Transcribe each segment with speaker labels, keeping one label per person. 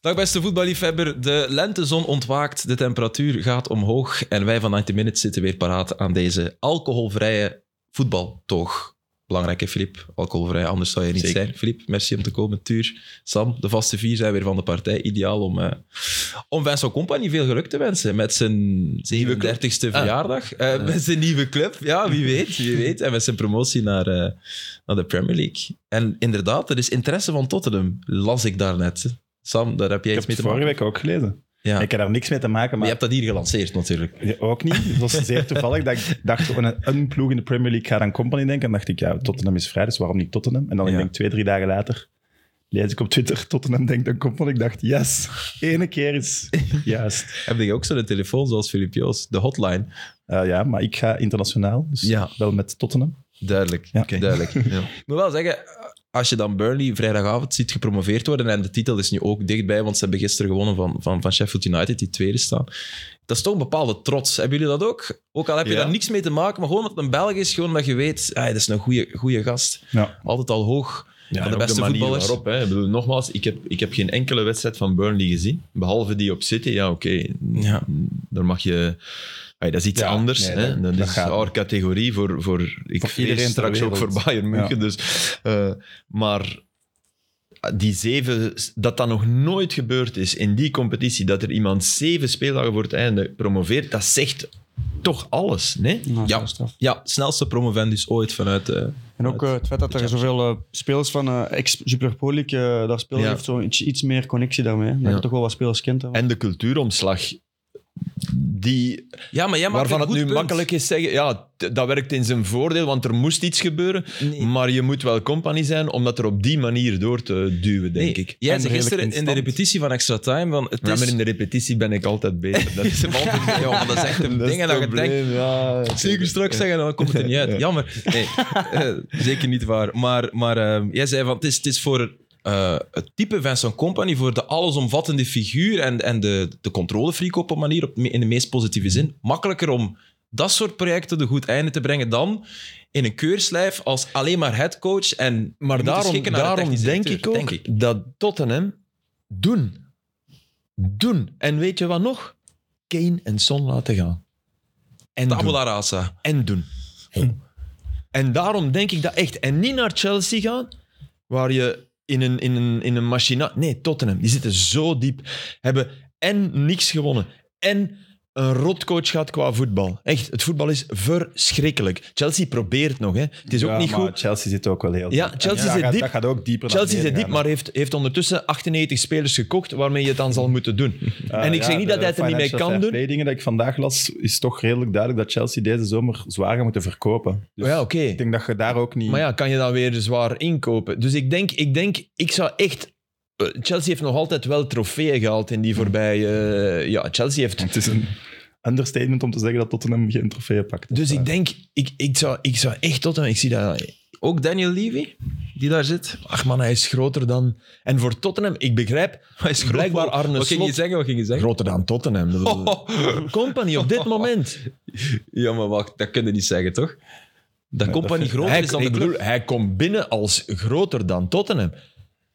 Speaker 1: Dag beste voetballiefhebber, de lentezon ontwaakt, de temperatuur gaat omhoog en wij van 90 Minutes zitten weer paraat aan deze alcoholvrije voetbaltoog. Belangrijk hè, Filip? Alcoholvrij, anders zou je niet
Speaker 2: Zeker.
Speaker 1: zijn. Filip, merci om te komen. Tuur, Sam, de vaste vier zijn weer van de partij. Ideaal om, eh om Vincent Company veel geluk te wensen met zijn 37e verjaardag. Eh, Met zijn nieuwe club, ja, wie weet, wie weet. En met zijn promotie naar, eh, naar de Premier League. En inderdaad, er is interesse van Tottenham, las ik daarnet. Sam, daar heb jij
Speaker 2: Ik
Speaker 1: iets
Speaker 2: heb
Speaker 1: mee
Speaker 2: het
Speaker 1: te maken.
Speaker 2: vorige week ook gelezen.
Speaker 1: Ja.
Speaker 2: Ik heb daar niks mee te maken,
Speaker 1: Maar
Speaker 2: maar
Speaker 1: je hebt dat hier gelanceerd natuurlijk.
Speaker 2: Ja, ook niet. Het was zeer toevallig dat ik dacht, oh, een, een ploeg in de Premier League gaat aan Company denken. En dacht ik, ja, Tottenham is vrij, dus waarom niet Tottenham? En dan,
Speaker 1: Ja.
Speaker 2: ik denk, twee, drie dagen later, lees ik op Twitter, Tottenham denkt aan Company. Ik dacht, yes, ene keer is juist.
Speaker 1: Heb je ook zo'n telefoon zoals Filip Joos? De hotline.
Speaker 2: Eh, ja, maar ik ga internationaal, dus
Speaker 1: Ja.
Speaker 2: wel met Tottenham.
Speaker 1: Duidelijk.
Speaker 2: Ja.
Speaker 1: Oké. Duidelijk. Ik moet wel zeggen, als je dan Burnley vrijdagavond ziet gepromoveerd worden, en de titel is nu ook dichtbij, want ze hebben gisteren gewonnen van, van, van Sheffield United, die tweede staan. Dat is toch een bepaalde trots. Hebben jullie dat ook? Ook al heb je
Speaker 2: Ja.
Speaker 1: daar niks mee te maken, maar gewoon omdat het een Belg is, gewoon dat je weet, ah, dat is een goede gast.
Speaker 2: Ja.
Speaker 1: Altijd al hoog
Speaker 3: Ja,
Speaker 1: van de
Speaker 3: en ook
Speaker 1: beste
Speaker 3: manier
Speaker 1: voetballers.
Speaker 3: Waarop, hè. Ik bedoel, nogmaals, ik heb, ik heb geen enkele wedstrijd van Burnley gezien. Behalve die op City. Ja, oké.
Speaker 1: Ja.
Speaker 3: Daar mag je... Ay, dat is iets
Speaker 2: Ja,
Speaker 3: anders.
Speaker 2: nee,
Speaker 3: hè.
Speaker 2: dat-
Speaker 3: Dat,
Speaker 2: dat
Speaker 3: is
Speaker 2: gaat
Speaker 3: our categorie voor... voor ik
Speaker 2: Voor
Speaker 3: voor
Speaker 2: iedereen ter
Speaker 3: straks ook
Speaker 2: wereld.
Speaker 3: voor Bayern München. Dus, eh, maar die zeven... Dat dat nog nooit gebeurd is in die competitie, dat er iemand zeven speeldagen voor het einde promoveert, dat zegt toch alles, nee?
Speaker 4: Nou,
Speaker 1: Ja.
Speaker 4: dat is straf.
Speaker 1: Ja, snelste promovendus ooit vanuit... eh,
Speaker 4: En ook eh, het feit dat er zoveel eh, spelers van eh, ex-Super Pro League eh, daar spelen,
Speaker 3: Ja.
Speaker 4: heeft zo iets, iets meer connectie daarmee. Dat
Speaker 3: Ja.
Speaker 4: je toch wel wat spelers kent. hè.
Speaker 3: En de cultuuromslag, die
Speaker 1: Ja, maar jij maakt
Speaker 3: Waarvan
Speaker 1: een
Speaker 3: het
Speaker 1: goed
Speaker 3: nu
Speaker 1: punt.
Speaker 3: makkelijk is zeggen, ja, t- dat werkt in zijn voordeel, want er moest iets gebeuren.
Speaker 1: Nee.
Speaker 3: Maar je moet wel compagnie zijn om dat er op die manier door te duwen, denk
Speaker 1: Nee, dus-
Speaker 3: ik.
Speaker 1: Jij
Speaker 2: En
Speaker 1: zei
Speaker 2: redelijk
Speaker 1: gisteren in de
Speaker 2: constant.
Speaker 1: repetitie van Extra Time, van, het
Speaker 3: Ja,
Speaker 1: is...
Speaker 3: maar in de repetitie ben ik altijd beter. Dat is,
Speaker 1: Ja, maar dat is echt een
Speaker 3: dat is
Speaker 1: ding en dat je
Speaker 3: het
Speaker 1: denkt...
Speaker 3: probleem, ja.
Speaker 1: Zeker straks zeggen, dan komt het er niet uit. Jammer. Nee, eh, zeker niet waar. Maar, maar eh, jij zei van, het is, het is voor eh, het type Vincent Company, voor de allesomvattende figuur en, en de, de controlefreak op een manier, op, in de meest positieve zin, makkelijker om dat soort projecten de goed einde te brengen dan in een keurslijf als alleen maar headcoach en
Speaker 3: Maar
Speaker 1: moet
Speaker 3: daarom,
Speaker 1: schikken naar de
Speaker 3: daarom
Speaker 1: technische
Speaker 3: denk ik
Speaker 1: directeur,
Speaker 3: ook
Speaker 1: denk ik.
Speaker 3: dat Tottenham doen. Doen. En weet je wat nog? Kane en Son laten gaan. En doen.
Speaker 1: tabula rasa.
Speaker 3: en doen. En daarom denk ik dat echt. En niet naar Chelsea gaan, waar je in een, in een, in een machina... Nee, Tottenham. Die zitten zo diep. Hebben en niks gewonnen. En een rotcoach gehad qua voetbal. Echt, het voetbal is verschrikkelijk. Chelsea probeert nog, hè. Het is
Speaker 2: Ja,
Speaker 3: ook niet
Speaker 2: maar
Speaker 3: goed.
Speaker 2: Chelsea zit ook wel heel
Speaker 3: Ja,
Speaker 2: diep. En
Speaker 3: Chelsea
Speaker 2: dat
Speaker 3: zit
Speaker 2: gaat-
Speaker 3: diep.
Speaker 2: Dat gaat ook dieper naar
Speaker 3: Chelsea zit
Speaker 2: beneden
Speaker 3: diep,
Speaker 2: gaan.
Speaker 3: maar heeft, heeft ondertussen 98 spelers gekocht waarmee je het dan zal moeten doen.
Speaker 2: Eh,
Speaker 3: en ik
Speaker 2: ja,
Speaker 3: zeg niet dat
Speaker 2: de
Speaker 3: hij het er niet mee
Speaker 2: financial
Speaker 3: kan
Speaker 2: fair
Speaker 3: doen.
Speaker 2: play dingen dat ik vandaag las, is toch redelijk duidelijk dat Chelsea deze zomer zwaar gaat moeten verkopen. Dus
Speaker 3: Oh ja, oké.
Speaker 2: ik denk dat je daar ook niet...
Speaker 3: Maar ja, kan je dan weer zwaar inkopen? Dus ik denk, ik denk, ik zou echt. eh, Chelsea heeft nog altijd wel trofeeën gehaald in die voorbije. eh, ja, Chelsea heeft.
Speaker 2: Het is een understatement om te zeggen dat Tottenham geen trofee pakt. eh,
Speaker 3: Dus ik denk, ik, ik, zou, ik zou echt tot hem. Ik zie dat.
Speaker 1: Ook Daniel Levy, die daar zit.
Speaker 3: Ach man, hij is groter dan. En voor Tottenham, ik begrijp.
Speaker 1: Hij is groot.
Speaker 3: Blijkbaar Arne
Speaker 1: Wat ging je
Speaker 3: Slot.
Speaker 1: zeggen? Wat ging je zeggen? Oh,
Speaker 3: Groter dan Tottenham. Dat bedoel- Company op dit moment.
Speaker 1: Ja, maar wacht, dat kun je niet zeggen, toch? Dat compagnie groter
Speaker 3: Hij,
Speaker 1: is dan de
Speaker 3: ik
Speaker 1: club.
Speaker 3: bedoel, hij komt binnen als groter dan Tottenham.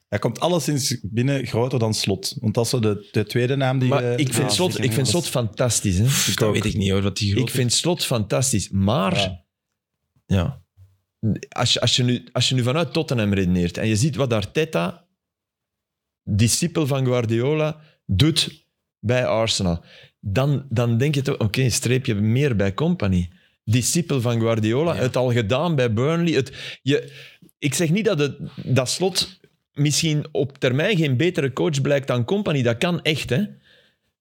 Speaker 2: Hij komt alleszins binnen groter dan Slot. Want dat is zo de, de tweede naam die...
Speaker 3: Maar
Speaker 2: eh,
Speaker 3: ik vind
Speaker 4: ja,
Speaker 3: Slot,
Speaker 4: zeker
Speaker 3: ik
Speaker 4: niet.
Speaker 3: vind slot fantastisch. Hè?
Speaker 1: Pff, dat weet ik niet, hoor, wat die groot
Speaker 3: Ik vind Slot fantastisch. Maar.
Speaker 2: Ja.
Speaker 1: Ja.
Speaker 3: als je, als, je nu, als je nu vanuit Tottenham redeneert en je ziet wat Arteta, discipel van Guardiola, doet bij Arsenal, dan, dan denk je toch, oké, een streepje meer bij Company. Discipel van Guardiola,
Speaker 1: Ja.
Speaker 3: het al gedaan bij Burnley. Het, je, ik zeg niet dat, het, dat slot misschien op termijn geen betere coach blijkt dan Company. Dat kan echt, hè.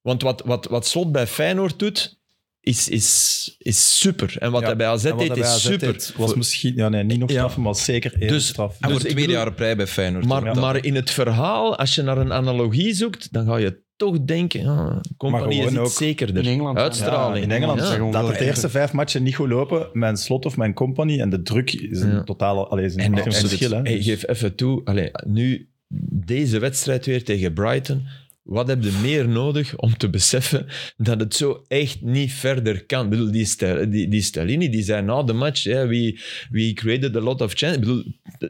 Speaker 3: Want wat, wat, wat Slot bij Feyenoord doet, is, is, is super. En wat
Speaker 2: Ja.
Speaker 3: hij bij AZ
Speaker 2: en wat
Speaker 3: deed,
Speaker 2: hij bij
Speaker 3: is
Speaker 2: AZ
Speaker 3: super.
Speaker 2: deed was misschien... Ja, nee, niet nog straf, maar zeker eerder
Speaker 3: Dus-
Speaker 2: straf.
Speaker 1: Hij
Speaker 3: Dus
Speaker 1: wordt
Speaker 3: ik
Speaker 1: tweede
Speaker 3: bedoel-
Speaker 1: jaar op rij bij Feyenoord.
Speaker 3: Maar,
Speaker 1: hoor. Dat-
Speaker 3: maar in het verhaal, als je naar een analogie zoekt, dan ga je toch denken, ja,
Speaker 2: Maar
Speaker 3: compagnie
Speaker 2: gewoon
Speaker 3: is iets
Speaker 2: ook
Speaker 3: zekerder.
Speaker 4: in Engeland.
Speaker 3: Uitstraling.
Speaker 2: Ja, in Engeland.
Speaker 3: Ja.
Speaker 4: Ja. gewoon
Speaker 2: dat
Speaker 4: wel
Speaker 2: het
Speaker 4: erg.
Speaker 2: eerste vijf matchen niet goed lopen, mijn slot of mijn company, en de druk is een
Speaker 3: Ja.
Speaker 2: totale... Allee, is een
Speaker 3: En de-
Speaker 2: echt een
Speaker 3: en het-
Speaker 2: verschil. hè. Dus-
Speaker 3: hey, geef even toe, allee, nu deze wedstrijd weer tegen Brighton. Wat heb je meer nodig om te beseffen dat het zo echt niet verder kan? Ik bedoel, die, Stel, die, die Stellini die zei na de match, hè, we, we created a lot of chances. Ik bedoel,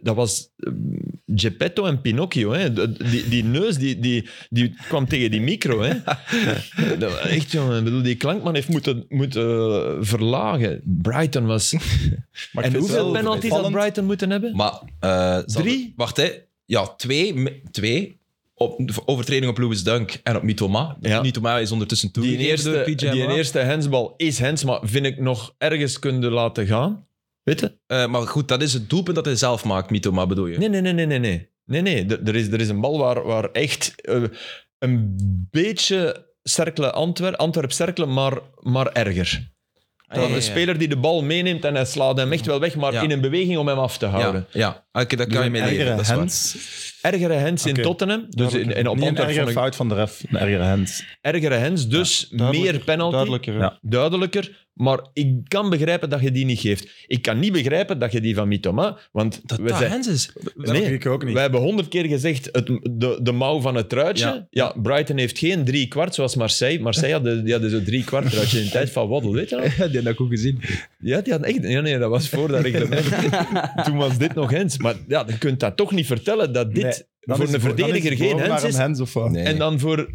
Speaker 3: dat was eh, Geppetto en Pinocchio. Hè. De- Die, die neus die, die, die kwam tegen die micro. Hè. Dat was Echt, jongen. Ik bedoel, die klankman heeft moeten, moeten eh, verlagen. Brighton was...
Speaker 2: Maar
Speaker 3: en
Speaker 2: ik vind het
Speaker 3: hoeveel
Speaker 2: wel
Speaker 3: penalties had
Speaker 2: opvallend.
Speaker 3: Brighton moeten hebben?
Speaker 1: Maar, eh, ze
Speaker 3: Drie?
Speaker 1: hadden- Wacht, hè. Ja, twee. me- twee op, overtreding op Louis Dunk en op Mitoma. Dus
Speaker 3: Ja.
Speaker 1: Mitoma is ondertussen toe.
Speaker 3: Die eerste,
Speaker 1: PJ
Speaker 3: die
Speaker 1: Malang.
Speaker 3: eerste hensbal is hens, maar vind ik nog ergens kunnen laten gaan. Weet je?
Speaker 1: Eh, maar goed, dat is het doelpunt dat hij zelf maakt, Mitoma, bedoel je?
Speaker 3: Nee, nee, nee, nee, nee. nee. Nee, nee, er, er is, er is een bal waar, waar echt eh, een beetje cerkelen Antwerp, Antwerp cerkelen, maar, maar erger.
Speaker 1: Ah,
Speaker 3: Dan
Speaker 1: ja, ja,
Speaker 3: een
Speaker 1: ja.
Speaker 3: speler die de bal meeneemt en hij slaat hem echt wel weg, maar
Speaker 1: Ja.
Speaker 3: in een beweging om hem af te houden.
Speaker 1: Ja,
Speaker 3: Dus
Speaker 1: ja. Ah, oké, dat kan je mee
Speaker 2: Ergere
Speaker 1: leven. Dat is waar.
Speaker 2: hands.
Speaker 3: Ergere hands in
Speaker 2: Oké.
Speaker 3: Tottenham, dus in, in, op
Speaker 2: Niet een
Speaker 3: Antwerp
Speaker 2: ergere
Speaker 3: vond ik
Speaker 2: fout van de ref, een ergere hand.
Speaker 3: ergere hands, dus meer penalty.
Speaker 4: Duidelijker. hè.
Speaker 2: Ja.
Speaker 3: duidelijker. Maar ik kan begrijpen dat je die niet geeft. Ik kan niet begrijpen dat je die van Mitoma... Want
Speaker 1: Dat
Speaker 3: we
Speaker 1: dat
Speaker 3: zijn,
Speaker 1: hands is.
Speaker 3: Nee,
Speaker 2: Dat ik ook niet.
Speaker 3: we hebben honderd keer gezegd het, de, de mouw van het truitje. Ja.
Speaker 1: Ja.
Speaker 3: Brighton heeft geen drie kwart zoals Marseille. Marseille had, de, die hadden zo'n drie kwart truitje in de tijd van Waddle, weet je wel?
Speaker 1: Ja, die heb ik ook gezien.
Speaker 3: Ja, die hadden echt... Ja, nee, dat was voordat ik er ben. Toen was dit nog hens. Maar ja, je kunt dat toch niet vertellen dat dit
Speaker 2: Nee, Dan
Speaker 3: voor
Speaker 2: is
Speaker 3: een
Speaker 2: het dan
Speaker 3: verdediger
Speaker 2: is het
Speaker 3: geen
Speaker 2: gewoon
Speaker 3: hens
Speaker 2: maar
Speaker 3: is.
Speaker 2: een hands of wat.
Speaker 1: Nee.
Speaker 3: En dan voor...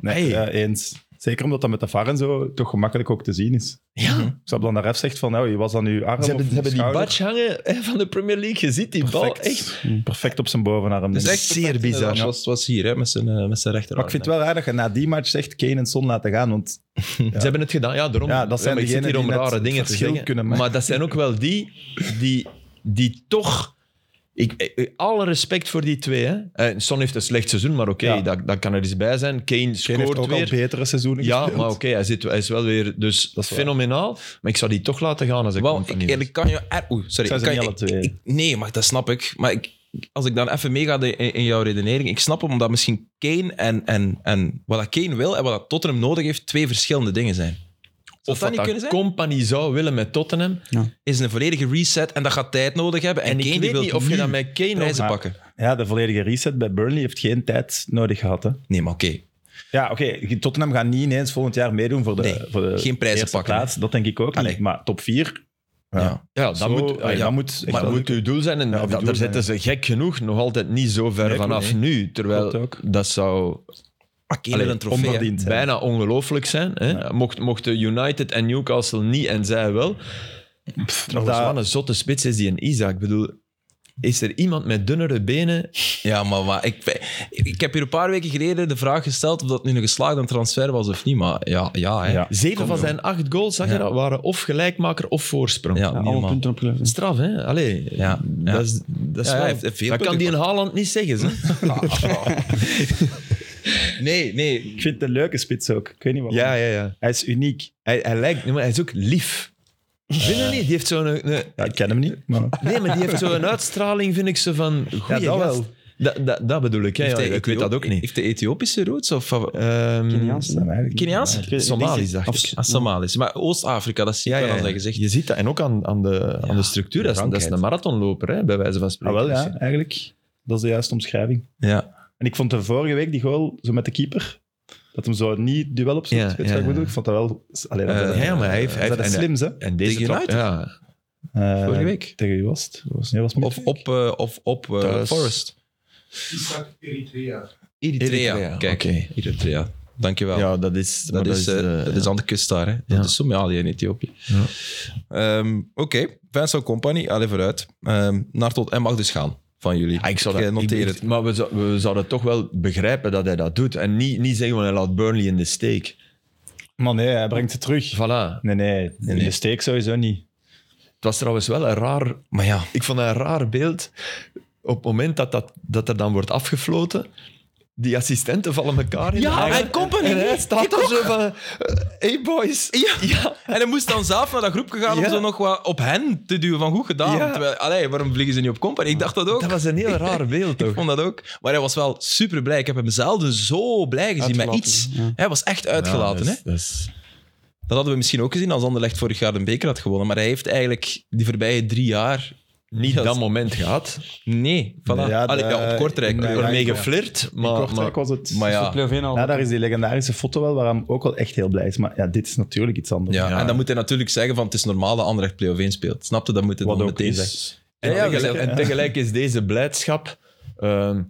Speaker 2: Nee,
Speaker 3: Hey.
Speaker 2: eh, eens. Zeker omdat dat met de VAR en zo toch gemakkelijk ook te zien is.
Speaker 3: Ja,
Speaker 2: Ik snap dan de ref zegt van, nou, je was dan nu arm
Speaker 3: ze hebben,
Speaker 2: of
Speaker 3: ze hebben die
Speaker 2: Mhm. schouder.
Speaker 3: badge hangen hè, van de Premier League. Je ziet die bal
Speaker 2: perfect,
Speaker 3: echt...
Speaker 2: perfect op zijn bovenarm.
Speaker 1: Dat is
Speaker 2: Dus-
Speaker 1: echt
Speaker 3: Zeer
Speaker 1: perfect,
Speaker 3: bizar,
Speaker 1: inderdaad,
Speaker 3: ja.
Speaker 1: Zoals, zoals hier, hè, met zijn, eh, met zijn
Speaker 2: Maar
Speaker 1: rechterarm.
Speaker 2: ik vind het wel raar dat je na die match zegt Kane en Son laten gaan, want
Speaker 3: Ze hebben het gedaan, ja, daarom.
Speaker 2: Ja, dat zijn
Speaker 3: maar ik zit
Speaker 2: degenen
Speaker 3: hier om
Speaker 2: die net
Speaker 3: rare
Speaker 2: het
Speaker 3: dingen te
Speaker 2: verschil
Speaker 3: zeggen.
Speaker 2: kunnen maken.
Speaker 3: maar dat zijn ook wel die die, die toch. Ik, ik- alle respect voor die twee. Hè. Eh, Son heeft een slecht seizoen, maar oké,
Speaker 2: Ja.
Speaker 3: dat, dat kan er eens bij zijn. Kane
Speaker 2: Kane
Speaker 3: scoort
Speaker 2: heeft ook al
Speaker 3: weer.
Speaker 2: betere seizoenen
Speaker 3: ja,
Speaker 2: gespeeld.
Speaker 3: maar oké, hij hij, zit- hij is wel weer dus
Speaker 2: Dat is waar.
Speaker 3: fenomenaal. Maar ik zou die toch laten gaan als ik
Speaker 1: Wel,
Speaker 3: hem van
Speaker 1: ik,
Speaker 3: niet
Speaker 1: en ik kan je... er- Oei, sorry.
Speaker 2: Zijn
Speaker 1: ik
Speaker 2: ze
Speaker 1: kan,
Speaker 2: niet alle
Speaker 1: ik-
Speaker 2: twee?
Speaker 1: ik- nee, maar dat snap ik. Maar ik, als ik dan even meega de- in, in jouw redenering, ik snap hem omdat misschien Kane en, en, en wat dat Kane wil en wat dat Tottenham nodig heeft, twee verschillende dingen zijn. Of dat niet kunnen zijn,
Speaker 3: compagnie zou willen met Tottenham.
Speaker 1: is een volledige reset en dat gaat tijd nodig hebben. En,
Speaker 3: En,
Speaker 1: Kane
Speaker 3: ik
Speaker 1: die
Speaker 3: weet
Speaker 1: wil
Speaker 3: niet of je
Speaker 1: nu
Speaker 3: dat met Kane ook...
Speaker 1: prijzen
Speaker 2: ook-
Speaker 1: pakken.
Speaker 2: Ja, de volledige reset bij Burnley heeft geen tijd nodig gehad. Hè.
Speaker 1: Nee, maar oké.
Speaker 2: Ja, oké, Tottenham gaat niet ineens volgend jaar meedoen voor de,
Speaker 1: Nee,
Speaker 2: voor de
Speaker 1: geen prijzen
Speaker 2: eerste
Speaker 1: pakken,
Speaker 2: plaats. Dat denk ik ook
Speaker 1: Allee.
Speaker 2: niet. Maar top 4,
Speaker 1: Ja.
Speaker 2: Ja.
Speaker 3: Ja, dat moet...
Speaker 1: ja.
Speaker 2: dat moet echt
Speaker 3: Maar
Speaker 2: wel
Speaker 3: dat moet
Speaker 2: lukken.
Speaker 3: uw doel zijn. En
Speaker 2: Ja,
Speaker 3: da-
Speaker 2: uw doel
Speaker 3: daar
Speaker 2: zijn,
Speaker 3: zitten ze gek genoeg nog altijd niet zo ver
Speaker 2: Nee,
Speaker 3: vanaf
Speaker 1: klopt,
Speaker 3: nu. Terwijl
Speaker 2: Klopt ook.
Speaker 3: dat zou
Speaker 1: Maar Kane
Speaker 3: Allee,
Speaker 1: wil een trofee. hè.
Speaker 2: onverdiend. zijn.
Speaker 3: bijna ongelooflijk zijn. Hè? Mocht, mochten United en Newcastle niet en zij wel. Trouwens,
Speaker 2: dat-
Speaker 3: wat een zotte spits is die een Isaac. Ik bedoel, is er iemand met dunnere benen?
Speaker 1: Ja, maar, maar ik, ik heb hier een paar weken geleden de vraag gesteld of dat nu een geslaagde transfer was of niet. Maar ja, ja, hè.
Speaker 2: Ja.
Speaker 3: Zeven
Speaker 1: Kom,
Speaker 3: van
Speaker 1: joh.
Speaker 3: zijn acht goals, zag je
Speaker 1: Ja.
Speaker 3: dat, waren of gelijkmaker of voorsprong.
Speaker 1: Ja,
Speaker 4: Ja,
Speaker 1: niet
Speaker 4: alle
Speaker 1: normaal.
Speaker 4: punten opgeleverd.
Speaker 3: Straf, hè? Allee,
Speaker 1: Ja, ja.
Speaker 3: Dat is, dat is
Speaker 1: Ja,
Speaker 3: wel-
Speaker 1: hij heeft veel
Speaker 3: dat kan
Speaker 1: punten
Speaker 3: die in Haaland niet zeggen. Ze.
Speaker 1: Nee, nee.
Speaker 2: Ik vind het een leuke spits ook. Ik weet niet waarom.
Speaker 3: ja, ja, ja.
Speaker 2: Hij is uniek.
Speaker 3: Hij, hij lijkt, nee, maar hij is ook lief. Vind je niet? Die heeft zo'n... een-
Speaker 2: Ja, ik ken hem niet, maar...
Speaker 3: Nee, maar die heeft zo'n uitstraling, vind ik, zo van... Goeie
Speaker 2: dat
Speaker 3: gast.
Speaker 2: wel.
Speaker 3: Dat, dat, dat bedoel ik, hè.
Speaker 1: Heeft
Speaker 3: Ja,
Speaker 1: hij
Speaker 3: ik weet
Speaker 1: Ethiop-
Speaker 3: dat ook niet.
Speaker 1: Heeft de Ethiopische roots of wat-
Speaker 3: Ehm,
Speaker 4: Keniaans?
Speaker 2: Dat zijn eigenlijk-
Speaker 1: Keniaans?
Speaker 4: Ik weet- ik
Speaker 3: Somalisch,
Speaker 4: denk-
Speaker 3: dacht
Speaker 1: Of
Speaker 3: ik.
Speaker 1: ah, Somalisch. Maar Oost-Afrika, dat zie ik
Speaker 3: Ja,
Speaker 1: wel
Speaker 3: ja,
Speaker 1: aan zijn
Speaker 3: ja.
Speaker 1: gezicht.
Speaker 3: Je ziet dat. En ook aan, aan, de, aan de structuur. Dat is, dat is een marathonloper, hè, bij wijze van
Speaker 2: Ah,
Speaker 3: spreken.
Speaker 2: wel, ja, eigenlijk. Dat is de juiste omschrijving.
Speaker 1: Ja.
Speaker 2: En ik vond de vorige week die goal, zo met de keeper, dat hem zo niet duel opzoekt.
Speaker 3: Ja,
Speaker 2: weet je
Speaker 3: ja,
Speaker 2: wat ik
Speaker 3: ja.
Speaker 2: bedoel? Ik vond dat wel... Allee, dat
Speaker 1: Eh,
Speaker 2: zijn-
Speaker 3: Ja, ja, maar hij heeft...
Speaker 2: dat
Speaker 3: Hij
Speaker 2: zijn
Speaker 3: heeft
Speaker 2: de
Speaker 3: en-
Speaker 2: slims, hè?
Speaker 3: en deze
Speaker 1: Tegen
Speaker 3: trap,
Speaker 1: United?
Speaker 3: ja.
Speaker 2: Eh,
Speaker 1: Vorige week.
Speaker 2: Tegen wie was het? Was, nee, was het
Speaker 1: Of
Speaker 2: Midweek?
Speaker 1: op, eh, of op eh,
Speaker 3: Thuis.
Speaker 1: Forest. Eritrea.
Speaker 3: Eritrea,
Speaker 1: Kijk,
Speaker 3: oké.
Speaker 1: Eritrea. Dankjewel.
Speaker 3: Ja, dat is...
Speaker 1: Dat, is, eh,
Speaker 3: eh,
Speaker 1: dat is aan de kust daar. Hè. Dat
Speaker 3: Ja.
Speaker 1: is Somalië en Ethiopië.
Speaker 3: Ja.
Speaker 1: Ehm, Oké, Vincent Company, allee vooruit. Ehm, naar tot, en mag dus gaan van jullie.
Speaker 3: Ah, ik zou dat,
Speaker 1: eh, noteer
Speaker 3: ik-
Speaker 1: het.
Speaker 3: ik- Maar we, zou- we zouden toch wel begrijpen dat hij dat doet. En niet, niet zeggen, van hij laat Burnley in de steek.
Speaker 2: Maar nee, hij brengt ze terug.
Speaker 3: Voilà.
Speaker 2: Nee, nee, in
Speaker 1: nee.
Speaker 2: de steek sowieso niet.
Speaker 3: Het was trouwens wel een raar
Speaker 1: Maar ja,
Speaker 3: Ik vond dat een raar beeld. Op het moment dat, dat, dat er dan wordt afgefloten, die assistenten vallen elkaar in de
Speaker 1: Ja,
Speaker 3: armen.
Speaker 1: en Company.
Speaker 3: En hij staat daar zo van... eh, Hey boys. Ja.
Speaker 1: En hij moest dan zelf naar dat groepje gaan
Speaker 3: Ja.
Speaker 1: om zo nog wat op hen te duwen van goed gedaan.
Speaker 3: Ja.
Speaker 1: Terwijl, allee, waarom vliegen ze niet op Company? Ik dacht dat ook.
Speaker 3: Dat was een heel raar beeld,
Speaker 1: Ik
Speaker 3: toch?
Speaker 1: vond dat ook. Maar hij was wel super blij. Ik heb hem zelden zo blij gezien met
Speaker 4: Uitgelaten,
Speaker 1: iets.
Speaker 4: ja.
Speaker 1: Hij was echt uitgelaten. hè? Dat hadden we misschien ook gezien als Anderlecht vorig jaar de beker had gewonnen. Maar hij heeft eigenlijk die voorbije drie jaar...
Speaker 3: Niet
Speaker 1: Dat
Speaker 3: dat
Speaker 1: is-
Speaker 3: moment gehad.
Speaker 1: Nee, voilà.
Speaker 2: Nee, ja,
Speaker 1: Allee,
Speaker 2: de-
Speaker 1: ja, op Kortrijk.
Speaker 2: Nee,
Speaker 1: hoor.
Speaker 2: ja,
Speaker 3: Ermee
Speaker 2: ik-
Speaker 3: geflirt,
Speaker 2: Maar,
Speaker 3: maar... Oh, maar
Speaker 2: was het.
Speaker 1: maar
Speaker 4: Ja.
Speaker 1: ja.
Speaker 4: Voor play-off één
Speaker 2: ja,
Speaker 4: al.
Speaker 2: daar is die legendarische foto wel, waar hij ook wel echt heel blij is. Maar ja, dit is natuurlijk iets anders.
Speaker 1: Ja,
Speaker 3: Ja.
Speaker 1: en dan moet hij natuurlijk zeggen van het is normaal dat Anderlecht play-off 1 speelt. Snapte? Dat moet hij
Speaker 2: Wat
Speaker 1: dan
Speaker 2: ook
Speaker 1: meteen
Speaker 2: is.
Speaker 1: zeggen.
Speaker 3: en,
Speaker 1: Ja, ja,
Speaker 3: tegelijk,
Speaker 1: ja.
Speaker 3: en tegelijk is deze blijdschap Ehm,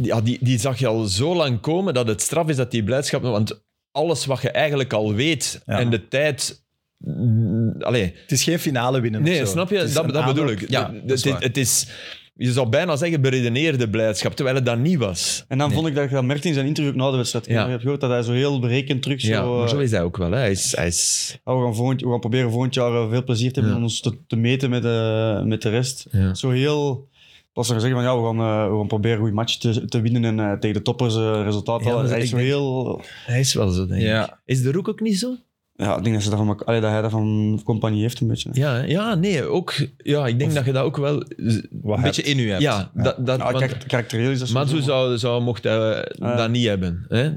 Speaker 3: ja, die, die zag je al zo lang komen dat het straf is dat die blijdschap... Want alles wat je eigenlijk al weet
Speaker 2: Ja.
Speaker 3: en de tijd... mm, Allee,
Speaker 2: Het is geen finale winnen.
Speaker 3: nee,
Speaker 2: of zo.
Speaker 3: snap je?
Speaker 2: Het is
Speaker 3: Dat,
Speaker 2: een
Speaker 3: dat bedoel
Speaker 2: aanloop.
Speaker 3: ik.
Speaker 1: Ja,
Speaker 3: De- de-
Speaker 1: dat is
Speaker 3: het,
Speaker 1: waar.
Speaker 3: het is... Je zou bijna zeggen beredeneerde blijdschap, terwijl het dat niet was.
Speaker 4: En dan vond ik dat je dat merkte in zijn interview ook na de wedstrijd.
Speaker 3: Ja.
Speaker 4: Ik heb gehoord dat hij zo heel berekend terug zo...
Speaker 3: Ja, maar
Speaker 4: eh,
Speaker 3: zo is hij ook wel. Hè. Hij is, hij is,
Speaker 4: ja, we, gaan volgend, we gaan proberen volgend jaar eh, veel plezier te hebben
Speaker 3: Ja.
Speaker 4: om ons te, te meten met, eh, met de rest.
Speaker 3: Ja.
Speaker 4: Zo heel... Pas dan zeggen van ja, we gaan, eh, we gaan proberen goede match te, te winnen en eh, tegen de toppers eh resultaat
Speaker 3: Ja,
Speaker 4: halen.
Speaker 3: dat is-
Speaker 4: Hij is
Speaker 3: ik
Speaker 4: zo
Speaker 3: denk-
Speaker 4: heel...
Speaker 3: hij is wel zo, denk ik.
Speaker 1: Ja.
Speaker 3: Is de Roek ook niet zo?
Speaker 4: Ja, ik denk dat, ze dat, van, elk- allee, dat hij dat van compagnie heeft een beetje. hè.
Speaker 3: Ja, hè. ja nee, ook... Ja, ik denk dat je dat ook wel...
Speaker 2: Wat
Speaker 1: Een
Speaker 2: heb-
Speaker 1: beetje in u hebt.
Speaker 3: Ja, dat... dat
Speaker 4: Ja, Ah,
Speaker 3: want-
Speaker 4: karak- karakterieel is dat
Speaker 3: Maar zo
Speaker 4: sowieso.
Speaker 3: zou, zou mocht hij eh,
Speaker 4: Ah.
Speaker 3: dat niet hebben. Hè?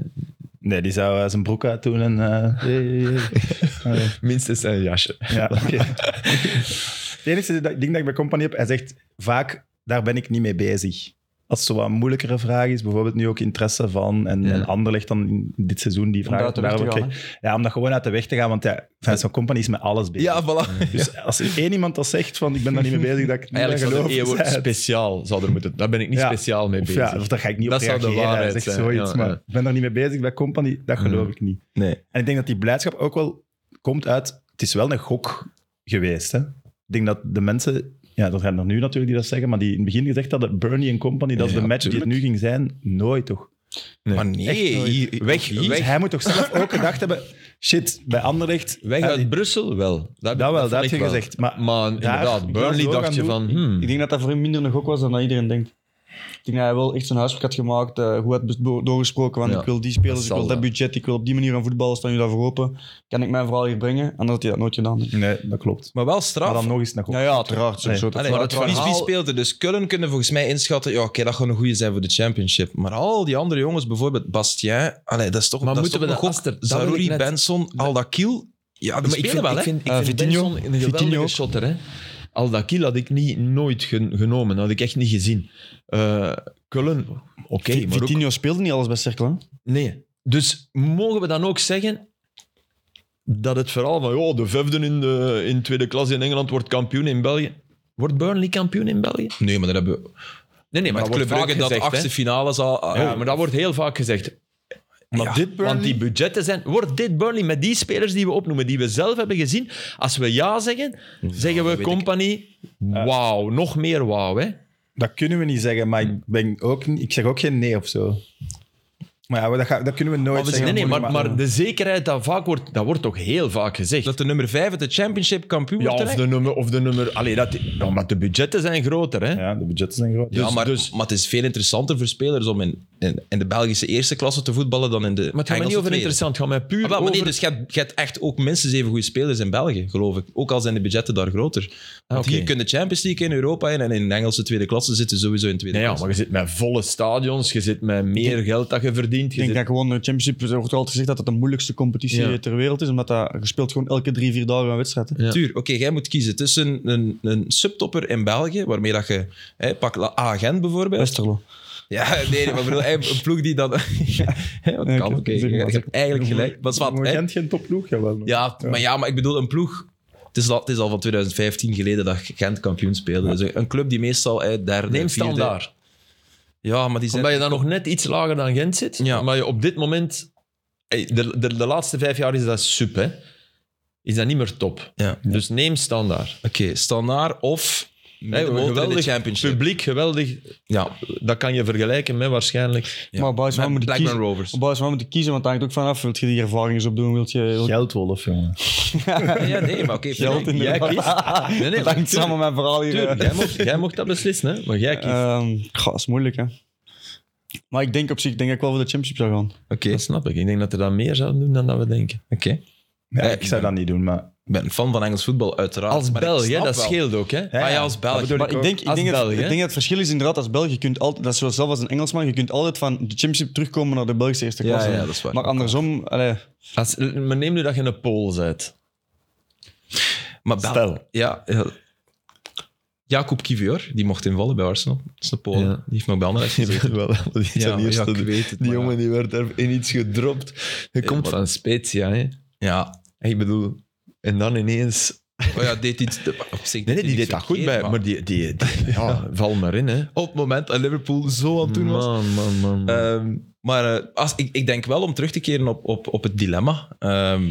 Speaker 2: Nee, die zou eh, zijn broek uitdoen en... eh, eh,
Speaker 3: Minstens zijn jasje.
Speaker 2: ja, oké. Het enige dat- ding dat ik bij Company heb, hij zegt vaak, daar ben ik niet mee bezig. Als het zo wat moeilijkere vraag is, bijvoorbeeld nu ook interesse van, en,
Speaker 3: Ja.
Speaker 2: en Anderlecht dan in dit seizoen die vraag
Speaker 4: uit de weg te
Speaker 2: daarover
Speaker 4: gaan,
Speaker 2: kreeg. Ja, om dat gewoon uit de weg te gaan, want ja, enfin, zo'n company is met alles bezig.
Speaker 1: Ja, voilà.
Speaker 2: Dus als er één iemand dat zegt van, ik ben daar niet mee bezig, dat ik niet
Speaker 3: Eigenlijk
Speaker 2: meer
Speaker 3: zou
Speaker 2: geloof,
Speaker 3: het
Speaker 2: zei
Speaker 3: woord
Speaker 2: het.
Speaker 3: speciaal zou er moeten. Daar ben ik niet
Speaker 2: Ja.
Speaker 3: speciaal mee
Speaker 2: Of
Speaker 3: bezig.
Speaker 2: ja, of daar ga ik niet
Speaker 3: Dat
Speaker 2: op
Speaker 3: zou de
Speaker 2: reageren.
Speaker 3: waarheid
Speaker 2: Hij zegt
Speaker 3: zijn,
Speaker 2: zoiets,
Speaker 3: ja,
Speaker 2: maar
Speaker 3: ja.
Speaker 2: ik ben daar niet mee bezig bij Company, dat geloof
Speaker 3: Mhm.
Speaker 2: ik niet.
Speaker 1: Nee.
Speaker 2: En ik denk dat die blijdschap ook wel komt uit. Het is wel een gok geweest. Hè? Ik denk dat de mensen. Ja, dat gaan er nu natuurlijk die dat zeggen, maar die in het begin gezegd hadden: Bernie en Company, dat is
Speaker 1: Ja,
Speaker 2: de match die het nu ging zijn. Nooit toch?
Speaker 3: Nee.
Speaker 1: Maar nee, hier-
Speaker 3: Weg,
Speaker 1: hier-
Speaker 3: weg.
Speaker 2: Hij moet toch zelf ook gedacht hebben: shit, bij Anderlecht. eh,
Speaker 3: Weg
Speaker 2: Ja,
Speaker 3: uit Brussel wel. Dat,
Speaker 2: dat wel, dat
Speaker 3: vond
Speaker 2: heb
Speaker 3: ik
Speaker 2: je gezegd. Maar
Speaker 3: Maar
Speaker 2: ik
Speaker 3: inderdaad,
Speaker 2: wil
Speaker 3: Burnley
Speaker 2: zo gaan
Speaker 3: dacht je
Speaker 2: doen.
Speaker 3: van... hmm,
Speaker 4: Ik denk dat dat voor hem minder een gok was dan dat iedereen denkt. Ik denk dat hij wel echt zijn huiswerk had gemaakt, eh, goed had bes- doorgesproken van
Speaker 3: Ja,
Speaker 4: ik wil die spelers,
Speaker 3: dat
Speaker 4: ik wil
Speaker 3: zal
Speaker 4: dat
Speaker 3: wel.
Speaker 4: budget, ik wil op die manier aan voetbal staan jullie daarvoor open. Kan ik mijn verhaal hier brengen? Anders had hij dat nooit gedaan. hè.
Speaker 2: Nee, dat klopt.
Speaker 1: Maar wel
Speaker 2: Maar
Speaker 1: straf.
Speaker 2: dan nog eens naar gok.
Speaker 4: Ja, ja, uiteraard. sowieso.
Speaker 2: Nee.
Speaker 4: Dat
Speaker 1: Allee,
Speaker 4: verhaal-
Speaker 1: maar het verlies wie
Speaker 3: verhaal-
Speaker 1: speelde. Dus Cullen kunnen volgens mij inschatten. Ja, oké, dat gaat een goede zijn voor de Championship. Maar al die andere jongens, bijvoorbeeld Bastien. Allee, dat is toch.
Speaker 3: Maar
Speaker 1: dat
Speaker 3: moeten
Speaker 1: is
Speaker 3: we
Speaker 1: toch
Speaker 3: dat-
Speaker 1: een gok?
Speaker 3: dat wil ik
Speaker 1: Zarouri,
Speaker 3: net-
Speaker 1: Benson, Aldakiel. Ja, die
Speaker 3: maar ik
Speaker 1: spelen
Speaker 3: vind
Speaker 1: wel,
Speaker 3: ik
Speaker 1: hè?
Speaker 3: vind, ik
Speaker 4: Eh,
Speaker 3: vind
Speaker 4: Vitinho?
Speaker 3: Benson Ah, een geweldige
Speaker 4: Vitinho ook.
Speaker 3: shotter. Hè? Al dat kiel had ik niet, nooit gen- genomen. had ik echt niet gezien. Eh Cullen, oké.
Speaker 4: Vi-
Speaker 3: maar ook
Speaker 4: Vitinho speelde niet alles bij Cercle. hè?
Speaker 3: Nee. Dus mogen we dan ook zeggen dat het verhaal van "Ja, de vijfde in, de, in tweede klas in Engeland wordt kampioen in België. Wordt Burnley kampioen in België?
Speaker 1: Nee, maar dat hebben we.
Speaker 3: Nee, nee, maar,
Speaker 1: Met
Speaker 3: dat
Speaker 1: Club
Speaker 3: wordt vaak
Speaker 1: Brugge dat de
Speaker 3: gezegd, hè.
Speaker 1: achtste finale zal.
Speaker 3: Ja, maar dat wordt heel vaak gezegd.
Speaker 2: Maar
Speaker 1: Ja,
Speaker 2: dit Burnley.
Speaker 3: Want die budgetten zijn... Wordt dit Burnley met die spelers die we opnoemen, die we zelf hebben gezien, als we ja zeggen, zeggen
Speaker 1: dat
Speaker 3: we
Speaker 1: weet
Speaker 3: company, wauw, nog meer wauw, hè?
Speaker 2: Dat kunnen we niet zeggen, maar ik, ben ook, niet- ik zeg ook geen nee of zo. Maar ja, dat, ga- dat kunnen we nooit
Speaker 3: Maar, we-
Speaker 2: zeggen.
Speaker 3: nee, nee, maar,
Speaker 2: moeilijk,
Speaker 3: maar de zekerheid dat vaak wordt, dat wordt toch heel vaak gezegd.
Speaker 1: dat de nummer 5 uit de Championship kampioen
Speaker 3: ja,
Speaker 1: wordt.
Speaker 3: of
Speaker 1: hè?
Speaker 3: de nummer... Of de nummer allee, dat, ja, maar de budgetten zijn groter, hè?
Speaker 2: Ja, de budgetten zijn groot.
Speaker 1: Ja,
Speaker 2: Dus-
Speaker 1: maar, maar het is veel interessanter voor spelers om in, in, in de Belgische eerste klasse te voetballen dan in de.
Speaker 3: Maar het gaat mij niet over
Speaker 1: interessant.
Speaker 3: interessant, het gaat mij puur
Speaker 1: Ah, wel, maar
Speaker 3: over...
Speaker 1: nee, dus je hebt, je hebt echt ook minstens even goede spelers in België, geloof ik. Ook al zijn de budgetten daar groter. Want
Speaker 3: Ah, oké.
Speaker 1: hier kunnen de Champions League in Europa in en in de Engelse tweede klasse zitten sowieso in tweede
Speaker 3: Nee, ja,
Speaker 1: klasse.
Speaker 3: maar je zit met volle stadions, je zit met meer geld dat je verdient.
Speaker 4: Ik
Speaker 3: Je
Speaker 4: denk
Speaker 3: zit...
Speaker 4: dat gewoon de Championship, er wordt altijd gezegd dat het de moeilijkste competitie
Speaker 3: Ja.
Speaker 4: ter wereld is, omdat dat, je speelt gewoon elke drie, vier dagen een wedstrijd. hè.
Speaker 3: Ja.
Speaker 1: Tuur, oké, jij moet kiezen tussen een, een subtopper in België, waarmee dat je... Hè, pak La- Agent bijvoorbeeld.
Speaker 4: Westerlo.
Speaker 1: Ja, nee, nee, maar ik bedoel, hè, een ploeg die dan... Hè, Wat
Speaker 4: Ja,
Speaker 1: kan,
Speaker 4: ik-
Speaker 1: oké.
Speaker 4: ik-
Speaker 1: Je
Speaker 4: ik-
Speaker 1: hebt eigenlijk gelijk. Maar zwart,
Speaker 2: Je
Speaker 1: hè.
Speaker 2: kent geen topploeg, jawel.
Speaker 1: Ja, maar ja, maar ik bedoel, een ploeg... Het is, al, het is al van 2015 geleden dat Gent kampioen speelde. Dus een club die meestal uit derde,
Speaker 3: Neem
Speaker 1: vierde-
Speaker 3: standaard.
Speaker 1: Ja, maar die zijn...
Speaker 3: Omdat je dan nog net iets lager dan Gent zit.
Speaker 1: Ja.
Speaker 3: Maar je op dit moment... Hey, de, de, de laatste vijf jaar is dat sup, hè. Is dat niet meer top.
Speaker 1: Ja.
Speaker 3: Dus neem standaard.
Speaker 1: Oké, standaard of
Speaker 3: Hey,
Speaker 1: middenmotor in de Championship.
Speaker 3: publiek, geweldig.
Speaker 1: Ja,
Speaker 3: Dat kan je vergelijken met waarschijnlijk...
Speaker 1: Ja.
Speaker 4: Maar op basis
Speaker 1: met
Speaker 4: van moet je
Speaker 1: Blackburn
Speaker 4: kiezen.
Speaker 1: Rovers.
Speaker 4: Op basis van moet je kiezen, want het hangt ook vanaf. Wilt je die ervaring eens opdoen? Wilt je, wilt
Speaker 2: Geldwolf, jongen.
Speaker 1: Ja, nee, maar oké.
Speaker 4: geld in de
Speaker 3: Jij kiest. Nee, nee,
Speaker 4: Het hangt
Speaker 3: tuurlijk,
Speaker 4: samen met mijn verhaal hier.
Speaker 3: tuurlijk.
Speaker 4: eh.
Speaker 3: Jij, mocht, jij mocht dat beslissen, hè. Maar jij kiest.
Speaker 4: Ehm, goh, dat is moeilijk, hè. Maar ik denk op zich, denk ik wel voor de championship zou gaan.
Speaker 1: Oké,
Speaker 3: Dat snap ik. Ik denk dat er dan meer zouden doen dan dat we denken.
Speaker 1: oké.
Speaker 2: Ja,
Speaker 1: Eh,
Speaker 2: ik zou dat niet doen, maar...
Speaker 1: Ik ben een fan van Engels voetbal, uiteraard.
Speaker 3: Als
Speaker 1: maar ik
Speaker 3: Belg, hè,
Speaker 1: snap
Speaker 3: dat
Speaker 1: wel.
Speaker 3: scheelt ook. Hè?
Speaker 1: Ah ja, als Belg.
Speaker 2: bedoel
Speaker 4: Maar ik
Speaker 2: ook.
Speaker 4: denk, ik,
Speaker 3: Als
Speaker 4: denk dat,
Speaker 3: Belg,
Speaker 4: ik
Speaker 3: hè?
Speaker 4: denk dat het verschil is inderdaad als België. Je kunt altijd, dat is wel zelf als een Engelsman, je kunt altijd van de championship terugkomen naar de Belgische eerste
Speaker 1: Ja,
Speaker 4: klasse.
Speaker 1: ja, dat is waar.
Speaker 4: Maar andersom, allee,
Speaker 3: Als, maar neem nu dat je een Pool bent.
Speaker 1: Maar Belg-
Speaker 3: Stel.
Speaker 1: Ja, ja. Jacob Kivior, die mocht invallen bij Arsenal. Dat is een Polen.
Speaker 3: Ja.
Speaker 1: Die heeft nog bij andere gezeten.
Speaker 3: wel, die
Speaker 1: Ja, ja, ik weet het.
Speaker 3: die
Speaker 1: maar ja.
Speaker 3: jongen die werd er in iets gedropt. Hij komt
Speaker 1: maar-
Speaker 3: van Spezia. Hè?
Speaker 1: Ja,
Speaker 3: Ik bedoel, en dan ineens
Speaker 1: Oh ja, deed iets... Op zich
Speaker 3: Nee, nee, die
Speaker 1: hij
Speaker 3: deed
Speaker 1: niks
Speaker 3: dat goed
Speaker 1: verkeerd,
Speaker 3: bij, maar die, die, die- ja, val maar in, hè.
Speaker 1: Op het moment dat Liverpool zo aan het doen was...
Speaker 3: Man, man, man. man.
Speaker 1: Ehm, maar eh, als, ik, ik denk wel om terug te keren op, op, op het dilemma. ehm,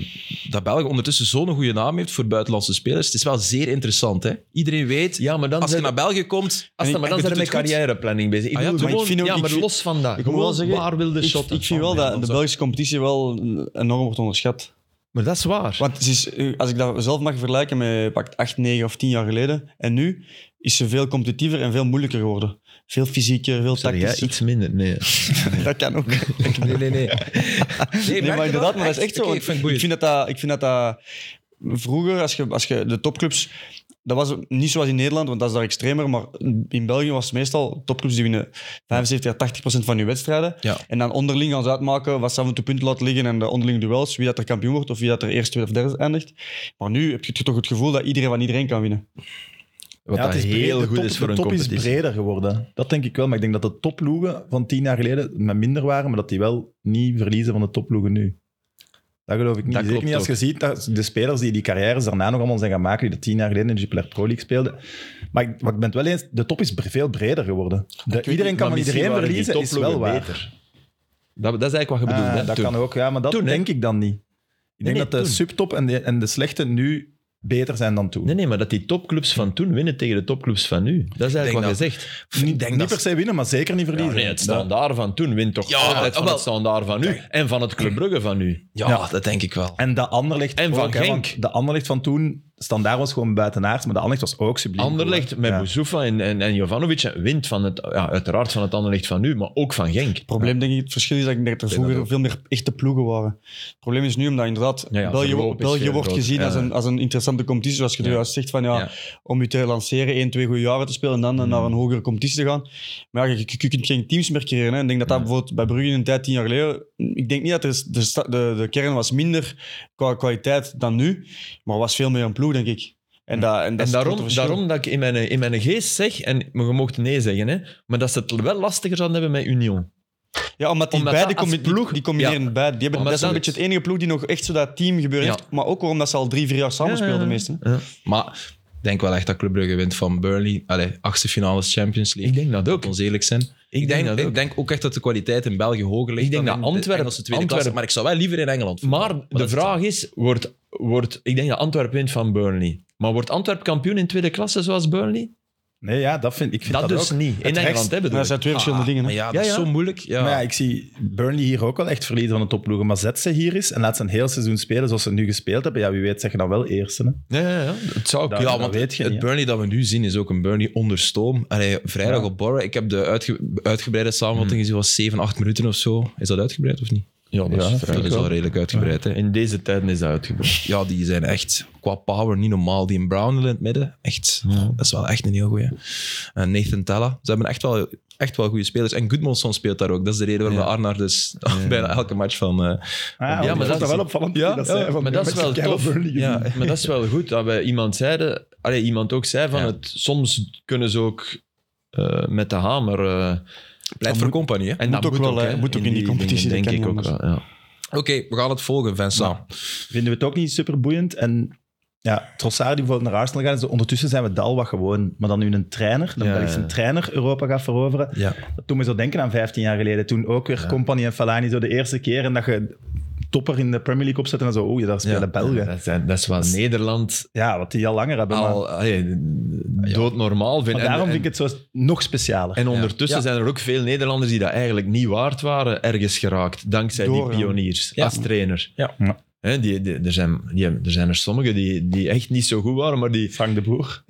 Speaker 1: dat België ondertussen zo'n goede naam heeft voor buitenlandse spelers. Het is wel zeer interessant. Hè? Iedereen weet,
Speaker 3: ja, maar dan
Speaker 1: als je
Speaker 3: zijn-
Speaker 1: naar België komt.
Speaker 3: als dan, maar dan
Speaker 1: en je
Speaker 3: zijn we
Speaker 1: doet
Speaker 3: met
Speaker 1: het goed.
Speaker 3: carrièreplanning bezig. Ik
Speaker 1: Ah ja,
Speaker 3: bedoel
Speaker 1: maar
Speaker 4: ik
Speaker 3: gewoon-
Speaker 4: vind ook-
Speaker 3: ja,
Speaker 4: ik
Speaker 3: maar
Speaker 4: vind-
Speaker 3: los van dat.
Speaker 4: ik moet wel
Speaker 3: Gewoon,
Speaker 4: zeggen,
Speaker 3: waar wil de
Speaker 4: Ik,
Speaker 3: shot
Speaker 4: ik vind wel dat de Belgische competitie wel enorm wordt onderschat.
Speaker 3: Maar dat is waar.
Speaker 4: Want het is, eh, als ik dat zelf mag vergelijken met pakt 8, 9 of 10 jaar geleden. En nu is ze veel competitiever en veel moeilijker geworden. Veel fysieker, veel
Speaker 3: Sorry, hè,
Speaker 4: tactischer.
Speaker 3: iets minder. Nee.
Speaker 4: dat kan ook.
Speaker 1: Nee, nee, nee. Nee,
Speaker 4: Nee, maar
Speaker 1: merk je
Speaker 4: inderdaad, maar dat is echt zo.
Speaker 1: Oké,
Speaker 4: want
Speaker 1: ik vind het
Speaker 4: ik,
Speaker 1: boeiend.
Speaker 4: vind dat dat, ik vind dat dat vroeger, als je, als je de topclubs. Dat was niet zoals in Nederland, want dat is daar extremer. Maar in België was het meestal topclubs die winnen 75 à 80 procent van hun wedstrijden.
Speaker 1: Ja.
Speaker 4: En dan onderling gaan ze uitmaken wat ze af en toe punten laten liggen en de onderlinge duels. Wie dat er kampioen wordt of wie dat er eerst, tweede of derde eindigt. Maar nu heb je toch het gevoel dat iedereen van iedereen kan winnen.
Speaker 3: Wat
Speaker 2: Ja,
Speaker 3: dat
Speaker 2: het is breed-
Speaker 3: heel
Speaker 2: de
Speaker 3: goed
Speaker 2: top-
Speaker 3: is voor
Speaker 2: de
Speaker 3: een
Speaker 2: top is
Speaker 3: competitie.
Speaker 2: breder geworden. Dat denk ik wel. Maar ik denk dat de topploegen van tien jaar geleden met minder waren, maar dat die wel niet verliezen van de topploegen nu. Dat geloof ik niet.
Speaker 3: Dat
Speaker 2: Zeker
Speaker 3: klopt
Speaker 2: niet als je ziet dat de spelers die die carrières daarna nog allemaal zijn gaan maken, die dat tien jaar geleden in de Jupiler Pro League speelden. Maar ik, maar ik ben het wel eens, de top is bre- veel breder geworden. De- iedereen kan
Speaker 3: maar
Speaker 2: van
Speaker 3: misschien
Speaker 2: iedereen
Speaker 3: waren die
Speaker 2: verliezen, is wel
Speaker 3: topploegen
Speaker 2: waar.
Speaker 3: beter. Dat, dat is eigenlijk wat je bedoelt.
Speaker 2: Ah,
Speaker 3: hè,
Speaker 2: dat
Speaker 3: toen.
Speaker 2: kan ook, ja, maar dat
Speaker 3: Toen, hè?
Speaker 2: denk ik dan niet. Ik denk
Speaker 3: nee,
Speaker 2: dat de
Speaker 3: toen.
Speaker 2: subtop en de, en de slechte nu beter zijn dan toen.
Speaker 3: Nee, nee, maar dat die topclubs van toen winnen tegen de topclubs van nu. Dat is
Speaker 1: denk
Speaker 3: eigenlijk wat
Speaker 1: dat-
Speaker 3: je zegt.
Speaker 2: niet
Speaker 1: denk
Speaker 2: niet
Speaker 1: dat-
Speaker 2: per se winnen, maar zeker niet verliezen.
Speaker 3: Nee, het
Speaker 2: Dat-
Speaker 3: standaard van toen wint toch
Speaker 1: Ja,
Speaker 3: altijd van
Speaker 1: wel.
Speaker 3: het standaard van nu. En van het Club Brugge van nu.
Speaker 1: Ja,
Speaker 2: Ja.
Speaker 1: dat denk ik wel.
Speaker 2: En de Anderlecht...
Speaker 3: En Van
Speaker 2: ook, hè,
Speaker 3: Genk.
Speaker 2: want De Anderlecht van toen, standaard was gewoon buitenaards, maar de Anderlecht was ook subliem.
Speaker 3: Anderlecht
Speaker 2: goed, hè.
Speaker 3: met
Speaker 2: Ja.
Speaker 3: Boussoufa en, en, en Jovanovic en wint van het, ja, uiteraard van het Anderlecht van nu, maar ook van Genk.
Speaker 4: Het probleem, denk ik, het verschil is dat ik denk dat er
Speaker 3: dat
Speaker 4: vroeger veel meer echte ploegen waren. Het probleem is nu omdat inderdaad
Speaker 3: Ja, ja, verloop
Speaker 4: België,
Speaker 3: is
Speaker 4: België
Speaker 3: veel
Speaker 4: wordt
Speaker 3: groter,
Speaker 4: gezien
Speaker 3: ja.
Speaker 4: als, een, als een interessante competitie. Zoals je er juist zegt, van, ja,
Speaker 1: Ja.
Speaker 4: om je te lanceren, één, twee goede jaren te spelen en dan
Speaker 3: Mm.
Speaker 4: naar een hogere competitie te gaan. Maar ja, je, je- je kunt geen teams meer creëren. Hè. Ik denk dat
Speaker 3: Mm.
Speaker 4: dat bijvoorbeeld bij Brugge in een tijd, tien jaar geleden, ik denk niet dat er- de, sta- de, de kern was minder qua kwaliteit dan nu, maar was veel meer een ploeg, denk ik. En, dat, en, dat is
Speaker 3: Mm. En
Speaker 4: het grote
Speaker 3: daarom,
Speaker 4: verschil.
Speaker 3: daarom dat ik in mijn, in mijn geest zeg, en maar je mocht nee zeggen, hè, maar dat ze het wel lastiger zouden hebben met Union.
Speaker 4: Ja, omdat die
Speaker 3: Omdat
Speaker 4: beide
Speaker 3: dat als
Speaker 4: combi-
Speaker 3: ploeg-
Speaker 4: die combineren
Speaker 3: Ja.
Speaker 4: beide. Die hebben,
Speaker 3: Omdat
Speaker 4: dat is een
Speaker 3: dat-
Speaker 4: beetje het enige ploeg die nog echt zo dat team gebeurt.
Speaker 3: Ja.
Speaker 4: heeft. Maar ook omdat ze al drie, vier jaar samen speelden meestal.
Speaker 3: Ja.
Speaker 1: Maar ik denk wel echt dat Club Brugge wint van Burnley. Allee, achtste finales Champions League.
Speaker 3: Ik denk dat ook.
Speaker 1: Laten we ons eerlijk zijn. Ik,
Speaker 3: denk
Speaker 1: denk,
Speaker 3: dat ook.
Speaker 1: ik denk ook echt dat de kwaliteit in België hoger ligt
Speaker 3: Ik
Speaker 1: dan
Speaker 3: denk dat
Speaker 1: in de
Speaker 3: Antwerpen-
Speaker 1: Engelse tweede
Speaker 3: Antwerpen-
Speaker 1: klasse. Maar ik zou wel liever in Engeland
Speaker 3: Maar de
Speaker 1: dat is
Speaker 3: vraag is, wordt, wordt, ik denk dat Antwerpen wint van Burnley. Maar wordt Antwerpen kampioen in tweede klasse zoals Burnley?
Speaker 2: Nee, ja, dat vind ik vind
Speaker 3: Dat,
Speaker 2: dat,
Speaker 3: dus
Speaker 2: ook.
Speaker 3: niet. In
Speaker 2: Het rechts-
Speaker 3: Engeland, hè, bedoel
Speaker 4: Maar dat
Speaker 3: ik.
Speaker 4: zijn twee verschillende dingen.
Speaker 1: Ah, Maar
Speaker 4: Hè.
Speaker 1: ja, dat
Speaker 3: Ja,
Speaker 1: is
Speaker 3: ja.
Speaker 1: zo moeilijk. Ja.
Speaker 2: Maar ja, ik zie Burnley hier ook wel echt verliezen van de topploegen. Maar zet ze hier is en laat ze een heel seizoen spelen zoals ze nu gespeeld hebben. Ja, wie weet zeg je dan wel eerste. Hè?
Speaker 3: Ja, ja, ja. Het zou
Speaker 2: Dat-
Speaker 3: kunnen.
Speaker 1: Ja,
Speaker 2: dat
Speaker 1: want
Speaker 2: weet je
Speaker 1: het
Speaker 2: niet, hè.
Speaker 1: Burnley dat we nu zien is ook een Burnley onder stoom. Allee, vrijdag
Speaker 2: Ja.
Speaker 1: op Borre, ik heb de uitge- uitgebreide samenvatting gezien, was 7, 8 minuten of zo. Is dat uitgebreid of niet?
Speaker 3: Ja, dat is
Speaker 2: Ja,
Speaker 3: vrij.
Speaker 1: Dat is wel redelijk uitgebreid. Hè.
Speaker 3: In deze tijden is dat uitgebreid.
Speaker 1: Ja, die zijn echt qua power niet normaal. Die in Brownhill in het midden, echt, dat is wel echt een heel goeie. En Nathan Tella, ze hebben echt wel, echt wel goede spelers. En Goodmanson speelt daar ook. Dat is de reden waarom
Speaker 3: Ja.
Speaker 1: Arnaar dus bijna elke match van... eh,
Speaker 2: Ah,
Speaker 3: maar dat is-
Speaker 2: wel opvallend.
Speaker 3: Ja,
Speaker 2: die dat zei,
Speaker 3: ja,
Speaker 2: van,
Speaker 3: maar
Speaker 2: die
Speaker 3: dat is
Speaker 2: mensen
Speaker 3: wel
Speaker 2: keihard
Speaker 3: tof.
Speaker 2: Burnley
Speaker 3: Ja,
Speaker 2: gezien.
Speaker 3: maar dat is wel goed dat we iemand zeiden, allee, iemand ook zei van
Speaker 1: Ja.
Speaker 3: het, soms kunnen ze ook eh, met de hamer. eh,
Speaker 1: Pleit voor compagnie, hè.
Speaker 3: en
Speaker 4: Moet
Speaker 3: dat
Speaker 4: ook wel,
Speaker 3: hè,
Speaker 4: hè. Moet ook in die
Speaker 3: dingen,
Speaker 4: competitie, dat
Speaker 3: denk
Speaker 4: kan
Speaker 3: ik ook
Speaker 4: niet
Speaker 3: wel. Ja.
Speaker 1: Oké, we gaan het volgen, Vincent.
Speaker 2: Vinden we het ook niet superboeiend. En ja, Trossard die bijvoorbeeld naar Arsenal gaat. Dus ondertussen zijn we dal wat gewoon. Maar dan nu een trainer, dan
Speaker 3: Ja,
Speaker 2: ja,
Speaker 3: ja.
Speaker 2: een trainer Europa gaat veroveren.
Speaker 1: Ja.
Speaker 2: Dat doet me zo denken aan 15 jaar geleden. Toen ook weer Company en Falani zo de eerste keer. En dat je topper in de Premier League opzet. En dan zo, oeh, daar spelen
Speaker 1: Ja,
Speaker 2: Belgen. Ja,
Speaker 3: Dat, zijn, dat is wat Nederland
Speaker 2: wat die al langer hebben. maar,
Speaker 3: al allee, doodnormaal vindt.
Speaker 2: maar
Speaker 3: En-
Speaker 2: daarom
Speaker 3: en-
Speaker 2: vind ik het zo nog specialer.
Speaker 3: En ondertussen
Speaker 1: Ja.
Speaker 3: zijn er ook veel Nederlanders die dat eigenlijk niet waard waren, ergens geraakt, dankzij
Speaker 4: Door, ja.
Speaker 3: die pioniers
Speaker 1: Ja.
Speaker 3: als trainer.
Speaker 1: Ja.
Speaker 2: Ja.
Speaker 3: Hè, die, die- er, zijn, die, hebben- er zijn er sommigen die, die echt niet zo goed waren, maar die...
Speaker 2: Frank de Boer.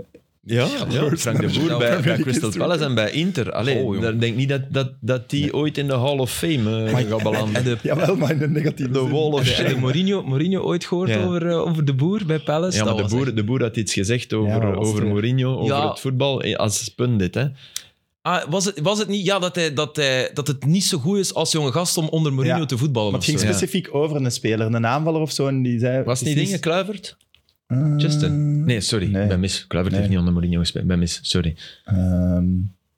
Speaker 3: Ja, ja Frank de Boer
Speaker 1: Ja,
Speaker 3: bij, bij
Speaker 2: Premier
Speaker 3: Crystal
Speaker 2: League
Speaker 3: Palace en bij Inter. Allee,
Speaker 1: Oh, jong.
Speaker 3: dan denk ik niet dat, dat, dat die ooit in de Hall of Fame eh, gaat belanden.
Speaker 1: En de,
Speaker 2: Jawel, maar in de negatieve
Speaker 3: De
Speaker 2: zin.
Speaker 3: Wall of
Speaker 1: heb je
Speaker 3: Shame.
Speaker 1: Mourinho, Mourinho ooit gehoord
Speaker 3: Ja.
Speaker 1: over, eh, over de boer bij Palace?
Speaker 3: Ja,
Speaker 1: Dat
Speaker 3: maar de
Speaker 1: was
Speaker 3: boer,
Speaker 1: echt-
Speaker 3: de boer had iets gezegd
Speaker 2: Ja,
Speaker 3: over,
Speaker 2: wat was
Speaker 3: over
Speaker 2: er?
Speaker 3: Mourinho, over
Speaker 1: Ja.
Speaker 3: het voetbal eh, als pundit. Hè.
Speaker 1: Ah, was, het, was het niet ja, dat, hij, dat, hij, dat het niet zo goed is als jonge gast om onder Mourinho
Speaker 2: Ja,
Speaker 1: te voetballen?
Speaker 2: Maar het
Speaker 1: of
Speaker 2: ging
Speaker 1: zo?
Speaker 3: Ja.
Speaker 2: specifiek over een speler, een aanvaller of zo. En die zei...
Speaker 3: Was het
Speaker 2: is
Speaker 3: niet dingen Kluivert?
Speaker 2: Eh,
Speaker 3: Justin? Nee, sorry,
Speaker 2: Mm, Nee.
Speaker 3: bij mis.
Speaker 2: Nee.
Speaker 3: Kluivert heeft niet onder Mourinho gespeeld, bij mis, sorry.
Speaker 2: ehm,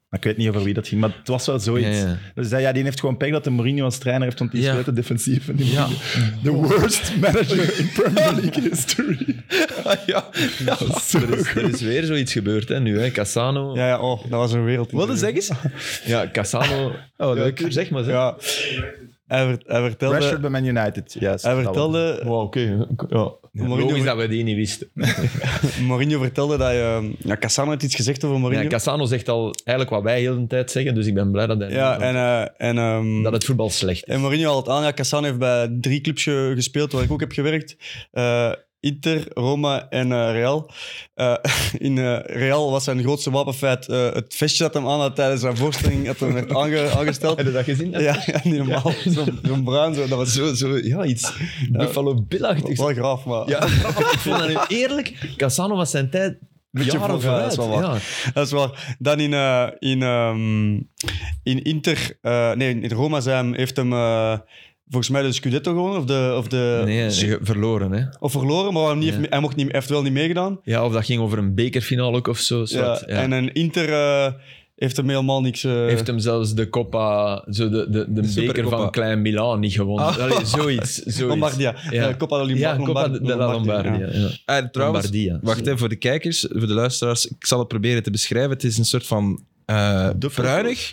Speaker 2: Maar ik weet niet over wie dat ging, maar het was wel
Speaker 3: Ja,
Speaker 2: zoiets.
Speaker 3: ja.
Speaker 2: Dus ja, die heeft gewoon pech dat de Mourinho als trainer heeft, want die
Speaker 1: Ja.
Speaker 2: speelt de defensief. En die
Speaker 1: Ja.
Speaker 2: De worst manager in Premier League history.
Speaker 3: ja,
Speaker 2: zo
Speaker 3: er, is, er is weer zoiets gebeurd hè, nu, hè. Cassano. Ja,
Speaker 4: Ja, ja, oh, dat was een wereld.
Speaker 2: Wat is zeg eens?
Speaker 3: Cassano.
Speaker 2: Oh,
Speaker 3: Ja,
Speaker 2: leuk.
Speaker 3: Tuur, zeg maar. Zeg.
Speaker 4: Ja. Hij, ver- hij
Speaker 2: Rashford
Speaker 4: vertelde...
Speaker 2: bij Man United. Juist,
Speaker 4: Hij
Speaker 2: dat
Speaker 4: vertelde...
Speaker 3: Wow, oké. Ja.
Speaker 4: Mourinho,
Speaker 3: Logisch dat we die niet wisten.
Speaker 4: Mourinho vertelde dat je... Ja, Cassano had iets gezegd over Mourinho.
Speaker 3: Ja, Cassano zegt al eigenlijk wat wij heel de tijd zeggen, dus ik ben blij dat hij...
Speaker 4: Ja, en, eh, en, ehm,
Speaker 3: Dat het voetbal slecht is.
Speaker 4: en Mourinho haalt aan, ja, Cassano heeft bij drie clubs ge- gespeeld waar ik ook heb gewerkt. Eh, Inter, Roma en eh, Real. Eh, in eh, Real was zijn grootste wapenfeit eh, het vestje dat hem aan had tijdens zijn voorstelling dat hem werd aange- aangesteld.
Speaker 3: Heb je dat gezien?
Speaker 4: Ja, ja, niet normaal. Zo'n zo'n bruin, zo, dat was
Speaker 3: Zo, zo, ja, iets Buffalo Bill-achtigs.
Speaker 4: wel graaf, maar...
Speaker 3: Ja, ik vond dat nu eerlijk. Cassano was zijn tijd
Speaker 4: Beetje
Speaker 3: jaren
Speaker 4: vooruit,
Speaker 3: vooruit.
Speaker 4: dat is wel
Speaker 3: Ja.
Speaker 4: Dat is waar. Dan in, eh, in, ehm, in Inter, eh, nee, in Roma zijn, hem- heeft hem eh, volgens mij de Scudetto gewonnen of, de, of, de,
Speaker 3: Nee, ze- verloren, hè.
Speaker 4: of verloren, maar hij, heeft niet-
Speaker 3: Ja.
Speaker 4: hij, mocht niet, hij heeft wel niet meegedaan.
Speaker 3: Ja, of dat ging over een bekerfinale ook of zo.
Speaker 4: Ja,
Speaker 3: soort, ja.
Speaker 4: En een Inter eh, heeft hem helemaal niks. eh,
Speaker 3: heeft hem zelfs de Coppa, zo de, de, de, beker
Speaker 1: Supercoppa.
Speaker 3: van Klein Milaan niet gewonnen. Allee, zoiets, zoiets.
Speaker 4: Lombardia.
Speaker 3: Ja.
Speaker 4: Eh, Coppa della
Speaker 3: Ja, Ah. Coppa de- de la Lombardia.
Speaker 4: ja.
Speaker 3: ja.
Speaker 1: Ah, En trouwens,
Speaker 3: Lombardia.
Speaker 1: wacht even voor de kijkers, voor de luisteraars. Ik zal het proberen te beschrijven. Het is een soort van eh bruinig.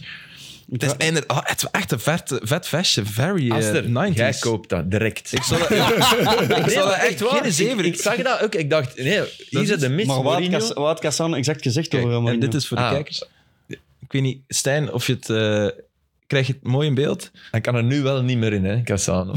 Speaker 1: Het is einder- ah, het is echt een vet, vet vestje. Very eh,
Speaker 3: Aster,
Speaker 1: 90s.
Speaker 3: jij koopt dat direct.
Speaker 1: Ik zal het, ja, ik zal het
Speaker 3: maar
Speaker 1: echt geen
Speaker 3: Ik,
Speaker 1: zeven.
Speaker 3: ik zag dat ook. Ik dacht, nee, hier zit de mis.
Speaker 4: Maar wat had
Speaker 3: Mourinho.
Speaker 4: Cas- wat had Cassan exact gezegd
Speaker 1: Kijk,
Speaker 4: over hem?
Speaker 1: en dit is voor
Speaker 3: Ah.
Speaker 1: de kijkers. Ik weet niet, Stijn, of je het... eh, krijg je het mooi in beeld?
Speaker 3: Hij kan er nu wel niet meer in, hè, Cassano.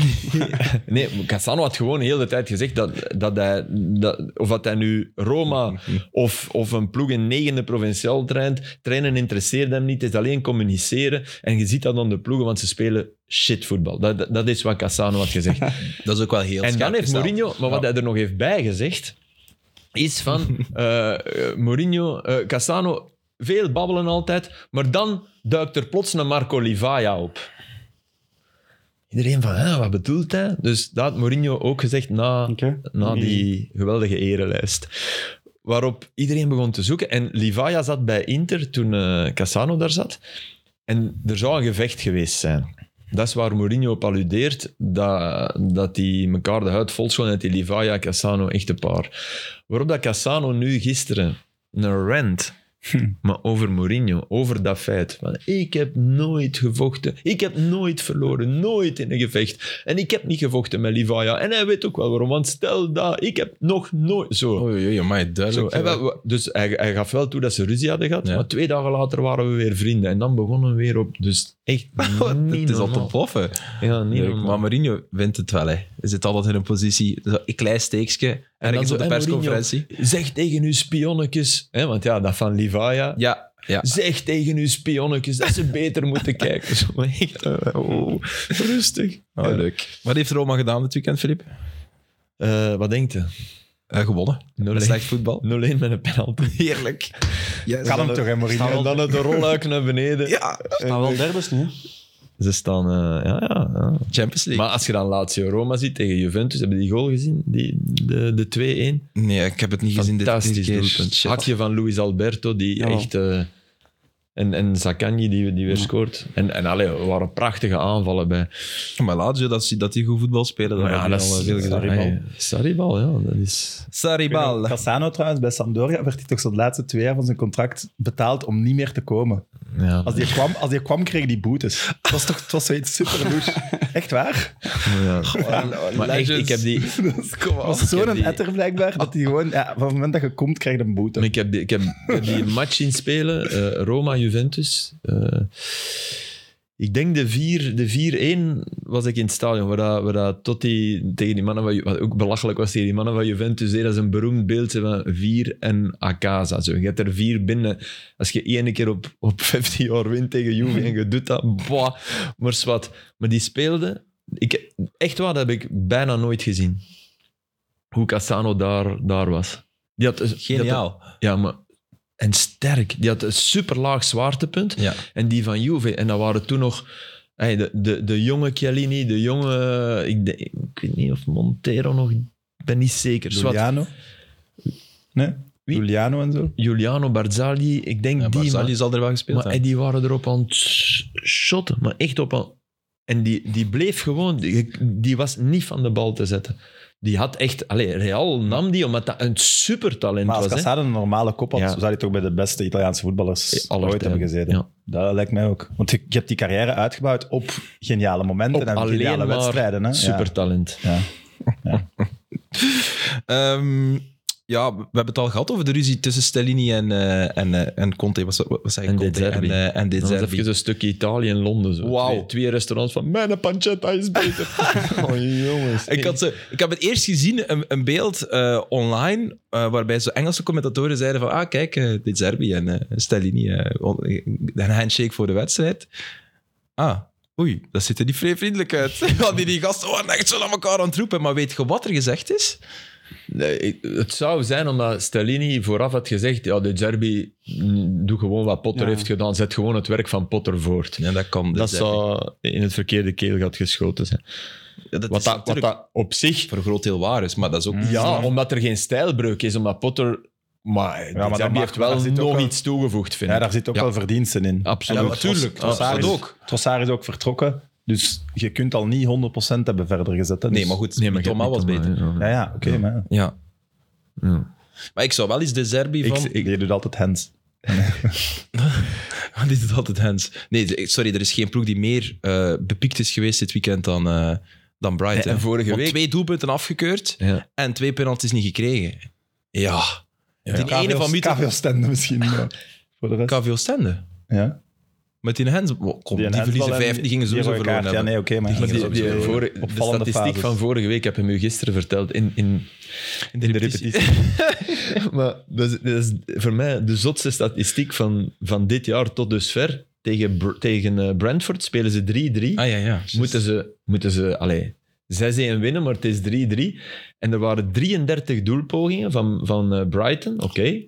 Speaker 3: nee, maar Cassano had gewoon heel de tijd gezegd dat, dat hij, dat, of dat hij nu Roma of, of een ploeg in negende provinciaal traint. Trainen interesseert hem niet, het is alleen communiceren. En je ziet dat aan de ploegen, want ze spelen shitvoetbal. Dat, dat, dat is wat Cassano had gezegd.
Speaker 1: Dat is ook wel heel
Speaker 3: En
Speaker 1: scherp
Speaker 3: dan heeft
Speaker 1: gestaan.
Speaker 3: Mourinho, maar wat hij er nog heeft bij gezegd, is van eh, eh, Mourinho, eh, Cassano, veel babbelen altijd, maar dan duikt er plots een Marco Livaja op. Iedereen van, hè, wat bedoelt hij? Dus dat had Mourinho ook gezegd na,
Speaker 4: Oké.
Speaker 3: na die geweldige erenlijst. Waarop iedereen begon te zoeken. En Livaja zat bij Inter toen eh, Cassano daar zat. En er zou een gevecht geweest zijn. Dat is waar Mourinho op alludeert, dat, dat die elkaar de huid vol schoon en dat die Livaja en Cassano echt een paar. Waarop dat Cassano nu gisteren een rant,
Speaker 1: Hm.
Speaker 3: maar over Mourinho, over dat feit. Van, ik heb nooit gevochten, ik heb nooit verloren, nooit in een gevecht. En ik heb niet gevochten met Livaja. En hij weet ook wel waarom, want stel dat, ik heb nog nooit... Zo.
Speaker 1: Oei, oei, amai,
Speaker 3: Zo,
Speaker 1: duidelijk. Eh,
Speaker 3: en we- we- dus hij, hij gaf wel toe dat ze ruzie hadden gehad,
Speaker 1: Ja.
Speaker 3: maar twee dagen later waren we weer vrienden. En dan begonnen we weer op. Dus echt niet
Speaker 1: het is al
Speaker 3: normaal.
Speaker 1: te ploffen.
Speaker 3: Ja, niet
Speaker 1: Leuk,
Speaker 3: normaal.
Speaker 1: maar Mourinho wint het wel. Hè. Hij zit altijd in een positie, zo een klein steekje, ergens
Speaker 3: zo,
Speaker 1: op de
Speaker 3: en Mourinho,
Speaker 1: persconferentie.
Speaker 3: Zeg tegen uw spionnetjes, hè, want ja, dat van Livaya.
Speaker 1: Ja, ja.
Speaker 3: Zeg tegen uw spionnetjes dat ze beter moeten kijken. Zo, echt, eh, oh, rustig.
Speaker 1: Oh,
Speaker 3: Ja.
Speaker 1: leuk. Wat heeft Roma gedaan dit weekend, Filip?
Speaker 3: Eh, wat denkt u? 0-1
Speaker 1: Eh, gewonnen. Met slecht voetbal.
Speaker 3: met een penalty.
Speaker 1: Heerlijk. Yes.
Speaker 2: Kan hem toch, hè,
Speaker 3: En
Speaker 2: Mourinho?
Speaker 3: dan het rolluik naar beneden.
Speaker 1: Ja,
Speaker 4: Maar wel derdes nu. hè?
Speaker 3: Ze staan, eh, ja, ja, ja.
Speaker 1: Champions League.
Speaker 3: Maar als je dan Lazio Roma ziet tegen Juventus, hebben die goal gezien? Die, de de 2-1.
Speaker 1: nee, ik heb het niet gezien dit, dit
Speaker 3: Fantastisch
Speaker 1: keer.
Speaker 3: doelpunt.
Speaker 1: Shit.
Speaker 3: Hakje van Luis Alberto, die
Speaker 4: Ja.
Speaker 3: echt... eh, en, en Zaccagni, die, die weer scoort. En, en allee, er waren prachtige aanvallen bij.
Speaker 1: Maar Lazio, dat, ze- dat die goed voetbal spelen, dat
Speaker 3: Maar
Speaker 1: ja,
Speaker 3: ja,
Speaker 1: dat
Speaker 3: dat
Speaker 1: al eh,
Speaker 3: is...
Speaker 1: veel gezegd.
Speaker 2: Sarribal.
Speaker 3: Sarribal. eh, Sarribal, ja. Dat is...
Speaker 1: Saribal.
Speaker 2: Cassano trouwens, bij Sampdoria werd hij toch zo'n laatste twee jaar van zijn contract betaald om niet meer te komen.
Speaker 3: Ja.
Speaker 2: Als die kwam, als die kwam kreeg die boetes. Het was toch het was zoiets super louche. Echt waar?
Speaker 3: ja. Maar echt, ik heb die...
Speaker 2: Het was
Speaker 3: Ik heb
Speaker 2: zo'n
Speaker 3: die-
Speaker 2: etter blijkbaar, dat hij gewoon... Ja, van het moment dat je komt, krijg je een boete.
Speaker 3: Ik heb, die- ik heb, ik heb die match in spelen, eh, Roma-Juventus. Eh, ik denk de 4 de 4-1 was ik in het stadion, waar, dat- waar dat Totti tegen die mannen van... Ju- Wat ook belachelijk was tegen die mannen van Juventus. hè, Dat is een beroemd beeld hè, van vier en Akaza. Zo. Je hebt er vier binnen. Als je één keer op, op 15 jaar wint tegen Juve en je doet dat, boah, maar zwart. Maar die speelde... Ik, echt waar, dat heb ik bijna nooit gezien. Hoe Cassano daar, daar was. Die had, die had-
Speaker 1: Geniaal.
Speaker 3: ja, maar... En sterk. Die had een superlaag zwaartepunt.
Speaker 1: Ja.
Speaker 3: En die van Juve. En dat waren toen nog... hey, de, de, de jonge Chiellini, de jonge... Ik, denk- ik weet niet of Montero nog... Ik ben niet zeker. Zwat.
Speaker 2: Giuliano? Nee?
Speaker 3: Wie?
Speaker 2: Giuliano en zo.
Speaker 3: Juliano Barzali, ik denk
Speaker 1: Ja,
Speaker 3: die.
Speaker 1: Barzali
Speaker 3: maar-
Speaker 1: zal er wel gespeeld
Speaker 3: maar en
Speaker 1: hebben.
Speaker 3: die waren erop aan het shotten, maar echt op aan... En die, die bleef gewoon, die, die was niet van de bal te zetten. Die had echt, allee, Real nam die omdat dat een supertalent
Speaker 2: Maar als
Speaker 3: was. hè.
Speaker 2: Cassade een normale kop had,
Speaker 3: Ja.
Speaker 2: zou hij toch bij de beste Italiaanse voetballers
Speaker 3: Aller
Speaker 2: ooit
Speaker 3: tijden.
Speaker 2: hebben gezeten.
Speaker 3: Ja.
Speaker 2: Dat lijkt mij ook. Want je, je hebt die carrière uitgebouwd op geniale momenten
Speaker 3: Op
Speaker 2: en
Speaker 3: alleen
Speaker 2: geniale
Speaker 3: maar
Speaker 2: wedstrijden. Hè?
Speaker 3: Supertalent.
Speaker 2: Ja. Ja.
Speaker 1: Ehm, ja, we hebben het al gehad over de ruzie tussen Stellini en, eh, en, eh, en Conte. Wat, wat wat zei ik?
Speaker 3: En
Speaker 1: Conte
Speaker 3: De Zerbi.
Speaker 1: En, eh, en De
Speaker 3: Dan was
Speaker 1: Zerbi.
Speaker 3: even een stukje Italië en Londen. Zo.
Speaker 1: Wauw.
Speaker 3: Twee, twee restaurants van, mijn pancetta is beter. oh jongens.
Speaker 1: Ik, had ze, ik heb het eerst gezien, een, een beeld eh, online, eh, waarbij zo Engelse commentatoren zeiden van ah, kijk, eh, dit Zerbi en eh, Stellini, eh, on- een handshake voor de wedstrijd. Ah, oei, dat ziet er niet vrij vriendelijk uit. Want die, die gasten waren echt zo naar elkaar aan het roepen. Maar weet je wat er gezegd is?
Speaker 3: Nee, ik- het zou zijn omdat Stellini vooraf had gezegd: ja, de Derby, mm, doe gewoon wat Potter
Speaker 4: Ja.
Speaker 3: heeft gedaan. Zet gewoon het werk van Potter voort.
Speaker 1: Ja, dat kan.
Speaker 3: dat dus zou in het verkeerde keelgat geschoten zijn. Wat dat, wat dat op zich.
Speaker 1: voor een groot deel waar is, maar dat is ook...
Speaker 3: Ja, omdat er geen stijlbreuk is, omdat Potter. Maar, de
Speaker 2: maar dat
Speaker 3: Derby
Speaker 2: mag-
Speaker 3: heeft
Speaker 2: maar
Speaker 3: wel
Speaker 2: daar zit ook
Speaker 3: nog
Speaker 2: wel-
Speaker 3: iets toegevoegd, vind
Speaker 2: Ja,
Speaker 3: ik.
Speaker 2: daar zit ook
Speaker 1: Ja.
Speaker 2: wel verdiensten in.
Speaker 3: Absoluut.
Speaker 2: En
Speaker 1: Ja, natuurlijk.
Speaker 2: Tross- Trossard
Speaker 1: Absoluut.
Speaker 2: is- Trossard is ook vertrokken. Dus je kunt al niet 100% hebben verder gezet. hè. Dus-
Speaker 1: Nee, maar goed, nee,
Speaker 3: je hebt
Speaker 1: was
Speaker 3: niet
Speaker 1: beter.
Speaker 3: Thomas,
Speaker 2: Ja, ja oké. maar ja.
Speaker 1: Ja.
Speaker 3: ja.
Speaker 1: Maar ik zou wel eens de Zerbi van...
Speaker 2: Ik, je doet altijd hands.
Speaker 1: Want dit is Ah, altijd Hens. Nee, de- sorry, er is geen ploeg die meer eh, bepiekt is geweest dit weekend dan, eh, dan Brighton.
Speaker 3: En- en vorige
Speaker 1: Want
Speaker 3: week-
Speaker 1: twee doelpunten afgekeurd
Speaker 3: Ja. Ja.
Speaker 1: en twee penalties niet gekregen. Ja. Die ene van Mito...
Speaker 2: KVO Stende misschien. maar voor de rest.
Speaker 1: KVO Stende.
Speaker 2: Ja.
Speaker 1: Met die Hens... Oh, kom, die,
Speaker 2: handbal
Speaker 1: verliezen
Speaker 2: en
Speaker 1: vijf, die gingen
Speaker 2: die
Speaker 1: sowieso
Speaker 2: rode
Speaker 1: verloren
Speaker 2: kaart. Ja,
Speaker 1: hebben.
Speaker 2: nee, oké. maar
Speaker 1: Die
Speaker 3: Die,
Speaker 1: gingen
Speaker 3: die,
Speaker 1: sowieso
Speaker 3: vorige-
Speaker 2: verloren.
Speaker 3: de
Speaker 2: Opvallende
Speaker 3: statistiek
Speaker 2: fases.
Speaker 3: van vorige week heb hem u gisteren verteld in, in,
Speaker 1: In de repetitie.
Speaker 3: maar dat is, dat is voor mij de zotste statistiek van, van dit jaar tot dusver. Tegen, Br- tegen eh, Brentford spelen ze 3-3.
Speaker 1: Ah ja, ja.
Speaker 3: moeten ze, moeten ze allee, 6-1 winnen, maar het is 3-3. En er waren 33 doelpogingen van, van eh, Brighton. Oké,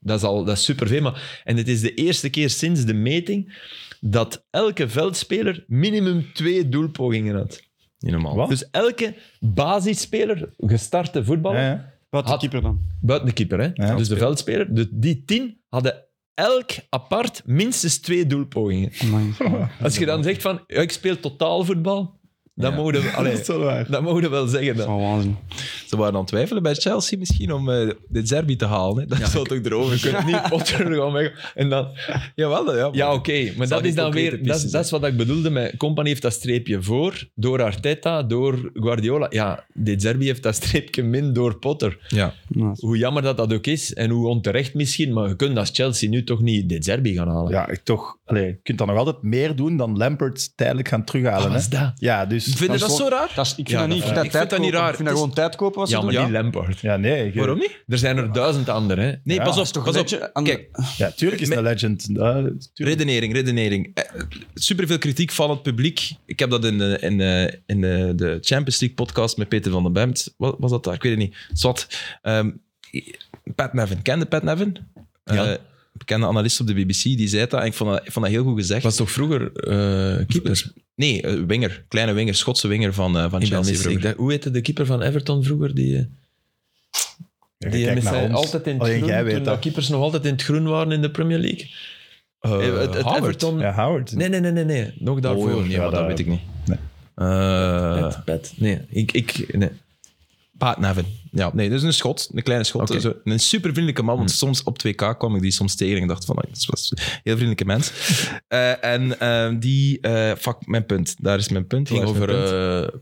Speaker 3: dat is al dat is superveel. Maar, en het is de eerste keer sinds de meting dat elke veldspeler minimum twee doelpogingen had.
Speaker 1: Niet normaal.
Speaker 2: Wat?
Speaker 3: Dus elke basisspeler, gestarte voetballer,
Speaker 2: Ja, ja.
Speaker 4: Wat de
Speaker 3: Had-
Speaker 4: keeper dan?
Speaker 3: Buiten de keeper, hè?
Speaker 2: Ja.
Speaker 3: dus de veldspeler. De, die tien hadden elk apart minstens twee doelpogingen. Als je dan zegt van, ja, ik speel totaalvoetbal, dan,
Speaker 1: Ja.
Speaker 3: mogen we, allee,
Speaker 2: Dat is wel waar.
Speaker 3: dan mogen we wel zeggen.
Speaker 4: Dat is
Speaker 3: Dan.
Speaker 4: wel waanzin.
Speaker 1: Ze waren aan het twijfelen bij Chelsea misschien om eh de Zerbi te halen. Hè. Dat zou toch erover
Speaker 3: Je kunt niet Potter gewoon weg. En dan,
Speaker 1: Jawel, ja.
Speaker 3: ja, oké, maar dat
Speaker 1: niet
Speaker 3: is dan
Speaker 1: concrete
Speaker 3: weer...
Speaker 1: pistes
Speaker 3: Dat, is-
Speaker 1: zijn.
Speaker 3: dat is wat ik bedoelde met... Company heeft dat streepje voor, door Arteta, door Guardiola. Ja, dit Zerbi heeft dat streepje min door Potter.
Speaker 1: ja.
Speaker 4: Nou,
Speaker 3: Hoe jammer dat dat ook is en hoe onterecht misschien, maar je kunt als Chelsea nu toch niet dit Zerbi gaan halen.
Speaker 2: Ja, ik toch. Allee, je kunt dan nog altijd meer doen dan Lampert tijdelijk gaan terughalen.
Speaker 3: Wat
Speaker 2: hè?
Speaker 3: is dat?
Speaker 2: Ja, dus.
Speaker 1: Vind je
Speaker 4: is
Speaker 1: dat zo
Speaker 4: gewoon-
Speaker 1: raar?
Speaker 4: dat is, ik vind
Speaker 3: Ja,
Speaker 4: dat niet.
Speaker 1: dat- ik vind
Speaker 4: tijd
Speaker 1: dat niet
Speaker 4: kopen.
Speaker 1: raar.
Speaker 4: Ik vind dat
Speaker 1: Het
Speaker 4: gewoon tijd kopen wat ze
Speaker 3: Ja, maar
Speaker 4: doen.
Speaker 1: Ja.
Speaker 3: niet Lampard.
Speaker 2: Ja, nee. je-
Speaker 1: Waarom niet?
Speaker 3: Er zijn er duizend anderen. Hè.
Speaker 1: Nee,
Speaker 2: Ja,
Speaker 1: pas
Speaker 2: dat
Speaker 1: op.
Speaker 4: is toch
Speaker 1: Pas
Speaker 4: een
Speaker 1: op.
Speaker 4: beetje aan de-
Speaker 1: Kijk,
Speaker 2: Ja, tuurlijk is het een legend. Eh, tuurlijk.
Speaker 1: Redenering, redenering. Eh, Superveel kritiek van het publiek. Ik heb dat in, eh, in, eh, in eh, de Champions League podcast met Peter van den Bemt. Wat was dat daar? Ik weet het niet. Zwat. Ehm, Pat Nevin. Kende Pat Nevin?
Speaker 3: Ja.
Speaker 1: Eh, bekende analist op de BBC. Die zei dat. En ik vond dat, ik vond dat heel goed gezegd.
Speaker 3: Was toch vroeger eh, keeper?
Speaker 1: Nee, eh, winger. Kleine winger. Schotse winger van, eh, van
Speaker 3: Ik ben
Speaker 1: Chelsea.
Speaker 3: mis- ik
Speaker 1: vroeger.
Speaker 3: dacht, hoe heette de keeper van Everton vroeger? Die, eh,
Speaker 2: Ja,
Speaker 3: die
Speaker 2: kijk
Speaker 3: met
Speaker 2: naar
Speaker 3: zijn-
Speaker 2: ons.
Speaker 3: altijd in het
Speaker 2: Alleen
Speaker 3: groen,
Speaker 2: jij weet
Speaker 3: toen dat
Speaker 2: dat.
Speaker 3: keepers nog altijd in het groen waren in de Premier League.
Speaker 1: Eh,
Speaker 3: Eh, het, het
Speaker 1: Howard.
Speaker 3: Everton...
Speaker 2: Ja, Howard.
Speaker 3: Nee, nee, nee, nee, nee. Nog
Speaker 1: Oh,
Speaker 3: daarvoor.
Speaker 1: joh, nee,
Speaker 2: Ja,
Speaker 1: maar dat
Speaker 2: daar-
Speaker 1: weet ik niet.
Speaker 2: nee.
Speaker 1: Eh,
Speaker 3: Pet, pet. Nee, ik... ik nee.
Speaker 1: Pat Nevin. Ja, nee, dat is een schot. Een kleine schot.
Speaker 3: Oké.
Speaker 1: Zo, Een super vriendelijke man. Want soms op 2K kwam ik die soms tegen. En ik dacht van, ah, dat was een heel vriendelijke mens. Eh, en ehm, die... eh fuck, mijn punt. Daar is mijn punt.
Speaker 3: ging
Speaker 1: Waar is mijn
Speaker 3: over,
Speaker 1: punt?
Speaker 3: eh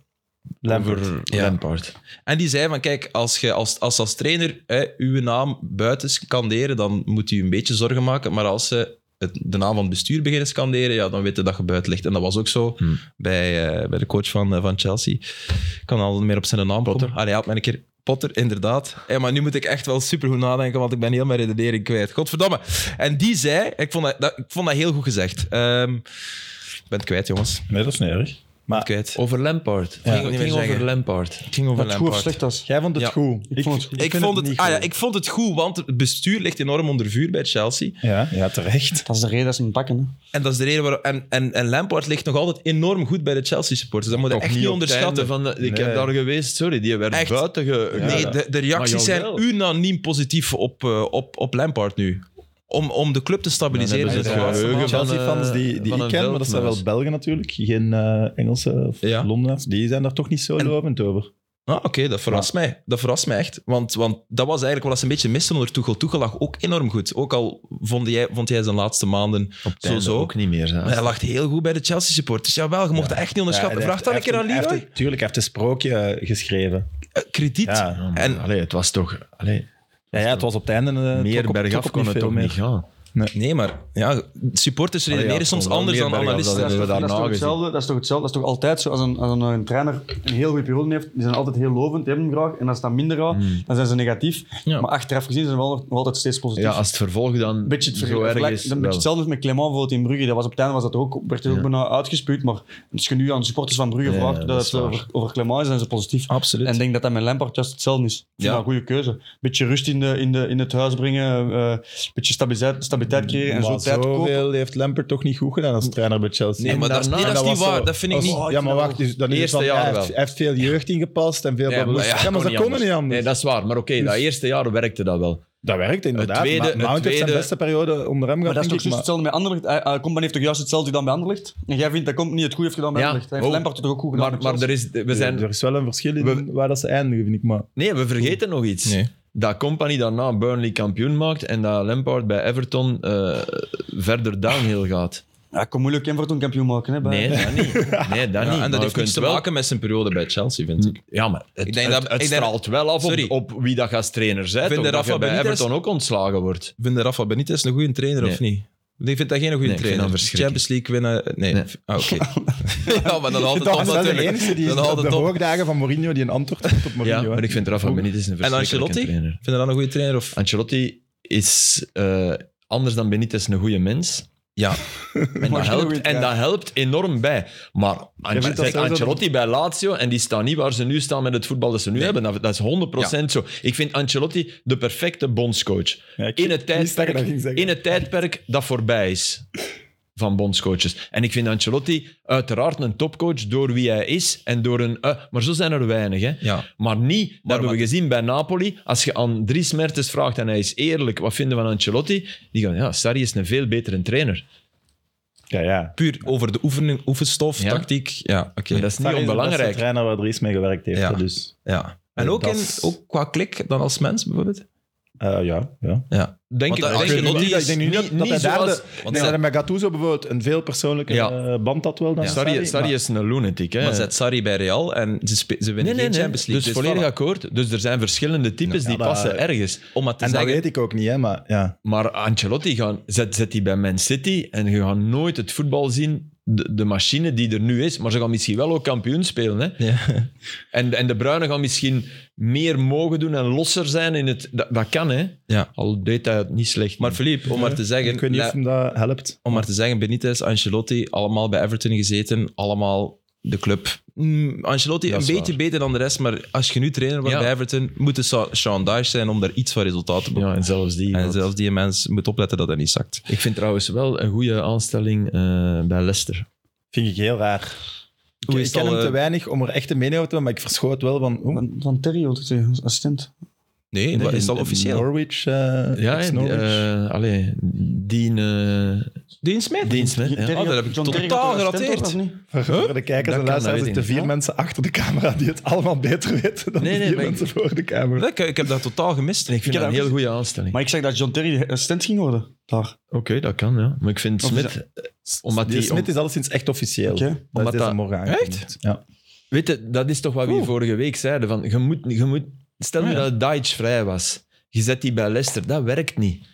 Speaker 2: Lampert.
Speaker 3: over
Speaker 1: Ja.
Speaker 3: Lampard.
Speaker 1: En die zei van, kijk, als je als, als, als trainer hè, uw naam buiten scanderen, dan moet u een beetje zorgen maken. Maar als ze het, de naam van het bestuur beginnen scanderen, ja, dan weten dat je buiten ligt. En dat was ook zo
Speaker 3: Hmm.
Speaker 1: bij, eh, bij de coach van, eh, van Chelsea. Ik kan al meer op zijn naam Potter. komen. Allee, help mij een keer. Potter, inderdaad. Hé, maar nu moet ik echt wel supergoed nadenken, want ik ben heel mijn redenering kwijt. Godverdamme. En die zei, ik vond dat, dat- ik vond dat heel goed gezegd. Ehm, ik ben het kwijt, jongens.
Speaker 2: Nee, dat is niet erg. Maar
Speaker 1: kwijt.
Speaker 3: Over Lampard.
Speaker 1: Ja.
Speaker 3: het ging, het ging
Speaker 1: Ik
Speaker 3: over
Speaker 1: zeggen.
Speaker 3: Lampard.
Speaker 1: Oh, Het ging over
Speaker 4: Dat het goed of
Speaker 1: Lampard.
Speaker 4: slecht was.
Speaker 2: jij vond het
Speaker 1: Ja.
Speaker 2: goed.
Speaker 4: Ik vond het goed.
Speaker 1: Ik,
Speaker 4: vind
Speaker 1: vond
Speaker 4: het
Speaker 1: het,
Speaker 4: niet
Speaker 1: ah, ja,
Speaker 4: goed.
Speaker 1: ik vond het goed, want het bestuur ligt enorm onder vuur bij Chelsea.
Speaker 2: Ja, ja, terecht.
Speaker 4: Dat is de reden dat ze hem pakken. Hè.
Speaker 1: En dat is de reden waarom... En, en, en Lampard ligt nog altijd enorm goed bij de Chelsea-supporters. Dat moet je
Speaker 3: Toch
Speaker 1: echt niet
Speaker 3: op het
Speaker 1: onderschatten.
Speaker 3: einde Van de- ik
Speaker 2: Nee.
Speaker 3: heb daar geweest, sorry, die werd
Speaker 1: Echt?
Speaker 3: buiten ge...
Speaker 2: Ja,
Speaker 1: nee,
Speaker 2: ja.
Speaker 1: de, de reacties
Speaker 3: Maar
Speaker 1: zijn
Speaker 3: jawel.
Speaker 1: unaniem positief op, eh, op, op Lampard nu. Om, om de club te stabiliseren.
Speaker 3: Dan
Speaker 1: voor
Speaker 3: hebben
Speaker 1: de
Speaker 3: ze
Speaker 2: Ja,
Speaker 1: laatste
Speaker 3: Dus geheugen
Speaker 1: maand.
Speaker 3: van,
Speaker 2: Chelsea-fans
Speaker 3: eh,
Speaker 2: die, die
Speaker 3: van
Speaker 2: ik
Speaker 3: een eh,
Speaker 2: ken, maar dat zijn wel
Speaker 3: veldmuis.
Speaker 2: Belgen natuurlijk, geen eh Engelse of
Speaker 1: Ja.
Speaker 2: Londenaars, die zijn daar toch niet zo
Speaker 1: En-
Speaker 2: lovend over.
Speaker 1: Ah, Oké, dat verrast mij. Dat verrast mij echt. Want, want dat was eigenlijk wat ze een beetje misten onder Tuchel. Tuchel lag ook enorm goed. Ook al vond jij, vond jij zijn laatste maanden zo
Speaker 3: Zo
Speaker 1: zo.
Speaker 3: ook niet meer.
Speaker 1: Maar hij lag heel goed bij de Chelsea-supporters. Jawel, je mocht dat echt niet onderschatten. Vraag dan een keer aan Leroy.
Speaker 2: Tuurlijk, hij heeft een sprookje eh, geschreven.
Speaker 1: Eh, krediet.
Speaker 2: Ja,
Speaker 1: En-
Speaker 3: allee, het was toch... Allee,
Speaker 2: ja, ja, het was op het einde... eh, trok
Speaker 3: Dus meer
Speaker 2: op-
Speaker 3: bergaf
Speaker 2: trok op
Speaker 3: kon het
Speaker 2: veel
Speaker 3: toch
Speaker 2: meer.
Speaker 3: niet gaan.
Speaker 1: Nee, maar ja, supporters redeneren
Speaker 3: Allee, ja,
Speaker 1: soms
Speaker 3: het kon
Speaker 1: anders
Speaker 3: wel
Speaker 1: dan
Speaker 3: meer bergaf
Speaker 1: analisten.
Speaker 3: dan hebben we
Speaker 4: Dat is, toch- dat, is
Speaker 3: daarna
Speaker 4: toch
Speaker 3: gezien.
Speaker 4: hetzelfde, dat is toch hetzelfde. Dat is toch altijd zo. Als een, als een, eh, een trainer een heel goede periode heeft, die zijn altijd heel lovend, die hebben hem graag. En als dat minder gaat,
Speaker 3: Hmm.
Speaker 4: dan zijn ze negatief.
Speaker 1: Ja.
Speaker 4: Maar achteraf gezien zijn ze wel nog altijd steeds positief.
Speaker 3: Ja, als het vervolg dan
Speaker 4: Een beetje, het
Speaker 3: zo
Speaker 4: vergelijk,
Speaker 3: erg
Speaker 4: een
Speaker 3: is.
Speaker 4: beetje
Speaker 3: wel.
Speaker 4: hetzelfde met Clement bijvoorbeeld in Brugge. Dat was op het einde was dat ook, werd er ook bijna uitgespuwd. Maar als je nu aan de supporters van Brugge
Speaker 3: Ja,
Speaker 4: vraagt
Speaker 3: ja,
Speaker 4: dat,
Speaker 3: dat is
Speaker 4: het over, over Clement is, zijn ze positief.
Speaker 1: Absoluut.
Speaker 4: En ik denk dat dat met Lampard juist hetzelfde is. Ik vind
Speaker 1: Ja.
Speaker 4: dat een goede keuze. Een beetje rust in, de, in, de, in het huis brengen, eh, een beetje stabiliteit, stabiliteit creëren en zo
Speaker 2: Maar
Speaker 4: tijd kopen.
Speaker 2: zoveel heeft Lampert toch niet goed gedaan als trainer bij Chelsea.
Speaker 1: Nee, maar dat, nee, dat is niet waar. Dat vind ik niet.
Speaker 2: ja, maar wacht, dus, dan is het
Speaker 3: Eerste
Speaker 2: van,
Speaker 3: jaar
Speaker 2: hij,
Speaker 3: wel.
Speaker 2: heeft, hij heeft veel jeugd ingepast en veel...
Speaker 3: Ja,
Speaker 2: blablabla.
Speaker 3: maar ja,
Speaker 2: ja, maar
Speaker 3: kon
Speaker 2: dat
Speaker 3: niet
Speaker 2: kon
Speaker 3: anders.
Speaker 2: niet anders.
Speaker 3: Nee, dat is waar. Maar oké, dat eerste jaar werkte dat wel.
Speaker 2: Dat werkt inderdaad.
Speaker 3: tweede-
Speaker 2: maar
Speaker 3: het
Speaker 2: Mount heeft zijn
Speaker 3: tweede-
Speaker 2: beste periode onder hem
Speaker 4: Maar
Speaker 2: gehad,
Speaker 4: dat is
Speaker 2: denk
Speaker 4: toch
Speaker 2: ik.
Speaker 4: juist
Speaker 2: Maar,
Speaker 4: dus hetzelfde met Anderlecht. Eh, eh, Company heeft toch juist hetzelfde gedaan bij Anderlecht? En jij vindt dat Company het goed heeft gedaan bij
Speaker 3: Ja.
Speaker 4: Anderlecht. Hij heeft
Speaker 3: Oh.
Speaker 4: Lampard het toch ook goed gedaan
Speaker 3: Maar,
Speaker 4: bij
Speaker 3: maar er is, we zijn,
Speaker 2: er is wel een verschil in
Speaker 3: We-
Speaker 2: waar dat ze eindigen, vind ik. Maar
Speaker 3: nee, we vergeten nog iets.
Speaker 1: Nee.
Speaker 3: Dat Company daarna Burnley kampioen maakt en dat Lampard bij Everton eh, verder downhill gaat.
Speaker 4: Ja, ik kon moeilijk Everton kampioen maken. Hè,
Speaker 3: Nee,
Speaker 4: bij-
Speaker 3: dat niet. Nee, dat
Speaker 1: Ja,
Speaker 3: niet.
Speaker 1: en
Speaker 3: Maar
Speaker 1: dat
Speaker 3: je
Speaker 1: heeft
Speaker 3: kunt
Speaker 1: niks te
Speaker 3: wel-
Speaker 1: maken met zijn periode bij Chelsea, vind ik.
Speaker 3: Ja, maar het,
Speaker 1: Ik denk
Speaker 3: het-
Speaker 1: dat-
Speaker 3: het
Speaker 1: ik denk-
Speaker 3: straalt wel af op,
Speaker 1: Sorry.
Speaker 3: op wie dat gasttrainer zijn.
Speaker 1: Vinden
Speaker 3: Toch, dat
Speaker 1: Rafa
Speaker 3: je bij
Speaker 1: Benitez-
Speaker 3: Everton ook ontslagen wordt.
Speaker 1: Vinden Rafa Benitez een goede trainer
Speaker 3: Nee.
Speaker 1: of niet? Ik vind dat geen goede
Speaker 3: Nee, ik vind
Speaker 1: trainer.
Speaker 3: dat verschrikkelijk.
Speaker 1: Champions League winnen. Nee.
Speaker 3: Nee.
Speaker 1: Ah, oké. ja, maar dan haalt het
Speaker 2: Dat
Speaker 1: op
Speaker 2: is wel de
Speaker 1: natuurlijk.
Speaker 2: enige die
Speaker 1: dan haalt
Speaker 2: op de
Speaker 1: het op.
Speaker 2: hoogdagen van Mourinho die een antwoord heeft op
Speaker 3: Ja,
Speaker 2: Mourinho. hè.
Speaker 3: maar ik vind Rafa Benitez een
Speaker 1: En
Speaker 3: verschrikkelijke
Speaker 1: Ancelotti?
Speaker 3: trainer.
Speaker 1: Vind je dat een goede trainer? Ah, Of...
Speaker 3: Ancelotti is eh, anders dan Benitez een goede mens.
Speaker 1: Ja.
Speaker 3: En dat,
Speaker 4: een
Speaker 3: helpt,
Speaker 4: goeie
Speaker 3: en dat
Speaker 4: trainer.
Speaker 3: helpt enorm bij. Maar Ance-
Speaker 2: vindt dat
Speaker 3: zet
Speaker 2: sowieso
Speaker 3: Ancelotti bij Lazio en die staan niet waar ze nu staan met het voetbal dat ze nu hebben. Dat, dat is 100% zo. Ik vind Ancelotti de perfecte bondscoach.
Speaker 2: Ja, ik
Speaker 3: in, het
Speaker 2: wist dat je dat
Speaker 3: tijdperk,
Speaker 2: ging zeggen.
Speaker 3: in het tijdperk dat voorbij is van bondscoaches. En ik vind Ancelotti uiteraard een topcoach door wie hij is en door een... eh, maar zo zijn er weinig, hè.
Speaker 1: Ja.
Speaker 3: Maar niet, dat hebben
Speaker 1: maar-
Speaker 3: we gezien bij Napoli. Als je aan Dries Mertens vraagt en hij is eerlijk, wat vinden we van Ancelotti? Die gaan, ja, Sarri is een veel betere trainer.
Speaker 2: Ja, ja.
Speaker 1: Puur over de oefening, oefenstof,
Speaker 3: Ja.
Speaker 1: tactiek. Ja, oké.
Speaker 3: Maar dat is
Speaker 2: Sarri is
Speaker 3: niet
Speaker 2: de beste
Speaker 3: onbelangrijk.
Speaker 2: trainer waar Dries mee gewerkt heeft.
Speaker 1: Ja.
Speaker 2: hè, Dus,
Speaker 1: Ja. En
Speaker 2: Nee,
Speaker 1: ook,
Speaker 2: dat
Speaker 1: in,
Speaker 2: is-
Speaker 1: ook qua klik dan als mens bijvoorbeeld.
Speaker 2: eh, ja, ja.
Speaker 1: Ja.
Speaker 3: Denk
Speaker 1: Want
Speaker 3: ik,
Speaker 1: dat-
Speaker 3: denk ik
Speaker 1: Ancelotti
Speaker 3: niet.
Speaker 1: is
Speaker 2: Ik denk nu niet,
Speaker 3: niet-
Speaker 2: dat hij
Speaker 3: niet
Speaker 2: daar...
Speaker 3: zoals-
Speaker 2: de- ik
Speaker 1: Want
Speaker 2: denk dat
Speaker 1: Sarri-
Speaker 2: hij met Gattuso bijvoorbeeld een veel persoonlijke
Speaker 3: Ja.
Speaker 2: eh, band had wel dan
Speaker 3: Ja, Sarri, Sarri
Speaker 2: maar-
Speaker 3: is een lunatic. Hè.
Speaker 1: Maar zet Sarri bij Real en ze, spe- ze
Speaker 3: nee,
Speaker 1: winnen
Speaker 3: nee,
Speaker 1: geen
Speaker 3: nee.
Speaker 1: Champions
Speaker 3: Dus
Speaker 1: League.
Speaker 3: volledig
Speaker 1: voilà.
Speaker 3: akkoord. Dus er zijn verschillende types
Speaker 2: Ja,
Speaker 3: die
Speaker 2: dat-
Speaker 3: passen ergens.
Speaker 1: Om maar te
Speaker 2: En dat
Speaker 1: zeggen,
Speaker 2: weet ik ook niet, hè, maar ja.
Speaker 3: Maar Ancelotti gaan, zet, zet die bij Man City en je gaat nooit het voetbal zien, de, de machine die er nu is. Maar ze gaan misschien wel ook kampioen spelen. Hè?
Speaker 1: Ja.
Speaker 3: En, en de Bruinen gaan misschien meer mogen doen en losser zijn in het... Dat, dat kan, hè.
Speaker 1: Ja.
Speaker 3: Al deed hij het niet slecht.
Speaker 1: Maar Philippe, om maar te zeggen...
Speaker 2: Ik weet niet
Speaker 1: La-
Speaker 2: of hem dat helpt.
Speaker 1: om maar te zeggen, Benitez, Ancelotti, allemaal bij Everton gezeten, allemaal de club. Mm, Ancelotti
Speaker 3: Dat
Speaker 1: een
Speaker 3: is
Speaker 1: beetje beter dan de rest, maar als je nu trainer wordt
Speaker 3: Ja.
Speaker 1: bij Everton, moet het Sa- Sean Dyche zijn om daar iets van resultaat te
Speaker 3: ja,
Speaker 1: bereiken.
Speaker 3: en zelfs die.
Speaker 1: en
Speaker 3: want-
Speaker 1: zelfs die mens moet opletten dat hij niet zakt.
Speaker 3: Ik vind trouwens wel een goede aanstelling eh, bij Leicester.
Speaker 2: Vind ik heel raar. Ik,
Speaker 1: Hoe is
Speaker 2: ik ken
Speaker 1: het al,
Speaker 2: hem te
Speaker 1: eh,
Speaker 2: weinig om er echt een mening over te hebben, maar ik verschoot wel van... oeh,
Speaker 3: Oh.
Speaker 4: Van, van Terry, wat ik zeg, als assistent.
Speaker 1: Nee,
Speaker 3: Nee,
Speaker 1: dat is al
Speaker 3: en-
Speaker 1: officieel.
Speaker 2: Norwich, eh
Speaker 3: Ja, hè, die,
Speaker 2: ex-Norwich.
Speaker 3: eh allee, Dean, eh,
Speaker 1: Dean Smith?
Speaker 3: Dean Smith.
Speaker 4: Terry
Speaker 3: ja. Ah,
Speaker 1: dat heb ik
Speaker 4: John Terry
Speaker 1: totaal
Speaker 4: wordt assistent,
Speaker 1: gerateerd.
Speaker 4: of niet?
Speaker 2: Voor de kijkers en
Speaker 3: Dat kan,
Speaker 2: luisteraars
Speaker 3: dat
Speaker 2: zitten
Speaker 3: weet ik
Speaker 2: vier mensen achter de camera die het allemaal beter weten dan
Speaker 3: Nee,
Speaker 2: de
Speaker 3: nee,
Speaker 2: vier
Speaker 3: maar ik-
Speaker 2: mensen voor de camera.
Speaker 1: Ik, ik heb dat totaal gemist.
Speaker 3: Ik vind
Speaker 4: heb
Speaker 3: dat een
Speaker 4: ook-
Speaker 3: heel goede aanstelling.
Speaker 4: Maar ik zeg dat John Terry assistent ging worden. Daar.
Speaker 3: Oké, dat kan, ja. Maar ik vind
Speaker 4: Of is
Speaker 3: Smith... Omdat
Speaker 2: die
Speaker 3: die-
Speaker 2: Dus Smit
Speaker 3: om-
Speaker 2: is alleszins echt officieel.
Speaker 4: Oké.
Speaker 2: Dat
Speaker 3: Omdat
Speaker 2: is deze
Speaker 3: dat-
Speaker 2: morgen aangekondigd. Ja.
Speaker 3: Weet je, dat is toch wat we
Speaker 1: Oeh.
Speaker 3: vorige week zeiden. Van, je moet, je moet, stel nu
Speaker 1: Ja.
Speaker 3: dat Deitch vrij was. Je zet die bij Leicester. Dat werkt niet.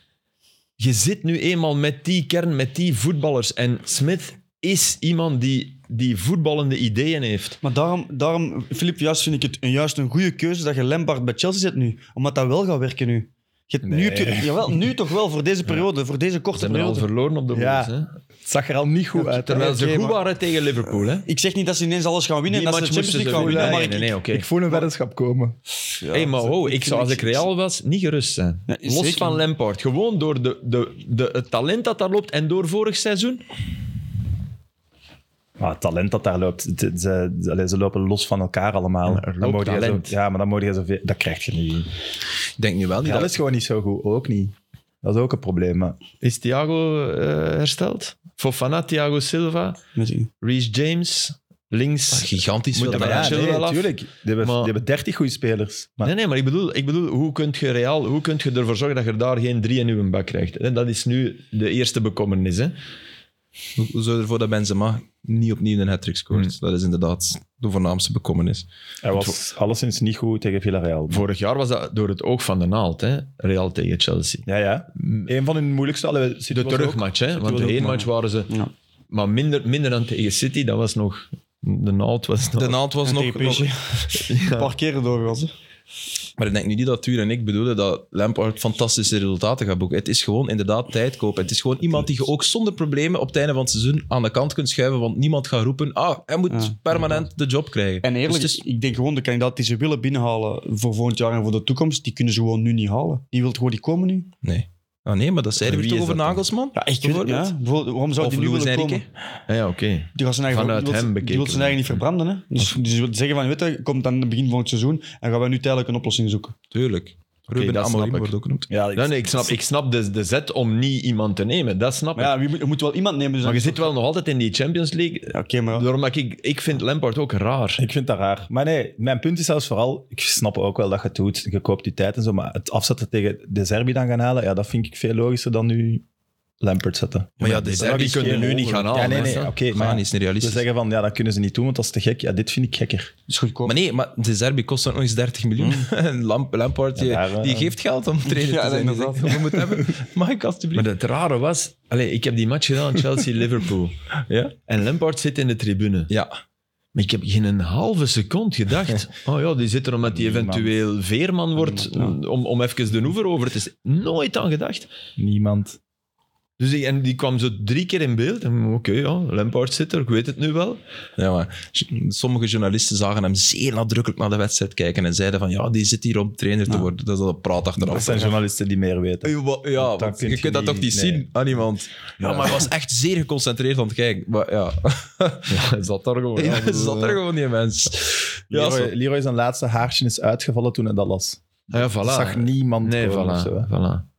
Speaker 3: Je zit nu eenmaal met die kern, met die voetballers. En Smith is iemand die, die voetballende ideeën heeft.
Speaker 4: Maar daarom, daarom, Filip, juist vind ik het een, juist een goede keuze dat je Lampard bij Chelsea zet nu. Omdat dat wel gaat werken nu. Je hebt, nu,
Speaker 2: Nee.
Speaker 4: heb je, jawel, nu toch wel, voor deze periode, voor deze
Speaker 3: Ze
Speaker 4: korte
Speaker 3: hebben al
Speaker 4: periode.
Speaker 3: verloren op de
Speaker 2: Ja.
Speaker 3: Wolves. hè.
Speaker 2: zag er al niet goed uit. hè.
Speaker 3: Terwijl
Speaker 2: Oké,
Speaker 3: ze goed
Speaker 2: maar
Speaker 3: waren tegen Liverpool. Hè?
Speaker 4: Ik zeg niet dat ze ineens alles gaan winnen
Speaker 3: Die
Speaker 4: en dat
Speaker 3: match
Speaker 4: ze de Champions
Speaker 3: moesten ze
Speaker 4: League gaan winnen,
Speaker 3: winnen. Nee,
Speaker 4: maar ik,
Speaker 3: nee, nee, oké.
Speaker 2: Ik voel een weddenschap komen.
Speaker 4: Ja,
Speaker 3: hey, maar
Speaker 4: dat-
Speaker 3: wow, ik zou als ik Real was niet gerust zijn.
Speaker 4: Ja,
Speaker 3: Los
Speaker 4: zeker.
Speaker 3: van Lampard. Gewoon door de, de, de, het talent dat daar loopt en door vorig seizoen.
Speaker 2: Maar het talent dat daar loopt, het- het- ze, ze- allee, ze lopen los van elkaar allemaal.
Speaker 3: er
Speaker 2: Dan
Speaker 3: loopt
Speaker 2: mogen jij zo-
Speaker 3: talent.
Speaker 2: ja, maar dan moet je zoveel... Dat krijg je niet.
Speaker 1: Ik denk nu wel niet
Speaker 2: Dat
Speaker 1: dat...
Speaker 2: is gewoon niet zo goed, ook niet. Dat is ook een probleem. Maar
Speaker 3: Is Thiago eh, hersteld? Fofana, Thiago Silva,
Speaker 4: Met die-
Speaker 3: Reece James, links.
Speaker 1: Gigantisch
Speaker 3: Moet
Speaker 1: veel
Speaker 3: dat
Speaker 1: talent.
Speaker 3: maar ja, nee,
Speaker 2: natuurlijk.
Speaker 3: tuurlijk.
Speaker 2: Die hebben,
Speaker 3: Maar-
Speaker 2: die hebben 30 goede spelers. Maar
Speaker 3: Nee, nee, maar ik bedoel, ik bedoel hoe kun je Real, hoe kun je ervoor zorgen dat je daar geen drie in uw bak krijgt? En dat is nu de eerste bekommernis. Hè?
Speaker 1: Hoe- Hoe zorg je ervoor dat Benzema niet opnieuw een hat-trick
Speaker 3: Hmm.
Speaker 1: scoort? Dat is inderdaad de voornaamste bekommernis.
Speaker 2: hij was alleszins niet goed tegen Villarreal.
Speaker 3: Vorig jaar was dat door het oog van de naald, hè? Real tegen Chelsea.
Speaker 2: Ja, ja. Een van hun moeilijkste... allee, City
Speaker 3: De
Speaker 2: was ook-
Speaker 3: terugmatch, hè? Want
Speaker 2: was
Speaker 3: de
Speaker 2: ook
Speaker 3: heenmatch waren ze...
Speaker 4: Ja.
Speaker 3: Maar minder, minder dan tegen City, dat was nog... De naald was nog...
Speaker 1: De naald was
Speaker 4: en
Speaker 1: nog...
Speaker 4: tegen PSG.
Speaker 1: nog-
Speaker 4: Een paar keren doorgaans. hè.
Speaker 1: Maar ik denk nu niet dat Tuur en ik bedoelen dat Lampard fantastische resultaten gaat boeken. Het is gewoon inderdaad tijd kopen. Het is gewoon iemand die je ook zonder problemen op het einde van het seizoen aan de kant kunt schuiven, want niemand gaat roepen, ah, hij moet
Speaker 4: Ja,
Speaker 1: permanent de job krijgen.
Speaker 4: En eerlijk,
Speaker 1: Dus het is-
Speaker 4: ik denk gewoon de kandidaat die ze willen binnenhalen voor volgend jaar en voor de toekomst, die kunnen ze gewoon nu niet halen. Die wilt gewoon die komen nu.
Speaker 1: Nee. Ah nee, maar dat zeiden we
Speaker 3: Wie
Speaker 1: toch
Speaker 3: is
Speaker 1: over
Speaker 3: dat dan?
Speaker 1: Nagelsman?
Speaker 4: Ja, ik weet het
Speaker 1: Bijvoorbeeld?
Speaker 4: ja. Bijvoorbeeld, Waarom zou
Speaker 1: Of
Speaker 4: die nu
Speaker 1: Luis
Speaker 4: willen
Speaker 1: Enrique?
Speaker 4: komen?
Speaker 3: Ah Ja, ja, oké.
Speaker 4: Die was zijn eigen,
Speaker 3: Vanuit
Speaker 4: die wil-
Speaker 3: hem
Speaker 4: Die wil zijn eigen niet verbranden. Hè? Dus, dus je wilt zeggen van, weet je, komt aan het begin van het seizoen en gaan wij nu tijdelijk een oplossing zoeken.
Speaker 1: Tuurlijk. Ruben
Speaker 3: dat snap
Speaker 1: Amorim
Speaker 3: ik.
Speaker 1: wordt ook genoemd.
Speaker 2: Ja, ik-
Speaker 3: Nee, nee, ik snap, ik snap de, de zet om niet iemand te nemen. Dat snap
Speaker 4: Maar
Speaker 3: ik.
Speaker 4: ja, wie moet- je moet wel iemand nemen. Dus
Speaker 3: Maar je
Speaker 4: dan-
Speaker 3: zit wel nog altijd in die Champions League.
Speaker 4: Ja, Oké, maar...
Speaker 3: Daarom dat ik, ik vind Lampard ook raar.
Speaker 2: Ik vind dat raar. Maar nee, mijn punt is zelfs vooral, ik snap ook wel dat je het doet, je koopt je tijd en zo, maar het afzetten tegen de Serbi dan gaan halen, ja, dat vind ik veel logischer dan nu Lampert zetten.
Speaker 1: Maar ja,
Speaker 3: de
Speaker 1: de
Speaker 3: Serbië
Speaker 1: Serbië
Speaker 3: kunnen nu niet gaan halen.
Speaker 2: ja, nee,
Speaker 3: hè,
Speaker 2: nee,
Speaker 3: snap
Speaker 2: oké,
Speaker 3: je?
Speaker 1: Gaan
Speaker 2: maar
Speaker 1: is
Speaker 2: ja,
Speaker 1: niet
Speaker 2: we
Speaker 1: realistisch.
Speaker 2: zeggen van, ja, dat kunnen ze niet doen, want dat is te gek. Ja, dit vind ik gekker.
Speaker 4: is goedkoop.
Speaker 1: Maar nee, maar de Serbië kost nog eens 30 miljoen. En Lamp, Lampard, die,
Speaker 2: Ja, daar,
Speaker 1: die
Speaker 2: eh,
Speaker 1: geeft geld om trainer
Speaker 4: Ja,
Speaker 1: te zijn. Die
Speaker 4: inderdaad.
Speaker 1: zegt, we moeten hebben. Mag ik alstublieft?
Speaker 3: Maar het rare was... Allez, ik heb die match gedaan, Chelsea-Liverpool.
Speaker 1: Ja?
Speaker 3: En Lampard zit in de tribune.
Speaker 1: Ja.
Speaker 3: Maar ik heb geen een halve seconde gedacht. Oh ja, die zit er omdat hij
Speaker 2: Niemand.
Speaker 3: eventueel veerman wordt.
Speaker 4: Niemand,
Speaker 3: Om, om even de oever over te zijn. Nooit aan gedacht.
Speaker 2: Niemand.
Speaker 3: Dus ik- en die kwam zo drie keer in beeld. En Oké, ja, Lampard zit er, ik weet het nu wel.
Speaker 1: ja maar sommige journalisten zagen hem zeer nadrukkelijk naar de wedstrijd kijken en zeiden van, ja, die zit hier om trainer te
Speaker 4: Ja.
Speaker 1: worden. Dat is al praat
Speaker 2: Dat
Speaker 1: achteraf.
Speaker 2: zijn journalisten die meer weten.
Speaker 1: Ja, wa- Ja,
Speaker 2: Dat
Speaker 1: want
Speaker 2: kun
Speaker 1: je
Speaker 2: je
Speaker 1: kunt dat
Speaker 2: niet-
Speaker 1: toch niet
Speaker 2: nee.
Speaker 1: zien aan iemand. Ja, maar hij was echt zeer geconcentreerd aan het kijken. Maar ja,
Speaker 3: Hij zat daar gewoon.
Speaker 1: ja hij zat er gewoon die mens. Ja,
Speaker 2: Leroy,
Speaker 1: zo.
Speaker 2: Leroy zijn laatste haartje is uitgevallen toen hij dat las.
Speaker 3: Ja,
Speaker 2: Dat
Speaker 3: voilà.
Speaker 2: zag niemand
Speaker 3: Nee,
Speaker 2: komen of
Speaker 3: voilà.
Speaker 2: zo, hè.
Speaker 3: voilà.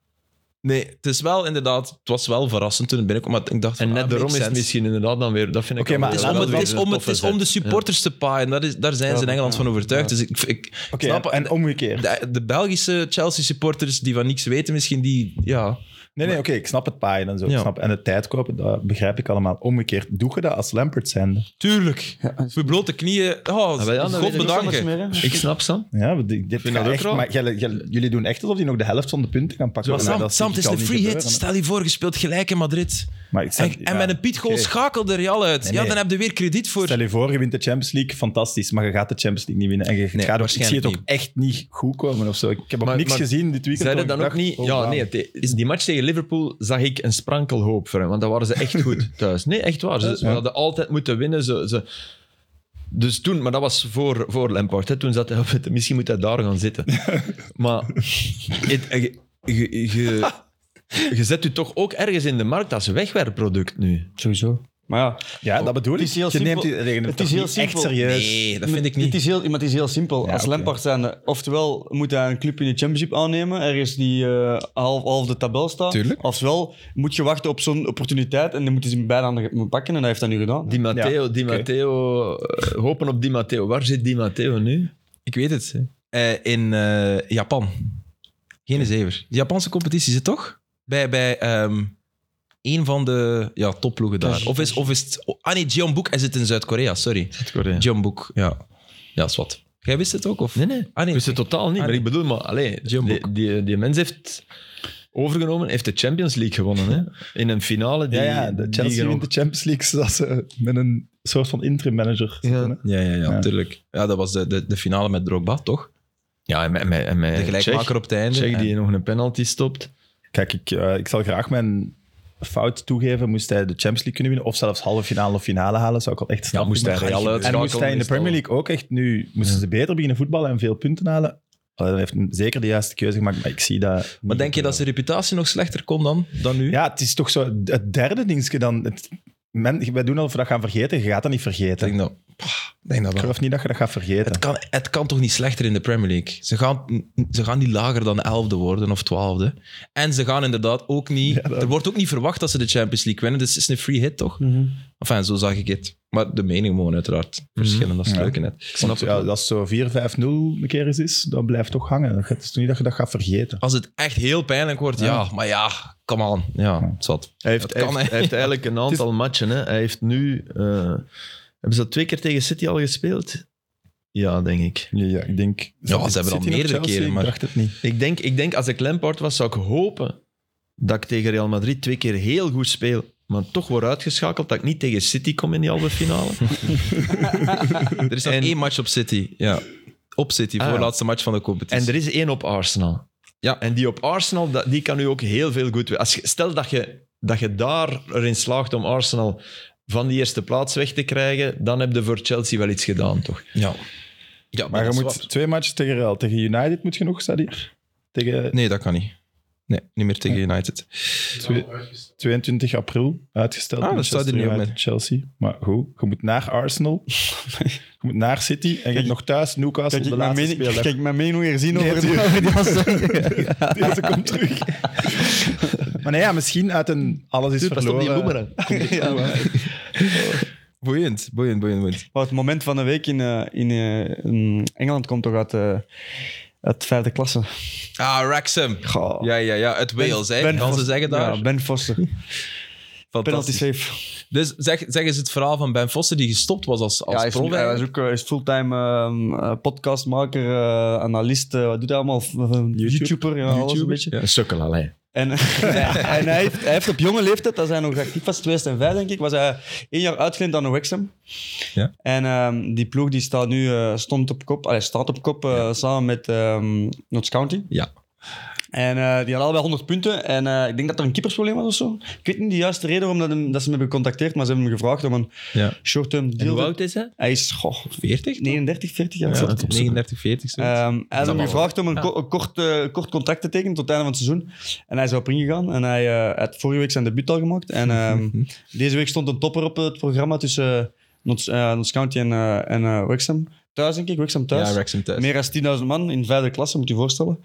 Speaker 1: Nee, het is wel inderdaad, het was wel verrassend toen ik binnenkwam, maar ik dacht van,
Speaker 3: En net
Speaker 1: ah,
Speaker 3: daarom
Speaker 1: makes
Speaker 3: is het
Speaker 1: sense.
Speaker 3: misschien inderdaad dan weer... Dat vind ik
Speaker 2: Oké, maar
Speaker 1: Het
Speaker 3: dan
Speaker 1: is
Speaker 3: wel
Speaker 1: om, het
Speaker 3: weer
Speaker 1: is
Speaker 3: een
Speaker 1: om, het
Speaker 3: toffe
Speaker 1: is om de
Speaker 3: zet.
Speaker 1: supporters te paaien. Dat is, daar zijn ze in Engeland van overtuigd. Dus ik, ik
Speaker 2: Oké,
Speaker 1: snap
Speaker 2: en omgekeerd.
Speaker 1: de, de Belgische Chelsea-supporters die van niks weten, misschien die... Ja,
Speaker 2: Nee, nee, oké, ik snap het paaien en zo. ik
Speaker 1: Ja.
Speaker 2: Snap, en het tijd kopen, dat begrijp ik allemaal. Omgekeerd, doe je dat als Lampert zijnde?
Speaker 1: tuurlijk.
Speaker 4: Ja,
Speaker 1: Voor blote knieën. Oh,
Speaker 3: Ah, wel, ja, dan
Speaker 1: God
Speaker 3: weet ik ook
Speaker 1: bedankt.
Speaker 4: niks meer, hè.
Speaker 1: Ik
Speaker 3: Ik snap, Sam.
Speaker 2: Ja, want ik- dit
Speaker 3: vind
Speaker 2: gaat
Speaker 3: dat ook
Speaker 2: echt,
Speaker 3: raar.
Speaker 2: maar jij- jij- jullie doen echt alsof die nog de helft van de punten gaan pakken.
Speaker 1: Maar
Speaker 2: Nou,
Speaker 1: Sam,
Speaker 2: dat
Speaker 1: Sam, het
Speaker 2: zie
Speaker 1: is
Speaker 2: ik al
Speaker 1: een
Speaker 2: niet
Speaker 1: free hit.
Speaker 2: gebeuren, hè.
Speaker 1: Stel je voor, je speelt gelijk in Madrid.
Speaker 2: Maar ik stel-
Speaker 1: En, en
Speaker 2: ja,
Speaker 1: met een Piet goal
Speaker 2: oké.
Speaker 1: schakel er Real uit.
Speaker 2: Nee,
Speaker 1: Ja,
Speaker 2: nee.
Speaker 1: dan heb je weer krediet voor.
Speaker 2: Stel je voor, je wint de Champions League, fantastisch. Maar je gaat de Champions League niet winnen. En je
Speaker 1: Nee,
Speaker 2: gaat ook, ik zie
Speaker 1: waarschijnlijk
Speaker 2: het ook echt niet goed komen of zo. Ik heb ook
Speaker 3: Maar-
Speaker 2: niks
Speaker 3: maar
Speaker 2: gezien dit weekend.
Speaker 3: Zeiden
Speaker 2: waar
Speaker 3: dan
Speaker 2: ik
Speaker 3: ook
Speaker 2: dacht,
Speaker 3: niet...
Speaker 2: oh,
Speaker 3: Ja,
Speaker 2: wauw.
Speaker 3: nee, het- is die match tegen Liverpool zag ik een sprankel hoop voor hen. Want dan waren ze echt goed thuis. Nee, echt waar. Ze, ze hadden altijd moeten winnen. Ze, ze... Dus toen... Maar dat was voor, voor Lampard. Hè. Toen zat hij op het... Misschien moet hij daar gaan zitten. Maar... het- eh, je- je- je- Je zet u toch ook ergens in de markt als wegwerpproduct nu.
Speaker 4: Sowieso. Maar ja,
Speaker 2: Ja, dat bedoel ik.
Speaker 4: Het is heel
Speaker 2: je neemt
Speaker 4: simpel.
Speaker 2: die- nee, je neemt
Speaker 4: Het
Speaker 2: toch
Speaker 4: is heel
Speaker 2: niet echt
Speaker 4: simpel.
Speaker 2: serieus.
Speaker 1: Nee, dat vind ik niet.
Speaker 4: Het is heel, maar het is heel simpel.
Speaker 2: Ja,
Speaker 4: Als
Speaker 2: oké.
Speaker 4: Lampard zijn, eh, oftewel moet hij een club in de championship aannemen, ergens die eh, half, half de tabel staat.
Speaker 1: Tuurlijk.
Speaker 4: Ofwel moet je wachten op zo'n opportuniteit en dan moeten ze hem beide handen pakken en dat heeft hij nu gedaan.
Speaker 3: Di Matteo, Di
Speaker 2: oké.
Speaker 3: Matteo. eh, hopen op Di Matteo. Waar zit Di Matteo nu?
Speaker 1: Ik weet het. Eh, in eh, Japan. Geen zever. De Japanse competitie zit toch? Bij, bij ehm een van de ja, topploegen daar. Of is, of is het... oh, ah nee, Jeonbuk. Hij zit in Zuid-Korea, sorry. Jeonbuk, ja. Ja, is wat. Jij wist het ook, of?
Speaker 3: Nee, nee.
Speaker 1: Ah nee.
Speaker 3: Ik wist het totaal niet,
Speaker 1: Ah,
Speaker 3: maar
Speaker 1: nee.
Speaker 3: ik bedoel, maar allee,
Speaker 1: Jumbo.
Speaker 3: die, die, die mens heeft overgenomen, heeft de Champions League gewonnen. Hè? In een finale die...
Speaker 2: Ja, ja, de
Speaker 3: die
Speaker 2: Chelsea
Speaker 3: genomen-
Speaker 2: wint de Champions League zodat ze met een soort van interim manager zitten, hè.
Speaker 1: Ja, ja, ja,
Speaker 2: Ja.
Speaker 1: natuurlijk. Ja, dat was de, de, de finale met Drogba, toch?
Speaker 3: Ja, en met, met, en met
Speaker 1: De gelijkmaker op het einde.
Speaker 3: Tsjech
Speaker 1: En-
Speaker 3: die nog een penalty stopt.
Speaker 2: Kijk, ik, eh, ik zal graag mijn fout toegeven, moest hij de Champions League kunnen winnen. Of zelfs halve finale of finale halen, zou ik al echt snappen.
Speaker 1: moest hij
Speaker 2: Maar-
Speaker 1: Real
Speaker 2: en
Speaker 1: uitschakelen,
Speaker 2: moest hij in de
Speaker 1: is het al-
Speaker 2: Premier League ook echt nu... Moesten ze beter beginnen voetballen en veel punten halen? Allee, dan heeft hij zeker de juiste keuze gemaakt, maar ik zie dat... niet
Speaker 1: Maar denk je dat zijn reputatie nog slechter kon dan, dan nu?
Speaker 2: Ja, het is toch zo het derde dingetje dan. Het, men, wij doen alsof we dat gaan vergeten. Je gaat dat niet
Speaker 1: Ik
Speaker 2: vergeten.
Speaker 1: denk dat, pah, ik denk dat
Speaker 2: Ik
Speaker 1: wel.
Speaker 2: geloof niet dat je dat gaat vergeten.
Speaker 1: Het kan, het kan toch niet slechter in de Premier League? Ze gaan, ze gaan niet lager dan elfde worden of twaalfde. En ze gaan inderdaad ook niet...
Speaker 2: dat-
Speaker 1: Er wordt ook niet verwacht dat ze de Champions League winnen. Dus het is een free hit, toch? Enfin, zo zag ik het. Maar de mening gewoon uiteraard
Speaker 3: Mhm.
Speaker 1: verschillen. Dat is het
Speaker 2: Ja.
Speaker 1: leuke net. Ik snap
Speaker 2: Want,
Speaker 1: het
Speaker 2: ja,
Speaker 1: wel.
Speaker 2: als het zo 4-5-0 een keer eens is, dan blijft toch hangen. Het is toch niet dat je dat gaat vergeten.
Speaker 1: Als het echt heel pijnlijk wordt, ja. Maar ja, come on. Ja, zat.
Speaker 3: Hij heeft,
Speaker 1: Dat kan,
Speaker 3: hij heeft,
Speaker 1: hè.
Speaker 3: hij heeft eigenlijk een aantal matchen. Hè. Hij heeft nu... eh, hebben ze dat twee keer tegen City al gespeeld? Ja, denk ik.
Speaker 2: Ja, ik denk...
Speaker 1: ze hebben al meerdere keren, maar-
Speaker 2: Ik dacht het niet.
Speaker 3: Ik denk, ik denk als ik Lampard was, zou ik hopen dat ik tegen Real Madrid twee keer heel goed speel, maar toch word uitgeschakeld dat ik niet tegen City kom in die halve finale.
Speaker 1: Er is nog
Speaker 3: En-
Speaker 1: één match op City. Ja. Op City,
Speaker 3: Ah, ja.
Speaker 1: voorlaatste match van de competitie.
Speaker 3: En er is één op Arsenal.
Speaker 1: Ja.
Speaker 3: En die op Arsenal, dat- die kan u ook heel veel goed... we- Als je, stel dat je, dat je daar erin slaagt om Arsenal van die eerste plaats weg te krijgen, dan heb je voor Chelsea wel iets gedaan, toch?
Speaker 1: Ja. ja
Speaker 2: Maar je
Speaker 1: dat is
Speaker 2: moet
Speaker 1: waar.
Speaker 2: twee matches tegen Real. Tegen United moet je nog, staat hier. Tegen
Speaker 1: Nee, dat kan niet. Nee, niet meer tegen United.
Speaker 2: twee- 22 april uitgesteld.
Speaker 1: Ah, dat
Speaker 2: Manchester
Speaker 1: staat er niet op,
Speaker 2: United,
Speaker 1: nee.
Speaker 2: Chelsea. Maar goed, je moet naar Arsenal. je moet naar City. En je hebt nog thuis Newcastle,
Speaker 4: Kijk,
Speaker 2: de
Speaker 4: ik mijn
Speaker 2: laatste
Speaker 4: mening,
Speaker 2: speler.
Speaker 4: kijk, mijn mening weer zien
Speaker 2: Nee,
Speaker 4: over die, over die afstand.
Speaker 2: Deze komt terug. maar nee, ja, misschien uit een alles is
Speaker 3: Pas op die
Speaker 2: verloren.
Speaker 3: boemerang.
Speaker 1: Boeiend, boeiend, boeiend, boeiend.
Speaker 4: Maar het moment van de week in, eh, in, eh, in Engeland komt toch uit, eh uit vijfde klasse.
Speaker 1: Ah, Wrexham.
Speaker 4: Goh.
Speaker 1: Ja, ja, ja. Uit Wales, hè. Kan ze
Speaker 4: Foster.
Speaker 1: zeggen daar.
Speaker 4: Ja, Ben Foster. Penalty
Speaker 1: Fantastisch.
Speaker 4: safe.
Speaker 1: Dus zeg, zeg eens het verhaal van Ben Foster die gestopt was als,
Speaker 4: ja,
Speaker 1: als
Speaker 4: hij is,
Speaker 1: prof.
Speaker 4: hij is ook eh, is fulltime ehm, eh, podcastmaker, eh, analist, eh, wat doet hij allemaal? F- eh, YouTuber, ja, alles een beetje.
Speaker 3: Een sukkel alleen.
Speaker 4: En, en hij, heeft, hij heeft op jonge leeftijd, als hij nog actief was, 2005 denk ik, was hij één jaar uitgeleend aan Wrexham.
Speaker 1: Ja.
Speaker 4: En ehm, die ploeg die staat nu, eh, stond op kop, allee, staat op kop eh, samen met ehm Notts County.
Speaker 1: Ja.
Speaker 4: En eh, die hadden allebei 100 punten. En eh, ik denk dat er een keepersprobleem was of zo. Ik weet niet de juiste reden waarom dat, hem- dat ze hem hebben gecontacteerd, maar ze hebben hem gevraagd om een
Speaker 1: Ja.
Speaker 4: short-term
Speaker 1: En
Speaker 4: deal.
Speaker 1: hoe oud is hij?
Speaker 4: Hij is goh,
Speaker 1: 40?
Speaker 4: 39, 40 jaar.
Speaker 1: Ja,
Speaker 4: Zat-
Speaker 1: 39, 40. zoiets.
Speaker 4: Ehm, hij had hem
Speaker 1: wel
Speaker 4: gevraagd om een, ko- een kort, eh, kort contract te tekenen tot het einde van het seizoen. En hij is op ingegaan. En hij eh, had vorige week zijn debuut al gemaakt. En ehm,
Speaker 1: Mhm.
Speaker 4: deze week stond een topper op het programma tussen eh, Notts eh, Notts County en, eh, en eh, Wrexham. Thuis, denk ik. Wrexham thuis.
Speaker 1: ja, Wrexham thuis.
Speaker 4: Meer dan 10.000 man in vijfde klasse, moet je je voorstellen.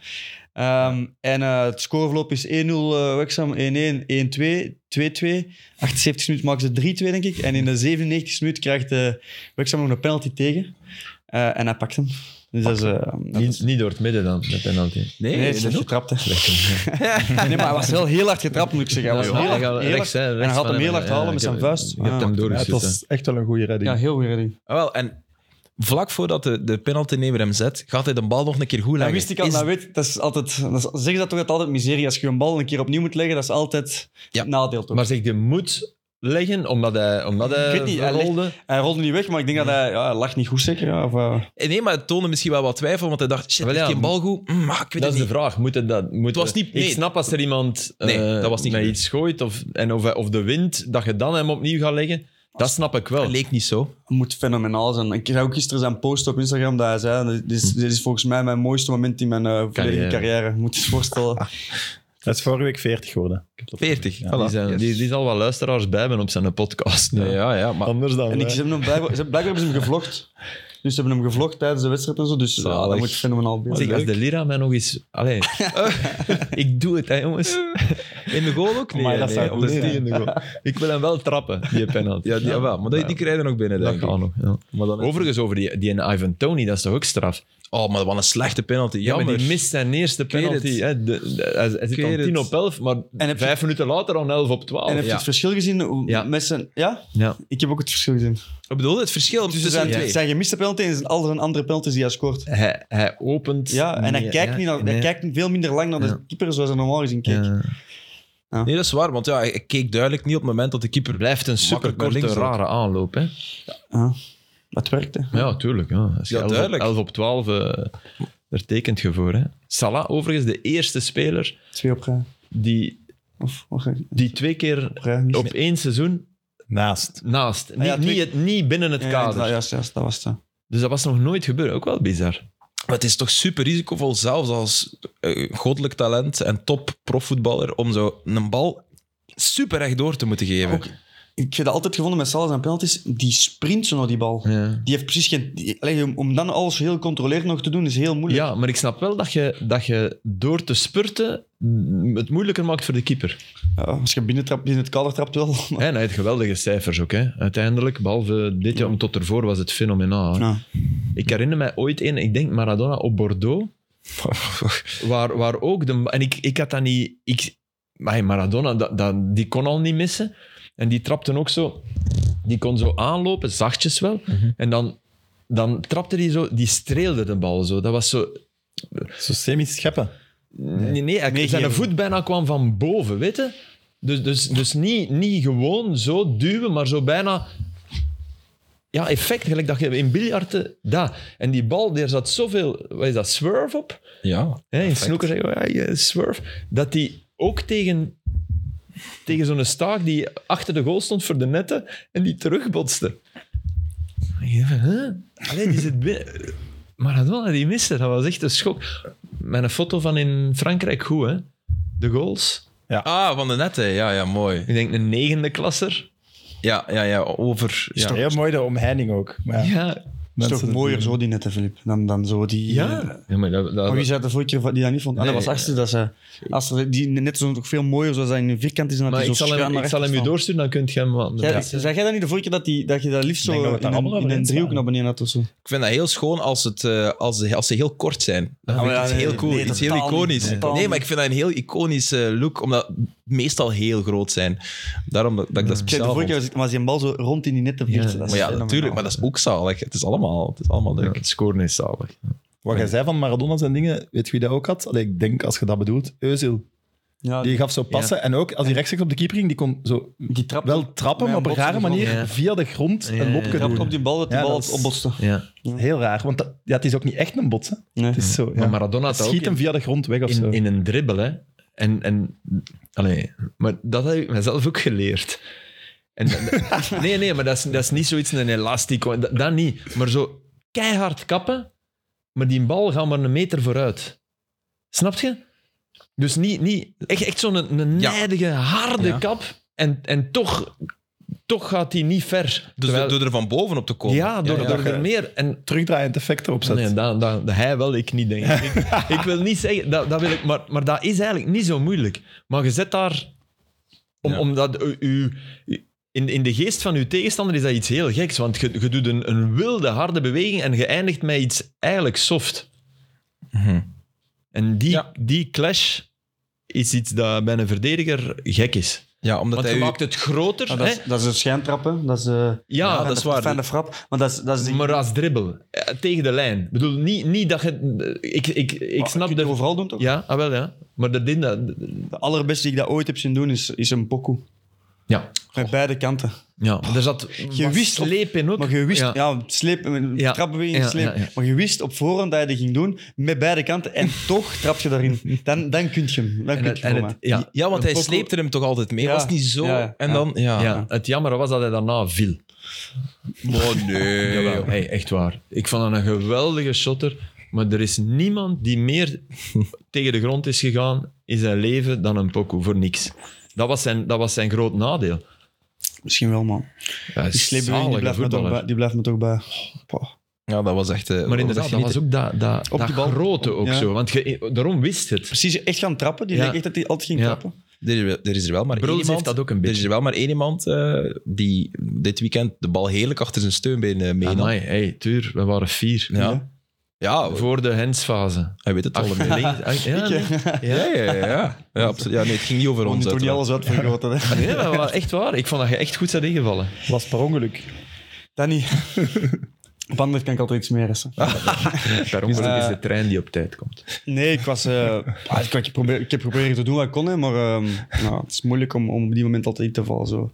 Speaker 4: Ehm, En eh, het scoreverloop is 1-0 eh, Wrexham, 1-1, 1-2, 2-2. 78 minuten maken ze 3-2, denk ik. En in de 97 minuut krijgt eh, Wrexham nog een penalty tegen. Eh, en hij pakt hem. Dus dat is, eh, dat is-
Speaker 3: Niet, niet door het midden dan, met penalty.
Speaker 1: Nee,
Speaker 4: Nee, hij is
Speaker 1: dat
Speaker 4: slecht
Speaker 1: ook.
Speaker 4: getrapt. hè. nee, maar hij was wel heel hard getrapt, moet ik zeggen. Hij was heel hard, heel hard- en hij had hem heel hard halen met zijn vuist. Ah,
Speaker 1: Je hebt
Speaker 4: Ja.
Speaker 1: hem
Speaker 2: Ja, het
Speaker 1: doorgeschoten.
Speaker 2: was echt wel een goede redding.
Speaker 4: Ja, heel goede redding.
Speaker 1: Ah, wel, en vlak voordat de, de penaltynemer hem zet, gaat hij de bal nog een keer goed
Speaker 4: Dat
Speaker 1: leggen.
Speaker 4: wist ik al,
Speaker 1: Is-
Speaker 4: maar weet, dat is altijd... Dat is, zeggen ze dat toch dat altijd miserie. Als je een bal een keer opnieuw moet leggen, dat is altijd
Speaker 1: Ja.
Speaker 4: het nadeel, toch?
Speaker 3: Maar zeg, je moet leggen, omdat hij, omdat hij,
Speaker 4: Ik weet niet, hij legt-
Speaker 3: rolde.
Speaker 4: Hij rolde niet weg, maar ik denk dat hij, ja, hij lag niet goed zeker. ja, Of, eh,
Speaker 1: Nee, maar het toonde misschien wel wat twijfel, want hij dacht, shit,
Speaker 3: Wel,
Speaker 1: heeft
Speaker 3: ja,
Speaker 1: hij een bal goed? Mm, maar ik weet
Speaker 3: Dat
Speaker 1: het
Speaker 3: is de
Speaker 1: niet.
Speaker 3: vraag. Moet het dat, moet
Speaker 1: was niet- nee.
Speaker 3: Ik snap als er iemand eh,
Speaker 1: Nee, dat was niet
Speaker 3: met
Speaker 1: gebeurd.
Speaker 3: iets gooit of, en of, of de wind, dat je dan hem opnieuw gaat leggen. Dat snap ik wel.
Speaker 1: Dat leek niet zo.
Speaker 4: moet fenomenaal zijn. Ik zag ook gisteren zijn post op Instagram dat hij zei: Dit is, dit is volgens mij mijn mooiste moment in mijn eh volledige
Speaker 3: Carrière.
Speaker 4: carrière. Moet je je voorstellen.
Speaker 2: Dat is vorige week 40 geworden. Ik heb dat
Speaker 1: 40.
Speaker 2: Ja,
Speaker 1: voilà.
Speaker 3: Die, zijn,
Speaker 1: Yes.
Speaker 3: die, die zal wel luisteraars bij hebben op zijn podcast.
Speaker 1: Ja, ja, ja, maar
Speaker 2: Anders dan
Speaker 4: En ik,
Speaker 2: wij.
Speaker 4: ze hebben hem blijkbaar, ze- blijkbaar hebben ze hem gevlogd. Dus ze hebben hem gevlogd tijdens de wedstrijd en zo. Dus ja, dat
Speaker 3: Zalig.
Speaker 4: moet fenomenaal beeld
Speaker 3: Zeg,
Speaker 4: zijn.
Speaker 3: als de Lira mij nog eens... Allee, ik doe het, hè, jongens.
Speaker 1: in de goal ook? Nee,
Speaker 2: Amai, dat
Speaker 1: nee,
Speaker 2: zou
Speaker 1: om
Speaker 2: goed
Speaker 1: de-
Speaker 2: zijn.
Speaker 3: Die in de goal. Ik wil hem wel trappen, die penalty.
Speaker 1: Ja, die, jawel, maar die, die krijgen er nog binnen,
Speaker 3: dat
Speaker 1: denk ik.
Speaker 3: gaat nog. Ja. Oh,
Speaker 1: Maar dan-
Speaker 3: Overigens, over die, die en Ivan Tony, dat is toch ook straf?
Speaker 1: Oh, maar wat een slechte penalty.
Speaker 3: Ja,
Speaker 1: Jammer.
Speaker 3: maar die mist zijn eerste
Speaker 1: weet
Speaker 3: penalty.
Speaker 1: het.
Speaker 3: Hè. De, de- hij, hij
Speaker 1: Ik
Speaker 3: zit
Speaker 1: weet
Speaker 3: aan
Speaker 1: het.
Speaker 3: 10 op 11, maar
Speaker 4: heb je-
Speaker 3: vijf minuten later aan 11 op
Speaker 4: En
Speaker 3: 12.
Speaker 4: heb je
Speaker 1: Ja.
Speaker 4: het verschil gezien? Hoe-
Speaker 3: Ja.
Speaker 4: Met zijn, ja?
Speaker 3: Ja.
Speaker 4: Ik heb ook het verschil gezien.
Speaker 1: Ik bedoel, het verschil
Speaker 4: Tussen
Speaker 1: tussen
Speaker 4: zijn,
Speaker 1: de twee.
Speaker 4: zijn gemiste penalty en zijn al zijn andere penalties die hij scoort.
Speaker 3: Hij, hij opent...
Speaker 4: Ja, en hij, kijkt, niet naar, hij kijkt veel minder lang naar de
Speaker 3: Ja.
Speaker 4: keeper zoals hij normaal gezien kijkt.
Speaker 1: Nee, dat is waar, want ja, ik keek duidelijk niet op het moment dat de keeper...
Speaker 3: Blijft een superkorte,
Speaker 1: links ook.
Speaker 3: rare aanloop. Hè.
Speaker 4: Ja. Dat werkt, hè.
Speaker 3: Maar ja, tuurlijk. Ja, Als je
Speaker 1: Ja,
Speaker 3: 11 op-
Speaker 1: duidelijk.
Speaker 3: 11 op 12, eh, daar tekent je voor. Hè. Salah, overigens, de eerste speler
Speaker 4: Twee op rij.
Speaker 3: die
Speaker 4: Of, of, of
Speaker 3: Die twee keer op één seizoen
Speaker 2: Naast.
Speaker 3: naast. Niet,
Speaker 4: Ah, ja, twee-
Speaker 3: niet, het, niet binnen het kader.
Speaker 4: Ja, juist, juist, dat was het.
Speaker 3: Dus dat was nog nooit gebeurd. Ook wel bizar.
Speaker 1: Maar het is toch super risicovol, zelfs als eh, goddelijk talent en top profvoetballer, om zo een bal super recht door te moeten geven.
Speaker 4: Ook- Ik heb dat altijd gevonden met Salah en penalties. Die sprint zo naar die bal.
Speaker 3: Ja.
Speaker 4: Die heeft precies geen... die- allee, om, om dan alles heel controleerd nog te doen, is heel moeilijk.
Speaker 3: ja, maar ik snap wel dat je, dat je door te spurten mm, het moeilijker maakt voor de keeper.
Speaker 4: Ja, als je binnentrapt, binnen het kader trapt wel. maar-
Speaker 3: En hij heeft geweldige cijfers ook. Hè. Uiteindelijk, behalve dit jaar, want tot ervoor was het fenomenaal. hè.
Speaker 4: Ja.
Speaker 3: Ik herinner mij ooit een, ik denk Maradona op Bordeaux. waar, waar ook de. En ik, ik had dat niet. Ik, maar hey, Maradona, dat, dat, die kon al niet missen. En die trapte ook zo. Die kon zo aanlopen, zachtjes wel. En dan, dan trapte die zo. Die streelde de bal zo. Dat was zo.
Speaker 2: Zo semi-scheppen.
Speaker 3: Nee, nee hij-
Speaker 4: Meegeven.
Speaker 3: zijn voet bijna kwam van boven, weet je? Dus, dus, dus niet, niet gewoon zo duwen, maar zo bijna... Ja, effect, gelijk dat je in biljarten... Dat. En die bal, daar zat zoveel... Wat is dat? Swerve op?
Speaker 1: Ja.
Speaker 3: Hè, in snooker zeggen we, ja, je swerve. Dat die ook tegen, tegen zo'n staak die achter de goal stond voor de netten en die terugbotste. Ik dacht van, huh? Allee, die zit binnen. Maradona, die miste. Dat was echt een schok. Mijn foto van in Frankrijk, goed hè? De goals.
Speaker 1: Ah, van de netten. Ja, ja, mooi.
Speaker 3: Ik denk een negende klasser.
Speaker 1: Ja, ja, ja, over...
Speaker 2: Is
Speaker 1: Ja.
Speaker 2: toch heel mooi de omheining ook. Maar ja,
Speaker 3: Ja.
Speaker 4: Het
Speaker 2: mensen
Speaker 4: is toch
Speaker 2: dat
Speaker 4: mooier
Speaker 2: doen.
Speaker 4: zo, die nette Filip, dan, dan zo die... eh,
Speaker 3: Ja, maar dat, dat-
Speaker 4: maar wie zei de vorige keer die dat niet vond? Ah,
Speaker 3: Nee. eh,
Speaker 4: dat was Astrid. Dat ze, Astrid die net zo toch veel mooier zoals dat in een vierkant is. En dat
Speaker 3: maar
Speaker 4: die
Speaker 3: ik
Speaker 4: zo
Speaker 3: zal
Speaker 4: schuin
Speaker 3: hem,
Speaker 4: naar
Speaker 3: ik zal hem u
Speaker 4: rechter
Speaker 3: doorsturen, dan kunt je hem... wat
Speaker 4: staat.
Speaker 3: anders-
Speaker 4: dus, Jij- Zei jij dat niet de vorige keer dat, die, dat je dat liefst
Speaker 2: Ik denk
Speaker 4: zo
Speaker 2: dat we
Speaker 4: in
Speaker 2: het daar
Speaker 4: een,
Speaker 2: allemaal
Speaker 4: in een
Speaker 2: over
Speaker 4: driehoek
Speaker 2: eens
Speaker 4: naar beneden had of zo?
Speaker 1: Ik vind dat heel schoon als, het, eh, als, ze- als ze heel kort zijn. Dat
Speaker 4: Ah,
Speaker 1: vind ik
Speaker 4: maar
Speaker 1: iets
Speaker 4: ja,
Speaker 1: heel
Speaker 4: nee,
Speaker 1: cool,
Speaker 4: nee,
Speaker 1: iets heel
Speaker 4: totaal
Speaker 1: iconisch.
Speaker 4: niet, totaal
Speaker 1: nee, maar
Speaker 4: niet.
Speaker 1: ik vind dat een heel iconische look, omdat meestal heel groot zijn. Daarom dat, dat ik dat
Speaker 4: Ik zei de
Speaker 1: speciaal
Speaker 4: vorige keer
Speaker 1: vond.
Speaker 4: was- was die een bal zo rond in die nette
Speaker 3: Ja.
Speaker 4: vliegt. Dat is
Speaker 1: Maar ja,
Speaker 4: fenomenaal.
Speaker 1: natuurlijk, maar dat is ook zalig. Het is allemaal, het is allemaal
Speaker 3: Ja,
Speaker 1: leuk.
Speaker 3: het scoren is zalig.
Speaker 2: Wat jij zei van Maradona zijn dingen, weet je wie dat ook had? Allee, ik denk, als je dat bedoelt, Özil.
Speaker 4: Ja,
Speaker 2: Die gaf zo passen. En ook, als hij rechtstreeks op de keeper ging, die kon zo
Speaker 4: die trapt
Speaker 2: wel trappen,
Speaker 4: Met
Speaker 2: maar
Speaker 4: een
Speaker 2: op een
Speaker 4: botsing
Speaker 2: rare
Speaker 4: van-
Speaker 2: manier
Speaker 3: Ja.
Speaker 2: via de grond
Speaker 3: Ja,
Speaker 2: een
Speaker 3: ja,
Speaker 2: lopje
Speaker 3: ja.
Speaker 4: trapt
Speaker 2: doen.
Speaker 4: op die bal dat die
Speaker 2: Ja,
Speaker 4: bal
Speaker 2: dat is-
Speaker 4: opbotste.
Speaker 3: Ja.
Speaker 2: Heel raar, want dat, ja, het is ook niet echt een botsen.
Speaker 4: Nee.
Speaker 2: Het is zo, ja.
Speaker 3: Maar Maradona had dat ook
Speaker 2: Schiet
Speaker 3: in-
Speaker 2: hem via de grond weg of zo.
Speaker 3: in, in een dribbel, hè. En, en allee, maar dat heb ik mezelf ook geleerd. En, en- nee, nee, maar dat is, dat is niet zoiets een elastiek, dat, dat niet. Maar zo keihard kappen, maar die bal gaat maar een meter vooruit. Snap je? Dus niet, niet echt, echt zo'n een
Speaker 1: Ja.
Speaker 3: nijdige, harde
Speaker 1: Ja.
Speaker 3: kap en, en toch, toch gaat die niet ver.
Speaker 1: Dus
Speaker 3: Terwijl-
Speaker 1: door er van bovenop te komen.
Speaker 3: ja, door,
Speaker 2: ja,
Speaker 3: door
Speaker 2: dat
Speaker 3: er
Speaker 2: je-
Speaker 3: meer. En
Speaker 2: Terugdraaiend effect erop zet.
Speaker 3: Nee, dat, dat, dat- hij wel, ik niet, denk ik. ik. ik wil niet zeggen, dat, dat wil ik, maar, maar dat is eigenlijk niet zo moeilijk. Maar je zet daar... Om,
Speaker 1: Ja.
Speaker 3: Omdat u, u- u- in, in de geest van uw tegenstander is dat iets heel geks, want je, je doet een, een wilde, harde beweging en je eindigt met iets eigenlijk soft.
Speaker 1: Mhm.
Speaker 3: En die,
Speaker 1: Ja.
Speaker 3: die clash is iets dat bij een verdediger gek is.
Speaker 1: Ja, omdat
Speaker 3: Want
Speaker 1: hij
Speaker 3: je
Speaker 1: u-
Speaker 3: maakt het groter,
Speaker 4: Maar
Speaker 3: hè?
Speaker 4: Ah, Dat is- dat is een schijntrappen. Dat is, eh,
Speaker 3: ja,
Speaker 1: dat is
Speaker 4: een
Speaker 1: waar.
Speaker 4: fijne frap. Maar dat is, dat is die-
Speaker 3: maar als dribbel, eh, tegen de lijn. Ik bedoel, niet, niet dat je... Ik, ik, ik
Speaker 4: Maar
Speaker 3: snap
Speaker 4: kun je
Speaker 3: de...
Speaker 4: overal doen toch?
Speaker 3: Ja, ah wel ja. Maar dat ding dat...
Speaker 4: De allerbeste die ik dat ooit heb zien doen is, is een pokoe.
Speaker 3: Ja.
Speaker 4: Met beide kanten.
Speaker 3: Ja, er zat wat
Speaker 4: wist op-
Speaker 3: sleep in ook.
Speaker 4: Maar je wist,
Speaker 3: Ja.
Speaker 4: ja, sleep,
Speaker 3: Ja.
Speaker 4: trapbeweging,
Speaker 3: Ja,
Speaker 4: sleep.
Speaker 3: ja, ja.
Speaker 4: Maar je wist op voorhand dat je dat ging doen, met beide kanten. En toch trap je daarin. Dan, dan kun je hem. Dan
Speaker 3: En
Speaker 4: kun
Speaker 3: het,
Speaker 4: je
Speaker 3: en
Speaker 4: hem
Speaker 3: het,
Speaker 4: voor
Speaker 3: ja.
Speaker 1: ja, want
Speaker 3: Een
Speaker 1: hij
Speaker 3: poco-
Speaker 1: sleepte hem toch altijd mee.
Speaker 4: Ja.
Speaker 1: Was het niet zo?
Speaker 4: Ja, ja.
Speaker 1: En dan, ja.
Speaker 3: Ja, het jammer was dat hij daarna viel.
Speaker 1: Oh nee.
Speaker 3: Jawel, hey, echt waar. Ik vond hem een geweldige shotter, maar er is niemand die meer tegen de grond is gegaan in zijn leven dan een Poku, voor niks. Dat was zijn, dat was zijn groot nadeel.
Speaker 4: mij. Misschien wel, man.
Speaker 3: Ja,
Speaker 4: Die sleepbeweging die
Speaker 3: zalige
Speaker 4: blijft, me toch
Speaker 3: voetballer.
Speaker 4: bij, die blijft me toch bij. Poh.
Speaker 1: Ja, dat was echt... eh,
Speaker 3: Maar
Speaker 1: dat was
Speaker 3: inderdaad,
Speaker 1: echt
Speaker 3: dat was
Speaker 1: genieten.
Speaker 3: ook dat, dat,
Speaker 4: Op
Speaker 3: dat
Speaker 4: die bal.
Speaker 3: grote ook
Speaker 4: Ja.
Speaker 3: zo. Want je, daarom wist het.
Speaker 4: Precies, echt gaan trappen. Die
Speaker 3: Ja.
Speaker 4: leek echt dat hij altijd ging
Speaker 3: Ja.
Speaker 4: trappen.
Speaker 1: Er is wel- er is er wel maar één
Speaker 3: Bruls heeft
Speaker 1: iemand...
Speaker 3: dat ook een
Speaker 1: Er is
Speaker 3: beetje.
Speaker 1: er wel maar één iemand eh, die dit weekend de bal heerlijk achter zijn steunbeen eh, meenam.
Speaker 3: Amai, hey, tuur, we waren vier.
Speaker 1: ja. ja,
Speaker 3: Voor de hensfase.
Speaker 1: hij weet het al.
Speaker 3: Achter links. ach- ah, Ja, nee.
Speaker 4: eh,
Speaker 1: Ja, ja, ja. ja. ja, absoluut. ja nee, het ging niet over
Speaker 4: We
Speaker 1: ons.
Speaker 4: moeten Oh, toch niet
Speaker 1: uiteraard.
Speaker 4: alles uitvergroten, hè?
Speaker 3: Nee, maar wa- echt waar. Ik vond dat je echt goed zat ingevallen.
Speaker 2: was per ongeluk.
Speaker 4: Dat niet. Op anders kan ik altijd iets meer resten.
Speaker 3: Per
Speaker 4: ongeluk is de
Speaker 3: trein die op tijd komt.
Speaker 4: Nee, ik was... eh, ah, ik, had geprobeerd- ik heb geprobeerd te doen wat ik kon, hè, maar ehm, nou, het is moeilijk om, om op die moment altijd in te vallen. Zo.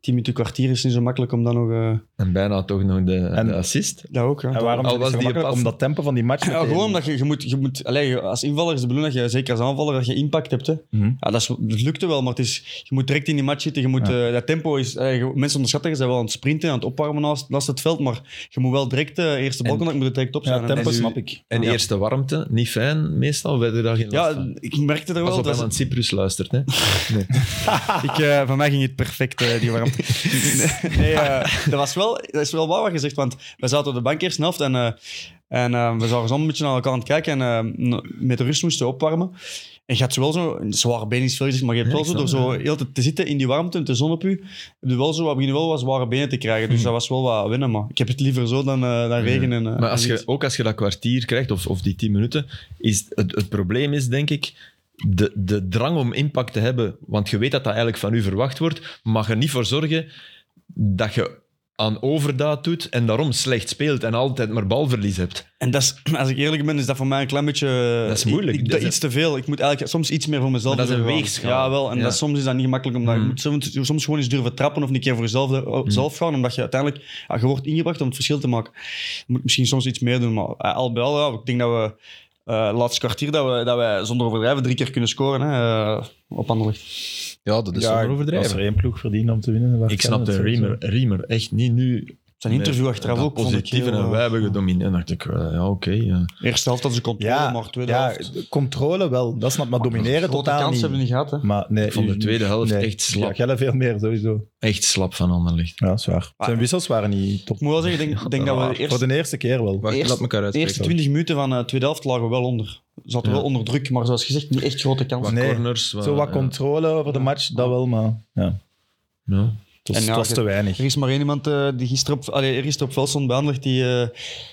Speaker 4: 10 minuten kwartier is niet zo makkelijk om dan nog... eh,
Speaker 3: En bijna toch nog de,
Speaker 2: En-
Speaker 3: de assist.
Speaker 4: dat ook, ja.
Speaker 2: En waarom
Speaker 3: Al
Speaker 2: is het
Speaker 3: was
Speaker 2: zo
Speaker 3: die
Speaker 2: gemakkelijk?
Speaker 3: pas-
Speaker 2: Om dat tempo van die match
Speaker 4: Ja,
Speaker 2: meteen-
Speaker 4: gewoon omdat je, je moet... Je moet allee, je- als invaller is de bedoeling dat je, zeker als aanvaller, dat je impact hebt. Hè.
Speaker 2: Mhm.
Speaker 4: Ja, dat, is, dat lukte wel, maar het is, je moet direct in die match zitten. Je moet, eh, dat tempo is... allee, je- mensen onderschatten, je bent wel aan het sprinten, aan het opwarmen naast, naast het veld, maar je moet wel direct... eh eerste balcontact moet er direct op zijn.
Speaker 2: Ja,
Speaker 4: En-
Speaker 2: tempo
Speaker 4: en-
Speaker 2: snap ik.
Speaker 3: En
Speaker 4: Ja.
Speaker 3: eerste warmte, niet fijn meestal, werden daar geen last
Speaker 4: Ja,
Speaker 3: van.
Speaker 4: ik merkte er
Speaker 3: Pas
Speaker 4: wel.
Speaker 3: op
Speaker 4: dat
Speaker 3: iemand Cyprus luistert, hè.
Speaker 4: Ik, eh, van mij ging het perfect, eh, die warmte. nee, eh, dat, was wel, dat is wel waar wat je zegt, want we zaten op de bank eerst een helft en, eh, en eh, we zagen zo een beetje naar elkaar aan het kijken en eh, n- met rust moesten we opwarmen. En je had wel zo, een zware benen is veel gezegd, maar je hebt
Speaker 3: Ja,
Speaker 4: wel
Speaker 3: ik
Speaker 4: zo door
Speaker 3: snap
Speaker 4: zo heel de tijd te zitten in die warmte en de zon op u, heb je wel zo, we beginnen wel wat zware benen te krijgen,
Speaker 3: Hmm.
Speaker 4: dus dat was wel wat winnen, maar ik heb het liever zo dan, eh, dan regen en eh,
Speaker 3: Maar als
Speaker 4: en
Speaker 3: je,
Speaker 4: wind.
Speaker 3: ook als je dat kwartier krijgt, of, of die tien minuten, is het, het probleem is denk ik de, de drang om impact te hebben, want je weet dat dat eigenlijk van u verwacht wordt, mag er niet voor zorgen dat je aan overdaad doet en daarom slecht speelt en altijd maar balverlies hebt.
Speaker 4: En dat is, als ik eerlijk ben, is dat voor mij een klein beetje... eh,
Speaker 3: Dat is moeilijk. dus
Speaker 4: Ik, ik-
Speaker 3: Dat is-
Speaker 4: iets te veel. Ik moet eigenlijk soms iets meer voor mezelf
Speaker 3: Maar dat is een
Speaker 4: doen.
Speaker 3: weegschaal.
Speaker 4: Ja, wel. En
Speaker 3: Ja.
Speaker 4: dat, soms is dat niet gemakkelijk. Omdat
Speaker 3: Mm.
Speaker 4: Je moet soms, soms gewoon eens durven trappen of een keer voor jezelf eh, zelf gaan. Omdat je uiteindelijk... Ja, je wordt ingebracht om het verschil te maken. Je moet misschien soms iets meer doen. Maar eh, al bij al, ja, ik denk dat we... eh laatste kwartier dat, we, dat wij zonder overdrijven drie keer kunnen scoren hè, eh, op Anderlecht.
Speaker 1: Ja, dat is
Speaker 2: Ja,
Speaker 1: Dus zonder
Speaker 2: Als
Speaker 1: overdrijven.
Speaker 2: er één ploeg verdient om te winnen... was
Speaker 3: Ik
Speaker 2: het
Speaker 3: snap
Speaker 2: dan
Speaker 3: de
Speaker 2: het sowieso.
Speaker 3: Riemer, Riemer echt niet nu.
Speaker 4: Zijn interview
Speaker 3: met
Speaker 4: achteraf
Speaker 3: dat
Speaker 4: ook vond ik
Speaker 3: positieve
Speaker 4: heel,
Speaker 3: en wij
Speaker 4: eh,
Speaker 3: hebben gedomineerd. En dacht ik, eh, ja, oké. ja.
Speaker 4: Eerste helft hadden ze controle, maar tweede
Speaker 2: ja,
Speaker 4: helft...
Speaker 2: controle wel. Dat snap ik, maar domineren
Speaker 4: Grote
Speaker 2: totaal
Speaker 4: kansen
Speaker 2: niet.
Speaker 4: hebben we niet gehad, hè.
Speaker 2: Maar nee,
Speaker 3: Ik vond de tweede helft echt slap.
Speaker 2: Ja, jij hebt veel meer, sowieso.
Speaker 3: Echt slap van Anderlecht.
Speaker 2: Ja, zwaar. Zijn wissels waren niet top. Ah,
Speaker 4: Ik moet wel zeggen, ik denk, denk dat we eerst
Speaker 2: Voor de eerste keer wel.
Speaker 1: Wacht,
Speaker 4: Eerst-
Speaker 1: laat elkaar
Speaker 4: De eerste
Speaker 1: uitspreken.
Speaker 4: 20 minuten van de tweede helft lagen we wel onder. Ze zaten
Speaker 3: Ja.
Speaker 4: wel onder druk, maar zoals gezegd, niet echt grote kansen.
Speaker 2: Nee,
Speaker 3: Corners. eh, wa-
Speaker 2: Zo wat
Speaker 3: ja.
Speaker 2: controle over de match, dat wel, maar ja, het
Speaker 3: Ja.
Speaker 2: was,
Speaker 4: En
Speaker 2: het
Speaker 4: nou,
Speaker 2: was
Speaker 4: je-
Speaker 2: te weinig.
Speaker 4: Er is maar één iemand eh, die gisteren op, allee, gisteren op veld stond bij Anderlecht die eh,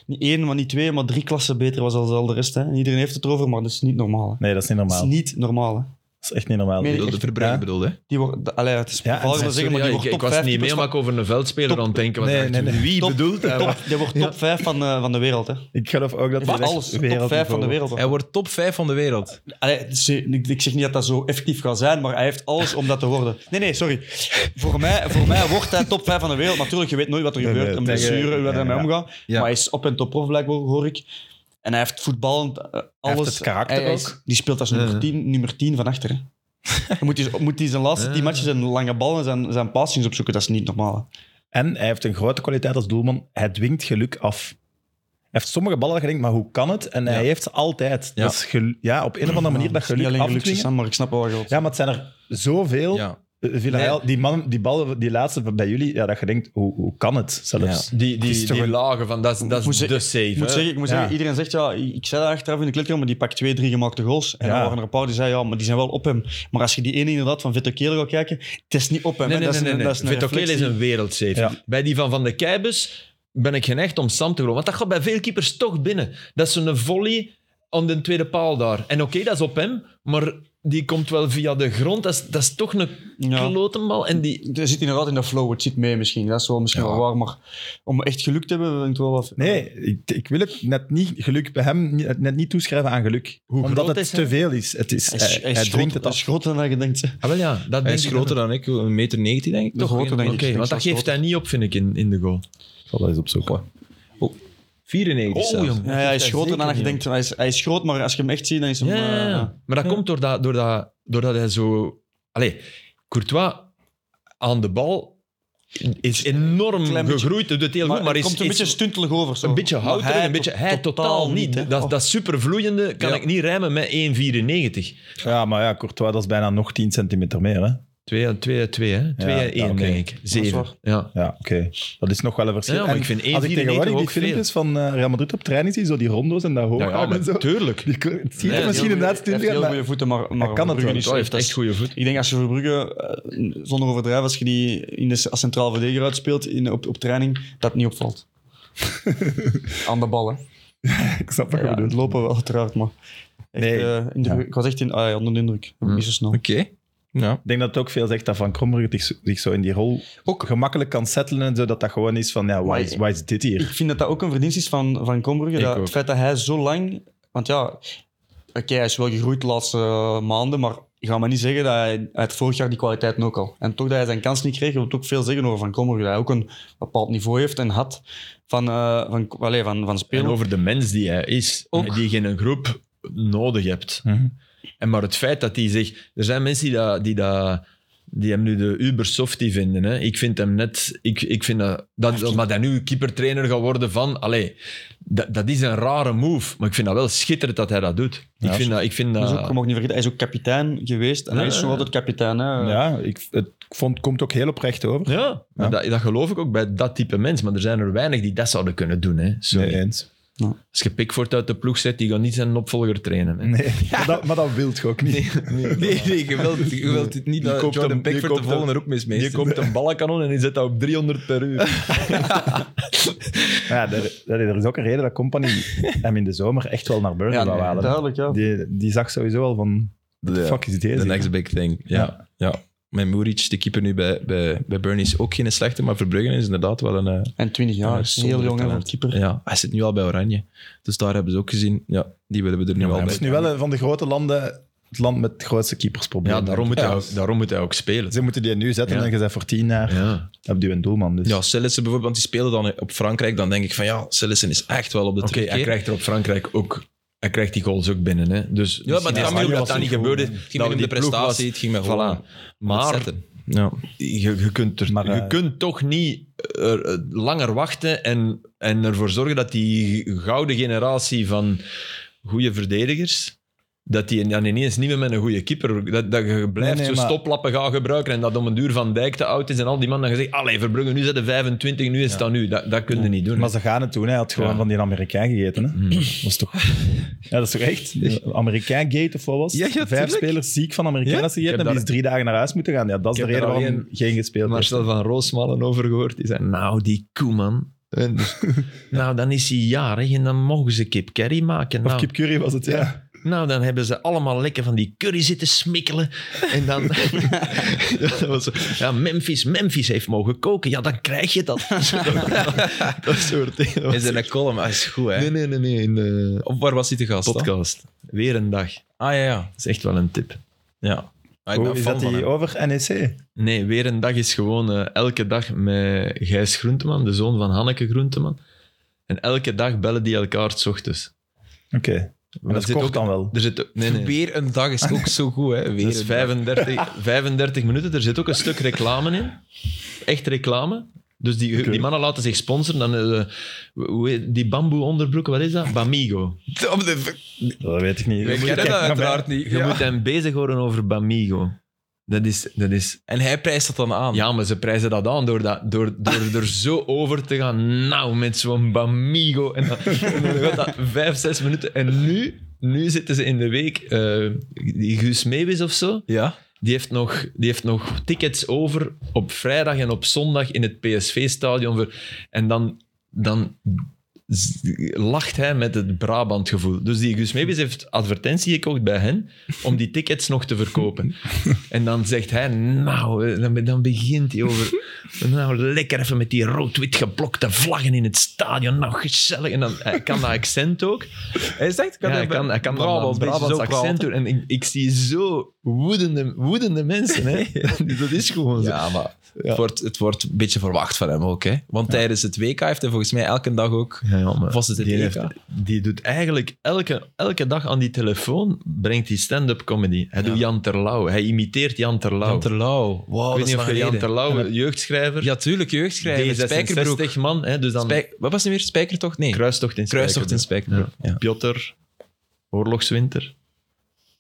Speaker 4: niet één, maar niet twee, maar drie klassen beter was dan al de rest. Hè. En iedereen heeft het erover, maar dat is niet normaal. Hè.
Speaker 2: Nee, dat is niet
Speaker 4: Dat
Speaker 2: normaal.
Speaker 4: is niet normaal. Hè.
Speaker 2: Dat is echt niet normaal.
Speaker 4: Meen
Speaker 1: Ik bedoel,
Speaker 4: Echt?
Speaker 1: de verbruik
Speaker 2: Ja.
Speaker 1: bedoelde, hè?
Speaker 4: Die wordt, de- allee, het is
Speaker 2: Ja, en
Speaker 4: gevaarlijk om te
Speaker 2: zijn-
Speaker 4: zeggen, maar
Speaker 3: Ja,
Speaker 4: die
Speaker 3: ik,
Speaker 4: wordt top
Speaker 3: ik was
Speaker 4: 5
Speaker 3: niet mee, maar ik over een veldspeler
Speaker 4: Top-
Speaker 3: aan het denken. want
Speaker 2: Nee,
Speaker 3: ik dacht,
Speaker 2: nee, nee.
Speaker 3: Wie bedoelt hij?
Speaker 4: top, die wordt top 5 van, eh, van de wereld. Hè.
Speaker 2: Ik geloof ook dat
Speaker 4: Van
Speaker 2: hij echt
Speaker 4: alles, top
Speaker 2: wereldniveau-
Speaker 4: 5 van de wereld.
Speaker 1: Hij wordt top 5 van de wereld.
Speaker 4: Allee, het is- ik, ik zeg niet dat dat zo effectief gaat zijn, maar hij heeft alles om dat te worden. Nee, nee, sorry. Voor mij, voor mij wordt hij top 5 van de wereld. Natuurlijk, je weet nooit wat er
Speaker 2: Nee,
Speaker 4: gebeurt.
Speaker 2: nee,
Speaker 4: een
Speaker 2: tegen-
Speaker 4: blessure, hoe dat
Speaker 2: ja,
Speaker 4: ermee
Speaker 2: ja.
Speaker 4: omgaat.
Speaker 1: Ja.
Speaker 4: Maar hij is op en top prof, blijkbaar, hoor ik. En hij heeft voetballend eh, alles.
Speaker 2: heeft het karakter
Speaker 4: Hij- hij is-
Speaker 2: ook.
Speaker 4: Die speelt als nummer 10, nummer 10 van achter. hè. Hij moet die, moet die zijn laatste die matches zijn lange ballen en zijn, zijn passings opzoeken. Dat is niet normaal. hè.
Speaker 2: En hij heeft een grote kwaliteit als doelman. Hij dwingt geluk af. Hij heeft sommige ballen dat je denkt, maar hoe kan het? En hij heeft ze altijd.
Speaker 1: Ja.
Speaker 2: Dat is gelu- ja, op een of andere manier dat
Speaker 4: Het is niet
Speaker 2: geluk
Speaker 4: alleen gelukkig,
Speaker 2: afdwingen.
Speaker 4: Sam, maar ik snap wel wat je wilt
Speaker 2: Ja, maar het zijn er zoveel.
Speaker 1: Ja.
Speaker 2: Eh, Villarreal, die, man, die bal, die laatste van bij jullie, ja, dat je denkt, hoe, hoe kan het zelfs?
Speaker 3: Die,
Speaker 2: Het
Speaker 3: die,
Speaker 2: is toch
Speaker 3: die
Speaker 2: een-
Speaker 3: lagen van, dat is, dat
Speaker 4: Moet
Speaker 3: is
Speaker 4: ze-
Speaker 3: de save.
Speaker 4: Ik moet,
Speaker 3: hè.
Speaker 4: zeggen, ik moet
Speaker 2: Ja.
Speaker 4: zeggen, iedereen zegt ja, ik zei dat achteraf in de kleedkamer, die pakt twee, drie gemaakte goals. En
Speaker 2: Ja.
Speaker 4: dan waren er een paar die zeiden ja, maar die zijn wel op hem. Maar als je die ene inderdaad van Vito Keel gaat kijken, het is niet op hem.
Speaker 3: Nee,
Speaker 4: hè.
Speaker 3: nee,
Speaker 4: dat is
Speaker 3: nee,
Speaker 4: een-
Speaker 3: nee.
Speaker 4: dat is een
Speaker 3: Vetokele is
Speaker 4: reflectie.
Speaker 3: een wereldsave.
Speaker 2: Ja.
Speaker 3: Bij die van Van de Keibus ben ik geneigd om Sam te geloven. Want dat gaat bij veel keepers toch binnen. Dat is zo'n volley aan de tweede paal daar. En oké, dat is op hem, maar die komt wel via de grond. Dat is, dat is toch een
Speaker 4: Ja.
Speaker 3: klotenbal. En die...
Speaker 4: Het zit inderdaad in de flow, het zit mee misschien. Dat is wel misschien wel waar, maar om echt geluk te hebben, denk ik wel wat.
Speaker 2: Nee, ik, ik wil het net niet, geluk, bij hem niet- net niet toeschrijven aan geluk.
Speaker 3: Hoe
Speaker 2: Omdat
Speaker 3: groot
Speaker 2: het
Speaker 3: is hij?
Speaker 2: te veel is. Het is
Speaker 4: Hij
Speaker 2: hij,
Speaker 4: is, hij is
Speaker 2: hij
Speaker 4: groter-
Speaker 2: dwingt het
Speaker 4: hij is
Speaker 2: af.
Speaker 4: groter dan je denkt. hè.
Speaker 3: Ah, wel ja, dat
Speaker 1: Hij
Speaker 3: denk
Speaker 1: is
Speaker 3: ik
Speaker 1: groter
Speaker 3: dan.
Speaker 1: dan ik, 1,90 meter, denk ik.
Speaker 4: Toch
Speaker 1: toch?
Speaker 4: groter, denk ik.
Speaker 3: Oké,
Speaker 4: Ik denk
Speaker 3: want dat
Speaker 4: zelfs
Speaker 3: geeft hij niet op, vind ik, in, in de goal.
Speaker 2: Ik zal dat eens opzoeken.
Speaker 1: 94 zelfs.
Speaker 3: jong.
Speaker 4: Ja, ja, hij is groter dan je
Speaker 3: Zeker
Speaker 4: denkt. Hij is, hij is groot, maar als je hem eh, echt ziet, dan is hij...
Speaker 3: Ja, ja, ja. eh, maar dat komt doordat, doordat, doordat hij zo... Allee, Courtois aan de bal is enorm
Speaker 4: Klein beetje.
Speaker 3: gegroeid. Hij doet het heel
Speaker 4: maar
Speaker 3: goed, maar
Speaker 4: het
Speaker 3: is,
Speaker 4: komt een
Speaker 3: is
Speaker 4: beetje stuntelig over. Zo.
Speaker 3: een beetje
Speaker 4: Maar
Speaker 3: houterig, een beetje...
Speaker 4: to-
Speaker 3: Hij totaal niet.
Speaker 4: hè. Oh.
Speaker 3: Dat, dat supervloeiende kan
Speaker 1: Ja.
Speaker 3: ik niet rijmen met 1,94.
Speaker 2: Ja, maar ja, Courtois, dat is bijna nog 10 centimeter meer. Hè?
Speaker 3: 2 aan 2 2, hè? 2
Speaker 2: ja,
Speaker 3: aan 1,
Speaker 2: oké.
Speaker 3: denk ik.
Speaker 4: Dat
Speaker 3: 7.
Speaker 4: is waar.
Speaker 3: Ja.
Speaker 2: Ja, oké. Dat is nog wel een verschil.
Speaker 3: Ja, maar
Speaker 2: En
Speaker 3: ik vind
Speaker 2: als ik
Speaker 3: 1,94
Speaker 2: tegenwoordig die
Speaker 3: ook
Speaker 2: filmpjes van eh, Real Madrid op training zie, zo die rondo's en dat hoog
Speaker 3: Ja, ja,
Speaker 2: en
Speaker 3: maar
Speaker 2: zo.
Speaker 3: tuurlijk.
Speaker 2: Die, het ziet
Speaker 3: Nee,
Speaker 2: er
Speaker 3: heel
Speaker 2: misschien inderdaad stil
Speaker 4: Hij
Speaker 2: uit,
Speaker 4: heeft heel
Speaker 2: maar
Speaker 4: goede voeten, maar, maar
Speaker 2: Hij kan het
Speaker 4: Brugge
Speaker 2: wel.
Speaker 4: niet
Speaker 3: Hij heeft
Speaker 4: slecht.
Speaker 3: echt goede voet.
Speaker 4: Ik denk als je Verbrugge, eh, zonder overdrijven, als je die in de, als centraal verdediger uitspeelt in, op, op training, dat het niet opvalt. Aan de ballen.
Speaker 2: ik snap wat
Speaker 4: Ja,
Speaker 2: je bedoelt.
Speaker 4: het lopen wel, uiteraard, maar... Echt,
Speaker 2: Nee.
Speaker 4: eh, in de-
Speaker 2: Ja. Mm.
Speaker 4: Ik was echt in, ah, ja, onder de indruk. Niet zo snel.
Speaker 1: Oké. Ja.
Speaker 2: Ik denk dat het ook veel zegt dat Van Krombrugge zich, zich zo in die rol
Speaker 1: Ook-
Speaker 2: gemakkelijk kan settelen en zo, dat dat gewoon is van, ja, why is, why is dit hier?
Speaker 4: Ik vind dat dat ook een verdienst is van, van Kombrugge.
Speaker 3: Ik
Speaker 4: Dat,
Speaker 3: ook.
Speaker 4: het feit dat hij zo lang... Want ja, oké, hij is wel gegroeid de laatste eh, maanden, maar ik ga maar niet zeggen dat hij uit vorig jaar die kwaliteiten ook al. En toch dat hij zijn kans niet kreeg, wil het ook veel zeggen over Van Kommer. Dat hij ook een bepaald niveau heeft en had van, eh van, allee, van, van spelen.
Speaker 3: En over de mens die hij is,
Speaker 1: Ook.
Speaker 3: die je in een groep nodig hebt.
Speaker 2: Mhm.
Speaker 3: En maar het feit dat hij zich... Er zijn mensen die, dat, die, dat, die hem nu de uber softie vinden. Hè. Ik vind hem net... Ik, ik vind dat, dat, dat- maar dat hij nu keepertrainer gaat worden van... Allee, dat, dat is een rare move. Maar ik vind dat wel schitterend dat hij dat doet.
Speaker 2: Ja,
Speaker 3: ik vind dat... Ik vind
Speaker 4: Dat
Speaker 3: dat
Speaker 4: is Dus ook, je mag niet vergeten, hij is ook kapitein geweest. En hij is
Speaker 3: Ja,
Speaker 4: nog
Speaker 3: ja,
Speaker 4: altijd kapitein. Hè.
Speaker 2: Ja, ik, het vond, komt ook heel oprecht over.
Speaker 3: ja, maar Dat, dat geloof ik ook bij dat type mens. Maar er zijn er weinig die dat zouden kunnen doen. Hè. Sorry.
Speaker 2: Nee, eens.
Speaker 3: Als je Pickford uit de ploeg zet, die gaat niet zijn opvolger trainen. Hè.
Speaker 2: Nee, maar, dat, maar dat wilt je ook niet.
Speaker 1: Nee, nee, je wilt, je wilt het niet
Speaker 2: Die
Speaker 1: dat
Speaker 2: koopt
Speaker 1: Jordan
Speaker 2: hem- die
Speaker 1: Pickford
Speaker 2: koopt
Speaker 1: de
Speaker 2: hem-
Speaker 1: volgende roep mis
Speaker 3: Je komt een ballenkanon en die zet dat op 300 per uur.
Speaker 2: Maar ja, er, er er is ook een reden dat Company hem in de zomer echt wel naar Burnley
Speaker 4: Ja,
Speaker 2: wou halen.
Speaker 4: duidelijk. Ja.
Speaker 2: Die, die zag sowieso al van, what the
Speaker 1: Ja.
Speaker 2: fuck is dit
Speaker 1: The
Speaker 2: deze?
Speaker 1: next big thing. Ja. ja.
Speaker 2: Ja.
Speaker 1: Mijn Muric, de keeper nu bij, bij, bij Burnley, is ook geen slechte, maar Verbruggen is inderdaad wel een... eh,
Speaker 4: En 20 jaar,
Speaker 1: Ja,
Speaker 4: is een heel
Speaker 1: zonder
Speaker 4: jong hè, voor
Speaker 1: talent.
Speaker 4: een keeper.
Speaker 1: ja, hij zit nu al bij Oranje. Dus daar hebben ze ook gezien. Ja, die willen we er nu al
Speaker 2: Het
Speaker 1: bij.
Speaker 2: is nu wel een van de grote landen, het land met het grootste keepersprobleem.
Speaker 3: Ja, daarom moet, hij, ook- daarom moet hij ook spelen.
Speaker 2: Ze moeten die nu zetten
Speaker 3: Ja.
Speaker 2: en je bent voor tien jaar.
Speaker 3: Ja.
Speaker 2: Heb je een doelman dus.
Speaker 1: Ja, Sillissen bijvoorbeeld, want die spelen dan op Frankrijk. Dan denk ik van ja, Sillissen is echt wel op de
Speaker 3: Oké,
Speaker 1: terugkeer.
Speaker 3: hij krijgt er op Frankrijk ook... Hij krijgt die goals ook binnen. Hè. Dus,
Speaker 1: Ja, maar het
Speaker 3: die
Speaker 1: gaat meer om dat dat niet gebeurde. Het
Speaker 3: Dat
Speaker 1: ging meer om de
Speaker 3: Nou, die ploeg
Speaker 1: prestatie, het ging met
Speaker 3: was-
Speaker 1: gewoon
Speaker 3: Voilà. Maar
Speaker 1: zetten. Ja.
Speaker 3: je, je, kunt er,
Speaker 2: Maar,
Speaker 3: je
Speaker 2: eh,
Speaker 3: kunt toch niet er, eh, langer wachten en, en ervoor zorgen dat die gouden generatie van goede verdedigers, dat die dan ineens niet meer met een goede keeper, dat, dat je blijft
Speaker 2: Nee, nee,
Speaker 3: zo
Speaker 2: maar-
Speaker 3: stoplappen gaan gebruiken en dat om een duur Van Dijk te oud is en al die mannen dan gezegd, allee Verbrugge, nu zijn de 25, nu is het dan nu. Dat, dat kun je niet doen.
Speaker 2: Maar ze gaan het doen. Hij had gewoon
Speaker 3: Ja. Mm.
Speaker 2: van die Amerikaan gegeten. Hè? Dat, is toch, ja, dat is toch echt? Amerikaan gate of wat was?
Speaker 1: Ja, ja,
Speaker 2: Vijf
Speaker 1: tuurlijk.
Speaker 2: spelers ziek van Amerikanen
Speaker 3: Ja? Ik
Speaker 2: gegeten
Speaker 3: heb
Speaker 2: en die
Speaker 3: daar-
Speaker 2: is drie dagen naar huis moeten gaan. Ja, dat is
Speaker 3: Ik
Speaker 2: de
Speaker 3: heb
Speaker 2: reden
Speaker 3: daar
Speaker 2: waarom
Speaker 3: alleen-
Speaker 2: hij geen gespeeld heeft.
Speaker 3: Marcel van Roosmalen over gehoord. Die zei, nou, die Koeman. En dus, nou, dan is hij jarig en dan mogen ze kip curry maken.
Speaker 2: Of
Speaker 3: Nou,
Speaker 2: Kip Curry was het, ja.
Speaker 3: nou, dan hebben ze allemaal lekker van die curry zitten smikkelen. En dan... ja, dat was, zo. ja, Memphis, Memphis heeft mogen koken. Ja, dan krijg je dat. dat soort dingen. Dat
Speaker 1: Is
Speaker 3: was-
Speaker 1: in een column, hij is goed hè.
Speaker 3: Nee, nee, nee, nee. In de
Speaker 1: Of waar was hij te gast? dan?
Speaker 3: podcast. Weer een dag. Dat
Speaker 1: Ah ja, ja.
Speaker 3: is echt wel een tip.
Speaker 1: ja. Ah, ik
Speaker 2: Hoe
Speaker 1: ben
Speaker 2: is
Speaker 1: fan
Speaker 2: dat
Speaker 1: van
Speaker 2: die
Speaker 1: hem.
Speaker 2: over E NEC?
Speaker 3: Nee, weer een dag is gewoon eh, elke dag met Gijs Groenteman, de zoon van Hanneke Groenteman. En elke dag bellen die elkaar s ochtends.
Speaker 2: Oké.
Speaker 3: Maar
Speaker 2: En dat is kort
Speaker 3: ook,
Speaker 2: dan wel.
Speaker 3: Er zit, ook- nee, nee.
Speaker 1: Weer een dag is ook zo goed hè. Weer
Speaker 3: Dat is
Speaker 1: een dag.
Speaker 3: 35, 35 minuten. Er zit ook een stuk reclame in. Echt reclame. Dus die,
Speaker 2: Oké.
Speaker 3: die mannen laten zich sponsoren. Dan, eh, hoe heet- die bamboe onderbroeken, wat is dat? Bamigo.
Speaker 1: Op de-
Speaker 2: Dat weet ik niet.
Speaker 1: We
Speaker 2: Moet je
Speaker 1: kennen
Speaker 2: kijken
Speaker 1: dat
Speaker 2: naar
Speaker 1: uiteraard niet.
Speaker 3: Je
Speaker 1: Ja.
Speaker 3: moet hem bezig horen over Bamigo. Dat is, dat is
Speaker 1: En hij prijst dat dan aan.
Speaker 3: Ja, maar ze prijzen dat aan door, dat, door, door er zo over te gaan. Nou, met zo'n bamigo. En dan, en dan gaat dat vijf, zes minuten. En nu, nu zitten ze in de week. eh, die Guus Meeuwis of zo,
Speaker 1: Ja?
Speaker 3: die heeft, nog, die heeft nog tickets over op vrijdag en op zondag in het PSV-stadion. voor- En dan, dan z- lacht hij met het Brabant-gevoel. Dus die Guus Meeuwis heeft advertentie gekocht bij hen om die tickets nog te verkopen. En dan zegt hij, nou, eh, dan, be- dan begint hij over... Nou, lekker even met die rood-wit geblokte vlaggen in het stadion. Nou, gezellig. En dan, hij kan dat accent ook.
Speaker 1: Hij zegt,
Speaker 3: Ja, hij kan, hij kan Brabant, Brabants accent doen. En ik, ik zie zo woedende, woedende mensen. Hè. dat is gewoon zo.
Speaker 1: Ja, maar Het, wordt, het wordt een beetje verwacht van hem ook. Hè? Want tijdens het WK heeft hij volgens mij elke dag ook...
Speaker 3: Ja, ja, maar
Speaker 1: Of was het E het
Speaker 3: die,
Speaker 1: EK?
Speaker 3: heeft- die doet eigenlijk elke, elke dag aan die telefoon brengt hij stand-up comedy. Hij doet Jan Terlouw. Hij imiteert Jan Terlouw.
Speaker 1: Jan Terlouw. Wow,
Speaker 3: Ik
Speaker 1: dat
Speaker 3: weet
Speaker 1: is
Speaker 3: niet of
Speaker 1: lang
Speaker 3: je Jan
Speaker 1: geleden.
Speaker 3: Terlouw, jeugdschrijver,
Speaker 1: Ja, tuurlijk, jeugdschrijver. Spijkerbroek.
Speaker 3: D66 man, hè, dus dan
Speaker 1: Spij- Wat was het nu weer? Spijkertocht? Nee,
Speaker 3: Kruistocht in
Speaker 1: Kruistocht in Spijkerbroek. Ja.
Speaker 3: Pjotter, Oorlogswinter.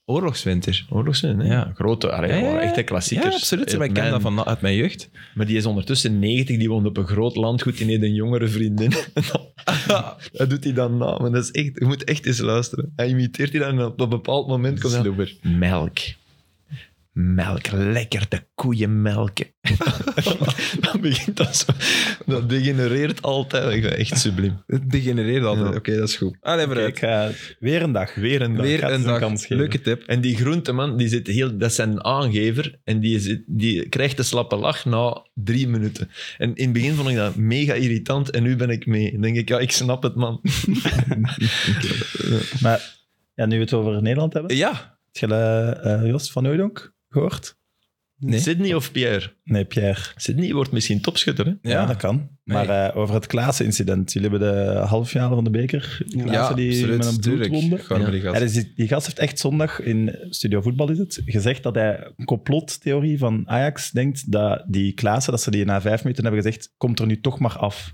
Speaker 1: Oorlogswinter.
Speaker 3: Oorlogswinter, hè?
Speaker 1: Ja.
Speaker 3: Grote, allee,
Speaker 1: Ja, ja,
Speaker 3: gewoon
Speaker 1: ja.
Speaker 3: echte klassiekers. Eh,
Speaker 1: Ja, absoluut. Maar
Speaker 3: Mijn-
Speaker 1: ik ken dat van, uit mijn jeugd.
Speaker 3: Maar die is ondertussen 90, die woont op een groot landgoed, die heeft een jongere vriendin. dat doet hij dan na, maar dat is echt, je moet echt eens luisteren. Hij imiteert die dan en op een bepaald moment komt hij... Melk. Melk, lekker de koeien melken. dan begint dat zo. Dat degenereert altijd. Ik vind het echt subliem.
Speaker 1: Het degenereert
Speaker 3: Ja,
Speaker 1: altijd.
Speaker 3: Oké, dat is goed.
Speaker 1: Allee, vooruit.
Speaker 2: Ik ga eh, weer een dag.
Speaker 3: Weer een dag.
Speaker 2: ik ga
Speaker 1: Weer
Speaker 2: het
Speaker 1: een
Speaker 2: eens een
Speaker 1: dag.
Speaker 2: kans geven.
Speaker 1: Leuke tip.
Speaker 3: En die groenteman, die zit heel, dat is zijn aangever. En die, zit, die krijgt de slappe lach na drie minuten. En in het begin vond ik dat mega irritant. En nu ben ik mee. Dan denk ik, ja, ik snap het, man.
Speaker 2: Maar ja, nu we het over Nederland hebben.
Speaker 1: Ja,
Speaker 2: Heb je eh, eh, Jos van Oudonk gehoord?
Speaker 1: Nee.
Speaker 3: Sydney of Pierre?
Speaker 2: Nee, Pierre.
Speaker 3: Sydney wordt misschien topschutter, hè?
Speaker 2: Ja, dat kan.
Speaker 1: Nee.
Speaker 2: Maar eh, over het Klaassen-incident. Jullie hebben de halffinale van de beker. Klaassen
Speaker 1: ja,
Speaker 2: die
Speaker 1: absoluut,
Speaker 2: met een
Speaker 1: tuurlijk.
Speaker 2: bloedwonde.
Speaker 1: Gewoon
Speaker 3: Ja.
Speaker 1: maar die gast.
Speaker 2: Ja, dus die, die gast heeft echt zondag in Studio Voetbal is het, gezegd dat hij een complottheorie van Ajax denkt dat die Klaassen, dat ze die na vijf minuten hebben gezegd, komt er nu toch maar af.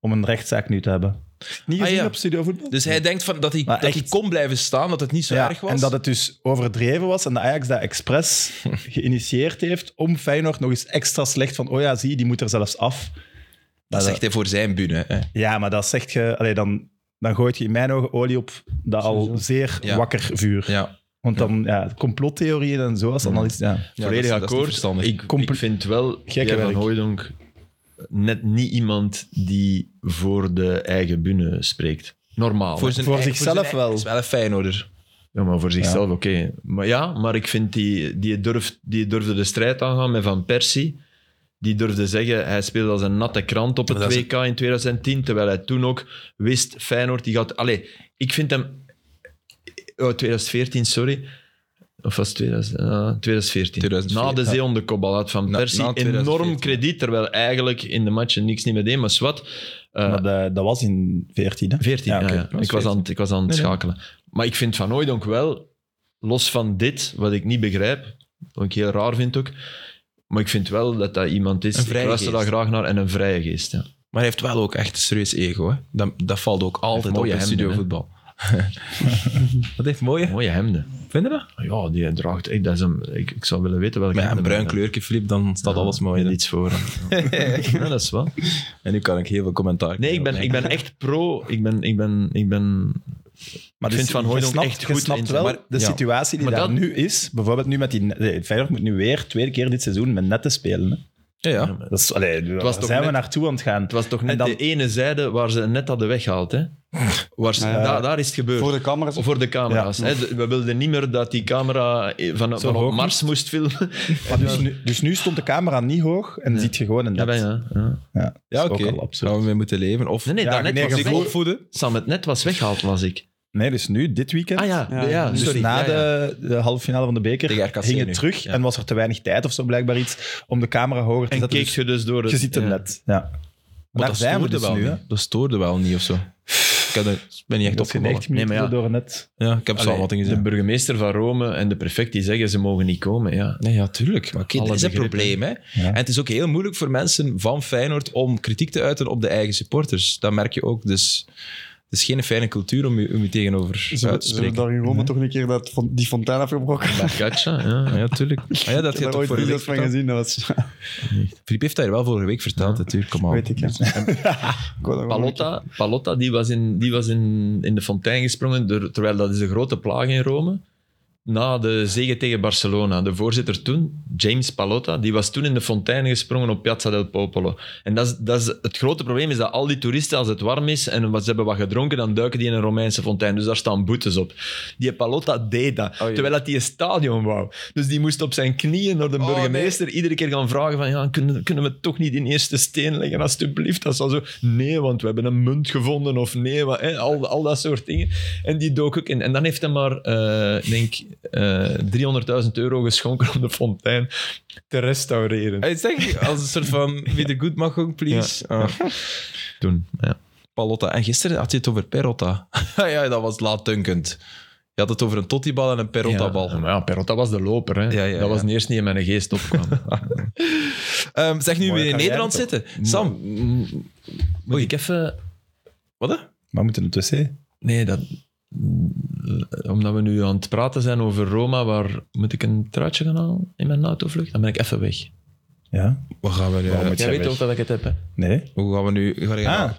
Speaker 2: Om een rechtszaak nu te hebben. Niet
Speaker 1: Ah,
Speaker 2: gezien
Speaker 1: ja.
Speaker 2: op Studio Voetbal?
Speaker 1: Dus hij denkt van dat, hij,
Speaker 2: Maar
Speaker 1: dat hij
Speaker 2: echt-
Speaker 1: kon blijven staan, dat het niet zo erg was.
Speaker 2: En dat het dus overdreven was en dat Ajax dat expres geïnitieerd heeft om Feyenoord nog eens extra slecht van, oh ja, zie, die moet er zelfs af.
Speaker 1: dat
Speaker 2: Maar
Speaker 1: zegt hij voor zijn bühne. Hè.
Speaker 2: Ja, maar dat zegt je... Allee, dan, dan gooit je in mijn ogen olie op dat al zeer
Speaker 1: Ja.
Speaker 2: wakker vuur.
Speaker 1: Ja.
Speaker 2: Want dan, ja, complottheorieën en zo, als
Speaker 3: Mhm.
Speaker 2: analist, ja.
Speaker 3: Volledig
Speaker 1: dat is- dat is niet
Speaker 3: akkoord.
Speaker 1: verstandig.
Speaker 3: ik,
Speaker 2: Compl-
Speaker 3: ik vind wel Pierre
Speaker 2: werk.
Speaker 3: van Hooijdonk net niet iemand die voor de eigen bühne spreekt. Normaal. hè?
Speaker 1: zijn
Speaker 2: Voor
Speaker 1: eigen-
Speaker 2: zichzelf
Speaker 1: zijn eigen-
Speaker 2: wel.
Speaker 1: is wel een Feyenoorder.
Speaker 3: Ja, maar voor zichzelf, oké. Maar ja, maar ik vind die, die, durft, die durfde de strijd aangaan met Van Persie. Die durfde zeggen, hij speelde als een natte krant op het
Speaker 1: Maar dat is-
Speaker 3: WK in 2010, terwijl hij toen ook wist, Feyenoord, die gaat... Allee, ik vind hem... Oh, 2014, sorry. Of was het 2000, ah, 2014.
Speaker 1: 2014,
Speaker 3: Na de
Speaker 1: ja.
Speaker 3: zee onder kopbal had Van
Speaker 1: Na-
Speaker 3: Persie
Speaker 1: na 2014,
Speaker 3: enorm krediet, terwijl eigenlijk in de matchen niks niet meer deed, maar zwart. Eh,
Speaker 2: Maar dat, dat was in 14, hè?
Speaker 3: 14, ja,
Speaker 2: oké.
Speaker 3: ja. Ik, was aan, het- ik was aan het
Speaker 2: Nee, nee.
Speaker 3: schakelen. Maar ik vind Van Hooijdonk wel, los van dit, wat ik niet begrijp, wat ik heel raar vind ook, maar ik vind wel dat dat iemand is,
Speaker 1: Een
Speaker 3: ik
Speaker 1: vrije
Speaker 3: luister daar
Speaker 1: geest.
Speaker 3: graag naar, en een vrije geest. Ja.
Speaker 1: Maar hij heeft wel ook echt een serieus ego. Hè. Dat, dat valt ook altijd op
Speaker 3: mooie
Speaker 1: in
Speaker 3: hemden,
Speaker 1: studio
Speaker 3: hè.
Speaker 1: voetbal. dat heeft mooie.
Speaker 3: Mooie hemden.
Speaker 1: Vinden dat?
Speaker 3: Ja, die draagt echt, dat is een, ik, ik zou willen weten welke
Speaker 1: Met een
Speaker 3: hemden
Speaker 1: bruin
Speaker 3: dat-
Speaker 1: kleurtje, Filip, dan staat
Speaker 3: Ja,
Speaker 1: alles mooi. hè.
Speaker 3: Iets voor. ja, dat is wel.
Speaker 1: En nu kan ik heel veel commentaar
Speaker 3: Nee, ik ben, ik ben echt pro. Ik ben, ik ben, ik ben
Speaker 2: Maar dus
Speaker 3: Ik vind Van
Speaker 2: je
Speaker 3: Hooijdonk
Speaker 2: snapt-
Speaker 3: echt
Speaker 2: je
Speaker 3: goed
Speaker 2: snapt
Speaker 3: in-
Speaker 2: wel
Speaker 3: maar-
Speaker 2: de
Speaker 3: ja.
Speaker 2: situatie die
Speaker 3: Maar
Speaker 2: daar
Speaker 3: dat-
Speaker 2: nu is. Bijvoorbeeld nu met die... nee, Feyenoord moet nu weer, tweede keer dit seizoen, met netten spelen. hè.
Speaker 1: Ja, ja.
Speaker 2: Dat is, allee, waar
Speaker 3: was toch
Speaker 2: zijn we
Speaker 3: net-
Speaker 2: naartoe aan het gaan?
Speaker 3: Het was toch
Speaker 2: En
Speaker 3: net
Speaker 2: dan-
Speaker 3: de ene zijde waar ze net hadden weggehaald. Hè? Waar ze-
Speaker 4: Ja.
Speaker 3: daar, daar is het gebeurd.
Speaker 4: Voor de camera's.
Speaker 3: Of Voor de camera's.
Speaker 2: Ja.
Speaker 3: Hè? De- We wilden niet meer dat die camera eh, van, van
Speaker 2: hoog
Speaker 3: op Mars moest filmen.
Speaker 2: Maar dus, nu, dus nu stond de camera niet hoog en ziet je gewoon een
Speaker 3: Ja,
Speaker 2: net.
Speaker 3: ben je, ja.
Speaker 2: Ja,
Speaker 1: ja
Speaker 2: dat is
Speaker 1: oké.
Speaker 2: ook al absurd.
Speaker 1: Gaan we mee moeten leven. Of
Speaker 3: Nee, nee,
Speaker 2: Ja,
Speaker 3: daarnet
Speaker 2: nee,
Speaker 3: was
Speaker 2: je
Speaker 3: ik
Speaker 2: voelt-
Speaker 1: opvoeden.
Speaker 3: Sam, het net was weggehaald, was ik.
Speaker 2: Nee, dus nu, dit weekend.
Speaker 3: Ah ja,
Speaker 4: Ja.
Speaker 3: ja,
Speaker 2: Dus
Speaker 3: sorry.
Speaker 2: na
Speaker 3: Ja, ja.
Speaker 2: De, de halve finale van de
Speaker 1: Tegen
Speaker 2: beker
Speaker 1: RKC
Speaker 2: ging het
Speaker 1: nu.
Speaker 2: terug
Speaker 1: Ja.
Speaker 2: en was er te weinig tijd of zo, blijkbaar iets, om de camera hoger te
Speaker 3: En
Speaker 2: zetten.
Speaker 3: keek
Speaker 2: Dus
Speaker 3: je dus door het...
Speaker 2: je ziet het
Speaker 3: ja.
Speaker 2: net. Ja. Maar
Speaker 1: Maar
Speaker 2: daar
Speaker 1: dat
Speaker 2: zijn we
Speaker 1: stoorde
Speaker 2: dus
Speaker 1: wel
Speaker 2: nu. hè.
Speaker 1: niet. Dat stoorde wel niet of zo. Ik had er- ik ben niet echt
Speaker 2: Dat je
Speaker 1: opgevallen.
Speaker 2: echt minuten
Speaker 3: maar ja.
Speaker 2: door een net.
Speaker 1: Ja, ik heb
Speaker 3: Allee,
Speaker 1: samenvatting gezien.
Speaker 3: de burgemeester van Rome en de prefect die zeggen ze mogen niet komen. Ja.
Speaker 1: Nee, ja, tuurlijk. Maar oké,
Speaker 3: Alle
Speaker 1: dat is een
Speaker 3: begrip,
Speaker 1: probleem. Hè? En het is ook heel moeilijk voor mensen van Feyenoord om kritiek te uiten op de eigen supporters. Dat merk je ook. Dus het is geen fijne cultuur om je, om je tegenover uit
Speaker 4: Zullen we-
Speaker 1: te
Speaker 4: zullen we
Speaker 1: spreken.
Speaker 4: daar in Rome toch een keer dat, van- die fontein afgebroken? Ik
Speaker 3: Gacha, ja.
Speaker 1: Ja, tuurlijk. Ah ja, dat
Speaker 4: heb
Speaker 1: je
Speaker 4: daar
Speaker 1: toch
Speaker 4: ooit
Speaker 1: vorige week
Speaker 4: video's van
Speaker 1: verteld.
Speaker 4: gezien. Dat was,
Speaker 1: Filip heeft dat hier wel vorige week verteld, natuurlijk.
Speaker 2: Oh.
Speaker 1: Kom aan.
Speaker 4: weet ik, ja. Ik wou daar gewoon-
Speaker 3: Palotta, Palotta die was, in, die was in, in de fontein gesprongen, door- terwijl dat is een grote plaag in Rome. Na de zege tegen Barcelona, de voorzitter toen, James Palotta, die was toen in de fontein gesprongen op Piazza del Popolo. En dat is, dat is, het grote probleem is dat al die toeristen, als het warm is en wat- ze hebben wat gedronken, dan duiken die in een Romeinse fontein. Dus daar staan boetes op. Die Palotta deed dat, terwijl dat hij een stadion wou. Dus die moest op zijn knieën naar de
Speaker 1: Oh,
Speaker 3: burgemeester iedere keer gaan vragen van, ja, kunnen, kunnen we toch niet in eerste steen leggen, alstublieft? Dat zou zo, nee, want we hebben een munt gevonden, of nee, wat, hè, al, al dat soort dingen. En die dook ook in. En dan heeft hij maar, eh, ik denk, eh 300.000 euro geschonken om de fontein te restaureren.
Speaker 1: Hij zegt als een soort van wiedergoedmachung, please. Ah.
Speaker 3: Toen, ja.
Speaker 1: Palotta. En gisteren had je het over Perotta. Ah ja, dat was laatdunkend. Je had het over een Tottibal en een Perotta-bal.
Speaker 3: Ja, maar ja, Perotta was de loper, hè.
Speaker 1: Ja, ja,
Speaker 3: dat was
Speaker 1: ja.
Speaker 3: eerst niet in mijn geest opkwam.
Speaker 1: Ehm, zeg nu
Speaker 2: Mooie
Speaker 1: weer in
Speaker 2: carrière
Speaker 1: Nederland
Speaker 2: toch?
Speaker 1: zitten. Sam,
Speaker 3: Moet moet ik even...
Speaker 1: wat? hè?
Speaker 2: Maar we moeten het wc.
Speaker 3: Nee, dat... Omdat we nu aan het praten zijn over Roma, waar moet ik een truitje gaan halen in mijn autovlucht? Dan ben ik even weg.
Speaker 2: Ja?
Speaker 1: Wat gaan we nu?
Speaker 2: Waarom moet
Speaker 3: Jij
Speaker 2: jij
Speaker 3: weet
Speaker 2: weg?
Speaker 3: ook dat ik het heb, hè?
Speaker 2: Nee?
Speaker 1: Hoe gaan we nu? Ga je
Speaker 2: Ah.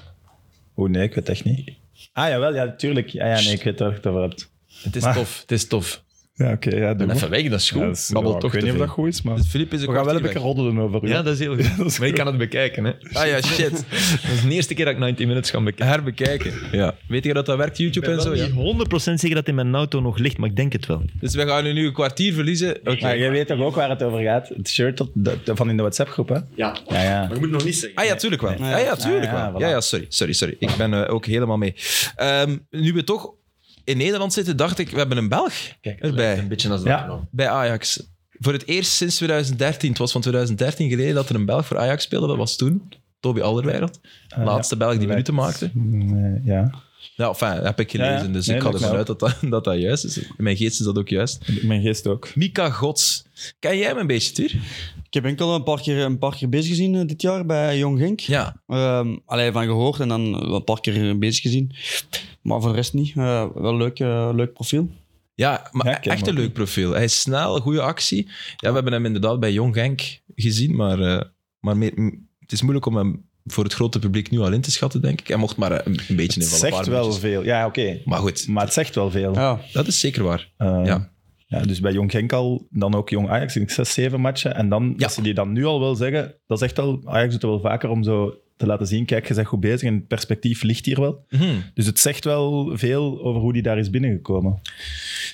Speaker 2: Oh nee, ik weet echt niet. Ah jawel, ja, tuurlijk. Ja, ja nee, ik weet waar je het over hebt.
Speaker 3: Het is
Speaker 2: Maar-
Speaker 3: tof, het is tof.
Speaker 2: Ja, oké. ja, doe
Speaker 3: En
Speaker 2: maar.
Speaker 3: even weg, dat is goed.
Speaker 2: Ja, dat is-
Speaker 3: Babbel
Speaker 2: ja,
Speaker 3: toch
Speaker 2: ik weet
Speaker 3: te
Speaker 2: niet of dat
Speaker 3: veel.
Speaker 2: goed is, maar...
Speaker 1: Dus Filip is een
Speaker 2: We gaan wel een
Speaker 1: kwartier
Speaker 2: beetje
Speaker 1: weg.
Speaker 2: roddelen over u.
Speaker 3: Ja, dat is heel goed.
Speaker 2: dat is
Speaker 3: maar ik
Speaker 2: goed.
Speaker 3: kan het bekijken, hè.
Speaker 1: Ah ja, shit.
Speaker 3: Dat is de eerste keer dat ik 90 Minutes ga bekijken.
Speaker 1: Herbekijken. Ja. Weet je dat dat werkt, YouTube en zo? Ja.
Speaker 3: 100% zeker dat in mijn auto nog ligt, maar ik denk het wel.
Speaker 1: Dus we gaan nu een kwartier verliezen. Oké.
Speaker 2: Maar jij weet toch ook waar het over gaat? Het shirt dat, dat- van in de WhatsApp-groep, hè?
Speaker 5: Ja.
Speaker 2: Ja, ja.
Speaker 5: Maar ik moet het nog niet zeggen.
Speaker 1: Ah ja, tuurlijk wel.
Speaker 4: Nee.
Speaker 1: Ja, ja, tuurlijk
Speaker 2: Ah, ja,
Speaker 1: wel.
Speaker 2: voilà.
Speaker 1: Ja, ja, sorry, sorry, sorry. Ik ben eh, ook helemaal mee. Ehm, nu we toch in Nederland zitten, dacht ik, we hebben een Belg
Speaker 2: Kijk,
Speaker 1: erbij.
Speaker 3: Een beetje als dat.
Speaker 2: Ja.
Speaker 3: nou.
Speaker 1: bij Ajax. Voor het eerst sinds 2013. Het was van 2013 geleden dat er een Belg voor Ajax speelde. Dat was toen Toby Alderweireld.
Speaker 2: ja.
Speaker 1: laatste Belg die minuten maakte.
Speaker 2: Nee, ja.
Speaker 1: Ja, Nou, enfin, heb ik gelezen.
Speaker 2: Ja, ja.
Speaker 1: Dus
Speaker 2: Nee,
Speaker 1: ik ga
Speaker 2: dat
Speaker 1: ervan
Speaker 2: klopt.
Speaker 1: uit dat dat, dat dat juist is. In mijn geest is dat ook juist.
Speaker 5: Mijn geest ook.
Speaker 1: Mika Gods. Ken jij hem een beetje, Tuur?
Speaker 4: Ik heb enkel een paar keer, een paar keer bezig gezien eh, dit jaar bij Jong Genk.
Speaker 1: Ja.
Speaker 4: Ehm, alleen van gehoord en dan een paar keer bezig gezien. Maar voor de rest niet. Eh, wel een leuk, eh, leuk profiel.
Speaker 1: Ja, maar
Speaker 2: Ja, ik ken
Speaker 1: echt een
Speaker 2: hem ook.
Speaker 1: leuk profiel. Hij is snel, goede actie. Ja, we hebben hem inderdaad bij Jong Genk gezien, maar, eh, maar meer, m- het is moeilijk om hem voor het grote publiek nu al in te schatten, denk ik. Hij mocht maar eh, een, een beetje
Speaker 2: Het
Speaker 1: invallen. een
Speaker 2: zegt
Speaker 1: paar
Speaker 2: wel
Speaker 1: minuutjes.
Speaker 2: veel. Ja, oké.
Speaker 1: Maar goed,
Speaker 2: Maar het zegt wel veel.
Speaker 4: Ja.
Speaker 1: dat is zeker waar.
Speaker 2: Eh,
Speaker 1: Ja.
Speaker 2: ja. dus bij Jong Genk al, dan ook Jong Ajax in 6, 7 matchen. En dan,
Speaker 1: Ja.
Speaker 2: als ze die dan nu al wel zeggen, dat is echt al, Ajax doet het wel vaker om zo te laten zien, kijk, je bent goed bezig en het perspectief ligt hier wel.
Speaker 1: Mhm.
Speaker 2: Dus het zegt wel veel over hoe die daar is binnengekomen.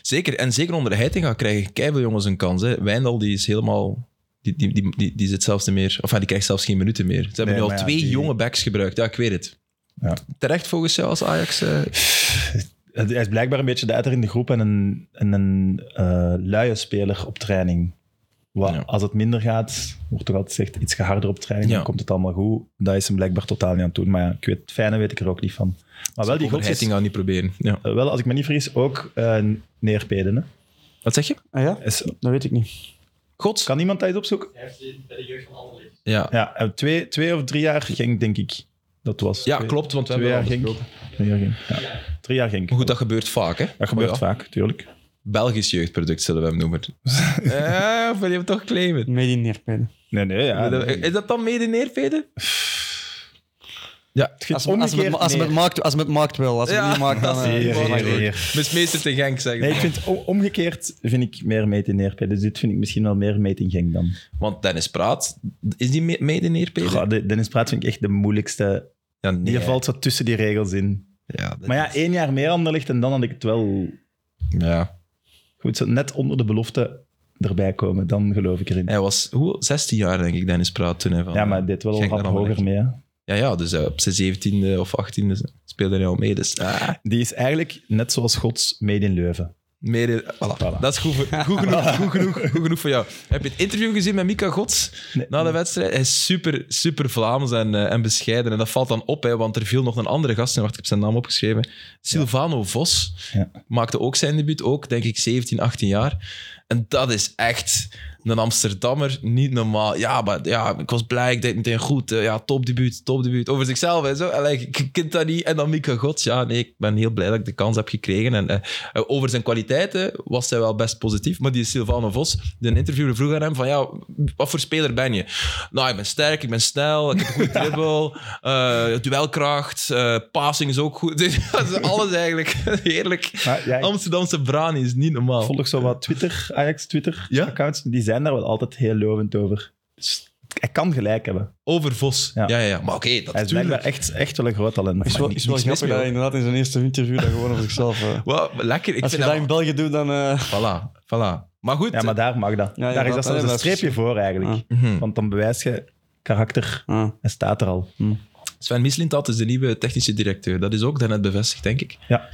Speaker 1: Zeker, en zeker onder Heitinga krijgen keiveel jongens een kans. Hè. Wijndal die is helemaal... Die, die, die, die, die zit zelfs niet meer... Of die krijgt zelfs geen minuten meer. Ze hebben
Speaker 2: Nee,
Speaker 1: nu al
Speaker 2: maar ja,
Speaker 1: twee
Speaker 2: die-
Speaker 1: jonge backs gebruikt. Ja, ik weet het.
Speaker 2: Ja.
Speaker 1: Terecht volgens jou als Ajax? eh,
Speaker 2: Hij is blijkbaar een beetje de etter in de groep en een, en een eh, luie speler op training. Wat,
Speaker 1: Ja.
Speaker 2: Als het minder gaat, wordt toch altijd gezegd, iets geharder op training,
Speaker 1: Ja.
Speaker 2: dan komt het allemaal goed. Dat is hem blijkbaar totaal niet aan het doen. Maar ja, ik weet, het fijne weet ik er ook niet van. Maar wel die
Speaker 1: onder
Speaker 2: godsjes,
Speaker 1: Heitinga niet proberen. Ja.
Speaker 2: eh, wel als ik me niet vergis, ook eh neerpeden. Hè?
Speaker 1: Wat zeg je?
Speaker 4: Ah ja?
Speaker 2: Is-
Speaker 4: Dat weet ik niet.
Speaker 1: Gods?
Speaker 2: kan iemand dat eens opzoeken?
Speaker 1: Ja.
Speaker 2: Ja, eh, twee, twee of drie jaar ging, denk ik. Dat was.
Speaker 1: ja,
Speaker 2: Twee-
Speaker 1: klopt, want we
Speaker 2: Twee
Speaker 1: hebben
Speaker 2: jaar
Speaker 1: al
Speaker 2: ging.
Speaker 1: besproken.
Speaker 2: Drie jaar ging. Ja. Drie jaar ging.
Speaker 1: Maar goed, dat gebeurt vaak, hè?
Speaker 2: Dat gebeurt
Speaker 1: Maar Oh, ja,
Speaker 2: vaak, tuurlijk.
Speaker 1: Belgisch jeugdproduct zullen we hem noemen. Eh, wil je hem toch claimen?
Speaker 4: Mede in Neerpeden.
Speaker 2: Nee, nee, ja. nee.
Speaker 1: Is dat dan mede neerveden?
Speaker 2: Het gaat
Speaker 4: Als, als, het,
Speaker 2: omgekeerd
Speaker 4: als, het
Speaker 2: neer.
Speaker 4: met maakt, als het met maakt wel. Als het
Speaker 1: Ja.
Speaker 4: niet maakt, dan... eh,
Speaker 2: Hier,
Speaker 4: dan-
Speaker 2: hier, hier.
Speaker 1: Mismeester te Genk, zeg
Speaker 2: Nee,
Speaker 1: ik.
Speaker 2: ik vind o- omgekeerd vind ik meer meet in neerpeden. Dus dit vind ik misschien wel meer meet in Genk dan.
Speaker 1: Want Dennis Praat, is die me- mede
Speaker 2: Goh,
Speaker 1: neerpeden?
Speaker 2: de- Dennis Praat vind ik echt de moeilijkste.
Speaker 1: Ja, nee.
Speaker 2: Die valt zo tussen die regels in.
Speaker 1: Ja, dat
Speaker 2: Maar ja,
Speaker 1: is-
Speaker 2: één jaar meer ander ligt en dan had ik het wel
Speaker 1: ja.
Speaker 2: goed, zo net onder de belofte erbij komen. Dan geloof ik erin.
Speaker 1: Hij was hoe, 16 jaar, denk ik, Dennis Praat toen. Hij van,
Speaker 2: Ja, maar dit wel een
Speaker 1: Genk
Speaker 2: rap
Speaker 1: naar Anderlecht.
Speaker 2: hoger mee. hè.
Speaker 1: ja, ja, dus eh, op zijn 17e of 18e speelde hij al mee. Dus ah,
Speaker 2: Die is eigenlijk net zoals Gods mede in Leuven.
Speaker 1: mede, voilà.
Speaker 2: Voilà.
Speaker 1: Dat is goed, voor- goed, genoeg, goed, genoeg, goed genoeg voor jou. Heb je het interview gezien met Mika Gods
Speaker 2: Nee.
Speaker 1: na de wedstrijd? Hij is super, super Vlaams en, eh, en bescheiden. En dat valt dan op, hè, want er viel nog een andere gast in. Wacht, ik heb zijn naam opgeschreven. Silvano Vos
Speaker 2: Ja.
Speaker 1: maakte ook zijn debuut, ook denk ik 17, 18 jaar. En dat is echt een Amsterdammer, niet normaal. Ja, maar ja, ik was blij, ik deed meteen goed. Eh, Ja, topdebuut, topdebuut. Over zichzelf en zo. En like, je kent dat niet. En dan Mika Gods. Ja, nee, ik ben heel blij dat ik de kans heb gekregen. En eh, eh, over zijn kwaliteiten was hij wel best positief. Maar die Silvano Vos, de interviewer vroeg aan hem van, ja, wat voor speler ben je? Nou, ik ben sterk, ik ben snel, ik heb een goede dribbel, eh, duelkracht, eh, passing is ook goed. Dus dat is alles eigenlijk. Heerlijk.
Speaker 2: Maar ja, ik
Speaker 1: Amsterdamse Brani is niet normaal.
Speaker 2: volg zo wat Twitter, Ajax
Speaker 1: Ja?
Speaker 2: Twitter-accounts. Die zijn daar wel altijd heel lovend over. Dus hij kan gelijk hebben.
Speaker 1: Over Vos. Ja,
Speaker 2: Ja.
Speaker 1: ja, ja. Maar oké, dat
Speaker 2: Hij is blijkbaar echt, echt wel een groot talent.
Speaker 4: Is wel, is wel
Speaker 1: niks mis
Speaker 4: grappig
Speaker 1: mee,
Speaker 4: dat hij inderdaad in zijn eerste interview dat gewoon over zichzelf... eh,
Speaker 1: Wel, lekker. Ik
Speaker 4: als je
Speaker 1: vind
Speaker 4: dat
Speaker 1: dat...
Speaker 4: in België doet, dan... eh,
Speaker 1: Voilà, voilà. Maar goed.
Speaker 2: Ja, maar daar mag dat.
Speaker 4: Ja,
Speaker 2: daar is dat
Speaker 4: dat-
Speaker 2: zelfs
Speaker 4: ja,
Speaker 2: een
Speaker 4: dat is-
Speaker 2: streepje voor eigenlijk.
Speaker 1: Mhm.
Speaker 2: Want dan bewijs je karakter
Speaker 4: ah.
Speaker 2: en staat er al.
Speaker 1: Sven Mislintat is de nieuwe technische directeur. Dat is ook daarnet bevestigd, denk ik.
Speaker 2: Ja.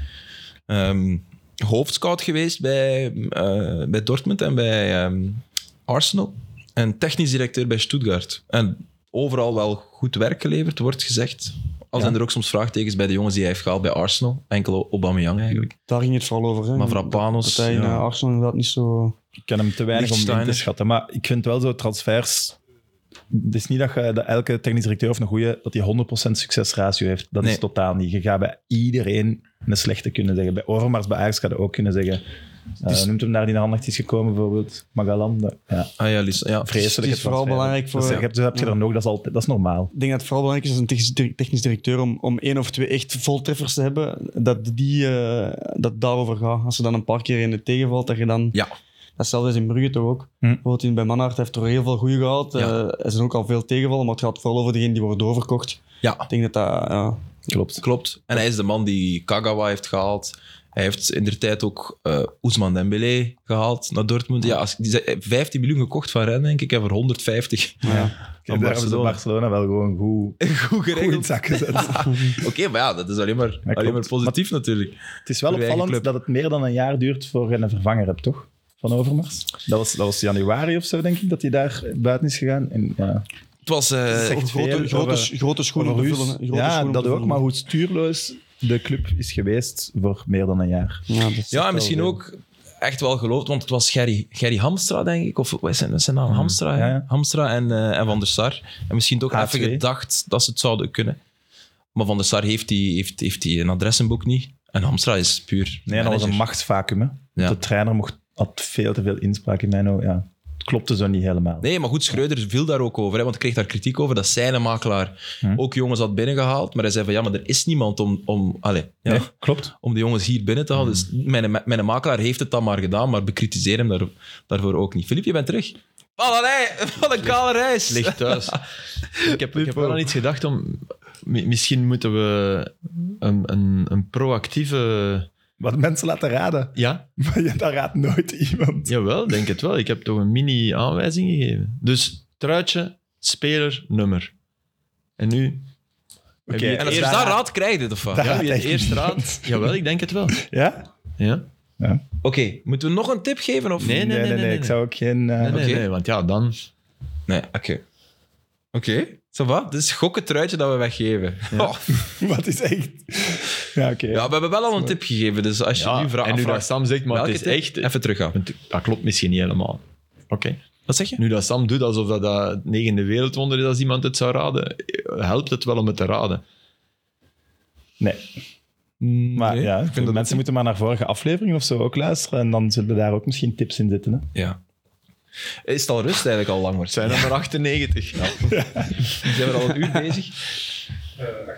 Speaker 1: Ehm, hoofdscout geweest bij, eh, bij Dortmund en bij ehm, Arsenal. En technisch directeur bij Stuttgart. En overal wel goed werk geleverd, wordt gezegd. Al zijn er ook soms vraagtekens bij de jongens die hij heeft gehaald bij Arsenal. Enkel Aubameyang eigenlijk.
Speaker 4: Daar ging het vooral over. Hè.
Speaker 1: Mavropanos,
Speaker 4: Dat hij in
Speaker 1: ja.
Speaker 4: eh, Arsenal inderdaad niet zo...
Speaker 2: Ik ken hem te weinig om in te
Speaker 1: Lichtsteiner.
Speaker 2: schatten. Maar ik vind wel zo transfers... Het is niet dat, je, dat elke technisch directeur of een goede dat die 100% succesratio heeft. Dat
Speaker 1: Nee.
Speaker 2: is totaal niet. Je gaat bij iedereen een slechte kunnen zeggen. Bij Overmars, bij Ajax gaat je ook kunnen zeggen. eh,
Speaker 4: Dus-
Speaker 2: noemt hem daar die naar Anderlecht is gekomen, bijvoorbeeld. Magalan. dat- Ja,
Speaker 1: Ah ja, Lis- ja.
Speaker 2: vreselijk.
Speaker 4: Het is vooral belangrijk voor-
Speaker 2: Dat heb, heb je er nog, dat is, altijd, dat is normaal.
Speaker 4: Ik denk dat het vooral belangrijk is als een technisch dir- technisch directeur om, om één of twee echt voltreffers te hebben, dat, die, eh, dat het daarover gaat. Als er dan een paar keer in de tegenvalt, dat je dan...
Speaker 1: Ja.
Speaker 4: Datzelfde is in Brugge toch ook.
Speaker 2: Hm.
Speaker 4: Bijvoorbeeld in, bij Manhart heeft er heel veel goede gehaald.
Speaker 1: Ja.
Speaker 4: Eh, er zijn ook al veel tegenvallen, maar het gaat vooral over degenen die worden doorverkocht.
Speaker 1: ja,
Speaker 4: Ik denk dat dat... ja.
Speaker 2: Klopt.
Speaker 1: Klopt. En hij is de man die Kagawa heeft gehaald. Hij Hij heeft in de tijd ook eh Ousmane Dembélé gehaald naar Dortmund. Ja, als, die zijn 15 miljoen gekocht van Rennes, denk ik, en voor 150
Speaker 2: Daar hebben ze
Speaker 1: Barcelona.
Speaker 2: Barcelona wel gewoon goed,
Speaker 1: goed
Speaker 2: goed in
Speaker 1: geregeld.
Speaker 2: het zak gezet.
Speaker 1: Oké, maar ja, dat is alleen maar, alleen maar
Speaker 2: klopt.
Speaker 1: positief natuurlijk.
Speaker 2: het is wel
Speaker 1: Voor uw eigen
Speaker 2: opvallend
Speaker 1: club.
Speaker 2: dat het meer dan een jaar duurt voor je een vervanger hebt, toch? Van Overmars. Dat was, dat was januari of zo, denk ik, dat hij daar buiten is gegaan. En, ja.
Speaker 1: Het was... eh,
Speaker 2: Het is echt veel
Speaker 4: grote, grote,
Speaker 2: over-
Speaker 4: grote schoenen
Speaker 2: Over
Speaker 4: te
Speaker 2: Ruus.
Speaker 4: vullen, hè. Grote
Speaker 2: Ja,
Speaker 4: schoenen
Speaker 2: dat
Speaker 4: te
Speaker 2: ook.
Speaker 4: vullen.
Speaker 2: Maar hoe stuurloos de club is geweest voor meer dan een jaar.
Speaker 4: Ja, dat is echt
Speaker 1: Ja,
Speaker 4: wel
Speaker 1: en misschien
Speaker 3: eh,
Speaker 4: veel.
Speaker 1: ook echt wel geloofd, want het was Gerry, Gerry Hamstra, denk ik. Of wat zijn, wat zijn
Speaker 3: Mhm.
Speaker 1: naam? Hamstra, hè?
Speaker 2: Ja, ja.
Speaker 1: Hamstra en, eh, en Van der Sar. En misschien toch
Speaker 2: K2.
Speaker 1: even gedacht dat ze het zouden kunnen. Maar Van der Sar heeft die, heeft, heeft die een adressenboek niet. En Hamstra is puur
Speaker 2: Nee, dat was een
Speaker 1: manager.
Speaker 2: machtsvacuum. hè.
Speaker 1: Ja.
Speaker 2: De trainer mocht, had veel te veel inspraak in mijn ogen. Ja. Het klopte zo niet helemaal.
Speaker 1: Nee, maar goed, Schreuder viel daar ook over. Hè, want ik kreeg daar kritiek over dat zijn makelaar
Speaker 2: Hm.
Speaker 1: ook jongens had binnengehaald. Maar hij zei van, ja, maar er is niemand om... om allez, ja,
Speaker 2: Nee, klopt.
Speaker 1: om de jongens hier binnen te
Speaker 3: Hm.
Speaker 1: halen. Dus mijn, mijn makelaar heeft het dan maar gedaan, maar bekritiseer hem daar, daarvoor ook niet. Filip, je bent terug. Wat een, rij, wat een kale reis.
Speaker 3: Ligt thuis. ik heb, ik heb wel aan iets gedacht om... mi- Misschien moeten we een, een, een proactieve...
Speaker 2: Wat mensen laten raden.
Speaker 3: Ja,
Speaker 2: Maar ja, dat raadt nooit iemand.
Speaker 3: Jawel, denk het wel. Ik heb toch een mini-aanwijzing gegeven. Dus truitje, speler, nummer. En nu... Heb je
Speaker 1: En
Speaker 3: het
Speaker 2: dat
Speaker 1: als je
Speaker 2: is
Speaker 1: daar
Speaker 2: waar.
Speaker 1: raad krijgt, dit of wat?
Speaker 2: Dat
Speaker 1: Ja.
Speaker 3: Ja,
Speaker 1: Oké,
Speaker 2: raadt
Speaker 3: wie
Speaker 2: echt
Speaker 3: het eerst
Speaker 2: niemand.
Speaker 3: raadt. Jawel, ik denk het wel.
Speaker 2: Ja?
Speaker 3: Ja.
Speaker 1: moeten we nog een tip geven? Of?
Speaker 3: Nee, nee, nee. nee,
Speaker 2: Ik zou ook geen... eh,
Speaker 3: Nee, nee,
Speaker 1: Oké.
Speaker 3: nee, want ja, dan...
Speaker 1: Nee, oké. Oké, ça va. Dit is gokken truitje dat we weggeven. Ja.
Speaker 2: Wat is echt... Ja, oké.
Speaker 1: ja, we hebben wel al een tip gegeven, dus als je
Speaker 3: Ja,
Speaker 1: nu vraagt...
Speaker 3: en nu dat
Speaker 1: afvraagt,
Speaker 3: Sam zegt, maar het
Speaker 1: welke
Speaker 3: is
Speaker 1: tip?
Speaker 3: echt...
Speaker 1: Even teruggaan.
Speaker 3: Want Dat klopt misschien niet helemaal. Oké.
Speaker 1: Wat zeg je?
Speaker 3: Nu dat Sam doet alsof dat, dat het negende wereldwonder is als iemand het zou raden, helpt het wel om het te raden.
Speaker 2: Nee.
Speaker 3: Mm,
Speaker 2: Maar
Speaker 1: Nee,
Speaker 2: ja,
Speaker 1: ik vind dat-
Speaker 2: mensen moeten maar naar vorige aflevering of zo ook luisteren. En dan zullen daar ook misschien tips in zitten. Hè?
Speaker 1: Ja. Is het al rust eigenlijk al lang?
Speaker 3: Het zijn er maar 98.
Speaker 1: Zijn we al een uur bezig? 68.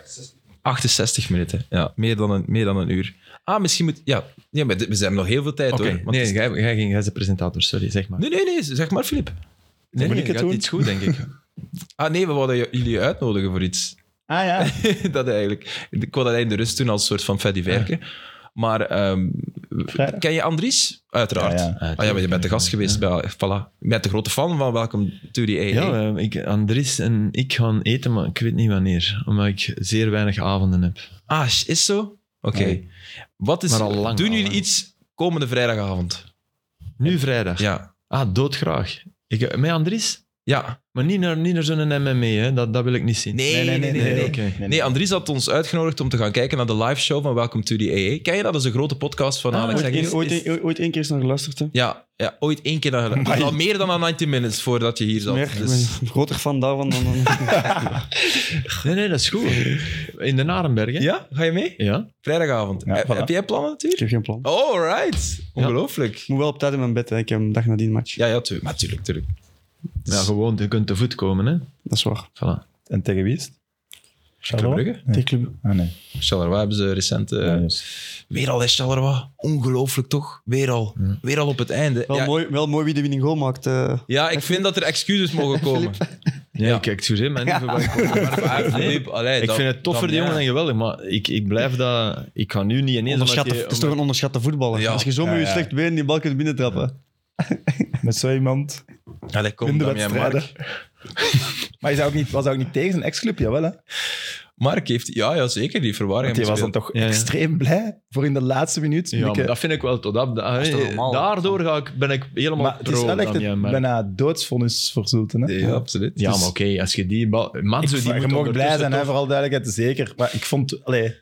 Speaker 1: 68 minuten, ja. Meer dan een, meer dan een uur. Ah, misschien moet... Ja, ja maar dit- we hebben nog heel veel tijd,
Speaker 3: Oké,
Speaker 1: hoor. Want
Speaker 3: nee,
Speaker 1: het is-
Speaker 3: jij, jij, ging- jij is de presentator, sorry, zeg maar.
Speaker 1: nee, nee, nee, zeg maar, Filip. Nee, nee,
Speaker 2: ik het
Speaker 1: gaat
Speaker 2: doen?
Speaker 1: iets goed, denk ik. Ah nee, we wilden j- jullie uitnodigen voor iets.
Speaker 2: Ah ja.
Speaker 1: dat eigenlijk. Ik wilde dat in de rust doen als soort van Freddy Verken. Maar ehm,
Speaker 2: Vrijdag?
Speaker 1: ken je Andries? Uiteraard.
Speaker 2: Ja, ja.
Speaker 1: Ah, ja, maar je bent de gast geweest. bij- voilà. Je bent de grote fan van Welcome to the AA.
Speaker 3: Ja, eh, ik, Andries en ik gaan eten, maar ik weet niet wanneer. Omdat ik zeer weinig avonden heb.
Speaker 1: Ah, sh- is zo? Oké.
Speaker 3: Nee.
Speaker 1: Wat is...
Speaker 3: Maar al lang
Speaker 1: doen
Speaker 3: al,
Speaker 1: jullie
Speaker 3: hè?
Speaker 1: iets komende vrijdagavond?
Speaker 3: Nu vrijdag.
Speaker 1: Ja.
Speaker 3: Ah, doodgraag. Ik, eh, met Andries?
Speaker 1: Ja.
Speaker 3: Maar niet naar, niet naar zo'n MME, hè. Dat, dat wil ik niet zien.
Speaker 1: Nee, nee, nee. nee, nee,
Speaker 3: oké.
Speaker 2: nee.
Speaker 1: Nee, Andries had ons uitgenodigd om te gaan kijken naar de live show van Welcome to the AA. Ken je dat? Dat is een grote podcast van Alex
Speaker 4: Ooit,
Speaker 1: Higgins.
Speaker 4: één- ooit, één- ooit één keer is naar geluisterd, hè.
Speaker 1: Ja, ja, ooit één keer naar...
Speaker 2: Amai.
Speaker 1: Al meer dan aan 90 Minutes voordat je hier zat.
Speaker 4: Meer,
Speaker 1: Dus-
Speaker 4: ik ben groter fan daarvan dan... dan
Speaker 3: Nee, nee, dat is goed. In de Narenberg, hè?
Speaker 1: Ja, ga je mee?
Speaker 3: Ja.
Speaker 1: Vrijdagavond.
Speaker 2: Ja,
Speaker 1: Heb-
Speaker 2: voilà.
Speaker 1: Heb jij plannen
Speaker 4: ik
Speaker 1: natuurlijk?
Speaker 4: heb geen plan. Ik
Speaker 1: Alright. Ongelooflijk. Ja,
Speaker 4: moet wel op tijd in mijn bed, hè. Ik heb een dag nadien match.
Speaker 1: ja, tuurlijk. Maar tuurlijk, tuurlijk.
Speaker 3: Ja, gewoon, je kunt te voet komen, hè.
Speaker 4: Dat is waar.
Speaker 3: Voilà.
Speaker 2: En tegen wie is het? Charleroi?
Speaker 1: Brugge?
Speaker 2: Nee.
Speaker 4: Tegen Club.
Speaker 2: Ah nee. dus.
Speaker 1: Charleroi hebben ze recent... eh,
Speaker 2: Ja, juist.
Speaker 1: Weer al, hè, Charleroi. Ongelooflijk, toch? Weer al. Weer al op het einde.
Speaker 4: Wel,
Speaker 1: Ja,
Speaker 4: mooi, wel mooi wie de winning goal maakt. eh.
Speaker 1: Ja, ik vind dat er excuses mogen komen.
Speaker 3: Nee,
Speaker 1: Ja.
Speaker 3: ik excuseer mij niet voor wat ik
Speaker 1: Filip, allee,
Speaker 3: Ik
Speaker 1: dan-
Speaker 3: vind het toffer,
Speaker 1: dan
Speaker 3: die jongen,
Speaker 1: ja.
Speaker 3: en geweldig, maar ik, ik blijf dat... Ik ga nu niet ineens... omdat
Speaker 4: Onderschatte,
Speaker 3: je-
Speaker 4: het is toch een onderschatte voetballer.
Speaker 1: Ja.
Speaker 4: Als je zo met
Speaker 2: Ja,
Speaker 4: je
Speaker 2: ja.
Speaker 4: slecht been die bal kunt binnentrappen.
Speaker 2: Met zo iemand
Speaker 1: Allee, kom,
Speaker 2: in de
Speaker 1: dan, ja,
Speaker 2: wedstrijden.
Speaker 1: Mark.
Speaker 2: maar je zou ook niet, was hij ook niet tegen zijn ex-club, jawel hè?
Speaker 1: Mark heeft... Ja, ja zeker. Die verwarring
Speaker 2: Want die was dan
Speaker 1: gespeeld.
Speaker 2: toch
Speaker 3: Ja, ja.
Speaker 2: extreem blij voor in de laatste minuut.
Speaker 3: Ja, maar
Speaker 2: Mieke.
Speaker 3: dat vind ik wel tot op.
Speaker 4: is toch normaal?
Speaker 3: Daardoor ga ik, ben ik helemaal
Speaker 2: maar het is
Speaker 3: pro
Speaker 2: wel echt
Speaker 3: Damian
Speaker 2: een
Speaker 3: Merk.
Speaker 2: bijna doodsvonnis voor Zulten. Hè?
Speaker 1: Ja, absoluut.
Speaker 3: Ja,
Speaker 1: Dus-
Speaker 3: maar oké, als je die bal... Matsu,
Speaker 2: Ik-
Speaker 3: die
Speaker 2: je
Speaker 3: moet
Speaker 2: mag blij
Speaker 3: ondertussen
Speaker 2: zijn, hè,
Speaker 3: toch-
Speaker 2: vooral duidelijkheid, zeker. Maar ik vond, allee,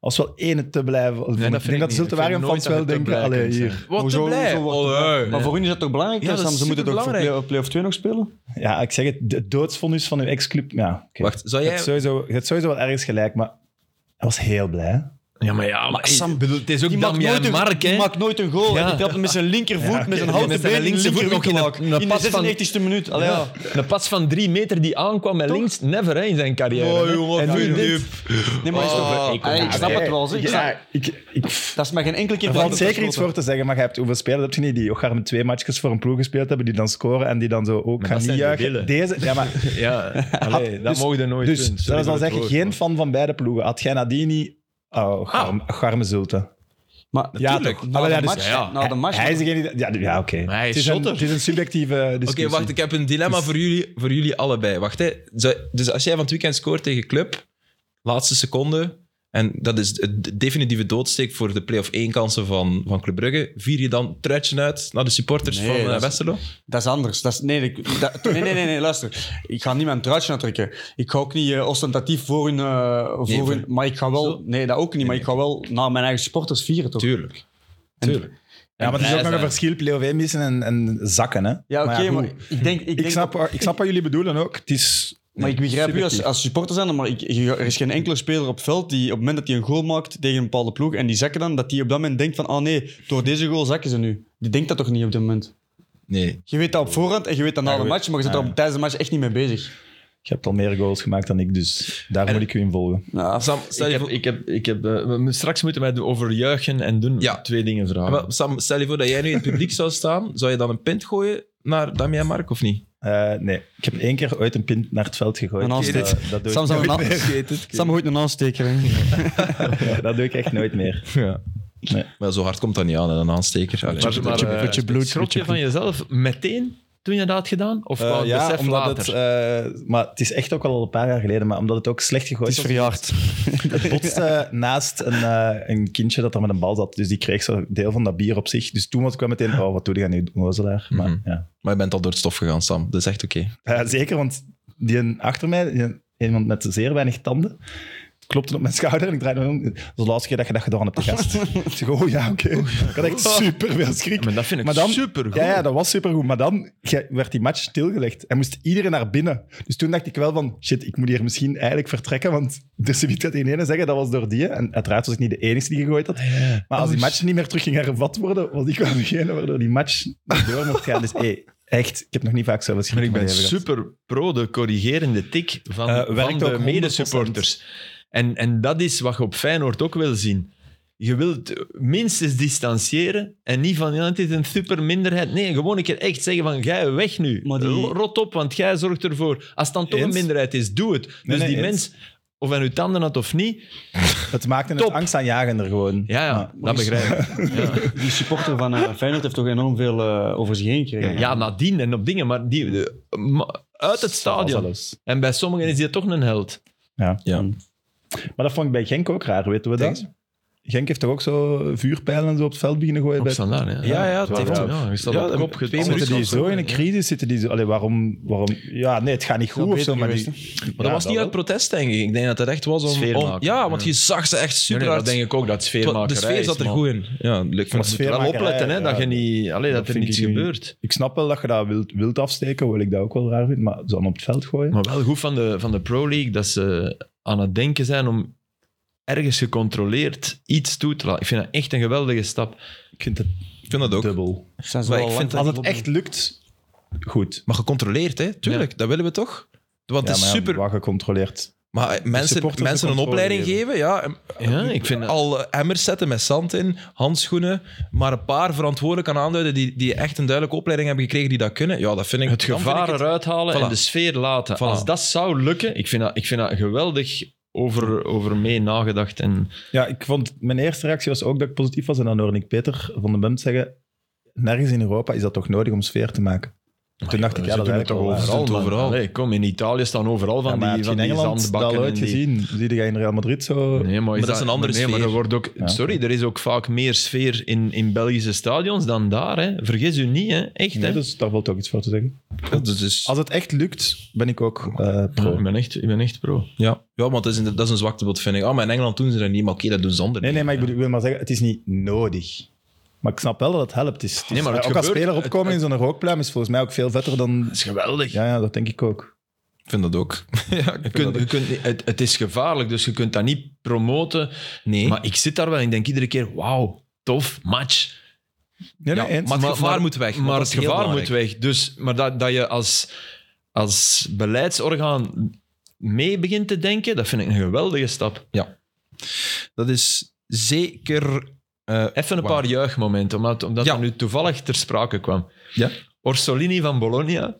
Speaker 2: als wel ene te blij. vond-
Speaker 3: vind
Speaker 2: ik
Speaker 3: ik
Speaker 2: denk dat
Speaker 3: niet.
Speaker 2: Zulte
Speaker 3: Ik vind
Speaker 2: waren
Speaker 3: nooit
Speaker 2: fans
Speaker 3: dat je
Speaker 2: wel
Speaker 3: te
Speaker 2: denken,
Speaker 3: blij
Speaker 2: allee,
Speaker 3: kunt zijn.
Speaker 2: hier.
Speaker 1: Wat
Speaker 4: Hoezo-
Speaker 1: te blij.
Speaker 4: hoezo wordt
Speaker 3: Oh,
Speaker 4: het
Speaker 1: Allee.
Speaker 4: Maar voor hun is dat toch belangrijk?
Speaker 1: Ja,
Speaker 4: hè,
Speaker 1: dat
Speaker 4: Sam?
Speaker 1: is
Speaker 4: Ze moeten toch voor
Speaker 1: superbelangrijk.
Speaker 4: play- play-off 2 nog spelen?
Speaker 2: Ja, ik zeg het, de doodsvonnis van uw ex-club. Ja, oké.
Speaker 1: Wacht, zou
Speaker 2: Je
Speaker 1: jij...
Speaker 2: hebt sowieso, je hebt sowieso wel ergens gelijk, maar hij was heel blij. hè.
Speaker 3: Ja, maar ja, maar,
Speaker 4: Maar
Speaker 3: hey,
Speaker 4: Sam,
Speaker 3: bedoel, het is ook
Speaker 4: Die maakt, nooit
Speaker 3: Damian
Speaker 4: een,
Speaker 3: Mark, hè.
Speaker 4: die maakt nooit een goal.
Speaker 3: Ja.
Speaker 4: En die trapt met zijn linkervoet, met zijn
Speaker 3: oké,
Speaker 4: houten
Speaker 3: met zijn
Speaker 4: been,
Speaker 3: linkse voet
Speaker 4: linkervoet
Speaker 3: nog in
Speaker 4: in,
Speaker 3: een- een
Speaker 4: de
Speaker 3: pas van- Oh.
Speaker 4: 96e minuut. Allee, ja.
Speaker 3: Ja. Een pas van drie meter die aankwam met links, never hè, in zijn carrière. hè. en nu dit.
Speaker 4: Nee, maar is toch-
Speaker 3: Oh,
Speaker 4: Allee, ik snap het wel. zeg. Ik snap-
Speaker 2: Ja, ik, ik,
Speaker 4: Dat is maar geen enkele keer
Speaker 2: er
Speaker 4: veranderd,
Speaker 2: valt zeker
Speaker 4: dat
Speaker 2: iets voor
Speaker 4: schot.
Speaker 2: te zeggen, maar je hebt hoeveel spelers heb je niet die ook met twee matchjes voor een ploeg gespeeld hebben, die dan scoren en die dan zo ook
Speaker 3: Maar
Speaker 2: gaan niet
Speaker 3: dat zijn
Speaker 2: juichen.
Speaker 3: rebellen.
Speaker 2: Deze, ja, maar
Speaker 3: Ja, allee, dat
Speaker 2: dus-
Speaker 3: mogen we nooit
Speaker 2: dus,
Speaker 3: doen. Sorry
Speaker 2: zelfs al
Speaker 3: voor
Speaker 2: zeg
Speaker 3: het
Speaker 2: je
Speaker 3: woord,
Speaker 2: geen
Speaker 3: maar-
Speaker 2: fan van beide ploegen, had jij nadien niet... Oh, garme, garme zulte.
Speaker 4: Maar
Speaker 2: Ja,
Speaker 1: Natuurlijk.
Speaker 2: toch?
Speaker 4: na
Speaker 2: Allee,
Speaker 4: de
Speaker 2: ja, dus-
Speaker 4: match,
Speaker 1: ja, ja.
Speaker 4: na Nou, de match
Speaker 2: Hij is degene die... Ja, ja oké.
Speaker 3: Maar hij is
Speaker 2: Het, is een-
Speaker 3: shotter.
Speaker 2: het is een subjectieve
Speaker 1: Oké,
Speaker 2: discussie.
Speaker 1: wacht, ik heb een dilemma
Speaker 2: Dus-
Speaker 1: voor, jullie, voor jullie allebei. Wacht, hè. Zou- Dus als jij van het weekend scoort tegen Club, laatste seconde, en dat is de de definitieve doodsteek voor de play-off 1-kansen van, van Club Brugge, vier je dan truitje uit naar de supporters
Speaker 4: Nee,
Speaker 1: van
Speaker 4: dat
Speaker 1: eh,
Speaker 4: is-
Speaker 1: Westerlo?
Speaker 4: Dat is anders. Dat is, nee, ik- dat- nee, nee, nee, nee, luister. Ik ga niet mijn truitje aantrekken. Ik ga ook niet eh, ostentatief voor hun... eh, voor
Speaker 1: Nee,
Speaker 4: hun maar ik ga wel...
Speaker 1: Zo?
Speaker 4: Nee, dat ook niet. Maar ik ga wel naar mijn eigen supporters vieren, toch?
Speaker 1: Tuurlijk.
Speaker 4: En-
Speaker 1: Tuurlijk.
Speaker 2: Ja, maar het is ook
Speaker 1: Ja,
Speaker 2: nog een
Speaker 1: ja.
Speaker 2: verschil, play-off missen en, en zakken, hè.
Speaker 4: Ja, oké,
Speaker 2: goed.
Speaker 4: maar, ik denk... Ik,
Speaker 2: Ik,
Speaker 4: denk
Speaker 2: snap, ik snap wat jullie bedoelen ook. Het is...
Speaker 4: Maar ik begrijp u als,
Speaker 2: subjectief.
Speaker 4: als supporter zijn, maar ik, je- er is geen enkele speler op het veld die op het moment dat hij een goal maakt tegen een bepaalde ploeg en die zakken dan, dat die op dat moment denkt van, ah nee, door deze goal zakken ze nu. Die denkt dat toch niet op dit moment?
Speaker 1: Nee.
Speaker 4: Je weet dat op voorhand en je weet dat na de
Speaker 2: goed.
Speaker 4: match, maar je zit
Speaker 2: Ja,
Speaker 4: er
Speaker 2: ja.
Speaker 4: op- tijdens de match echt niet mee bezig.
Speaker 2: Je hebt al meer goals gemaakt dan ik, dus daar
Speaker 1: En-
Speaker 2: moet ik u in volgen.
Speaker 4: Ja,
Speaker 1: Sam, stel
Speaker 3: Ik
Speaker 1: je
Speaker 3: heb,
Speaker 1: voor-
Speaker 3: ik heb, ik heb, eh, we moeten- straks moeten wij over juichen en doen
Speaker 1: Ja.
Speaker 3: twee dingen vragen.
Speaker 1: Maar Ah, Sam, stel je voor dat jij nu in het publiek zou staan, zou je dan een pint gooien naar Damien Mark of niet?
Speaker 2: Eh, nee, ik heb één keer ooit een pint naar het veld gegooid.
Speaker 4: Een
Speaker 2: dat,
Speaker 4: aansteek.
Speaker 2: dat, doe
Speaker 4: Sam
Speaker 2: ik,
Speaker 4: zou een aan-
Speaker 1: weet het.
Speaker 4: Sam gooit een aansteker. hè.
Speaker 2: dat doe ik echt nooit meer.
Speaker 1: Maar zo hard komt dat niet aan, hè, een aansteker. Allee.
Speaker 3: Maar- maar,
Speaker 4: beetje-
Speaker 3: eh,
Speaker 4: beetje bloed,
Speaker 3: Schrok
Speaker 4: beetje
Speaker 3: je van jezelf meteen toen je dat had gedaan? Of
Speaker 2: Eh,
Speaker 3: wou het
Speaker 2: ja,
Speaker 3: besef
Speaker 2: omdat
Speaker 3: later?
Speaker 2: het... eh, maar het is echt ook al een paar jaar geleden, maar omdat het ook slecht gegooid
Speaker 4: Het is
Speaker 2: was.
Speaker 4: verjaard.
Speaker 2: Het botste naast een, eh, een kindje dat er met een bal zat. Dus die kreeg zo'n deel van dat bier op zich. Dus toen was ik wel meteen, oh, wat doe je nu, onnozelaar? Maar
Speaker 1: Mhm.
Speaker 2: ja.
Speaker 1: Maar je bent al door het stof gegaan, Sam. Dat is echt oké.
Speaker 2: Ja, zeker, want die een achter mij, die- iemand met zeer weinig tanden, klopte op mijn schouder en ik draaide me om. Dat is de laatste keer dat je dat gedaan hebt, de gast. ik zeg, oh ja, oké. Ik had echt super veel schrik.
Speaker 3: maar dat vind ik
Speaker 2: Maar dan-
Speaker 3: supergoed.
Speaker 2: Ja, ja, dat was supergoed. Maar dan ge- werd die match stilgelegd en moest iedereen naar binnen. Dus toen dacht ik wel van, shit, ik moet hier misschien eigenlijk vertrekken, want de subiet gaat in ene zeggen, dat was door die. En uiteraard was ik niet de enige die gegooid
Speaker 3: Ah,
Speaker 2: had. Maar
Speaker 3: Oh,
Speaker 2: als die match niet meer terug ging hervat worden, was ik wel degene waardoor die match niet door mocht gaan. Dus hey, echt, ik heb nog niet vaak zoveel schrik
Speaker 3: Maar ik
Speaker 2: in mijn
Speaker 3: ben
Speaker 2: leven gehad.
Speaker 3: super pro de corrigerende tik van,
Speaker 2: Eh,
Speaker 3: van
Speaker 2: werkt
Speaker 3: de
Speaker 2: ook 100%.
Speaker 3: medesupporters. En, en dat is wat je op Feyenoord ook wil zien. Je wilt minstens distancieren en niet van ja, het is een super minderheid. Nee, gewoon een keer echt zeggen van jij weg nu.
Speaker 4: Maar die-
Speaker 3: Rot op, want jij zorgt ervoor. Als het dan toch
Speaker 2: Eens?
Speaker 3: een minderheid is, doe het. Dus
Speaker 2: nee,
Speaker 3: die
Speaker 2: eens.
Speaker 3: mens, of hij nu tanden had of niet,
Speaker 2: Het maakte het
Speaker 3: Top.
Speaker 2: angstaanjagender gewoon.
Speaker 3: ja, ja dat begrijp ik.
Speaker 4: Die supporter van eh, Feyenoord heeft toch enorm veel eh, over zich heen gekregen.
Speaker 3: Ja, nadien en op dingen, maar die, de- ma- uit het stadion. En bij sommigen is die toch een held.
Speaker 2: Maar dat vond ik bij Genk ook raar, weten we dat?
Speaker 1: Denk
Speaker 2: Genk heeft toch ook zo vuurpijlen en zo op het veld beginnen gooien?
Speaker 3: Op
Speaker 2: Bij...
Speaker 3: standaard, ja.
Speaker 1: Ja, ja, het
Speaker 3: Terwijl,
Speaker 1: heeft-
Speaker 3: ja, je staat
Speaker 1: ja,
Speaker 3: op kop.
Speaker 1: twee
Speaker 3: gedrukt.
Speaker 1: minuten
Speaker 2: Zitten die zo in een crisis? Zitten die zo... Allee, waarom, waarom... Ja, nee, het gaat niet goed
Speaker 4: Wel
Speaker 2: of zo,
Speaker 4: beter
Speaker 2: maar
Speaker 4: geweest,
Speaker 2: die...
Speaker 1: Maar dat was niet uit protest, denk ik. Ik denk dat dat echt was om...
Speaker 3: Sfeer
Speaker 1: om-
Speaker 3: maken.
Speaker 1: ja, want
Speaker 3: Ja.
Speaker 1: je zag ze echt super
Speaker 3: Nee, nee,
Speaker 1: hard.
Speaker 3: dat denk ik ook, dat
Speaker 1: Het wa-
Speaker 3: sfeermakerij
Speaker 1: De sfeer
Speaker 3: is,
Speaker 1: zat er
Speaker 3: man.
Speaker 1: goed in. Ja, leuk. Maar
Speaker 2: Maar sfeer-
Speaker 3: Je moet wel
Speaker 2: Sfeermakerij,
Speaker 3: opletten, hè,
Speaker 2: ja.
Speaker 3: dat, je niet, allee, dat
Speaker 2: Dat
Speaker 3: er
Speaker 2: vind
Speaker 3: niets
Speaker 2: ik niet.
Speaker 3: gebeurt.
Speaker 2: Ik snap wel dat je dat wilt, wilt afsteken, hoewel ik dat ook wel raar vind, maar zo aan op het veld gooien...
Speaker 3: Maar wel goed van de, van de Pro League dat ze aan het denken zijn om ergens gecontroleerd iets toe te laten. Ik vind dat echt een geweldige stap.
Speaker 2: Ik vind het
Speaker 1: ik vind dat ook.
Speaker 2: dubbel.
Speaker 4: Zijn ze
Speaker 1: Maar
Speaker 4: wel
Speaker 1: ik
Speaker 4: lang
Speaker 1: vind
Speaker 4: van
Speaker 2: Als het
Speaker 4: verbonden.
Speaker 2: echt lukt, goed.
Speaker 1: Maar gecontroleerd, hè? Tuurlijk, dat willen we toch? Want
Speaker 2: Ja,
Speaker 1: het is
Speaker 2: maar ja,
Speaker 1: super.
Speaker 2: wat gecontroleerd.
Speaker 1: Maar eh, mensen,
Speaker 2: supporters
Speaker 1: mensen
Speaker 2: de
Speaker 1: een
Speaker 2: controle
Speaker 1: opleiding geven, ja.
Speaker 3: Ja, ik vind dat-
Speaker 1: Al eh, emmers zetten met zand in, handschoenen. Maar een paar verantwoordelijk kan aanduiden die, die echt een duidelijke opleiding hebben gekregen die dat kunnen. Ja, dat vind ik...
Speaker 3: Het
Speaker 1: dan vind ik
Speaker 3: gevaar
Speaker 1: het-
Speaker 3: eruit halen
Speaker 1: Voilà.
Speaker 3: en de sfeer laten.
Speaker 1: Voilà.
Speaker 3: Als dat zou lukken, ik vind dat, ik vind dat geweldig over, over mee nagedacht. En,
Speaker 2: Ja, ik vond mijn eerste reactie was ook dat ik positief was. En dan hoorde ik Peter van den Bump zeggen: Nergens in Europa is dat toch nodig om sfeer te maken? Toen dacht ik, ja,
Speaker 3: Ze
Speaker 2: dat is
Speaker 3: doen het
Speaker 2: eigenlijk
Speaker 3: toch
Speaker 2: wel waar.
Speaker 1: overal, man.
Speaker 3: Allee, kom, in Italië staan overal
Speaker 2: Ja, maar
Speaker 3: van die,
Speaker 2: heb je
Speaker 3: van
Speaker 2: in
Speaker 3: die
Speaker 2: Engeland dat
Speaker 3: zandbakken.
Speaker 2: al
Speaker 3: en
Speaker 2: ooit
Speaker 3: die-
Speaker 2: gezien? Zie je in Real Madrid zo?
Speaker 3: Nee, maar, is
Speaker 1: dat is een andere
Speaker 3: nee, maar
Speaker 1: sfeer.
Speaker 3: er wordt ook,
Speaker 2: Ja.
Speaker 3: sorry, er is ook vaak meer sfeer in, in Belgische stadions dan daar. Hè. Vergis u niet, hè. echt.
Speaker 2: Nee,
Speaker 3: hè.
Speaker 2: dus daar valt ook iets voor te zeggen.
Speaker 1: Ja, dus- dus-
Speaker 2: Als het echt lukt, ben ik ook eh,
Speaker 3: Ja,
Speaker 2: pro.
Speaker 3: ik, ben echt, ik ben echt pro.
Speaker 1: Ja, ja want dat is, een, dat is een zwaktebod, vind ik. Ah, maar in Engeland doen ze dat niet, maar oké, dat doen ze anders.
Speaker 2: Nee, nee, maar ik, bedoel, ik wil maar zeggen: het is niet nodig. Maar ik snap wel dat het helpt. Het is, het is-
Speaker 3: Nee, maar het
Speaker 2: ook als
Speaker 3: gebeurt-
Speaker 2: speler opkomen in zo'n rookpluim is volgens mij ook veel vetter dan.
Speaker 3: is geweldig.
Speaker 2: Ja, ja, dat denk ik ook.
Speaker 1: Ik vind dat ook. ja, ik
Speaker 3: Je
Speaker 1: vind
Speaker 3: kunt,
Speaker 1: dat
Speaker 3: je
Speaker 1: ook.
Speaker 3: kunt, niet- het, het is gevaarlijk, dus je kunt dat niet promoten.
Speaker 1: Nee.
Speaker 3: Maar ik zit daar wel en ik denk iedere keer, wauw, tof, match.
Speaker 2: Nee, nee,
Speaker 1: Ja,
Speaker 2: eens.
Speaker 1: maar het gevaar moet weg, want
Speaker 3: Maar
Speaker 1: dat
Speaker 3: het
Speaker 1: is heel
Speaker 3: gevaar moet
Speaker 1: belangrijk.
Speaker 3: weg. Dus, maar dat, dat je als, als beleidsorgaan mee begint te denken, dat vind ik een geweldige stap.
Speaker 1: Dat is zeker... eh,
Speaker 3: Even een
Speaker 1: Wauw.
Speaker 3: paar juichmomenten, omdat, omdat
Speaker 1: Ja.
Speaker 3: dat nu toevallig ter sprake kwam.
Speaker 1: Ja.
Speaker 3: Orsolini van Bologna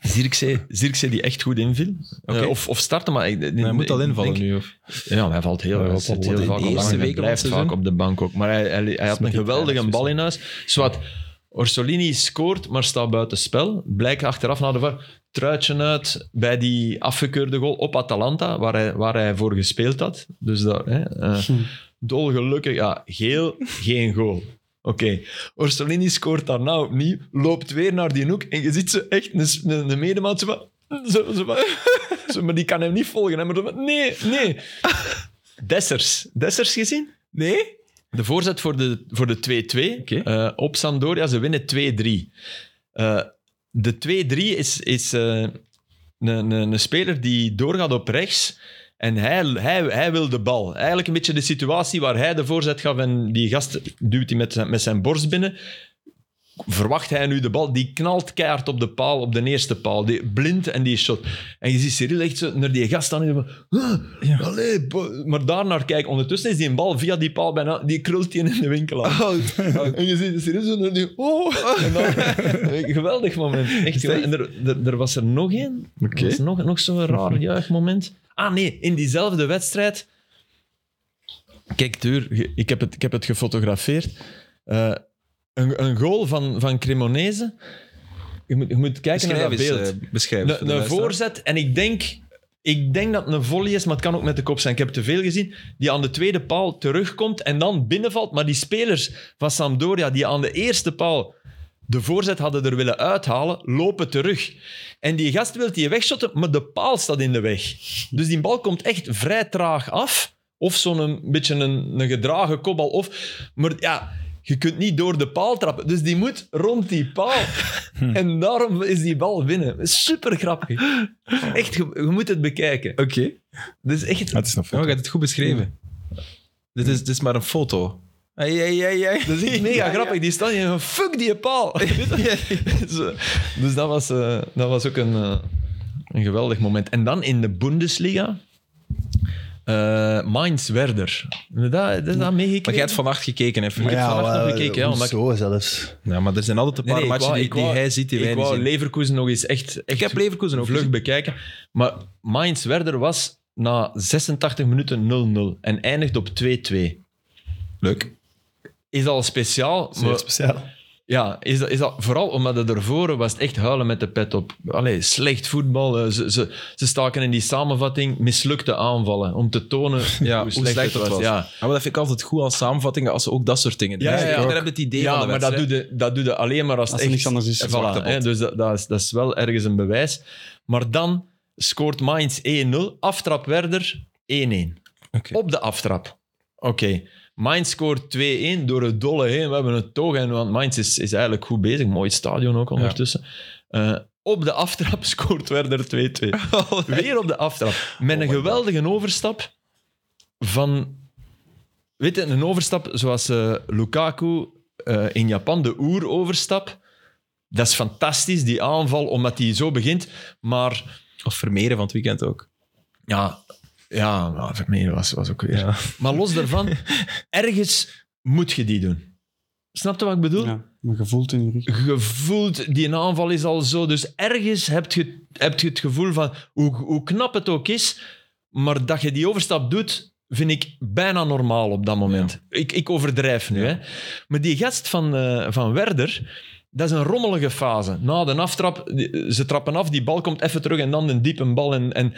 Speaker 3: Zirkzee, Zirkzee die echt goed inviel.
Speaker 1: Oké.
Speaker 3: Eh, of, of starten, maar... Ik,
Speaker 1: hij moet al invallen
Speaker 3: denk-
Speaker 1: nu. Of?
Speaker 3: Ja, hij valt heel,
Speaker 2: Ja,
Speaker 3: hij
Speaker 2: wel,
Speaker 3: zit
Speaker 2: wel, wel.
Speaker 3: heel vaak
Speaker 1: De
Speaker 3: al
Speaker 1: eerste
Speaker 3: lang en hij
Speaker 1: week van
Speaker 3: blijft
Speaker 1: het seizoen.
Speaker 3: vaak op de bank ook. Maar hij, hij, hij had een
Speaker 2: nog niet
Speaker 3: geweldige
Speaker 2: veilig,
Speaker 3: bal in huis. Zwat, Orsolini scoort, maar staat buiten spel. Blijkt achteraf naar de VAR. Truitje uit bij die afgekeurde goal op Atalanta, waar hij, waar hij voor gespeeld had. Dus daar, hè, eh,
Speaker 1: Hm.
Speaker 3: dolgelukkig. Ja, geel, geen goal. Oké, Orsolini scoort daarna opnieuw, loopt weer naar die hoek en je ziet ze echt een, s- een, een medemaat zo van- zo- zo van- zo, maar die kan hem niet volgen. Hè, maar zo van, nee, nee. Dessers. Dessers gezien? Nee. De voorzet voor de, voor de 2-2
Speaker 1: Oké.
Speaker 3: eh, op Sampdoria. Ze winnen 2-3. Eh, de 2-3 is, is eh, een, een, een speler die doorgaat op rechts. En hij, hij, hij wil de bal. Eigenlijk een beetje de situatie waar hij de voorzet gaf en die gast duwt hij met, zijn- met zijn borst binnen. Verwacht hij nu de bal? Die knalt keihard op de paal, op de eerste paal. Die, blind en die shot. En je ziet Cyril echt zo naar die gast aan. en je van, "Huh, allee, bo-" maar daar naar kijken. Ondertussen is die een bal via die paal bijna... Die krult die in de winkel aan. En je ziet Cyril zo naar die... Oh. En dan- een geweldig moment. Echt, geweldig. En er, er, er was er nog één. Er was nog, nog zo'n raar
Speaker 1: Mhm.
Speaker 3: juichmoment. Ah nee, in diezelfde wedstrijd... Kijk, Tuur, je- ik heb het, ik heb het gefotografeerd. Eh, een, een goal van, van Cremonese. Je moet, je moet kijken naar
Speaker 1: Beschrijf
Speaker 3: dat
Speaker 1: eens.
Speaker 3: beeld.
Speaker 1: eh, beschrijf eens voor
Speaker 3: Een,
Speaker 1: de
Speaker 3: een
Speaker 1: luisteraar.
Speaker 3: voorzet. En ik denk, ik denk dat het een volley is, maar het kan ook met de kop zijn. Ik heb te veel gezien. Die aan de tweede paal terugkomt en dan binnenvalt. Maar die spelers van Sampdoria, die aan de eerste paal de voorzet hadden er willen uithalen, lopen terug. En die gast wil die wegshotten, maar de paal staat in de weg. Dus die bal komt echt vrij traag af. Of zo'n een beetje een, een gedragen kopbal. Of, maar ja, je kunt niet door de paal trappen. Dus die moet rond die paal. En daarom is die bal binnen. Super grappig. Echt, je, je moet het bekijken.
Speaker 1: Oké.
Speaker 3: Dat is echt...
Speaker 2: het is nog
Speaker 1: Ja, maar je hebt het goed beschreven. Dit, is, dit is maar een foto. Hey, hey, hey, hey.
Speaker 3: Dat is echt mega grappig. Die staat hier van, fuck die paal. Zo. dus dat was, eh, dat was ook een, eh, een geweldig moment. En dan in de Bundesliga. eh Mainz Werder. Dat, dat is dat meegekregen.
Speaker 1: Maar jij hebt vannacht gekeken, hè? Filip?
Speaker 3: heb vannacht nog gekeken, ja, omdat ik-
Speaker 2: Zo zelfs.
Speaker 1: Ja, maar er zijn altijd een
Speaker 3: Nee,
Speaker 1: paar
Speaker 3: nee, ik
Speaker 1: matchen
Speaker 3: wou-
Speaker 1: die,
Speaker 3: ik
Speaker 1: die
Speaker 3: wou-
Speaker 1: hij ziet, die wij
Speaker 3: Ik
Speaker 1: niet
Speaker 3: wou
Speaker 1: zien.
Speaker 3: Leverkusen nog eens echt, echt
Speaker 1: Ik heb Leverkusen ook
Speaker 3: vlug
Speaker 1: gezien.
Speaker 3: bekijken. Maar Mainz Werder was na 86 minuten 0-0 en eindigt op 2-2.
Speaker 1: Leuk.
Speaker 3: Is al speciaal.
Speaker 2: Zeer
Speaker 3: maar-
Speaker 2: speciaal.
Speaker 3: ja, is dat, is dat, vooral omdat het ervoor was het echt huilen met de pet op. Allee, slecht voetbal. eh, Ze, ze, ze staken in die samenvatting mislukte aanvallen. Om te tonen
Speaker 1: Ja, hoe slecht, het was. Ja.
Speaker 3: Ja,
Speaker 1: maar dat vind ik altijd goed aan samenvattingen als ze ook dat soort dingen doen.
Speaker 3: Ja, ja,
Speaker 1: Dus
Speaker 3: ja.
Speaker 1: Ik heb het idee
Speaker 3: ja
Speaker 1: van de
Speaker 3: maar dat doe,
Speaker 1: wedstrijd.
Speaker 3: je, dat doe je alleen maar als,
Speaker 4: Als
Speaker 3: het echt
Speaker 4: er niks anders is.
Speaker 3: Voilà,
Speaker 1: Zwakte bot.
Speaker 3: hè, dus dat, dat, is, dat is wel ergens een bewijs. Maar dan scoort Mainz 1-0, aftrap Werder 1-1.
Speaker 1: Oké.
Speaker 3: Op de aftrap. Oké. Mainz scoort 2-1 door het dolle heen. We hebben het toch, en, want Mainz is, is eigenlijk goed bezig. Mooi stadion ook ondertussen. Eh, op de aftrap scoort Werder 2-2.
Speaker 1: Oh,
Speaker 3: Weer op de aftrap. Met een geweldige overstap van... Weet je, een overstap zoals eh, Lukaku eh, in Japan, de oeroverstap. Dat is fantastisch, die aanval, omdat die zo begint. Maar
Speaker 1: Of Vermeeren van het weekend ook.
Speaker 3: ja, ja maar Vermeer was, was ook weer...
Speaker 1: Ja.
Speaker 3: Maar los daarvan, ergens moet je die doen. Snap je wat ik bedoel?
Speaker 4: Ja, maar gevoeld in je rug.
Speaker 3: gevoeld, die aanval is al zo. Dus ergens heb je, heb je het gevoel van, hoe, hoe knap het ook is, maar dat je die overstap doet, vind ik bijna normaal op dat moment. Ik, ik overdrijf nu. Hè. Maar die gast van, eh, van Werder, dat is een rommelige fase. Na de aftrap, die- ze trappen af, die bal komt even terug en dan een diepe bal. En, en,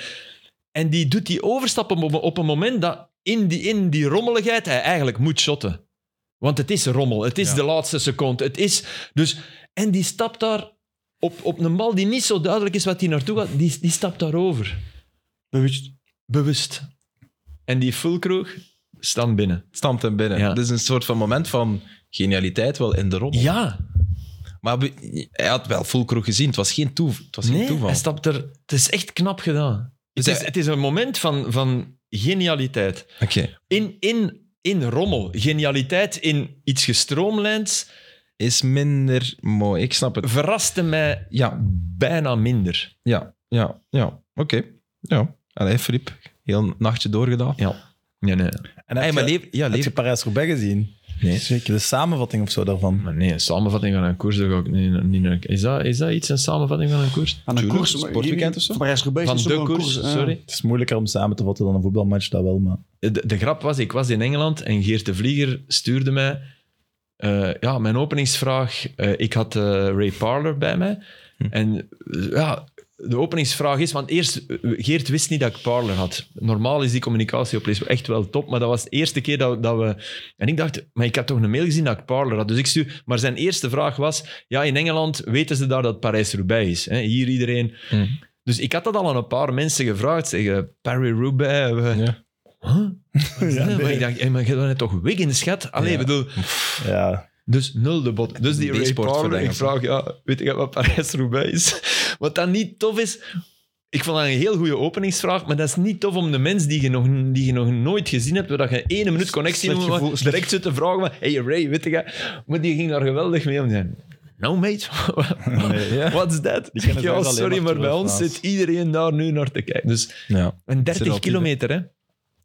Speaker 3: en die doet die overstap op, op een moment dat in die, in die rommeligheid hij eigenlijk moet shotten. Want het is rommel, het is
Speaker 1: Ja.
Speaker 3: de laatste seconde. Het is, dus, en die stapt daar op, op een bal die niet zo duidelijk is wat hij naartoe gaat, die, die stapt daarover.
Speaker 4: Bewust.
Speaker 3: Bewust. En die fullkroeg staat binnen.
Speaker 1: Het stamt hem binnen.
Speaker 3: Ja.
Speaker 1: Dat is een soort van moment van genialiteit wel in de rommel.
Speaker 3: Ja,
Speaker 1: Maar we- hij had wel Fulkroeg gezien. Het was geen, toe, het was geen
Speaker 3: nee,
Speaker 1: toeval.
Speaker 3: hij stapt er. Het is echt knap gedaan.
Speaker 1: Dus
Speaker 3: het, is,
Speaker 1: hij-
Speaker 3: het is een moment van, van genialiteit.
Speaker 1: Oké.
Speaker 3: In, in, in rommel. Genialiteit in iets gestroomlijnd
Speaker 1: Is minder mooi. Ik snap het.
Speaker 3: verraste mij
Speaker 1: Ja,
Speaker 3: bijna minder.
Speaker 1: Ja, ja, ja. Oké. Ja. Allee, Filip. Heel een nachtje doorgedaan.
Speaker 3: Ja. Nee, nee.
Speaker 2: En heb
Speaker 1: Hey, maar
Speaker 2: je,
Speaker 1: leef, ja,
Speaker 2: heb
Speaker 1: leef.
Speaker 2: je Parijs-Roubaix gezien?
Speaker 3: Nee.
Speaker 2: Zeker, de samenvatting of zo daarvan.
Speaker 3: Maar nee, een samenvatting van een koers, daar ga ik niet, niet naar... Is dat, is dat iets, een samenvatting van een koers?
Speaker 4: Aan een
Speaker 1: Tuurlijk,
Speaker 4: koers,
Speaker 1: sportweekend of zo?
Speaker 4: Maar hij is gebeurd.
Speaker 3: Van
Speaker 4: is ook
Speaker 3: de
Speaker 4: wel een
Speaker 3: koers,
Speaker 4: eh.
Speaker 3: sorry.
Speaker 2: Het is moeilijker om samen te vatten dan een voetbalmatch, dat wel, maar...
Speaker 3: De, de grap was, ik was in Engeland en Geert de Vlieger stuurde mij... eh, ja, mijn openingsvraag... eh, ik had eh, Ray Parler bij mij. En eh, ja, de openingsvraag is... Want eerst, eh, Geert wist niet dat ik Parler had. Normaal is die communicatie op Facebook echt wel top, maar dat was de eerste keer dat, dat we... En ik dacht, maar ik had toch een mail gezien dat ik Parler had. Dus ik stuur... Maar zijn eerste vraag was... Ja, in Engeland weten ze daar dat Parijs-Roubaix is. Hè? Hier iedereen...
Speaker 1: Mhm.
Speaker 3: Dus ik had dat al aan een paar mensen gevraagd. Zeggen, Paris-Roubaix... we-
Speaker 1: Ja.
Speaker 3: Huh?
Speaker 2: Ja,
Speaker 3: Nee, maar
Speaker 2: nee.
Speaker 3: ik dacht, hey, maar je bent net toch Wiggins, schat? Allee,
Speaker 1: Ja.
Speaker 3: bedoel...
Speaker 2: Ja,
Speaker 3: Dus nul de bot. Dus die Ray
Speaker 1: B-sport
Speaker 3: Parler, ik
Speaker 1: verdenkt,
Speaker 3: vraag, ja, weet ik wat Parijs-Roubaix is? Wat dan niet tof is... Ik vond dat een heel goede openingsvraag, maar dat is niet tof om de mens die je nog, die je nog nooit gezien hebt, waar dat je één minuut connectie
Speaker 4: Slecht
Speaker 3: moet maken,
Speaker 4: gevoel, slecht-
Speaker 3: direct zit te vragen, maar, hey Ray, weet je, maar die ging daar geweldig mee om. te zijn. Nou mate,
Speaker 2: ja.
Speaker 3: what's that?
Speaker 2: Die kennen
Speaker 3: Ja,
Speaker 2: zelfs alleen
Speaker 3: sorry,
Speaker 2: maar
Speaker 3: maar bij ons
Speaker 2: toeristmaats.
Speaker 3: zit iedereen daar nu naar te kijken. Dus
Speaker 1: Ja. Zit
Speaker 3: een
Speaker 1: al
Speaker 3: 30
Speaker 1: op
Speaker 3: kilometer, hè?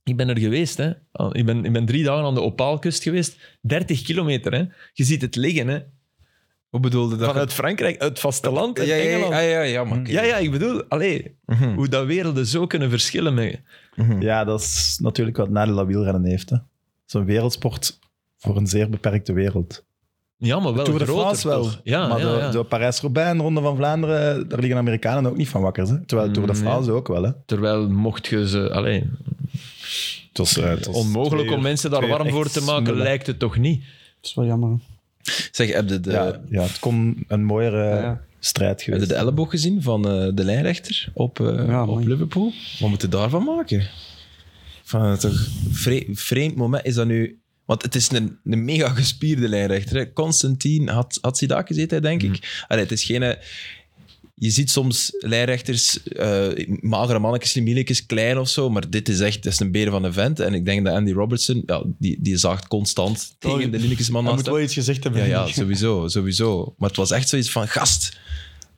Speaker 3: Ik ben er geweest, hè? Al- Ik ben, ik ben drie dagen aan de Opaalkust geweest. 30 kilometer, hè? Je ziet het liggen, hè?
Speaker 1: Hoe bedoelde dat?
Speaker 3: Vanuit Frankrijk, uit het vasteland, uit
Speaker 1: ja, ja,
Speaker 3: Engeland.
Speaker 1: ja, ja, ja, maar oké.
Speaker 3: Ja, ja, ik bedoel, allee,
Speaker 1: Mhm.
Speaker 2: Hm.
Speaker 3: hoe dat werelden zo kunnen verschillen. Met,
Speaker 2: ja, dat is natuurlijk wat nadeel dat wielrennen heeft. hè. Zo'n wereldsport voor een zeer beperkte wereld.
Speaker 3: ja, maar wel
Speaker 2: Tour de
Speaker 3: groter,
Speaker 2: France wel.
Speaker 3: toch? Ja,
Speaker 2: maar
Speaker 3: ja,
Speaker 2: de,
Speaker 3: ja.
Speaker 2: de Parijs-Roubaix en de Ronde van Vlaanderen, daar liggen Amerikanen ook niet van wakker. Hè? Terwijl de Tour de
Speaker 3: Mm,
Speaker 2: France ook wel. Hè?
Speaker 3: Terwijl mocht je ze... Allee,
Speaker 2: Het was, eh, het was
Speaker 3: onmogelijk
Speaker 2: twee
Speaker 3: om
Speaker 2: uur.
Speaker 3: mensen daar
Speaker 2: twee uur
Speaker 3: warm voor
Speaker 2: echt
Speaker 3: te maken,
Speaker 2: smullen.
Speaker 3: lijkt het toch niet?
Speaker 4: Dat is wel jammer. hè.
Speaker 1: Zeg, heb je de,
Speaker 2: Ja, ja, het kon een mooiere
Speaker 4: Ja, ja.
Speaker 2: strijd
Speaker 1: heb je
Speaker 2: geweest.
Speaker 1: de elleboog gezien van eh, de lijnrechter op, eh,
Speaker 4: Ja,
Speaker 3: Oh,
Speaker 1: op
Speaker 4: man.
Speaker 1: Liverpool? Wat moeten we daarvan maken? Van het toch vre- vreemd moment is dat nu... Want het is een, een mega gespierde lijnrechter. Hè. Constantine had, had hij daar gezeten, denk ik. Allee, het is geen... eh, Je ziet soms lijnrechters, eh, magere mannetjes, slimmieletjes, klein of zo, maar dit is echt dat is een beer van een vent. En ik denk dat Andy Robertson, ja, die, die zaagt constant tegen de linnetjesman
Speaker 4: Hij
Speaker 1: naast
Speaker 4: moet
Speaker 1: hem.
Speaker 4: wel iets gezegd hebben.
Speaker 1: Ja, ja,
Speaker 4: denk ik.
Speaker 1: sowieso, sowieso. Maar het was echt zoiets van, gast.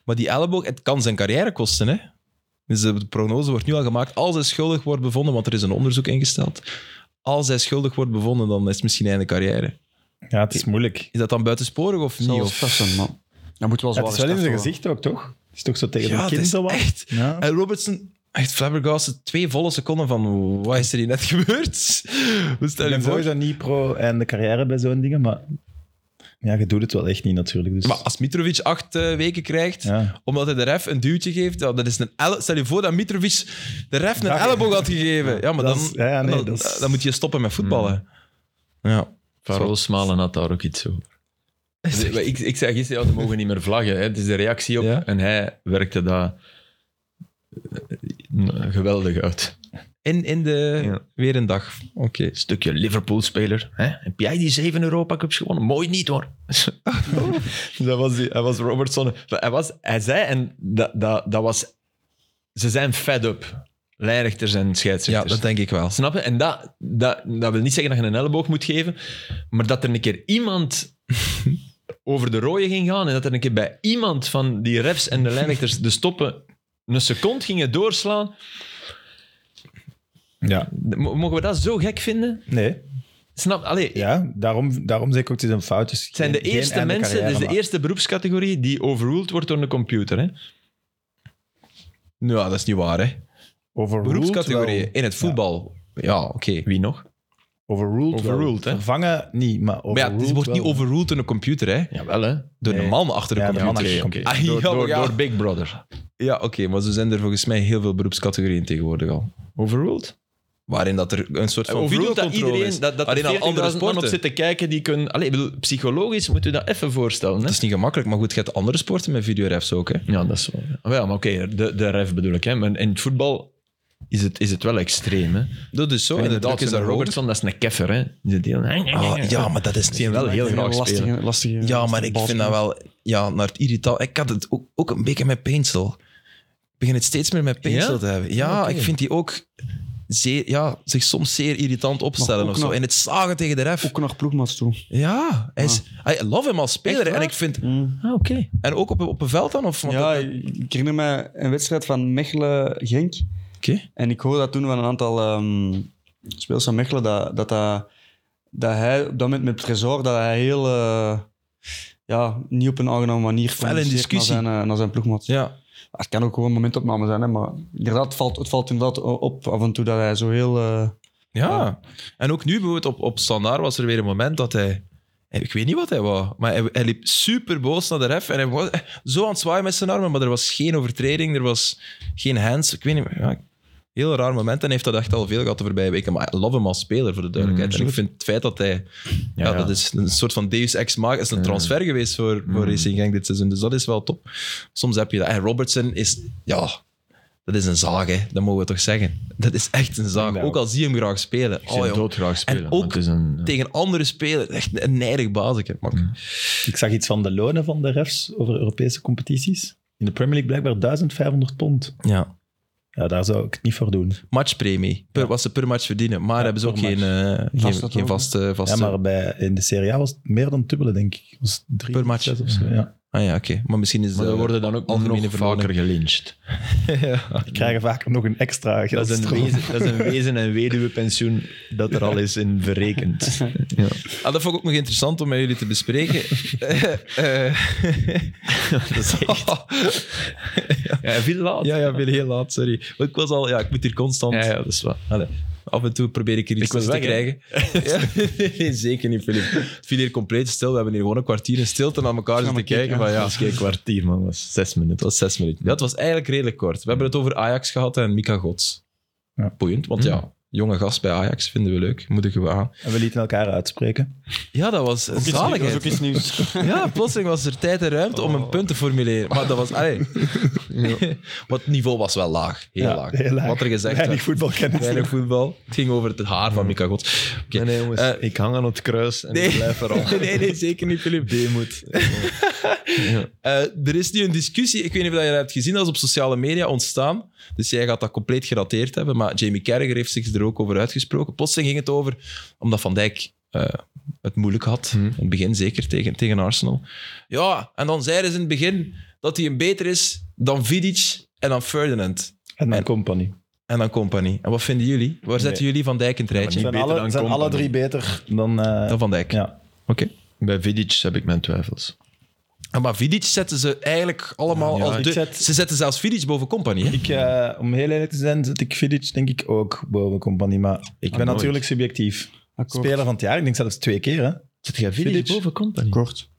Speaker 1: Maar die elleboog, het kan zijn carrière kosten, hè. Dus de prognose wordt nu al gemaakt. Als hij schuldig wordt bevonden, want er is een onderzoek ingesteld. Als hij schuldig wordt bevonden, dan is het misschien einde carrière.
Speaker 2: Ja, het is moeilijk.
Speaker 1: Is dat dan buitensporig of niet?
Speaker 4: Zelfs
Speaker 1: Of...
Speaker 4: Pessen, man. Dat moet wel
Speaker 2: Ja,
Speaker 4: zwaar
Speaker 2: het is wel in zijn
Speaker 4: gestraft worden.
Speaker 2: gezicht ook, toch? Het is toch zo tegen
Speaker 1: Ja,
Speaker 2: de
Speaker 1: het
Speaker 2: kin
Speaker 1: is
Speaker 2: zo wat?
Speaker 1: echt...
Speaker 2: Ja.
Speaker 1: En Eh, Robertson, echt flabbergasted, twee volle seconden van... Wat is er hier net gebeurd? Wat stel
Speaker 2: Ik
Speaker 1: je
Speaker 2: ben
Speaker 1: voor?
Speaker 2: sowieso niet pro en de carrière bij zo'n dingen, maar ja, je doet het wel echt niet natuurlijk. Dus,
Speaker 1: Maar als Mitrovic acht eh, weken krijgt,
Speaker 2: ja.
Speaker 1: omdat hij de ref een duwtje geeft. Ja, dat is een elle- Stel je voor dat Mitrovic de ref een
Speaker 2: Ja.
Speaker 1: elleboog had gegeven. Ja, maar
Speaker 2: Dat
Speaker 1: dan,
Speaker 2: is- ja, ja, nee,
Speaker 1: dan,
Speaker 2: dat is-
Speaker 1: dan moet je stoppen met voetballen. Ja.
Speaker 3: Van Smalen had daar ook iets over. Ik, ik zei gisteren, ja, ze mogen niet meer vlaggen. Hè. Het is de reactie op.
Speaker 1: Ja.
Speaker 3: En hij werkte daar eh, geweldig uit.
Speaker 1: In, in de...
Speaker 3: Ja.
Speaker 1: Weer een dag. Oké.
Speaker 3: Stukje Liverpool-speler. hè. Heb jij die zeven Europa Cups gewonnen? Mooi niet hoor. dat was, die, hij was Robertson. Hij, was, hij zei, en dat, dat, dat was... Ze zijn fed up. Lijnrechters en
Speaker 1: Ja,
Speaker 3: scheidsrechters.
Speaker 1: dat denk ik wel.
Speaker 3: Snap je? En dat, dat, dat wil niet zeggen dat je een elleboog moet geven, maar dat er een keer iemand over de rode ging gaan en dat er een keer bij iemand van die refs en de lijnrechters de stoppen een seconde gingen doorslaan.
Speaker 2: ja.
Speaker 3: M- Mogen we dat zo gek vinden?
Speaker 2: Nee,
Speaker 3: Snap? Allee,
Speaker 2: ja, daarom, daarom zeg ik ook, het is een fout. Dus
Speaker 3: het zijn de
Speaker 2: geen- geen
Speaker 3: eerste
Speaker 2: einde
Speaker 3: mensen,
Speaker 2: carrière,
Speaker 3: dus de
Speaker 2: maar-
Speaker 3: eerste beroepscategorie die overruled wordt door een computer. Hè?
Speaker 1: Nou Ja, dat is niet waar, hè.
Speaker 2: Overruled
Speaker 1: Beroepscategorieën
Speaker 2: wel.
Speaker 1: in het voetbal. Ja, oké.
Speaker 3: Wie nog?
Speaker 2: Overruled, wel.
Speaker 3: Overruled, hè? dus
Speaker 2: Vervangen niet, maar
Speaker 1: Maar ja,
Speaker 2: overruled
Speaker 1: het wordt niet
Speaker 2: wel.
Speaker 1: overruled door een computer, hè.
Speaker 3: Jawel, hè?
Speaker 1: Door
Speaker 2: Nee.
Speaker 1: een man achter de
Speaker 2: Ja, de man
Speaker 1: computer.
Speaker 2: achter de
Speaker 1: Oké.
Speaker 2: computer.
Speaker 1: Ah,
Speaker 3: Door,
Speaker 1: ja,
Speaker 3: door,
Speaker 1: ja.
Speaker 3: door Big Brother.
Speaker 1: Ja, oké, maar zo zijn er volgens mij heel veel beroepscategorieën tegenwoordig al.
Speaker 3: Overruled?
Speaker 1: Waarin dat er een soort van
Speaker 3: Overruled dat
Speaker 1: videocontrole
Speaker 3: iedereen,
Speaker 1: is.
Speaker 3: dat, dat
Speaker 1: waarin al
Speaker 3: er
Speaker 1: andere
Speaker 3: 40.000 man op
Speaker 1: sporten.
Speaker 3: zitten kijken, die kunnen... Allee, ik bedoel, psychologisch moeten we dat even voorstellen. Hè?
Speaker 1: Dat is niet gemakkelijk, maar goed, je hebt andere sporten met videorefs ook, hè.
Speaker 3: Ja, dat is wel... Ah, Ja, maar oké, de, de ref bedoel ik. Hè? Maar in het voetbal is het, is het wel extreem. Hè?
Speaker 1: Dat is zo.
Speaker 3: En
Speaker 1: Oh, En de
Speaker 3: inderdaad,
Speaker 1: druk is daar hoger.
Speaker 3: Robertson, dat is een keffer. Hè? Die deel...
Speaker 1: Ah, ja, maar dat is
Speaker 3: zie hem wel heel
Speaker 4: Een
Speaker 3: graag
Speaker 4: lastige,
Speaker 3: spelen.
Speaker 4: lastige, lastige
Speaker 1: Ja, maar ik vind dat
Speaker 4: balspeler.
Speaker 1: wel... Ja, naar het irritant... Ik had het ook, ook een beetje met Painsel. Ik begin het steeds meer met Painsel
Speaker 3: Ja?
Speaker 1: te hebben. Ja,
Speaker 3: Ah, oké.
Speaker 1: ik vind die ook zeer, ja, zich soms zeer irritant opstellen
Speaker 4: ook
Speaker 1: of zo.
Speaker 4: nog-
Speaker 1: En het zagen tegen de ref.
Speaker 4: Ook naar ploegmaats toe.
Speaker 1: Ja, hij is... I love hem als
Speaker 3: Echt
Speaker 1: speler. En
Speaker 3: waar?
Speaker 1: ik vind...
Speaker 4: Mm.
Speaker 3: Ah, oké.
Speaker 1: En ook op, op een veld dan? Of, want
Speaker 4: Ja,
Speaker 1: dat-
Speaker 4: ik ik herinner me een wedstrijd van Mechelen-Genk.
Speaker 1: Oké.
Speaker 4: En ik hoorde dat toen van een aantal ehm, spelers van Mechelen dat dat, dat dat hij op dat moment met Tresor, dat hij heel... eh, ja, niet op een aangename manier
Speaker 1: Fel in
Speaker 4: communiceert
Speaker 1: discussie.
Speaker 4: Naar zijn, eh, naar zijn ploegmaat. Ah,
Speaker 1: Ja,
Speaker 4: Het kan ook gewoon momentopname zijn, hè, maar inderdaad, het valt, het valt inderdaad op af en toe dat hij zo heel... eh,
Speaker 1: ja. En ook nu bijvoorbeeld op, op standaard was er weer een moment dat hij. Ik weet niet wat hij wou, maar hij, hij liep super boos naar de ref en hij was zo aan het zwaaien met zijn armen, maar er was geen overtreding, er was geen hands. Ik weet niet, meer, ja, heel raar moment en heeft dat echt al veel gehad de voorbije weken. Maar I love hem als speler voor de duidelijkheid. en ik vind het feit dat hij, Mm, ja,
Speaker 3: ja.
Speaker 1: dat is een soort van Deus ex machina, is een transfer geweest voor, voor Racing Genk dit seizoen, dus dat is wel top. Soms heb je dat. En Robertson is, ja, dat is een zaag, hè. dat mogen we toch zeggen. Dat is echt een zaag.
Speaker 2: Ja.
Speaker 1: Ook al zie je hem graag spelen.
Speaker 3: Ik zie
Speaker 1: Oh,
Speaker 3: hem
Speaker 1: joh.
Speaker 3: doodgraag spelen.
Speaker 1: En
Speaker 3: want
Speaker 1: ook
Speaker 3: het is een, ja.
Speaker 1: Tegen andere spelers, echt een nijdig bazeke. Maar
Speaker 2: Ik zag iets van de lonen van de refs over Europese competities. In de Premier League blijkbaar 1500 pond.
Speaker 1: ja.
Speaker 2: Ja, daar zou ik het niet voor doen.
Speaker 1: Matchpremie, per, wat ze per match verdienen. Maar hebben ze ook
Speaker 2: per
Speaker 1: geen, eh,
Speaker 4: Vaste
Speaker 1: geen, geen
Speaker 4: toch?
Speaker 1: vaste...
Speaker 2: Ja,
Speaker 1: vaste...
Speaker 2: maar bij, in de Serie A was het meer dan dubbele, denk ik. Was het drie,
Speaker 1: Per match.
Speaker 2: zes of zo. Ja.
Speaker 1: Ah ja, oké. Maar misschien is eh,
Speaker 3: Maar
Speaker 1: dat-
Speaker 3: we worden dan ook
Speaker 1: algemene
Speaker 3: nog
Speaker 1: verloning.
Speaker 3: vaker gelyncht.
Speaker 2: Die krijgen vaker nog een extra
Speaker 3: Dat is, een
Speaker 2: geldstroom.
Speaker 3: wezen, dat is een wezen- en weduwepensioen dat er al is in verrekend.
Speaker 1: Ah, dat vond ik ook nog interessant om met jullie te bespreken. Eh, dat is echt...
Speaker 3: Ja, veel laat.
Speaker 1: ja, ja, ik ben heel laat, sorry. Maar ik was al... Ja, ik moet hier constant...
Speaker 3: Ja, ja, dat is waar.
Speaker 1: Allee, af en toe probeer ik hier iets
Speaker 3: was
Speaker 1: te
Speaker 3: weg, hè?
Speaker 1: krijgen. Ja, nee, zeker niet, Filip. Het viel hier compleet stil. We hebben hier gewoon een kwartier in stilte naar elkaar zitten kijken. Van, ja,
Speaker 3: Dat is geen kwartier, man. Dat is zes minuten.
Speaker 1: het was zes minuten. Ja, het was eigenlijk redelijk kort. We hebben het over Ajax gehad en Mika Gods.
Speaker 2: Ja.
Speaker 1: Boeiend, want ja, Mm. jonge gast bij Ajax vinden we leuk. Moedigen we aan.
Speaker 2: En we lieten elkaar uitspreken.
Speaker 1: Ja, dat was
Speaker 4: iets-
Speaker 1: zaligheid.
Speaker 4: Dat is ook iets nieuws. Oh.
Speaker 1: Ja, plotseling was er tijd en ruimte om een punt te formuleren. Maar dat was... Allee. Maar het niveau was wel laag. Heel,
Speaker 2: Ja,
Speaker 1: laag.
Speaker 2: heel laag.
Speaker 1: Wat er gezegd
Speaker 2: Weinig
Speaker 1: werd.
Speaker 2: voetbalkennis.
Speaker 1: Weinig voetbal. Het ging over het haar
Speaker 4: Mm.
Speaker 1: van Mika Gods. Oké.
Speaker 3: Nee, nee, jongens.
Speaker 1: Eh,
Speaker 3: ik hang aan het kruis en
Speaker 1: nee.
Speaker 3: ik blijf er al.
Speaker 1: nee, nee, zeker niet, Filip.
Speaker 3: Deemoed.
Speaker 1: Eh, er is nu een discussie, ik weet niet of je dat hebt gezien, dat is op sociale media ontstaan. Dus jij gaat dat compleet gerateerd hebben, maar Jamie Carragher heeft zich er ook over uitgesproken. Plotseling ging het over, omdat Van Dijk eh, het moeilijk had,
Speaker 3: Mhm.
Speaker 1: in het begin zeker, tegen, tegen Arsenal. Ja, en dan zeiden ze in het begin dat hij een beter is dan Vidic en dan Ferdinand.
Speaker 2: En mijn
Speaker 1: En-
Speaker 2: company.
Speaker 1: En dan Company. En wat vinden jullie? Waar zetten jullie Van Dijk in het rijtje?
Speaker 2: Ze zijn,
Speaker 3: beter
Speaker 2: alle,
Speaker 3: dan
Speaker 2: zijn
Speaker 3: Company.
Speaker 2: alle drie beter dan... eh,
Speaker 1: Dan Van Dijk.
Speaker 2: ja.
Speaker 1: Oké.
Speaker 3: Bij Vidic heb ik mijn twijfels.
Speaker 1: Ah, Maar Vidic zetten ze eigenlijk allemaal
Speaker 3: Ja,
Speaker 1: als
Speaker 2: ik
Speaker 1: de...
Speaker 2: zet-
Speaker 1: Ze zetten zelfs Vidic boven Company, hè?
Speaker 2: Ik, eh, om heel eerlijk te zijn, zit ik Vidic denk ik ook boven compagnie. Maar ik ben
Speaker 3: nooit.
Speaker 2: natuurlijk subjectief.
Speaker 4: Akkoord.
Speaker 2: Speler van het jaar, ik denk zelfs twee keer. Hè?
Speaker 3: Zit jij
Speaker 2: Vidic boven
Speaker 3: Company?
Speaker 4: Kort.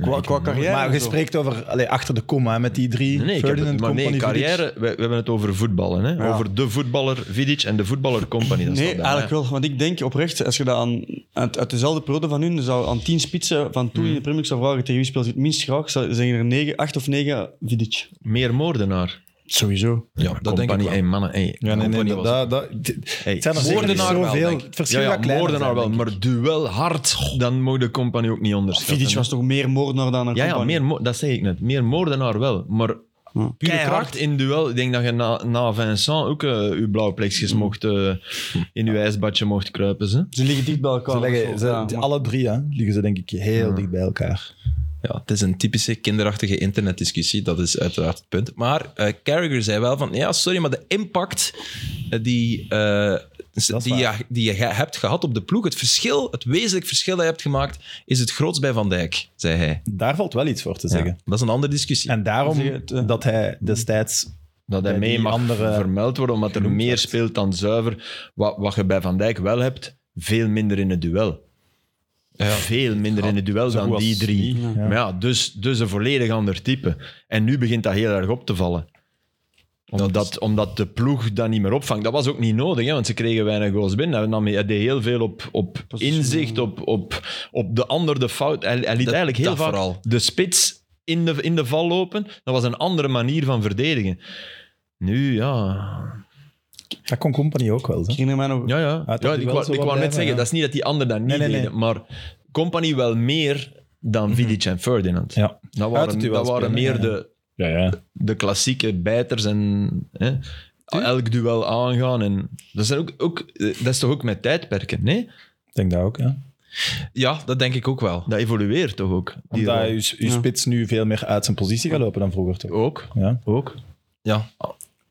Speaker 4: Qua, qua carrière.
Speaker 2: maar
Speaker 4: en
Speaker 2: je
Speaker 4: zo.
Speaker 2: spreekt over allee, achter de komma hè, met die drie.
Speaker 3: Nee, ik heb
Speaker 2: Ferdinand,
Speaker 3: het, maar nee,
Speaker 2: compagnie,
Speaker 3: carrière, we, we hebben het over voetballen. Hè?
Speaker 4: Ja.
Speaker 3: Over de voetballer Vidic en de voetballer Company. Dat
Speaker 4: nee,
Speaker 3: staat bij mij.
Speaker 4: eigenlijk wel. Want ik denk oprecht, als je dat aan, uit, uit dezelfde periode van hun zou aan tien spitsen van toen in de
Speaker 3: Hmm.
Speaker 4: Premier League zou vragen tegen wie speelt je het minst graag, zou- zijn er negen, acht of negen Vidic.
Speaker 3: Meer moordenaar.
Speaker 4: Sowieso.
Speaker 1: Ja, dat denk ik
Speaker 3: Company,
Speaker 1: wel.
Speaker 3: hey, mannen. Hey.
Speaker 2: Ja, nee, nee,
Speaker 1: Company
Speaker 2: dat,
Speaker 1: was
Speaker 2: dat, dat, het
Speaker 3: Hey,
Speaker 2: zijn er zeker
Speaker 3: zeker niet.
Speaker 1: Moordenaar wel,
Speaker 2: zoveel.
Speaker 1: denk ik.
Speaker 2: Het verschil
Speaker 3: Ja, ja,
Speaker 2: gaat kleiner
Speaker 3: moordenaar
Speaker 2: zijn,
Speaker 3: wel,
Speaker 2: denk ik.
Speaker 3: maar duel hard, Ah, dan mag de compagnie ook niet onderschatten.
Speaker 4: Vidic was toch meer moordenaar dan een
Speaker 3: Ja, ja
Speaker 4: compagnie?
Speaker 3: meer, mo- dat zeg ik net. Meer moordenaar wel, maar
Speaker 2: Hm.
Speaker 4: Ja.
Speaker 3: keihard in duel. Ik denk dat je na, na Vincent ook eh je blauwplexjes mocht, eh, in je ijsbadje mocht kruipen. Ze.
Speaker 4: Ze liggen dicht bij elkaar.
Speaker 2: Ze leggen,
Speaker 4: Zo,
Speaker 2: ze-
Speaker 4: ja,
Speaker 2: die-
Speaker 4: maar-
Speaker 2: alle drie hè, liggen ze denk ik heel dicht bij elkaar.
Speaker 1: Ja, het is een typische kinderachtige internetdiscussie, dat is uiteraard het punt. Maar eh Carragher zei wel van, ja, sorry, maar de impact eh, die, eh,
Speaker 2: is
Speaker 1: die,
Speaker 2: waar.
Speaker 1: je, die je ge- hebt gehad op de ploeg, het verschil, het wezenlijk verschil dat je hebt gemaakt, is het grootst bij Van Dijk, zei hij.
Speaker 2: Daar valt wel iets voor te
Speaker 1: Ja,
Speaker 2: zeggen.
Speaker 1: dat is een andere discussie.
Speaker 2: En daarom
Speaker 4: Zeg het, eh.
Speaker 2: dat hij destijds
Speaker 3: Dat hij
Speaker 2: Bij
Speaker 3: mee
Speaker 2: die
Speaker 3: mag
Speaker 2: andere
Speaker 3: vermeld worden, omdat er
Speaker 2: genoemd
Speaker 3: meer
Speaker 2: werd.
Speaker 3: speelt dan zuiver. Wat, wat je bij Van Dijk wel hebt, veel minder in het duel. Veel minder in het duel dan
Speaker 2: goed als
Speaker 3: die drie.
Speaker 4: niet, ja.
Speaker 3: Maar ja, dus, dus een volledig ander type. En nu begint dat heel erg op te vallen. Omdat, omdat de ploeg dat niet meer opvangt. Dat was ook niet nodig, hè, want ze kregen weinig goals binnen. Hij nam- Hij deed heel veel op, op inzicht, op, op, op de ander de fout. Hij, hij liet
Speaker 1: Dat-
Speaker 3: eigenlijk heel
Speaker 1: dat
Speaker 3: vaak
Speaker 1: vooral.
Speaker 3: de spits in de, in de val lopen. Dat was een andere manier van verdedigen. Nu, ja...
Speaker 2: dat kon Company ook wel.
Speaker 4: Ik
Speaker 2: Hè?
Speaker 4: herinner mij nog...
Speaker 3: Ja, ja.
Speaker 2: dat
Speaker 3: ja
Speaker 2: die
Speaker 3: ik
Speaker 2: wel
Speaker 3: wou,
Speaker 2: zo
Speaker 3: ik
Speaker 2: wat
Speaker 3: wou net
Speaker 2: blijven,
Speaker 3: zeggen,
Speaker 2: ja.
Speaker 3: dat is niet dat die anderen dat niet
Speaker 2: Nee, nee, nee. Mhm.
Speaker 3: deden, maar Company wel meer dan Vidic en Ferdinand.
Speaker 2: Ja.
Speaker 3: Dat
Speaker 2: Uit
Speaker 3: waren,
Speaker 2: het duel
Speaker 3: dat waren
Speaker 2: spelen,
Speaker 3: meer
Speaker 2: ja, ja.
Speaker 3: de,
Speaker 2: Ja, ja.
Speaker 3: de klassieke bijters en hè, elk duel aangaan. En, dat, zijn ook, ook, eh, dat is toch ook met tijdperken, nee?
Speaker 2: Ik denk dat ook, ja.
Speaker 1: Ja, dat denk ik ook wel.
Speaker 3: Dat evolueert toch ook? Die
Speaker 2: Omdat
Speaker 3: rol.
Speaker 2: je, je
Speaker 4: Ja.
Speaker 2: spits nu veel meer uit zijn positie gaat lopen dan vroeger. Toch?
Speaker 3: Ook,
Speaker 2: Ja.
Speaker 3: ook.
Speaker 1: Ja,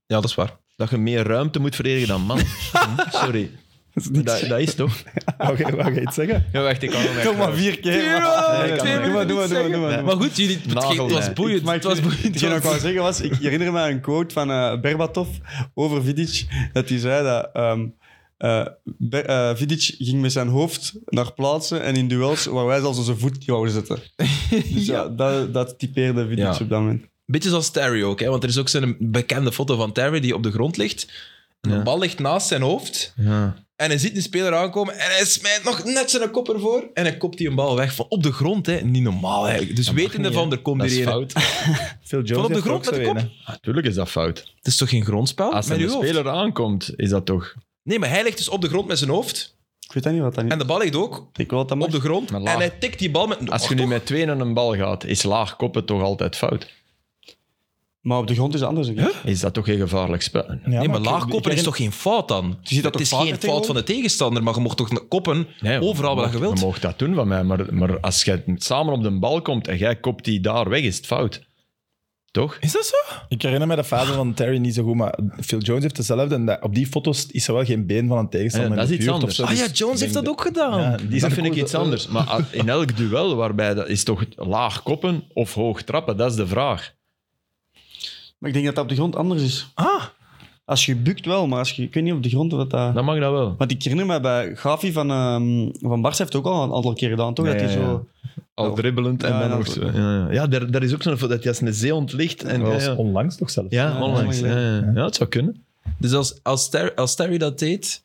Speaker 1: ja dat is waar.
Speaker 3: Dat je meer ruimte moet verdedigen dan man. Hm, Sorry.
Speaker 2: is niet-
Speaker 3: Dat, dat is toch?
Speaker 2: Oké, wou je iets zeggen?
Speaker 3: Ja, wacht, ik kan nog
Speaker 4: Toch maar vier keer.
Speaker 1: Tuurlijk,
Speaker 4: maar-
Speaker 1: twee
Speaker 4: Nee, kan
Speaker 1: minuten
Speaker 4: maar. Doe maar, doe maar, doe maar, doe maar.
Speaker 1: zeggen. Maar goed, jullie, het, ging- het was
Speaker 3: Nagel,
Speaker 1: boeiend.
Speaker 4: Maar
Speaker 1: het was boeiend.
Speaker 4: Hetgeen
Speaker 1: Het
Speaker 4: wat ik
Speaker 1: was-
Speaker 4: wou zeggen was, ik herinner me een quote van eh, Berbatov over Vidic, dat hij zei dat ehm, eh, Ber- eh, Vidic ging met zijn hoofd naar plaatsen en in duels waar wij zelfs onze voet wouden zetten. Dus ja, dat, dat typeerde Vidic
Speaker 1: Ja.
Speaker 4: op dat moment.
Speaker 1: Beetje zoals Terry ook, hè? want er is ook zo'n bekende foto van Terry die op de grond ligt. En de bal ligt naast zijn hoofd.
Speaker 3: Ja.
Speaker 1: En hij ziet een speler aankomen en hij smijt nog net zijn kop ervoor. En hij kopt die een bal weg van op de grond. Hè. Niet normaal eigenlijk. Dus wetende
Speaker 3: niet,
Speaker 1: van, er komt
Speaker 3: Dat
Speaker 1: hier
Speaker 3: is
Speaker 1: een.
Speaker 3: fout.
Speaker 2: Phil Jones
Speaker 1: Van op de
Speaker 2: heeft
Speaker 1: grond
Speaker 2: ook
Speaker 1: met de
Speaker 2: zo
Speaker 1: kop.
Speaker 2: een, hè.
Speaker 3: Natuurlijk Ah, is dat fout.
Speaker 1: Het is toch geen grondspel?
Speaker 3: Als
Speaker 1: Oh, met
Speaker 3: er
Speaker 1: uw
Speaker 3: een
Speaker 1: hoofd?
Speaker 3: speler aankomt, is dat toch...
Speaker 1: Nee, maar hij ligt dus op de grond met zijn hoofd.
Speaker 4: Ik weet dat niet wat dat nu
Speaker 1: En de bal ligt ook
Speaker 4: Ik wil dat
Speaker 1: op
Speaker 4: mag.
Speaker 1: de grond.
Speaker 3: Maar
Speaker 1: En
Speaker 3: laag.
Speaker 1: hij tikt die bal met.
Speaker 3: Als je
Speaker 1: Och,
Speaker 3: nu
Speaker 1: toch?
Speaker 3: met twee naar een bal gaat, is laag koppen toch altijd fout?
Speaker 4: Maar op de grond is het anders. denk ik.
Speaker 3: Is dat toch geen gevaarlijk spel?
Speaker 2: Ja,
Speaker 1: Nee, maar
Speaker 2: ik-
Speaker 1: laagkoppen
Speaker 2: ik
Speaker 1: is toch geen fout dan?
Speaker 4: ziet dat
Speaker 1: het
Speaker 4: toch
Speaker 1: is
Speaker 4: vaker
Speaker 1: geen fout
Speaker 4: tegenwoordig?
Speaker 1: van de tegenstander, maar je mocht toch koppen
Speaker 3: Nee,
Speaker 1: overal waar je
Speaker 3: mocht-
Speaker 1: wilt.
Speaker 3: Je mocht dat doen van mij, maar, maar als jij samen op de bal komt en jij kopt die daar weg, is het fout. Toch?
Speaker 1: Is dat zo?
Speaker 2: Ik herinner me de fase van Terry niet zo goed, maar Phil Jones heeft dezelfde. En dat- op die foto's is er wel geen been van een tegenstander.
Speaker 3: Ja, dat
Speaker 2: in de
Speaker 3: is
Speaker 2: buurt
Speaker 3: iets
Speaker 2: of
Speaker 3: anders.
Speaker 2: zo,
Speaker 1: Ah
Speaker 2: dus
Speaker 1: ja,
Speaker 2: ik
Speaker 1: Jones heeft
Speaker 2: denk
Speaker 1: dat ook gedaan.
Speaker 2: Ja, die
Speaker 3: dat
Speaker 2: zijn
Speaker 3: vind ik
Speaker 2: cool.
Speaker 3: iets anders. Maar a- in elk duel waarbij dat is toch laag koppen of hoog trappen, dat is de vraag.
Speaker 4: Maar ik denk dat dat op de grond anders is.
Speaker 1: Ah,
Speaker 4: Als je bukt wel, maar als je, ik weet niet op de grond wat dat...
Speaker 3: Dan mag dat wel.
Speaker 4: Want ik herinner me bij Gavi van, ehm van Barca heeft het ook al een aantal keer gedaan, toch?
Speaker 3: Ja,
Speaker 4: dat hij
Speaker 3: ja, ja.
Speaker 4: zo...
Speaker 3: Al dribbelend en
Speaker 4: Ja,
Speaker 3: dan
Speaker 4: dat
Speaker 3: nog
Speaker 4: is-
Speaker 3: zo. Oh. Ja, ja. ja daar, daar is ook zo'n foto dat hij als een zee ontlicht. En,
Speaker 2: Dat
Speaker 3: ja,
Speaker 2: was
Speaker 3: ja.
Speaker 2: onlangs toch zelfs.
Speaker 3: ja, onlangs.
Speaker 4: Ja,
Speaker 3: Ja, ja. ja, het zou kunnen.
Speaker 1: Dus als, als, Terry, als Terry dat deed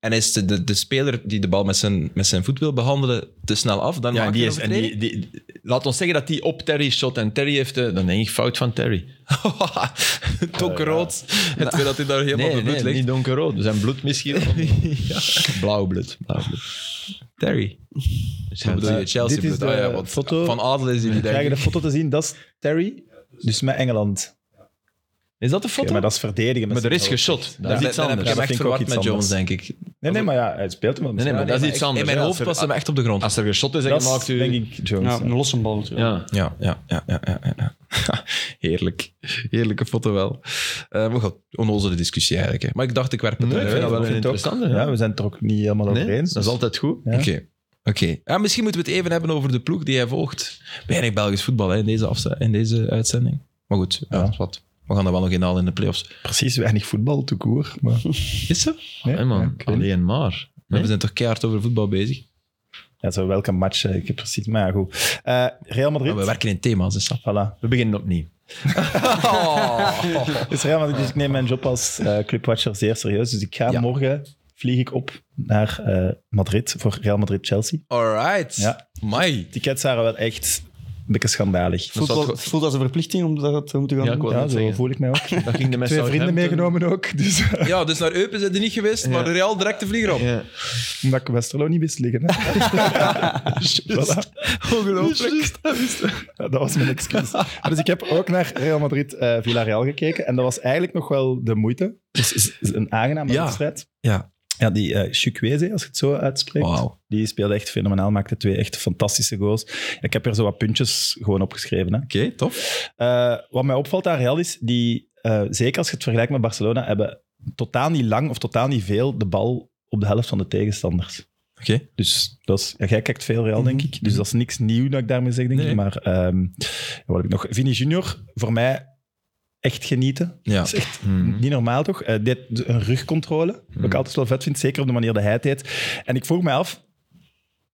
Speaker 1: en is de, de, de speler die de bal met zijn, met zijn voet wil behandelen te snel af, dan
Speaker 3: Ja,
Speaker 1: maak
Speaker 3: die
Speaker 1: je
Speaker 3: is,
Speaker 1: een
Speaker 3: en die, die, laat ons zeggen dat die op Terry shot en Terry heeft... De, dan denk ik fout van Terry.
Speaker 1: overtreding. Donkerrood. Het feit dat hij daar helemaal
Speaker 3: Nee,
Speaker 1: op de bloed
Speaker 3: nee,
Speaker 1: ligt.
Speaker 3: niet donkerrood. We zijn bloed misschien. Blauw bloed. Blauw bloed.
Speaker 1: Terry. Wat bedoel je?
Speaker 2: dit
Speaker 1: Chelsea
Speaker 2: is
Speaker 1: bloed. Ah
Speaker 2: de
Speaker 1: ja, want
Speaker 2: foto.
Speaker 1: Van Adel is die niet
Speaker 2: We krijgen
Speaker 1: denk
Speaker 2: de
Speaker 1: ik.
Speaker 2: foto te zien, dat is Terry, dus met Engeland.
Speaker 1: Is dat de
Speaker 2: Oké,
Speaker 1: foto?
Speaker 2: maar dat is verdedigen. met
Speaker 3: Maar er
Speaker 2: zijn
Speaker 3: is
Speaker 2: hoofd.
Speaker 3: geschot.
Speaker 1: Dan-
Speaker 3: Dat is iets
Speaker 1: dan heb
Speaker 3: anders.
Speaker 1: je hem
Speaker 2: Ja, dat
Speaker 1: echt
Speaker 2: vind ik ook
Speaker 1: verward
Speaker 2: iets
Speaker 1: met Jones,
Speaker 2: anders.
Speaker 1: denk ik.
Speaker 2: Nee, nee, maar ja, hij speelt hem.
Speaker 3: Nee, nee, maar dat is iets
Speaker 1: In
Speaker 3: anders.
Speaker 1: mijn
Speaker 3: hè.
Speaker 1: hoofd
Speaker 3: Als
Speaker 1: was
Speaker 3: er-
Speaker 1: hem echt op de grond.
Speaker 3: Als er geschot is en
Speaker 2: Dat
Speaker 3: je maakt
Speaker 2: is,
Speaker 3: u...
Speaker 2: denk ik, Jones.
Speaker 4: Ja,
Speaker 2: hè.
Speaker 4: een losse bal natuurlijk.
Speaker 3: Ja.
Speaker 1: Ja, ja, ja, ja, ja, ja, ja, ja. Heerlijk. Heerlijke foto wel. Eh maar goed, onnozele discussie eigenlijk. Hè. Maar ik dacht, ik werp het
Speaker 3: Nee, ik
Speaker 1: eruit.
Speaker 3: vind dat wel
Speaker 2: Ik vind het ook-
Speaker 3: interessant.
Speaker 2: Ja, we zijn het er ook niet helemaal over
Speaker 3: Nee,
Speaker 2: eens.
Speaker 3: dat is altijd goed.
Speaker 2: Ja.
Speaker 1: Oké. Oké. Ja, misschien moeten we het even hebben over de ploeg die hij volgt. Weinig Belgisch voetbal hè, in, deze afze- in deze uitzending. Maar goed, ja,
Speaker 2: Ja.
Speaker 1: is wat. we gaan er wel nog in halen in de playoffs.
Speaker 2: precies weinig voetbal, te koer. Maar,
Speaker 1: Is zo?
Speaker 2: nee,
Speaker 3: Hè, man.
Speaker 2: ja, ik weet niet.
Speaker 3: Alleen maar.
Speaker 1: Maar We zijn toch keihard over voetbal bezig.
Speaker 2: Ja, zo welke match, hè, ik heb precies... Maar ja, goed. Eh, Real Madrid.
Speaker 3: Ah,
Speaker 1: Maar Ah, we werken in thema's, is dat?
Speaker 2: Voilà.
Speaker 3: We beginnen opnieuw.
Speaker 2: Dus Real Madrid, dus ik neem mijn job als eh, clubwatcher zeer serieus. Dus ik ga
Speaker 1: Ja.
Speaker 2: morgen, vlieg ik op naar eh, Madrid voor Real Madrid-Chelsea.
Speaker 1: Alright.
Speaker 2: Ja.
Speaker 1: Mai.
Speaker 2: Tickets waren wel echt een beetje schandalig.
Speaker 4: Het voelt,
Speaker 3: Dat
Speaker 4: wel-
Speaker 3: zou het-
Speaker 4: het voelt als een verplichting om dat te moeten gaan
Speaker 3: Ja, ik
Speaker 4: doen.
Speaker 3: wou
Speaker 2: Ja,
Speaker 3: dat
Speaker 2: zo
Speaker 3: zeggen.
Speaker 2: voel ik mij ook.
Speaker 3: Dat ging de mensen
Speaker 2: Twee vrienden meegenomen ook. Dus,
Speaker 1: Ja, dus naar Eupen zijn die niet geweest, maar Real direct de vlieger op.
Speaker 3: Ja.
Speaker 2: omdat ik Westerlo niet wist liggen. hè. Voilà.
Speaker 1: Ongelooflijk.
Speaker 2: Ja, dat was mijn excuus. Maar dus ik heb ook naar Real Madrid eh Villarreal gekeken. En dat was eigenlijk nog wel de moeite. Dus is- is een aangename
Speaker 1: Ja.
Speaker 2: wedstrijd.
Speaker 1: Ja.
Speaker 2: Ja, die eh Chukwueze, als je het zo uitspreekt,
Speaker 1: Wauw.
Speaker 2: die speelde echt fenomenaal. Maakte twee echt fantastische goals. Ik heb er zo wat puntjes gewoon opgeschreven. Hè.
Speaker 1: Oké, tof.
Speaker 2: Eh, wat mij opvalt aan Real is, die, eh, zeker als je het vergelijkt met Barcelona, hebben totaal niet lang of totaal niet veel de bal op de helft van de tegenstanders.
Speaker 1: Oké. Mhm.
Speaker 2: Dus dat is, ja, jij kijkt veel Real, denk ik. Dus dat is niks nieuw dat ik daarmee zeg, denk
Speaker 1: Nee.
Speaker 2: ik. Maar ehm, wat heb ik nog? Vini Junior, voor mij echt genieten.
Speaker 1: Ja.
Speaker 2: Dat is echt
Speaker 3: Mhm.
Speaker 2: niet normaal, toch? Eh, dit, een rugcontrole, wat ik
Speaker 3: Mhm.
Speaker 2: altijd wel vet vind, zeker op de manier dat hij het deed. En ik vroeg me af,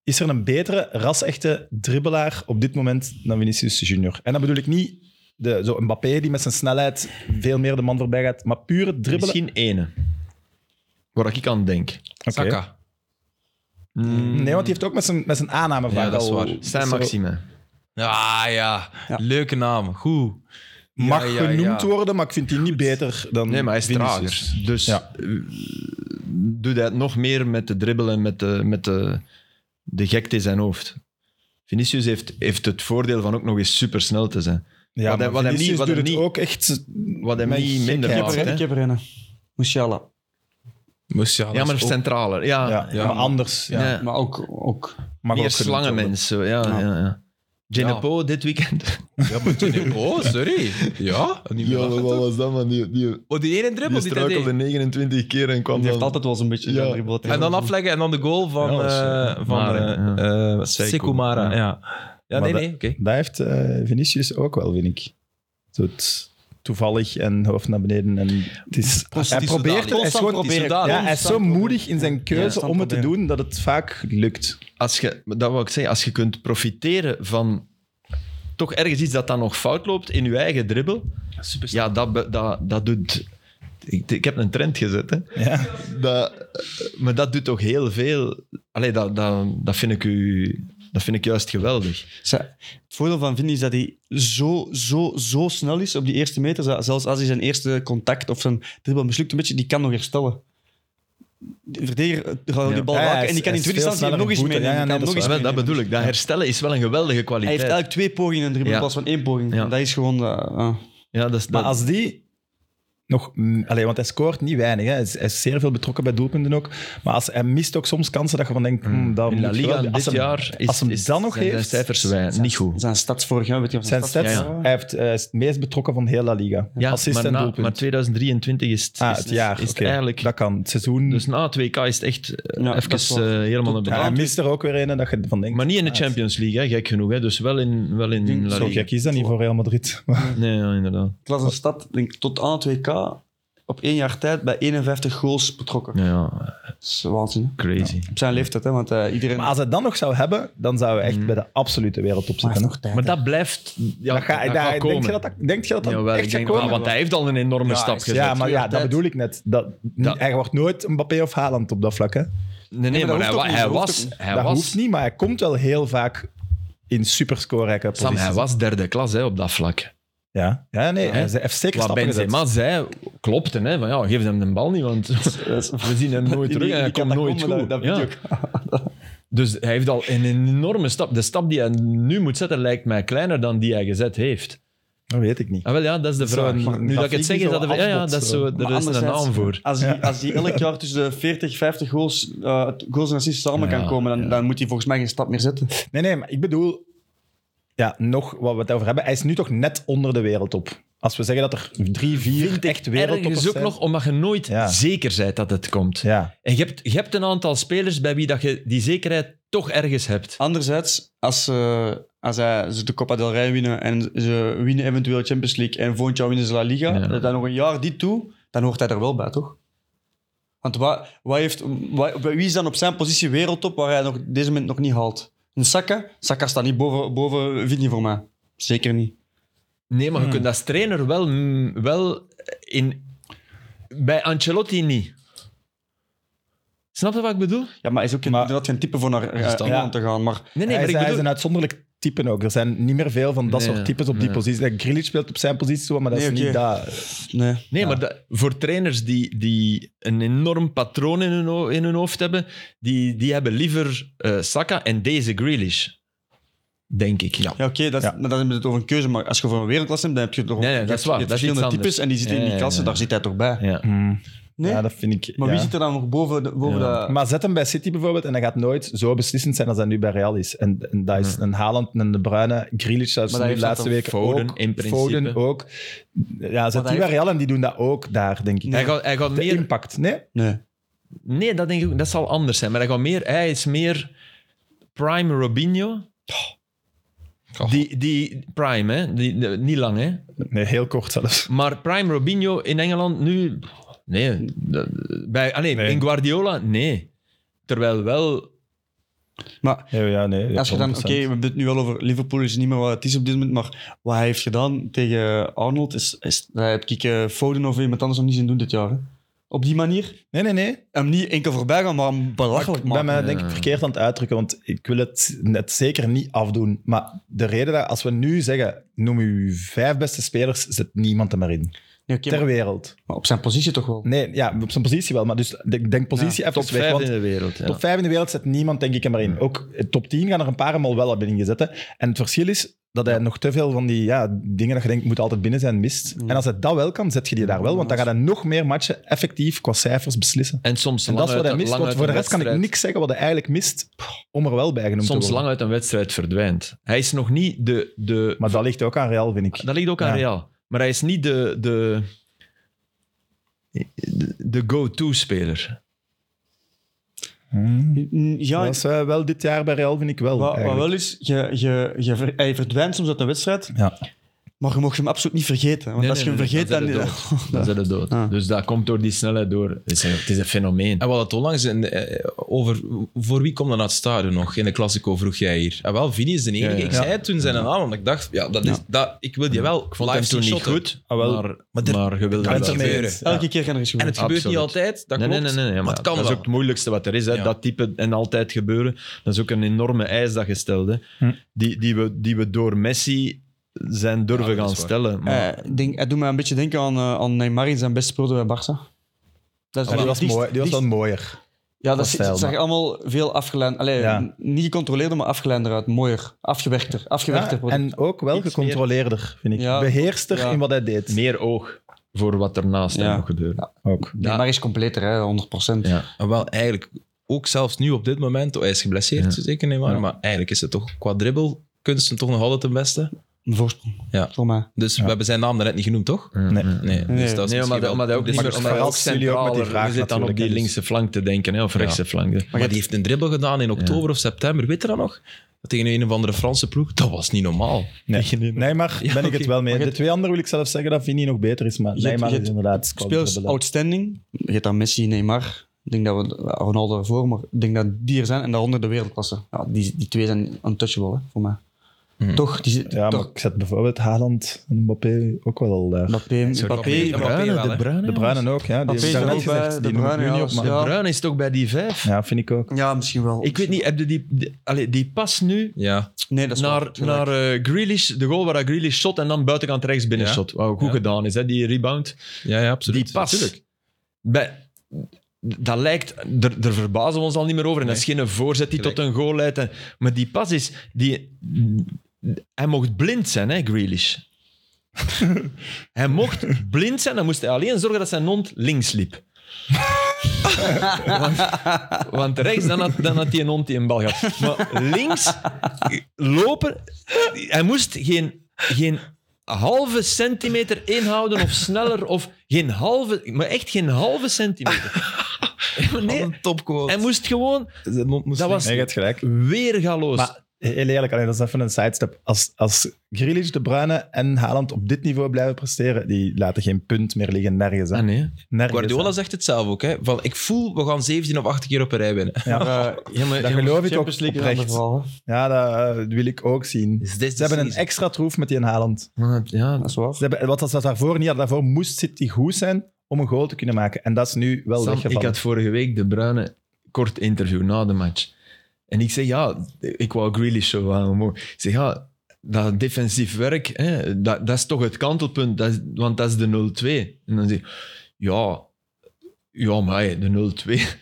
Speaker 2: is er een betere rasechte dribbelaar op dit moment dan Vinicius Junior? En dan bedoel ik niet de, zo Mbappé die met zijn snelheid veel meer de man voorbij gaat, maar puur het dribbelen.
Speaker 3: Misschien ene. Waar ik aan denk.
Speaker 2: Oké. Mm.
Speaker 1: Saka.
Speaker 3: Hmm.
Speaker 2: Nee, want die heeft ook met zijn, met zijn aanname vaak
Speaker 1: dat is
Speaker 2: al-
Speaker 1: waar.
Speaker 3: Stijn
Speaker 2: zo-
Speaker 3: Maxime.
Speaker 1: Ah ja. Leuke naam. Goed.
Speaker 2: mag
Speaker 1: Ja, ja,
Speaker 2: genoemd
Speaker 1: ja.
Speaker 2: worden, maar ik vind die niet beter dan
Speaker 3: Nee, maar hij is
Speaker 2: Vinicius.
Speaker 3: trager. Dus
Speaker 2: Ja.
Speaker 3: eh, doet hij het nog meer met de dribbel en met de, met de, de gekte in zijn hoofd. Vinicius heeft, heeft het voordeel van ook nog eens supersnel te zijn.
Speaker 2: Ja,
Speaker 3: Wat hij-
Speaker 2: maar
Speaker 3: wat hij niet-
Speaker 2: Vinicius
Speaker 3: wat
Speaker 2: doet
Speaker 3: hij
Speaker 2: het
Speaker 3: niet-
Speaker 2: ook echt...
Speaker 3: Wat hem
Speaker 2: met
Speaker 3: niet minder
Speaker 2: gekheid,
Speaker 4: Ik
Speaker 3: maakt. hè.
Speaker 4: heb er een. Ik heb er een. Musiala.
Speaker 1: Musiala
Speaker 3: Ja, maar
Speaker 1: is ook-
Speaker 3: centraler. Ja,
Speaker 2: Ja,
Speaker 3: Ah, ja.
Speaker 2: maar anders. Ja.
Speaker 3: Ja.
Speaker 4: Maar ook, ook
Speaker 2: Mag
Speaker 3: Meer
Speaker 2: ook genoemd worden.
Speaker 3: slangenmens. zo. Ja,
Speaker 4: Ja.
Speaker 3: ja. Ja, Genepo dit weekend.
Speaker 1: Ja, maar Jenny- Oh, sorry. Ja, niet meer
Speaker 5: Ja,
Speaker 1: lachen,
Speaker 5: maar wat
Speaker 1: toch?
Speaker 5: was dat, man? Die, die,
Speaker 1: Oh, die ene
Speaker 5: die
Speaker 1: dribbel die, hij
Speaker 5: struikelde
Speaker 1: deed.
Speaker 5: 29 keer en kwam
Speaker 4: Die heeft
Speaker 5: dan...
Speaker 4: altijd wel zo'n beetje
Speaker 5: Ja.
Speaker 4: zo'n dribbel.
Speaker 1: En dan afleggen en dan de goal van,
Speaker 2: Ja, dat is,
Speaker 1: eh,
Speaker 3: eh,
Speaker 1: van
Speaker 3: Mare,
Speaker 1: eh, eh, Sekumara. Ja, ja
Speaker 2: Maar
Speaker 1: nee,
Speaker 2: dat-
Speaker 1: nee, oké.
Speaker 2: Dat heeft eh, Vinicius ook wel, vind ik. Zo het toevallig en hoofd naar beneden. En het is, hij
Speaker 1: Constant
Speaker 2: probeert het. Hij is,
Speaker 1: constant
Speaker 2: gewoon-
Speaker 1: proberen.
Speaker 2: ja, hij is zo moedig in zijn keuze
Speaker 4: constant
Speaker 2: om het te
Speaker 4: proberen.
Speaker 2: doen dat het vaak lukt.
Speaker 3: Als je, dat wil ik zeggen, als je kunt profiteren van toch ergens iets dat dan nog fout loopt in je eigen dribbel, ja, dat, be- dat, dat doet... Ik, ik heb een trend gezet, hè.
Speaker 2: Ja.
Speaker 3: Dat, maar dat doet toch heel veel... Allee, dat, dat, dat, vind ik u, dat vind ik juist geweldig.
Speaker 4: Zij- Het voordeel van Vinny is dat hij zo, zo, zo snel is op die eerste meters. dat Zelfs als hij zijn eerste contact of zijn dribbel mislukt een beetje, die kan nog herstellen. De verdediger eh, gaat die bal
Speaker 2: Ja, ja,
Speaker 4: wakken
Speaker 2: hij
Speaker 4: en die kan
Speaker 2: is-
Speaker 4: in tweede
Speaker 2: hij is
Speaker 4: instantie
Speaker 2: veel
Speaker 4: nog eens
Speaker 2: sneller in voeten.
Speaker 4: meenemen.
Speaker 2: Ja, ja,
Speaker 4: Die kan
Speaker 2: nee,
Speaker 4: nog
Speaker 2: dat is
Speaker 4: eens
Speaker 2: waar.
Speaker 3: Maar dat bedoel ik. Dat herstellen is wel een geweldige
Speaker 4: Hij
Speaker 3: kwaliteit.
Speaker 4: heeft eigenlijk twee pogingen in dribbel
Speaker 3: Ja.
Speaker 4: in plaats van één poging.
Speaker 3: Ja.
Speaker 4: Dat is gewoon... eh, ah.
Speaker 3: ja, dat is,
Speaker 2: Maar
Speaker 3: dat,
Speaker 2: als die nog... mm, Allee, want hij scoort niet weinig. Hè. Hij, is, hij is zeer veel betrokken bij doelpunten ook. Maar als, hij mist ook soms kansen dat je van denkt... mm, dat
Speaker 3: in La
Speaker 2: moet je
Speaker 3: Liga
Speaker 2: wel-
Speaker 3: dit
Speaker 2: als hem,
Speaker 3: jaar is,
Speaker 2: als hem
Speaker 3: is,
Speaker 2: dan nog
Speaker 3: zijn zijn
Speaker 2: heeft-
Speaker 3: cijfers wij, niet goed.
Speaker 4: Zijn stats vorig jaar, weet je wat
Speaker 2: Zijn stats,
Speaker 3: Ja, ja.
Speaker 2: hij heeft, eh, is het meest betrokken van heel La Liga.
Speaker 3: Ja,
Speaker 2: Assist
Speaker 3: maar,
Speaker 2: en
Speaker 3: na-
Speaker 2: doelpunt.
Speaker 3: maar 2023 is, het-
Speaker 2: ah,
Speaker 3: is,
Speaker 2: het jaar.
Speaker 3: is het
Speaker 2: oké.
Speaker 3: eigenlijk...
Speaker 2: Dat kan. Het seizoen...
Speaker 3: Dus na het WK is het echt eh,
Speaker 4: Ja, dat is
Speaker 3: even
Speaker 4: waar.
Speaker 3: eh, helemaal naar
Speaker 2: Ja, hij
Speaker 3: beneden.
Speaker 2: mist er ook weer een dat je van denkt...
Speaker 3: Maar niet in de
Speaker 2: ah,
Speaker 3: Champions League, hè, gek genoeg. Hè. Dus wel in, wel in La
Speaker 2: Zo
Speaker 3: Liga.
Speaker 2: gek is dat niet voor Real Madrid. Maar
Speaker 3: Nee, ja, inderdaad.
Speaker 4: Ik las een stad, denk, ik, tot aan het WK, op één jaar tijd bij 51 goals betrokken.
Speaker 3: Ja, ja,
Speaker 4: Dat is waanzin. hè.
Speaker 3: crazy.
Speaker 4: Op zijn leeftijd, hè, want eh, iedereen...
Speaker 2: als hij dat nog zou hebben, dan zou hij echt
Speaker 3: Mhm.
Speaker 2: bij de absolute wereldtop
Speaker 4: Maar
Speaker 2: zitten. hè.
Speaker 4: tijd.
Speaker 3: Maar dat blijft... Ja,
Speaker 2: Dan ga,
Speaker 3: dat
Speaker 2: daar-
Speaker 3: gaat
Speaker 2: denk
Speaker 3: komen.
Speaker 2: je dat dat, denk je dat, dat
Speaker 3: Jawel,
Speaker 2: echt
Speaker 3: ik
Speaker 2: gaat
Speaker 3: denk-
Speaker 2: komen?
Speaker 3: ah, want hij heeft al een enorme
Speaker 2: ja,
Speaker 3: stap gezet.
Speaker 2: Ja, maar ja, dat
Speaker 3: Altijd.
Speaker 2: bedoel ik net. Dat,
Speaker 3: Dat-
Speaker 2: Hij wordt nooit Mbappé of Haaland op dat vlak. Hè?
Speaker 3: Nee, nee,
Speaker 4: maar
Speaker 3: maar,
Speaker 4: dat
Speaker 3: hij,
Speaker 4: hoeft ook
Speaker 3: wa-
Speaker 4: niet,
Speaker 3: hij
Speaker 4: dat
Speaker 3: was...
Speaker 4: hoeft ook
Speaker 3: Hij
Speaker 2: dat
Speaker 3: was
Speaker 2: hoeft niet, maar hij komt wel heel vaak in superscorerijke posities.
Speaker 3: Sam, hij was derde klas hè, op dat vlak.
Speaker 2: Ja, ja nee, hij heeft zeker
Speaker 3: Wat
Speaker 2: stappen gezet.
Speaker 3: Benzema zei, klopte. Hè, van, ja, geef hem de bal niet, want we zien hem nooit
Speaker 4: Die-
Speaker 3: terug.
Speaker 4: die
Speaker 3: En hij komt nooit
Speaker 4: catacomben,
Speaker 3: goed.
Speaker 4: Dat,
Speaker 3: Ja.
Speaker 4: dat weet je ook.
Speaker 3: Dus hij heeft al een enorme stap. De stap die hij nu moet zetten lijkt mij kleiner dan die hij gezet heeft.
Speaker 2: Dat weet ik niet.
Speaker 3: Ah, wel, ja, dat is de
Speaker 2: Zo'n
Speaker 3: vraag. nu dat ik
Speaker 2: grafiek
Speaker 3: het zeg,
Speaker 2: die
Speaker 3: is dat...
Speaker 2: zo
Speaker 3: de- Ja, ja,
Speaker 2: afbotst,
Speaker 3: dat is
Speaker 2: zo.
Speaker 3: zo,
Speaker 4: Maar
Speaker 3: er is een
Speaker 4: anderzijds,
Speaker 3: naam voor.
Speaker 4: Als die, als die elk jaar tussen de 40, 50 goals, eh, goals en assists samen
Speaker 3: Ja,
Speaker 4: kan komen, dan, dan moet hij volgens mij geen stap meer zetten.
Speaker 2: Nee, nee, maar ik bedoel... Ja, nog wat we het over hebben. Hij is nu toch net onder de wereldtop. Als we zeggen dat er drie, vier echt wereldtoppers
Speaker 3: Ergens ook
Speaker 2: zijn.
Speaker 3: nog, omdat je nooit
Speaker 2: Ja.
Speaker 3: zeker bent dat het komt.
Speaker 2: Ja,
Speaker 3: En je hebt, je hebt een aantal spelers bij wie dat je die zekerheid toch ergens hebt.
Speaker 4: Anderzijds, als, ze- als hij, ze de Copa del Rey winnen en ze winnen eventueel Champions League en volgend jaar winnen ze La Liga,
Speaker 3: Ja.
Speaker 4: dan nog een jaar dit toe, dan hoort hij er wel bij, toch? Want wat, wat heeft, wat, wie is dan op zijn positie wereldtop waar hij nog, op deze moment nog niet haalt? Een Saka? Saka staat niet boven, boven Vinny voor mij. Zeker niet.
Speaker 3: Nee,
Speaker 2: Hmm.
Speaker 3: maar je kunt als trainer wel, mm, wel in... Bij Ancelotti niet. Snap je wat ik bedoel?
Speaker 4: Ja, maar hij is ook
Speaker 2: Maar-
Speaker 4: inderdaad geen type voor naar eh,
Speaker 3: Verstandig.
Speaker 4: Engeland te gaan. Maar
Speaker 3: Nee, nee,
Speaker 2: hij,
Speaker 3: maar
Speaker 2: is,
Speaker 3: ik
Speaker 2: hij is
Speaker 3: bedoel...
Speaker 2: een uitzonderlijk type ook. Er zijn niet meer veel van dat
Speaker 3: Nee,
Speaker 2: soort types op die
Speaker 3: nee.
Speaker 2: positie. Like, Grealish speelt op zijn positie, zo, maar dat
Speaker 4: Nee,
Speaker 2: is
Speaker 4: oké.
Speaker 2: niet dat.
Speaker 4: nee.
Speaker 3: Nee, maar dat- voor trainers die, die een enorm patroon in hun, ho- in hun hoofd hebben, die, die hebben liever eh, Saka en deze Grealish. Denk ik.
Speaker 4: Ja, oké, dat is-
Speaker 2: Ja.
Speaker 4: maar dan hebben we het over een keuze. Maar als je voor een wereldklasse hebt, dan heb je toch
Speaker 3: Nee, nee,
Speaker 4: je
Speaker 3: dat
Speaker 4: hebt-
Speaker 3: is waar,
Speaker 4: je hebt
Speaker 3: dat is iets
Speaker 4: verschillende
Speaker 3: anders.
Speaker 4: types en die zitten
Speaker 3: Ja,
Speaker 4: in
Speaker 3: ja,
Speaker 4: die klasse,
Speaker 3: ja.
Speaker 4: daar zit hij toch bij.
Speaker 3: Ja.
Speaker 2: Hmm.
Speaker 4: Nee?
Speaker 2: Ja, dat vind ik.
Speaker 4: Maar wie
Speaker 2: ja.
Speaker 4: zit er dan nog boven de... Boven
Speaker 3: Ja.
Speaker 4: de...
Speaker 2: Maar zet hem bij City bijvoorbeeld en hij gaat nooit zo beslissend zijn als hij nu bij Real is. En, en dat is een Haaland, een De Bruyne, Grealish zelfs
Speaker 4: Maar dat
Speaker 2: nu de
Speaker 4: heeft
Speaker 2: laatste
Speaker 4: dat
Speaker 2: weken
Speaker 3: Foden
Speaker 2: ook.
Speaker 3: in principe.
Speaker 2: Foden ook. Ja, zet
Speaker 4: dat
Speaker 2: die bij
Speaker 4: heeft-
Speaker 2: Real en die doen dat ook daar, denk ik.
Speaker 3: Hij gaat, hij gaat
Speaker 2: De
Speaker 3: meer...
Speaker 2: impact, nee?
Speaker 4: Nee.
Speaker 3: Nee, dat denk ik ook. Dat zal anders zijn. Maar hij, gaat meer, hij is meer prime Robinho.
Speaker 1: Oh.
Speaker 3: Die, die prime, hè? Die, de- niet lang, hè?
Speaker 2: Nee, heel kort zelfs.
Speaker 3: Maar prime Robinho in Engeland nu... Nee. dat- Bij, ah, nee,
Speaker 2: Nee.
Speaker 3: In Guardiola, nee. Terwijl wel...
Speaker 4: Maar
Speaker 2: Ja, ja nee.
Speaker 4: als je dan... Oké,
Speaker 2: 100%.
Speaker 4: we hebben het nu wel over Liverpool, is niet meer wat het is op dit moment. Maar wat hij heeft gedaan tegen Arnold, is, is, dat heb ik eh, Foden of iemand anders nog niet zien doen dit jaar. hè. Op die manier.
Speaker 2: Nee, nee, nee.
Speaker 4: Hem niet enkel voorbij gaan, maar hem belachelijk
Speaker 2: Ik ben
Speaker 4: maken.
Speaker 2: mij denk ik verkeerd aan het uitdrukken, want ik wil het net zeker niet afdoen. Maar de reden dat als we nu zeggen, noem uw vijf beste spelers, zit niemand er maar in.
Speaker 4: Nee, oké,
Speaker 2: ter
Speaker 4: maar-
Speaker 2: wereld.
Speaker 4: maar op zijn positie toch wel.
Speaker 2: Nee, ja, op zijn positie wel. Maar dus ik denk positie even
Speaker 3: Top
Speaker 2: weg.
Speaker 3: 5
Speaker 2: want-
Speaker 3: in de wereld. Ja.
Speaker 2: Top 5 in de wereld zet niemand, denk ik, hem erin. Ook eh, top 10 gaan er een paar hem al wel hebben ingezet. hè. En het verschil is dat hij nog te veel van die ja, dingen dat je denkt, moet altijd binnen zijn, mist. En als hij dat wel kan, zet je die daar wel. Want dan gaat hij nog meer matchen effectief qua cijfers beslissen.
Speaker 3: En soms
Speaker 2: En
Speaker 3: lang
Speaker 2: dat is wat hij
Speaker 3: uit een-
Speaker 2: mist.
Speaker 3: lang
Speaker 2: Want
Speaker 3: uit
Speaker 2: voor de
Speaker 3: een
Speaker 2: rest kan ik
Speaker 3: wedstrijd.
Speaker 2: niks zeggen wat hij eigenlijk mist om er wel bij genoemd te
Speaker 3: Soms
Speaker 2: worden.
Speaker 3: lang uit een wedstrijd verdwijnt. Hij is nog niet de... de
Speaker 2: Maar dat ligt ook aan Real, vind ik.
Speaker 3: dat ligt ook aan
Speaker 2: Ja.
Speaker 3: Real. Maar hij is niet de... de de- de go-to-speler.
Speaker 2: Hmm.
Speaker 4: Ja,
Speaker 2: Dat is eh, wel dit jaar bij Real, vind ik wel.
Speaker 4: Wat, wat
Speaker 2: eigenlijk.
Speaker 4: wel is, je, je, je ver- hij verdwijnt soms uit de wedstrijd,
Speaker 2: Ja.
Speaker 4: maar je mag hem absoluut niet vergeten. Want als je hem vergeet, dan...
Speaker 3: Dan zijn ze dood.
Speaker 4: Ah.
Speaker 3: Dus dat komt door die snelheid door. Het is een, het is een fenomeen.
Speaker 1: En we hadden het onlangs in, eh, over voor wie komt dan naar het stadion nog? In de Classico vroeg jij hier. En wel, Vini is de enige.
Speaker 3: Ja, ja.
Speaker 1: Ik zei het toen zijn naam, want ik dacht, ja, dat is, Dat, ik wil die wel. Ik
Speaker 3: vond hem toen niet goed,
Speaker 2: Ah, wel.
Speaker 3: maar,
Speaker 1: Maar
Speaker 3: maar,
Speaker 1: er-
Speaker 3: je wilde
Speaker 1: kan
Speaker 3: wel.
Speaker 1: het
Speaker 2: ermee
Speaker 1: gebeuren.
Speaker 2: eens.
Speaker 4: Elke keer gaan er iets
Speaker 1: En het
Speaker 4: gebeuren.
Speaker 1: gebeurt
Speaker 3: Absoluut.
Speaker 1: niet altijd, dat
Speaker 3: Nee, nee,
Speaker 1: klopt.
Speaker 3: nee, nee, nee,
Speaker 1: maar het kan
Speaker 3: dat
Speaker 1: wel.
Speaker 3: is ook het moeilijkste wat er is. Hè.
Speaker 1: Ja.
Speaker 3: Dat type en altijd gebeuren. Dat is ook een enorme eis dat je stelt. Hè.
Speaker 2: Hm.
Speaker 3: Die, die, we, die we door Messi zijn durven
Speaker 1: Ja, dat
Speaker 3: gaan
Speaker 1: is waar.
Speaker 3: stellen. Maar
Speaker 4: Eh, ik denk, het doet mij een beetje denken aan, eh, aan Neymar in zijn beste periode bij Barça. Dat
Speaker 2: Ja, die, was
Speaker 4: dicht-
Speaker 2: mooi, die was
Speaker 4: dicht-
Speaker 2: wel mooier.
Speaker 4: Ja, dat
Speaker 2: was
Speaker 4: zit-
Speaker 2: stijl,
Speaker 4: het zag
Speaker 2: maar-
Speaker 4: allemaal veel afgeleid. Allee,
Speaker 2: Ja.
Speaker 4: n- niet gecontroleerder, maar afgeleider uit. Mooier, afgewerkter, afgewerkter.
Speaker 2: Ja,
Speaker 4: product.
Speaker 2: en ook wel
Speaker 4: Iets meer-
Speaker 2: gecontroleerder, vind ik.
Speaker 4: Ja.
Speaker 2: Beheerster
Speaker 4: Ja.
Speaker 2: in wat hij deed.
Speaker 3: meer oog voor wat er naast hem
Speaker 4: Ja.
Speaker 3: nog gebeurt.
Speaker 2: Ook.
Speaker 4: Neymar is completer, hè, 100%.
Speaker 3: Ja.
Speaker 1: En Ah, wel, eigenlijk ook zelfs nu op dit moment, oh, hij is geblesseerd, zeker niet maar, maar eigenlijk is het toch qua dribbelkunsten toch nog altijd het beste.
Speaker 4: Een voorsprong,
Speaker 1: Ja.
Speaker 4: voor mij.
Speaker 1: Dus we hebben zijn naam daarnet niet genoemd, toch?
Speaker 2: Nee.
Speaker 1: Nee, dus
Speaker 4: Nee,
Speaker 1: dat is
Speaker 3: Nee,
Speaker 1: misschien
Speaker 3: maar,
Speaker 1: wel-
Speaker 3: maar dat ook
Speaker 1: dit
Speaker 3: niet
Speaker 1: is-
Speaker 3: meer.
Speaker 2: maar
Speaker 3: Omdat hij ook
Speaker 2: verrast jullie ook met die
Speaker 3: centraal
Speaker 2: vraag
Speaker 3: Je zit dan op
Speaker 2: natuurlijk,
Speaker 3: die
Speaker 2: hè, dus-
Speaker 3: linkse flank te denken, hè, of rechtse flank. hè.
Speaker 1: Maar die heeft een dribbel gedaan in oktober of september, weet je dat nog? Tegen een of andere Franse ploeg. Dat was niet normaal.
Speaker 2: Nee. Neymar ben
Speaker 1: Ja,
Speaker 2: ik
Speaker 1: oké.
Speaker 2: het wel mee.
Speaker 4: Maar
Speaker 2: De
Speaker 4: je-
Speaker 2: twee anderen wil ik zelf zeggen dat Vini nog beter is, maar
Speaker 4: Je-
Speaker 2: Neymar
Speaker 4: je-
Speaker 2: is inderdaad...
Speaker 4: Speels
Speaker 2: kwalitatief.
Speaker 4: outstanding. Je hebt dan Messi, Neymar. Ik denk dat we Ronaldo ervoor, maar ik denk dat die er zijn. En daaronder de wereldklasse. Ja, die, die twee zijn untouchable hè, voor mij.
Speaker 1: Hmm.
Speaker 4: Toch? Die, zit-
Speaker 2: Ja, maar
Speaker 4: toch
Speaker 2: ik zet bijvoorbeeld Haaland en Mbappé ook wel al daar.
Speaker 4: Mbappé,
Speaker 1: Mbappé,
Speaker 4: Mbappé,
Speaker 1: Mbappé. wel, hè.
Speaker 3: Bruyne.
Speaker 2: De Bruinen ook, ja. Die
Speaker 4: Mbappé
Speaker 2: heb ik
Speaker 4: is er
Speaker 2: daarnet
Speaker 4: ook bij,
Speaker 2: gezegd.
Speaker 4: De
Speaker 2: Die noem ik
Speaker 4: Bruyne,
Speaker 2: nu
Speaker 4: ja,
Speaker 2: niet op,
Speaker 4: was-
Speaker 2: maar...
Speaker 4: ja.
Speaker 2: Ja.
Speaker 3: Bruin is toch bij die vijf?
Speaker 2: vind ik ook.
Speaker 4: Ja, misschien wel.
Speaker 3: Ik weet niet, heb je die, die, allee, die pas nu
Speaker 1: Ja.
Speaker 4: Nee, dat is waar,
Speaker 3: naar,
Speaker 4: tuurlijk.
Speaker 3: naar eh, Grealish, de goal waar hij Grealish shot en dan buitenkant rechts binnen
Speaker 1: Ja.
Speaker 3: shot. Wat ook goed
Speaker 1: Ja.
Speaker 3: gedaan is, hè, die rebound.
Speaker 1: Ja, ja, absoluut.
Speaker 3: die pas.
Speaker 1: Natuurlijk.
Speaker 3: Bij, dat lijkt, daar daar verbazen we ons al niet meer over. En dat is geen voorzet die
Speaker 1: Gelijk.
Speaker 3: tot een goal leidt. En, maar die pas is, die, hij mocht blind zijn, hè, Grealish. hij mocht blind zijn, dan moest hij alleen zorgen dat zijn hond links liep. want, want rechts, dan had, dan had die een hond die een bal gehad. Maar links lopen, hij moest geen, geen halve centimeter inhouden of sneller of geen halve, maar echt geen halve centimeter. nee,
Speaker 1: topquote.
Speaker 3: hij moest gewoon
Speaker 1: dat was...
Speaker 2: Nee, je hebt gelijk.
Speaker 3: weergaloos.
Speaker 2: Maar heel eerlijk, alleen dat is even een sidestep. Als, als Grealish, De Bruyne en Haaland op dit niveau blijven presteren, die laten geen punt meer liggen, nergens. Hè.
Speaker 3: Ah, nee.
Speaker 2: nergens
Speaker 1: Guardiola zegt het zelf ook. Hè. Van, ik voel, we gaan 17 of 18 keer op een rij winnen.
Speaker 2: Ja.
Speaker 3: Ja, maar,
Speaker 2: dat geloof ik ook
Speaker 4: Champions League is een ander
Speaker 2: oprecht.
Speaker 4: verhaal, hè.
Speaker 2: Ja, dat eh, wil ik ook zien.
Speaker 1: Dus dit is
Speaker 2: Ze hebben een
Speaker 1: season.
Speaker 2: extra troef met die in Haaland.
Speaker 3: ja,
Speaker 4: Dat is waar.
Speaker 2: Ze hebben, wat ze daarvoor niet hadden, daarvoor moest City goed zijn om een goal te kunnen maken. En dat is nu wel
Speaker 3: Sam, ik
Speaker 2: weggevallen.
Speaker 3: had vorige week de Bruine kort interview na de match. En ik zeg, ja, ik wou Grealish zo aan. omhoog. Ik zeg, ja, dat defensief werk, hè, dat, dat is toch het kantelpunt, dat is- want dat is de 0-2. En dan zeg ik, ja, ja, maar hey, de 0-2.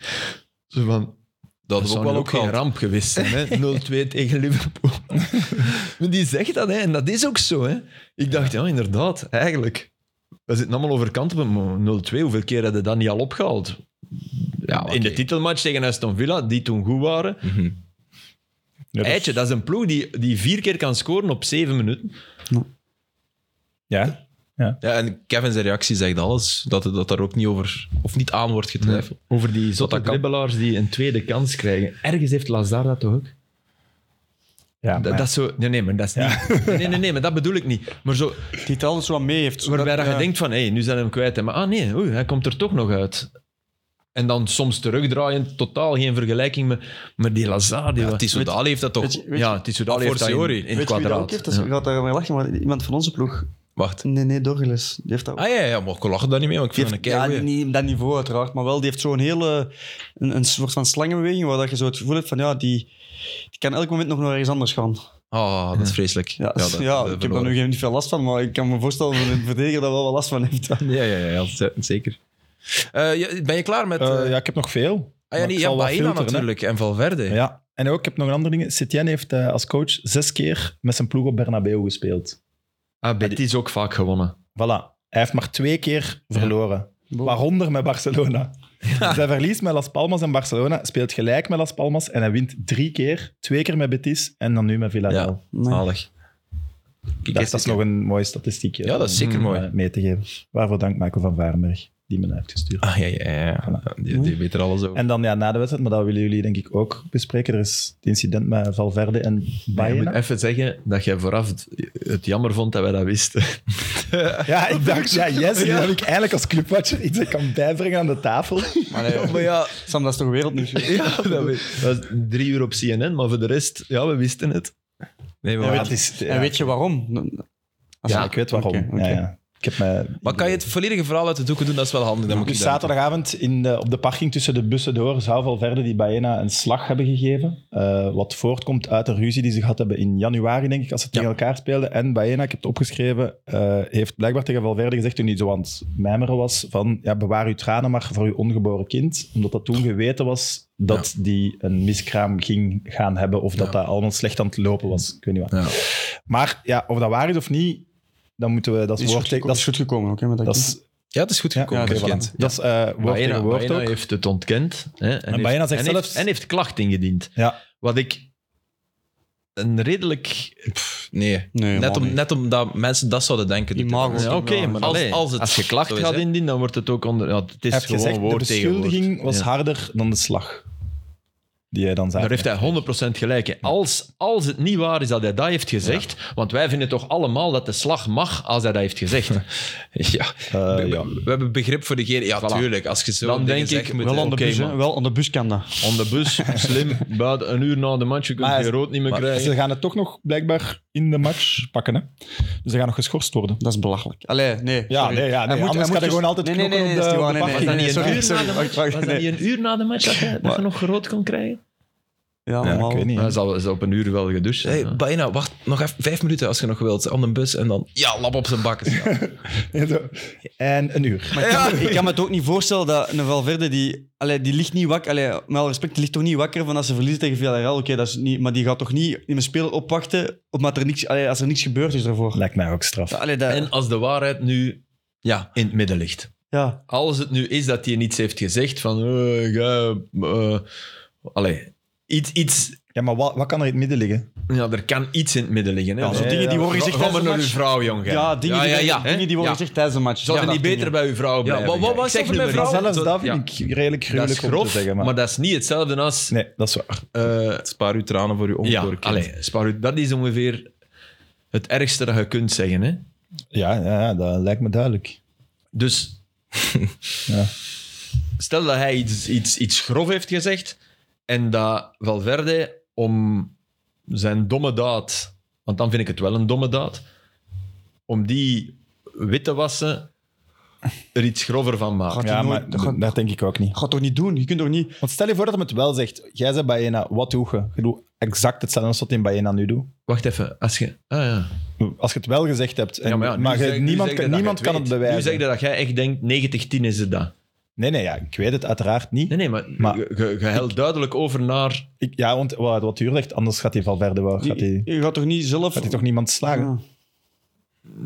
Speaker 3: Zo van,
Speaker 1: Dat
Speaker 3: dat
Speaker 1: is
Speaker 3: zou
Speaker 1: ook
Speaker 3: nu
Speaker 1: wel
Speaker 3: ook,
Speaker 1: ook
Speaker 3: geen
Speaker 1: gehad.
Speaker 3: ramp geweest zijn, hè? 0-2 tegen Liverpool. maar die zegt dat, hè? en dat is ook zo. Hè? Ik dacht, ja, inderdaad, eigenlijk. We zitten allemaal over kant op maar 0-2. Hoeveel keer hadden dat niet al opgehaald?
Speaker 1: Ja, oké.
Speaker 3: In de titelmatch tegen Aston Villa, die toen goed waren.
Speaker 1: Mhm.
Speaker 2: Ja, dat-
Speaker 3: Eitje, dat is een ploeg die, die vier keer kan scoren op zeven minuten.
Speaker 2: Ja,
Speaker 1: Ja, en Kevin zijn reactie zegt alles. Dat, dat daar ook niet over, of niet aan wordt getwijfeld.
Speaker 3: Over die
Speaker 1: zotte
Speaker 3: zotte dribbelaars die een tweede kans krijgen. Ergens heeft Lazar dat toch ook?
Speaker 2: ja
Speaker 3: Dat, dat is zo, nee, nee, maar dat is niet... Nee, nee, nee, maar dat bedoel ik niet. Maar zo,
Speaker 4: Die het altijd zo wat mee heeft.
Speaker 3: Waarbij dat je
Speaker 4: ja.
Speaker 3: denkt van, hé, nu zijn we hem kwijt. hè. Maar ah nee, oei, hij komt er toch nog uit. En dan soms terugdraaien, totaal geen vergelijking met, met die Lazar. Die
Speaker 1: Ja,
Speaker 3: wa-
Speaker 1: Tissot Dali heeft dat toch.
Speaker 4: weet je- weet je-
Speaker 3: ja, het is
Speaker 1: a
Speaker 3: heeft dat in,
Speaker 1: fortiori.
Speaker 3: in het
Speaker 4: Weet je wie dat ook
Speaker 3: kwadraat.
Speaker 4: heeft? Dat is, Ik had daarmee lachen, maar iemand van onze ploeg.
Speaker 1: Wacht.
Speaker 4: Nee, nee, Dorgeles. Die heeft dat ook.
Speaker 1: Ah ja, ja maar ik lach daar niet mee, want ik
Speaker 4: Die
Speaker 1: vind het
Speaker 4: heeft-
Speaker 1: een
Speaker 4: ja,
Speaker 1: kei
Speaker 4: niet dat niveau uiteraard, maar wel, die heeft zo'n hele... Een, een soort van slangenbeweging waar dat je zo het gevoel hebt van, ja, die, die kan elk moment nog naar ergens anders gaan.
Speaker 1: Ah, dat is vreselijk.
Speaker 4: Ja, ja,
Speaker 1: dat- dat
Speaker 4: ik heb daar
Speaker 1: verloren.
Speaker 4: nu geen- niet veel last van, maar ik kan me voorstellen dat een verdediger daar wel wat last van heeft.
Speaker 1: Ja, ja, ja, ja, z- zeker. Eh, ja, ben je klaar met... eh,
Speaker 2: Eh, ja, ik heb nog veel.
Speaker 1: ah, ja,
Speaker 2: maar
Speaker 1: nee,
Speaker 2: ik
Speaker 1: ja,
Speaker 2: zal wat
Speaker 1: Baena
Speaker 2: filteren, hè.
Speaker 1: natuurlijk en Valverde.
Speaker 2: Ja. En ook, ik heb nog een ander ding. Setien heeft eh, als coach zes keer met zijn ploeg op Bernabeu gespeeld.
Speaker 3: Ah, Betis ook vaak gewonnen.
Speaker 2: Voilà. Hij heeft maar twee keer verloren. Waaronder met Barcelona. Dus hij verliest met Las Palmas en Barcelona, speelt gelijk met Las Palmas en hij wint drie keer. Twee keer met Betis en dan nu met Villarreal.
Speaker 1: Ja.
Speaker 4: Nee.
Speaker 1: Zalig. Kijk,
Speaker 2: Dat, dat is
Speaker 1: ik-
Speaker 2: nog een mooie statistiek eh,
Speaker 1: Ja, dat is zeker
Speaker 2: om,
Speaker 1: mooi.
Speaker 2: eh, mee te geven. Waarvoor dank Michael van Varenberg, die me heeft gestuurd.
Speaker 1: Ah, ja, ja, ja, ja. Die, die weet er alles over.
Speaker 2: En dan ja, na de wedstrijd, maar dat willen jullie denk ik ook bespreken. Er is het incident met Valverde en
Speaker 3: Maar je
Speaker 2: Bayern.
Speaker 3: moet even zeggen dat jij vooraf het, het jammer vond dat wij dat wisten.
Speaker 2: Ja, ik dacht, ja, yes, nu heb ik eigenlijk als clubwatcher iets dat ik kan bijbrengen aan de tafel.
Speaker 4: Maar, nee,
Speaker 3: Maar ja,
Speaker 4: Sam, dat is toch wereldnieuws? joh?
Speaker 3: ja dat, we- dat is drie uur op CNN, maar voor de rest, ja, we wisten het.
Speaker 1: nee, maar,
Speaker 2: Ja,
Speaker 1: waar-
Speaker 2: het is- ja.
Speaker 4: En weet je waarom? Als-
Speaker 2: Ja, ik weet waarom.
Speaker 4: Oké, oké.
Speaker 2: Ja, ja. Ik heb me...
Speaker 1: maar kan je het volledige verhaal uit de doeken doen? Dat is wel handig. Dan moet ik
Speaker 2: Dus
Speaker 1: daar-
Speaker 2: zaterdagavond in de, op de parking tussen de bussen door zou Valverde die Baena een slag hebben gegeven. eh, wat voortkomt uit de ruzie die ze gehad hebben in januari, denk ik, als ze tegen elkaar speelden. En Baena, ik heb het opgeschreven, eh, heeft blijkbaar tegen Valverde gezegd toen hij zo aan het mijmeren was van ja, bewaar uw tranen maar voor uw ongeboren kind. Omdat dat toen geweten was dat die een miskraam ging gaan hebben of dat
Speaker 1: Ja.
Speaker 2: dat allemaal slecht aan het lopen was. Ik weet niet wat.
Speaker 1: Ja.
Speaker 2: Maar ja, of dat waar is of niet, dan moeten we dat
Speaker 4: is, goed,
Speaker 2: woord...
Speaker 4: geko-
Speaker 2: Dat
Speaker 4: is goed gekomen, oké? met dat
Speaker 2: dat is,
Speaker 1: Ja, het is goed
Speaker 2: ja,
Speaker 1: gekomen.
Speaker 2: oké,
Speaker 1: dat
Speaker 2: voilà.
Speaker 1: kind.
Speaker 2: Dat is eh woord
Speaker 3: Baena,
Speaker 2: tegen woord
Speaker 3: Baena
Speaker 2: ook.
Speaker 3: nou heeft het ontkend. Hè, en
Speaker 2: Baena
Speaker 3: heeft,
Speaker 2: zegt
Speaker 3: en
Speaker 2: zelfs-
Speaker 3: Heeft, en heeft klacht ingediend.
Speaker 2: Ja.
Speaker 3: Wat ik een redelijk...
Speaker 1: Pff, nee.
Speaker 4: Nee,
Speaker 1: net,
Speaker 4: man,
Speaker 1: om,
Speaker 4: nee.
Speaker 1: net omdat mensen dat zouden denken. dat-
Speaker 4: Imago.
Speaker 1: Ja,
Speaker 3: Ja, oké,
Speaker 4: Ja,
Speaker 3: maar
Speaker 1: als-
Speaker 3: allee,
Speaker 1: als
Speaker 3: als,
Speaker 1: het
Speaker 3: je klacht
Speaker 1: zo is,
Speaker 3: gaat
Speaker 1: hè.
Speaker 3: indienen, dan wordt het ook onder... Ja, het is
Speaker 2: Hij heeft
Speaker 3: gewoon
Speaker 2: gezegd, de
Speaker 3: woord tegen woord.
Speaker 2: beschuldiging was
Speaker 3: Ja.
Speaker 2: harder dan de slag die hij dan zei.
Speaker 3: Daar heeft hij 100% gelijk. hè. Als, als het niet waar is dat hij dat heeft gezegd, want wij vinden toch allemaal dat de slag mag als hij dat heeft gezegd.
Speaker 1: Ja.
Speaker 2: Eh,
Speaker 1: We,
Speaker 2: ja.
Speaker 1: we hebben begrip voor degene. Ja, tuurlijk. Als je zo
Speaker 3: Dan denk ik,
Speaker 1: zegt, moet
Speaker 4: wel
Speaker 1: je-
Speaker 4: aan de
Speaker 3: oké,
Speaker 4: bus, hè.
Speaker 3: man.
Speaker 4: wel aan de bus kan dat.
Speaker 3: On de bus, slim, buiten een uur na de match, je kunt
Speaker 2: Maar-
Speaker 3: je rood niet meer
Speaker 1: maar-
Speaker 3: krijgen.
Speaker 2: Ze gaan het toch nog blijkbaar in de match pakken. Hè? Dus ze gaan nog geschorst worden.
Speaker 4: Dat is belachelijk. Allee, nee.
Speaker 2: Ja,
Speaker 4: sorry.
Speaker 2: nee, ja, nee,
Speaker 4: Hij moet-
Speaker 2: anders
Speaker 4: hij
Speaker 2: kan
Speaker 4: moet
Speaker 2: hij gewoon
Speaker 4: dus-
Speaker 2: altijd
Speaker 4: nee, nee,
Speaker 2: knokken
Speaker 4: nee,
Speaker 2: op
Speaker 4: nee,
Speaker 2: de-
Speaker 4: dat
Speaker 2: op de
Speaker 4: is niet waar, nee,
Speaker 2: parking.
Speaker 4: nee, nee,
Speaker 3: Was dat niet
Speaker 4: sorry,
Speaker 3: een uur
Speaker 4: sorry,
Speaker 3: na de Was
Speaker 4: wacht,
Speaker 3: dat
Speaker 4: wacht, nee.
Speaker 3: niet een uur na de match dat hij, dat hij nog rood kon krijgen?
Speaker 4: Ja,
Speaker 2: Ja,
Speaker 4: normaal.
Speaker 2: ik weet niet.
Speaker 3: Ja. Hij zal, zal op een uur wel gedoucht zijn.
Speaker 1: Hey,
Speaker 3: ja.
Speaker 1: bijna, wacht nog even vijf minuten als je nog wilt. Aan de bus en dan. Ja, lap op zijn bakken.
Speaker 2: En zo. En een uur.
Speaker 4: Maar ik, kan, me- ik kan me het ook niet voorstellen dat een Valverde, die, allee, die ligt niet wakker, allee, met alle respect, die ligt toch niet wakker van als ze verliezen tegen Villarreal. Oké, dat is niet, maar die gaat toch niet in een speler opwachten omdat er niks, allee, als er niks gebeurd is daarvoor.
Speaker 2: Lijkt mij ook straf.
Speaker 4: Allee, dat,
Speaker 3: En als de waarheid nu
Speaker 1: Ja.
Speaker 3: in het midden ligt.
Speaker 4: ja.
Speaker 3: Als het nu is dat hij niets heeft gezegd van... eh, ja, eh, allee, iets, iets,
Speaker 2: Ja, maar wat, wat kan er in het midden liggen?
Speaker 3: ja, er kan iets in het midden liggen. Hè?
Speaker 4: Ja,
Speaker 3: Want-
Speaker 4: zo dingen die worden gezegd
Speaker 3: Ga maar
Speaker 4: tijdens de
Speaker 3: naar uw
Speaker 4: match.
Speaker 3: vrouw, jong. gij.
Speaker 4: Ja, dingen die,
Speaker 1: Ja, ja, ja,
Speaker 4: dingen die worden
Speaker 1: hè?
Speaker 4: gezegd tijdens de match.
Speaker 3: Zou
Speaker 4: Ja,
Speaker 3: je niet
Speaker 4: dat
Speaker 3: beter
Speaker 4: dingen.
Speaker 3: bij uw vrouw blijven?
Speaker 1: wat- wat
Speaker 3: gij?
Speaker 1: was
Speaker 3: Ik zeg
Speaker 1: dat voor
Speaker 3: nu
Speaker 1: mijn
Speaker 3: maar
Speaker 1: vrouw?
Speaker 3: iets.
Speaker 2: Zelfs
Speaker 1: zo-
Speaker 2: dat vind
Speaker 1: ja.
Speaker 2: ik redelijk
Speaker 3: Dat
Speaker 2: gruwelijk
Speaker 3: is
Speaker 2: om
Speaker 3: grof,
Speaker 2: te zeggen. Maar,
Speaker 3: maar. dat is niet hetzelfde als...
Speaker 2: Nee, dat is waar.
Speaker 3: eh,
Speaker 1: Spaar uw tranen voor uw
Speaker 3: ja,
Speaker 1: onbekoren kind.
Speaker 3: allee, spaar u- dat is ongeveer het ergste dat je kunt zeggen. Hè?
Speaker 2: Ja, ja, ja, dat lijkt me duidelijk.
Speaker 3: Dus
Speaker 2: Ja.
Speaker 3: stel dat hij iets, iets, iets grof heeft gezegd en dat Valverde om zijn domme daad, want dan vind ik het wel een domme daad, om die wit te wassen, er iets grover van maakt.
Speaker 4: Gaat
Speaker 2: Ja,
Speaker 4: hij nooit-
Speaker 2: maar
Speaker 4: dat gaat-
Speaker 2: dat denk ik ook niet.
Speaker 4: gaat toch niet doen? Je kunt toch niet...
Speaker 2: Want stel je voor dat hem het wel zegt. Jij zei Baena, wat doe je? Je doet exact hetzelfde als wat in Baena nu doet.
Speaker 3: Wacht even, als je... Ah ja.
Speaker 2: Als je het wel gezegd hebt, en,
Speaker 3: Ja,
Speaker 2: maar,
Speaker 3: ja, nu
Speaker 2: je-
Speaker 3: zeg- nu
Speaker 2: niemand,
Speaker 3: zeg je
Speaker 2: kan,
Speaker 3: dat
Speaker 2: niemand
Speaker 3: je
Speaker 2: kan
Speaker 3: weet.
Speaker 2: het bewijzen.
Speaker 3: Nu zeg je dat jij echt denkt, 90-10 is het dat.
Speaker 2: Nee, nee, ja, ik weet het uiteraard niet.
Speaker 3: Nee, nee, maar,
Speaker 2: Maar-
Speaker 3: je, je- je huilt duidelijk over naar...
Speaker 2: Ik, ja, want wat, wat u zegt, anders gaat hij Valverde wel. Gaat hij,
Speaker 4: Je gaat toch niet zelf...
Speaker 2: gaat hij toch niemand slagen?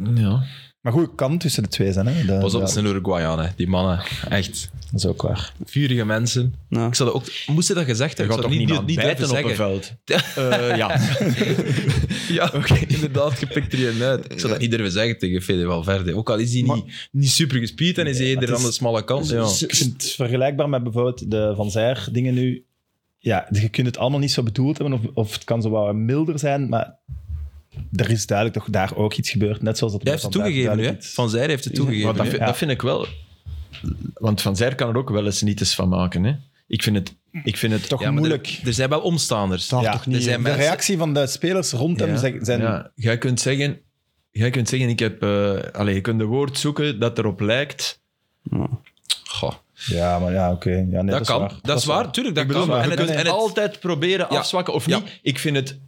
Speaker 4: Ja.
Speaker 3: Ja.
Speaker 2: Maar goed, het kan tussen de twee zijn. Hè? Dat,
Speaker 1: Pas op,
Speaker 2: dat-
Speaker 1: het zijn Uruguayanen. Die mannen. Echt.
Speaker 2: dat is ook waar.
Speaker 1: Vurige mensen.
Speaker 4: Ja.
Speaker 1: Ik zou dat ook... Moest je dat gezegd hebben? Ik zou dat niet, niet, niet durven zeggen.
Speaker 3: veld? Eh, ja.
Speaker 1: Ja, inderdaad, gepikt er je uit. Ik zou dat niet durven zeggen tegen Fede Valverde. Ook al is hij
Speaker 4: Maar-
Speaker 1: niet, niet super gespierd en is hij eerder
Speaker 2: maar het
Speaker 1: aan de
Speaker 2: is-
Speaker 1: smalle kant. Ja.
Speaker 2: Dus Ik vind het vergelijkbaar met bijvoorbeeld de Van Zijr dingen nu. Ja, je kunt het allemaal niet zo bedoeld hebben, of, of het kan zo wat milder zijn, maar er is duidelijk toch daar ook iets gebeurd. Net zoals dat
Speaker 1: Jij
Speaker 2: bij
Speaker 1: heeft het
Speaker 2: Van Dijk
Speaker 1: toegegeven nu, hè?
Speaker 2: duidelijk iets-
Speaker 1: Van Zijr heeft het
Speaker 3: Maar
Speaker 1: toegegeven.
Speaker 3: dat,
Speaker 1: hè?
Speaker 3: vind-
Speaker 2: Ja.
Speaker 3: dat vind ik wel... Want Van Zijr kan er ook wel eens niet eens van maken. Hè? Ik vind het... Ik vind het
Speaker 2: Toch
Speaker 1: Ja, maar
Speaker 2: moeilijk.
Speaker 1: Er, er zijn wel omstaanders.
Speaker 4: Dat
Speaker 2: Ja,
Speaker 4: toch niet...
Speaker 1: er zijn
Speaker 2: eh, de
Speaker 1: mensen-
Speaker 2: reactie van de spelers rond hem
Speaker 3: Ja.
Speaker 2: zijn... zijn-
Speaker 3: Ja, jij kunt zeggen... Jij kunt zeggen, ik heb... eh allez, je kunt een woord zoeken dat erop lijkt.
Speaker 1: Goh,
Speaker 2: Ja, maar ja, oké. Ja, nee,
Speaker 1: dat,
Speaker 2: is
Speaker 1: kan.
Speaker 2: waar.
Speaker 1: Dat, is waar, tuurlijk. Dat
Speaker 3: Ik bedoel,
Speaker 1: kan.
Speaker 3: maar
Speaker 1: En
Speaker 3: je
Speaker 1: het,
Speaker 3: kunt
Speaker 1: en het,
Speaker 3: altijd proberen
Speaker 1: Ja.
Speaker 3: afzwakken of
Speaker 1: Ja.
Speaker 3: niet. Ik vind het...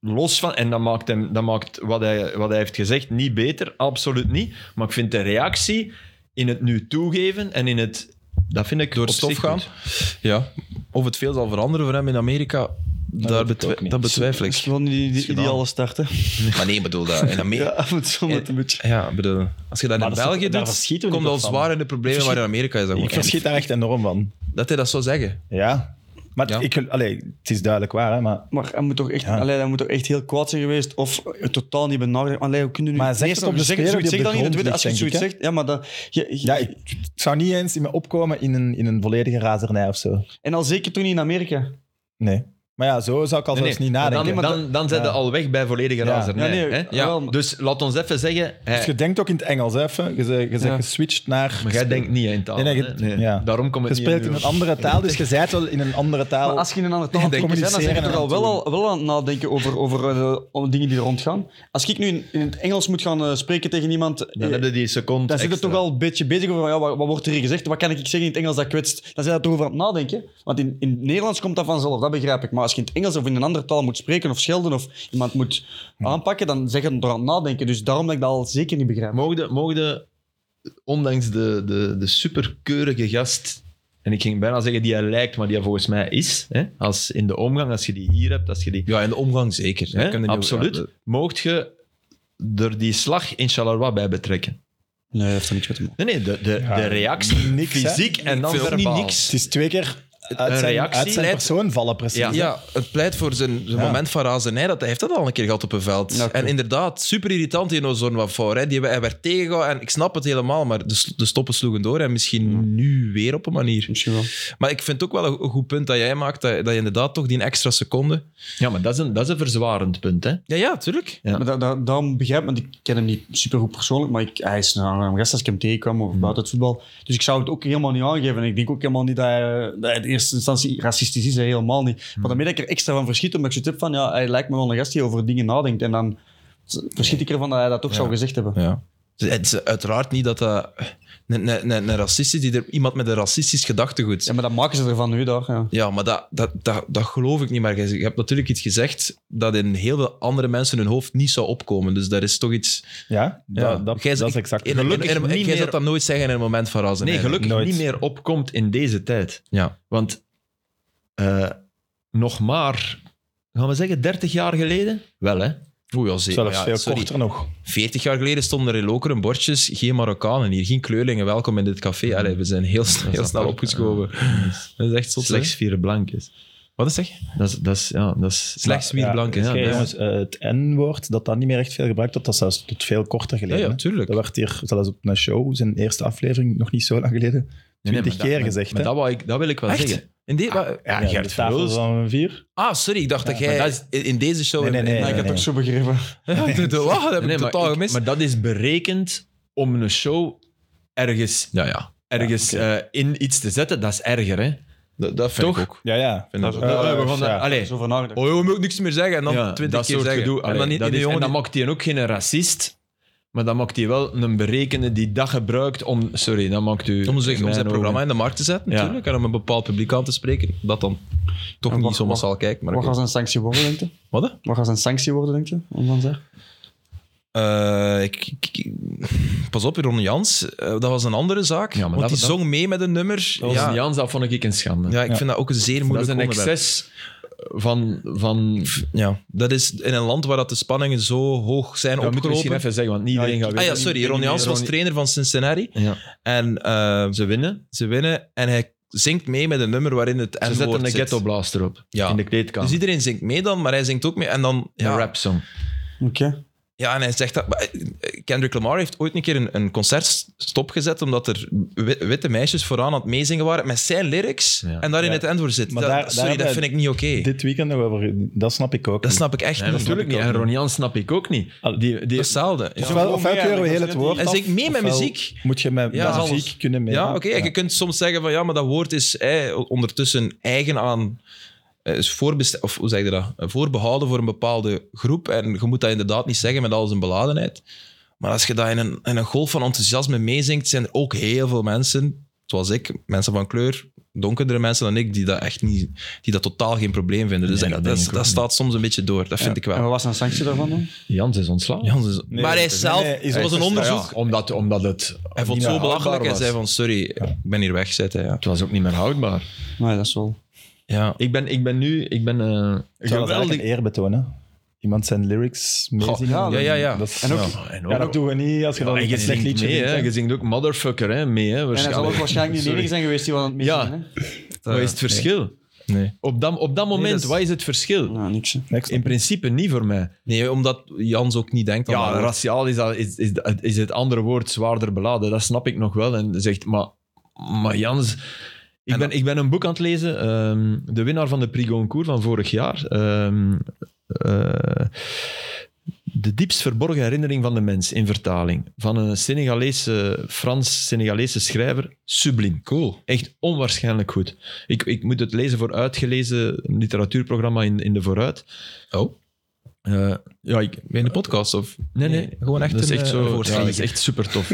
Speaker 3: los van, en dat maakt, hem, dat maakt wat, hij, wat hij heeft gezegd niet beter, absoluut niet. Maar ik vind de reactie in het nu toegeven en in het. Dat vind ik
Speaker 1: Door
Speaker 3: op
Speaker 1: het stof
Speaker 3: zich
Speaker 1: gaan.
Speaker 3: goed.
Speaker 1: Ja. Of het veel zal veranderen voor hem in Amerika, daar
Speaker 2: weet ik
Speaker 1: betwi-
Speaker 2: ook niet.
Speaker 1: dat betwijfel
Speaker 4: Dat is
Speaker 1: ik.
Speaker 4: gewoon die, die
Speaker 1: Is gedaan.
Speaker 4: ideale starten.
Speaker 1: Maar nee, bedoel dat. In Amerika,
Speaker 4: Ja, af en toe met een beetje.
Speaker 1: Ja, ik bedoel, als je dat
Speaker 2: Maar
Speaker 1: in
Speaker 2: dat is toch-
Speaker 1: België
Speaker 2: daar
Speaker 1: doet,
Speaker 2: verschieten we
Speaker 1: komt
Speaker 2: niet
Speaker 1: al
Speaker 2: van.
Speaker 1: zwaar in de problemen waar in Amerika is. Dat,
Speaker 2: Ik
Speaker 1: gewoon
Speaker 2: verschiet daar echt enorm van.
Speaker 1: echt. dat hij dat zou zeggen.
Speaker 2: Ja. Maar
Speaker 1: Ja.
Speaker 2: Ik, gel- allee, het is duidelijk waar, hè, maar...
Speaker 4: Maar hij moet, toch echt,
Speaker 2: Ja.
Speaker 4: allee, hij moet toch echt heel kwaad zijn geweest of er totaal niet benadrukt. Allee, hoe kunnen nu...
Speaker 2: Maar hij
Speaker 4: het
Speaker 2: zegt het
Speaker 4: eerste
Speaker 2: op
Speaker 4: nog
Speaker 2: de
Speaker 4: zeggen,
Speaker 2: speler
Speaker 4: zoiets
Speaker 2: die op
Speaker 4: zegt dan
Speaker 2: de
Speaker 4: niet, het tweede,
Speaker 2: grond
Speaker 4: Als je het
Speaker 2: ligt,
Speaker 4: zoiets zegt... Ja, maar dat... je-
Speaker 2: Ja, ik, het zou niet eens in me opkomen in een, in een volledige razernij of zo.
Speaker 4: En al zeker toen in Amerika.
Speaker 2: Nee. Maar ja, zo zou ik al
Speaker 3: Nee,
Speaker 2: zelfs
Speaker 3: nee,
Speaker 2: niet
Speaker 3: maar
Speaker 2: nadenken.
Speaker 3: Dan, dan, dan zijn
Speaker 2: Ja.
Speaker 3: ze al weg bij volledige
Speaker 2: Ja.
Speaker 3: razernij.
Speaker 4: Ja, nee,
Speaker 3: hè?
Speaker 4: jawel, maar-
Speaker 3: Dus laat ons even zeggen.
Speaker 2: Dus je
Speaker 3: Hij,
Speaker 2: denkt ook in het Engels, hè, even. Je, ze- je zegt
Speaker 4: Ja.
Speaker 2: geswitcht naar...
Speaker 3: maar jij denkt niet hè, in taal.
Speaker 2: Nee, nee, je-
Speaker 3: hè?
Speaker 2: ja.
Speaker 3: Daarom kom
Speaker 2: Je
Speaker 3: het niet
Speaker 2: speelt
Speaker 3: nu
Speaker 2: in een
Speaker 3: op.
Speaker 2: andere taal, dus je zijt wel in een andere taal.
Speaker 4: Maar als je in een andere taal
Speaker 2: denk-
Speaker 4: communiceert, dan zijn je toch al
Speaker 2: communiceren
Speaker 4: wel, al- wel aan het nadenken over, over eh, om dingen die er rondgaan. Als ik nu in, in het Engels moet gaan eh, spreken tegen iemand, eh,
Speaker 3: Dan
Speaker 4: dan,
Speaker 3: heb je die seconde.
Speaker 4: zit het
Speaker 3: extra.
Speaker 4: toch al een beetje bezig over van, ja, wat, wat wordt er hier gezegd, wat kan ik zeggen in het Engels dat kwetst. Dan zijn je daar toch over aan het nadenken. Want in, in het Nederlands komt dat vanzelf, dat begrijp ik. Maar als je in het Engels of in een andere taal moet spreken of schelden of iemand moet aanpakken, dan zeg je er toch aan het nadenken. Dus daarom dat ik dat al zeker niet begrijp.
Speaker 3: Mogen, de- mogen de- ondanks de, de, de superkeurige gast, en ik ging bijna zeggen die hij lijkt, maar die hij volgens mij is, hè, als in de omgang, als je die hier hebt, als je die...
Speaker 1: Ja, in de omgang zeker.
Speaker 3: hè,
Speaker 1: Ik heb er niet over-
Speaker 3: absoluut.
Speaker 1: ja,
Speaker 3: Moogt je er die slag in Charleroi bij betrekken?
Speaker 4: Nee, dat heeft er niks mee te maken.
Speaker 3: Nee, nee, de, de,
Speaker 2: Ja,
Speaker 3: de reactie,
Speaker 2: niks, hè?
Speaker 3: fysiek en dan
Speaker 1: vind ook
Speaker 3: verbaal.
Speaker 1: niet niks.
Speaker 2: Het is twee keer uit
Speaker 3: Een
Speaker 2: zijn,
Speaker 3: reactie
Speaker 2: uit zijn
Speaker 3: leidt-
Speaker 2: persoon vallen, precies.
Speaker 3: Ja.
Speaker 2: Ja.
Speaker 1: Ja, het pleit voor zijn, zijn
Speaker 2: Ja.
Speaker 1: moment van razernij. Dat, hij heeft dat al een keer gehad op een veld.
Speaker 4: Ja, oké.
Speaker 1: En inderdaad, super irritant in zo'n wat voor. Hè. Die, hij werd tegengehouden en ik snap het helemaal, maar de, s- de stoppen sloegen door. En misschien nu weer op een manier.
Speaker 4: Misschien wel.
Speaker 1: Maar ik vind ook wel een, een goed punt dat jij maakt, dat, dat je inderdaad toch die extra seconde...
Speaker 3: Ja, maar dat is een, dat is een verzwarend punt, hè.
Speaker 1: Ja, ja, tuurlijk.
Speaker 3: Ja.
Speaker 4: Maar da- da- daarom begrijp ik, want ik ken hem niet supergoed persoonlijk, maar ik, hij is een aangenaam gast als ik hem tegenkwam
Speaker 1: Hmm.
Speaker 4: of buiten het voetbal. Dus ik zou het ook helemaal niet aangeven. En ik denk ook helemaal niet dat hij, dat hij in eerste instantie racistisch is, hij helemaal niet.
Speaker 1: Hmm.
Speaker 4: Maar daarmee dat ik er extra van verschiet, omdat ik zoiets heb van, ja, hij lijkt me wel een gast die over dingen nadenkt. En dan verschiet ik ervan dat hij dat toch zou gezegd hebben.
Speaker 1: Ja. Dus Het is uiteraard niet dat dat... Een, een, een, een racistisch, die er, iemand met een racistisch gedachtegoed...
Speaker 4: Ja, maar dat maken ze ervan nu, daar. Ja.
Speaker 1: Ja, maar dat, dat, dat, dat geloof ik niet. Maar je je hebt natuurlijk iets gezegd dat in heel veel andere mensen hun hoofd niet zou opkomen. Dus daar is toch iets... Ja.
Speaker 2: dat, dat,
Speaker 1: Jij-
Speaker 2: dat is
Speaker 1: ik-
Speaker 2: exact.
Speaker 1: in- in-
Speaker 3: Gelukkig
Speaker 1: in- in-
Speaker 3: niet
Speaker 1: Jij
Speaker 3: meer-
Speaker 1: zou dat nooit zeggen in een moment van razernij.
Speaker 3: Nee, gelukkig
Speaker 2: Nooit.
Speaker 3: niet meer opkomt in deze tijd.
Speaker 1: Ja.
Speaker 3: Want eh, nog maar, gaan we zeggen, 30 jaar geleden? Wel, hè?
Speaker 1: Oeh, ja, zeker.
Speaker 2: Zelfs
Speaker 1: Ja,
Speaker 2: veel
Speaker 1: sorry.
Speaker 2: korter nog.
Speaker 1: 40 jaar geleden stonden er in Lokeren bordjes, geen Marokkanen hier, geen kleurlingen, welkom in dit café. Allee, we zijn heel, snel- heel snel
Speaker 3: apart.
Speaker 1: opgeschoven. Dat is echt zot,
Speaker 3: Slechts
Speaker 1: hè?
Speaker 3: vier blankjes.
Speaker 1: Wat is zeg?
Speaker 3: Dat is, dat is, ja, dat is...
Speaker 1: Slechts wie
Speaker 2: Ja,
Speaker 1: er blank is.
Speaker 2: dus
Speaker 1: Ja,
Speaker 2: jij,
Speaker 1: dat is-
Speaker 2: jongens, eh, het N-woord, dat dat niet meer echt veel gebruikt wordt, dat is zelfs tot veel korter
Speaker 1: ja,
Speaker 2: geleden.
Speaker 1: ja,
Speaker 2: hè.
Speaker 1: tuurlijk.
Speaker 2: dat werd hier zelfs op een show, zijn eerste aflevering, nog niet zo lang geleden,
Speaker 3: Nee, nee,
Speaker 2: twintig
Speaker 3: maar dat-
Speaker 2: keer
Speaker 3: maar-
Speaker 2: gezegd.
Speaker 3: Maar
Speaker 2: hè.
Speaker 3: dat, wou ik, dat wil ik wel
Speaker 1: Echt?
Speaker 3: zeggen.
Speaker 1: In die, wa-
Speaker 3: Ja,
Speaker 2: Ja,
Speaker 3: Gert
Speaker 2: de tafel
Speaker 3: Verhulst.
Speaker 2: van een vier.
Speaker 1: ah, sorry, ik dacht dat
Speaker 2: Ja,
Speaker 1: jij
Speaker 2: maar
Speaker 1: in, in deze show...
Speaker 2: Nee, nee, nee,
Speaker 1: in-
Speaker 4: Ja, ik
Speaker 2: nee,
Speaker 4: heb
Speaker 2: nee.
Speaker 4: het ook zo begrepen.
Speaker 1: De- de- wacht, dat heb
Speaker 3: Nee,
Speaker 1: ik
Speaker 3: maar
Speaker 1: totaal
Speaker 3: ik-
Speaker 1: gemist.
Speaker 3: Maar dat is berekend om een show ergens,
Speaker 1: Ja, ja.
Speaker 3: ergens eh, in iets te zetten. Dat is erger, hè?
Speaker 1: Dat, dat vind
Speaker 3: Toch?
Speaker 1: ik ook.
Speaker 2: Ja, ja.
Speaker 1: Vind ik ook.
Speaker 2: Eh,
Speaker 3: Eh, we gaan-
Speaker 2: ja.
Speaker 3: Allee,
Speaker 4: Zo van nagedacht.
Speaker 1: Oh, je moet ook niks meer zeggen en dan
Speaker 3: ja,
Speaker 1: twintig
Speaker 3: dat
Speaker 1: keer
Speaker 3: soort
Speaker 1: zeggen.
Speaker 3: gedoe.
Speaker 1: en
Speaker 3: Allee,
Speaker 1: dan, niet-
Speaker 3: dat
Speaker 1: die
Speaker 3: is- en
Speaker 1: jongen
Speaker 3: dan
Speaker 1: die-
Speaker 3: maakt hij ook geen racist, maar dan maakt hij wel een berekende die dat gebruikt om... Sorry, dan maakt u...
Speaker 1: om, zich,
Speaker 3: in
Speaker 1: om
Speaker 3: mijn
Speaker 1: zijn programma
Speaker 3: ogen-
Speaker 1: in de markt te zetten,
Speaker 3: Ja.
Speaker 1: natuurlijk. En om een bepaald publiek aan te spreken. Dat dan toch
Speaker 4: En
Speaker 1: niet
Speaker 4: wat-
Speaker 1: zo
Speaker 4: wat-
Speaker 1: massaal kijken. Maar
Speaker 4: Wat
Speaker 1: oké.
Speaker 4: gaat zijn sanctie worden, denk je?
Speaker 1: Wat? hè?
Speaker 4: Wat gaat zijn sanctie worden, denk je? Om dan te zeggen.
Speaker 1: Eh, ik, ik- ik- pas op, Ron Jans. eh, dat was een andere zaak.
Speaker 3: Ja, maar
Speaker 1: want
Speaker 3: dat-
Speaker 1: die zong mee met een nummer.
Speaker 3: Dat was
Speaker 1: ja,
Speaker 3: een Jans, dat vond ik een schande.
Speaker 1: ja, ik
Speaker 2: Ja.
Speaker 1: vind dat ook een zeer
Speaker 3: dat
Speaker 1: moeilijk
Speaker 3: is een
Speaker 1: onderwerp.
Speaker 3: excess van... van
Speaker 1: Ja, dat is in een land waar dat de spanningen zo hoog zijn
Speaker 3: dat moet ik misschien
Speaker 1: opgelopen.
Speaker 3: even zeggen, want niet iedereen
Speaker 4: ik-
Speaker 3: gaat
Speaker 1: Ah
Speaker 3: weten.
Speaker 1: ja, sorry. Ron Jans was trainer van Cincinnati.
Speaker 3: Ja.
Speaker 1: En eh,
Speaker 3: Ze winnen.
Speaker 1: ze winnen en hij zingt mee met een nummer waarin het
Speaker 3: Ze
Speaker 1: N-woord
Speaker 3: zetten een
Speaker 1: zit.
Speaker 3: ghetto blaster op
Speaker 1: Ja.
Speaker 3: in de kleedkamer.
Speaker 1: Dus iedereen zingt mee dan, maar hij zingt ook mee. En dan...
Speaker 3: Een
Speaker 1: Ja,
Speaker 3: rap song.
Speaker 4: Oké.
Speaker 1: Ja, en hij zegt dat. maar, eh, Kendrick Lamar heeft ooit een keer een, een concert stopgezet. omdat er wi- witte meisjes vooraan aan het meezingen waren. met zijn lyrics.
Speaker 3: Ja.
Speaker 1: en daar in
Speaker 2: Ja.
Speaker 1: het antwoord zit.
Speaker 2: Maar
Speaker 1: Dat-
Speaker 2: daar-
Speaker 1: sorry,
Speaker 2: daar
Speaker 1: dat
Speaker 2: hebben
Speaker 1: vind ik niet oké.
Speaker 2: Dit weekend nog over, dat snap ik ook.
Speaker 1: Dat
Speaker 2: niet.
Speaker 1: snap ik echt
Speaker 3: Nee,
Speaker 1: niet.
Speaker 3: natuurlijk niet. En Ron Jans snap ik ook niet.
Speaker 2: Al-
Speaker 3: Die, die,
Speaker 1: Hetzelfde. Ja,
Speaker 2: Ofwel, ofwel
Speaker 4: Ja,
Speaker 2: kleuren we
Speaker 4: dat
Speaker 2: heel
Speaker 4: is
Speaker 2: het
Speaker 4: net
Speaker 2: woord
Speaker 1: die-
Speaker 2: af,
Speaker 1: Hij zingt mee met
Speaker 2: ofwel
Speaker 1: muziek.
Speaker 2: Moet je met
Speaker 1: Ja,
Speaker 2: met
Speaker 1: alles.
Speaker 2: muziek kunnen mee.
Speaker 1: oké. en Je kunt soms zeggen van ja, maar dat woord is eh, ondertussen eigen aan. eh, Is voorbest- of hoe zeg je dat? Eh, Voorbehouden voor een bepaalde groep. En je moet dat inderdaad niet zeggen met al zijn beladenheid. Maar als je dat in een, in een golf van enthousiasme meezingt, zijn er ook heel veel mensen zoals ik, mensen van kleur, donkerdere mensen dan ik, die dat echt niet, die dat totaal geen probleem vinden. Dus
Speaker 3: Nee,
Speaker 1: dat,
Speaker 3: dat denk
Speaker 1: dat,
Speaker 3: ik
Speaker 1: dat
Speaker 3: ook
Speaker 1: staat soms een beetje door. Dat vind ik
Speaker 4: En
Speaker 1: wel.
Speaker 4: wat was dan sanctie daarvan dan?
Speaker 3: Jans is ontslagen.
Speaker 1: Jans is- maar hij
Speaker 2: nee,
Speaker 1: zelf,
Speaker 2: nee, is
Speaker 1: er was een
Speaker 2: ook-
Speaker 1: onderzoek.
Speaker 3: Ja, omdat, omdat het,
Speaker 1: Hij vond het
Speaker 3: niet
Speaker 1: zo
Speaker 3: meer
Speaker 1: belachelijk. Hij
Speaker 3: houdbaar
Speaker 1: zei
Speaker 3: was.
Speaker 1: van, sorry, ik ben hier weg, zei hij. Ja.
Speaker 3: het was ook niet meer houdbaar.
Speaker 4: Nee, dat is wel...
Speaker 1: ja.
Speaker 3: Ik ben, ik ben nu... Ik ben, eh,
Speaker 2: Ik zou dat eigenlijk een eer betonen. Iemand zijn lyrics meezingen.
Speaker 4: ja,
Speaker 1: ja, ja, ja.
Speaker 2: Dat is-
Speaker 4: En ook-
Speaker 3: Ja, en ook-
Speaker 2: ja, dat doen we niet als je dan
Speaker 3: en
Speaker 2: een
Speaker 3: je
Speaker 2: slecht
Speaker 3: zingt
Speaker 2: liedje
Speaker 3: mee,
Speaker 2: vindt,
Speaker 3: hè.
Speaker 2: hè.
Speaker 3: Je zingt ook motherfucker hè, mee, hè,
Speaker 4: En hij zal ook
Speaker 3: waarschijnlijk.
Speaker 4: waarschijnlijk niet de
Speaker 3: Sorry.
Speaker 4: enige zijn geweest die wel aan het
Speaker 3: Ja.
Speaker 4: meezingen, hè?
Speaker 3: Wat is het verschil?
Speaker 1: Nee.
Speaker 3: Op dat, op dat moment,
Speaker 1: dat is-
Speaker 3: wat is het verschil?
Speaker 4: Nou, niks. hè.
Speaker 2: Nee, ik snap
Speaker 3: In principe niet voor mij.
Speaker 1: nee, omdat Jans ook niet denkt aan dat
Speaker 3: Ja,
Speaker 1: woord.
Speaker 3: raciaal is, dat, is, is, dat- is het andere woord zwaarder beladen. Dat snap ik nog wel. En zegt, maar, maar Jans... Ik ben, ik ben een boek aan het lezen. ehm, de winnaar van de Prix Goncourt van vorig jaar. ehm, eh, de diepst verborgen herinnering van de mens in vertaling. Van een Senegalese, Frans-Senegalese schrijver. Subliem. Cool. Echt onwaarschijnlijk goed. Ik, ik moet het lezen voor uitgelezen een literatuurprogramma in, in de vooruit.
Speaker 1: Oh,
Speaker 3: Eh, ja, ik,
Speaker 1: in de podcast of...
Speaker 3: Nee, nee,
Speaker 1: Nee, gewoon echt
Speaker 3: dat is
Speaker 1: een,
Speaker 3: echt
Speaker 1: eh,
Speaker 3: zo.
Speaker 1: een
Speaker 3: ja,
Speaker 1: voorstelling.
Speaker 3: dat is echt super tof.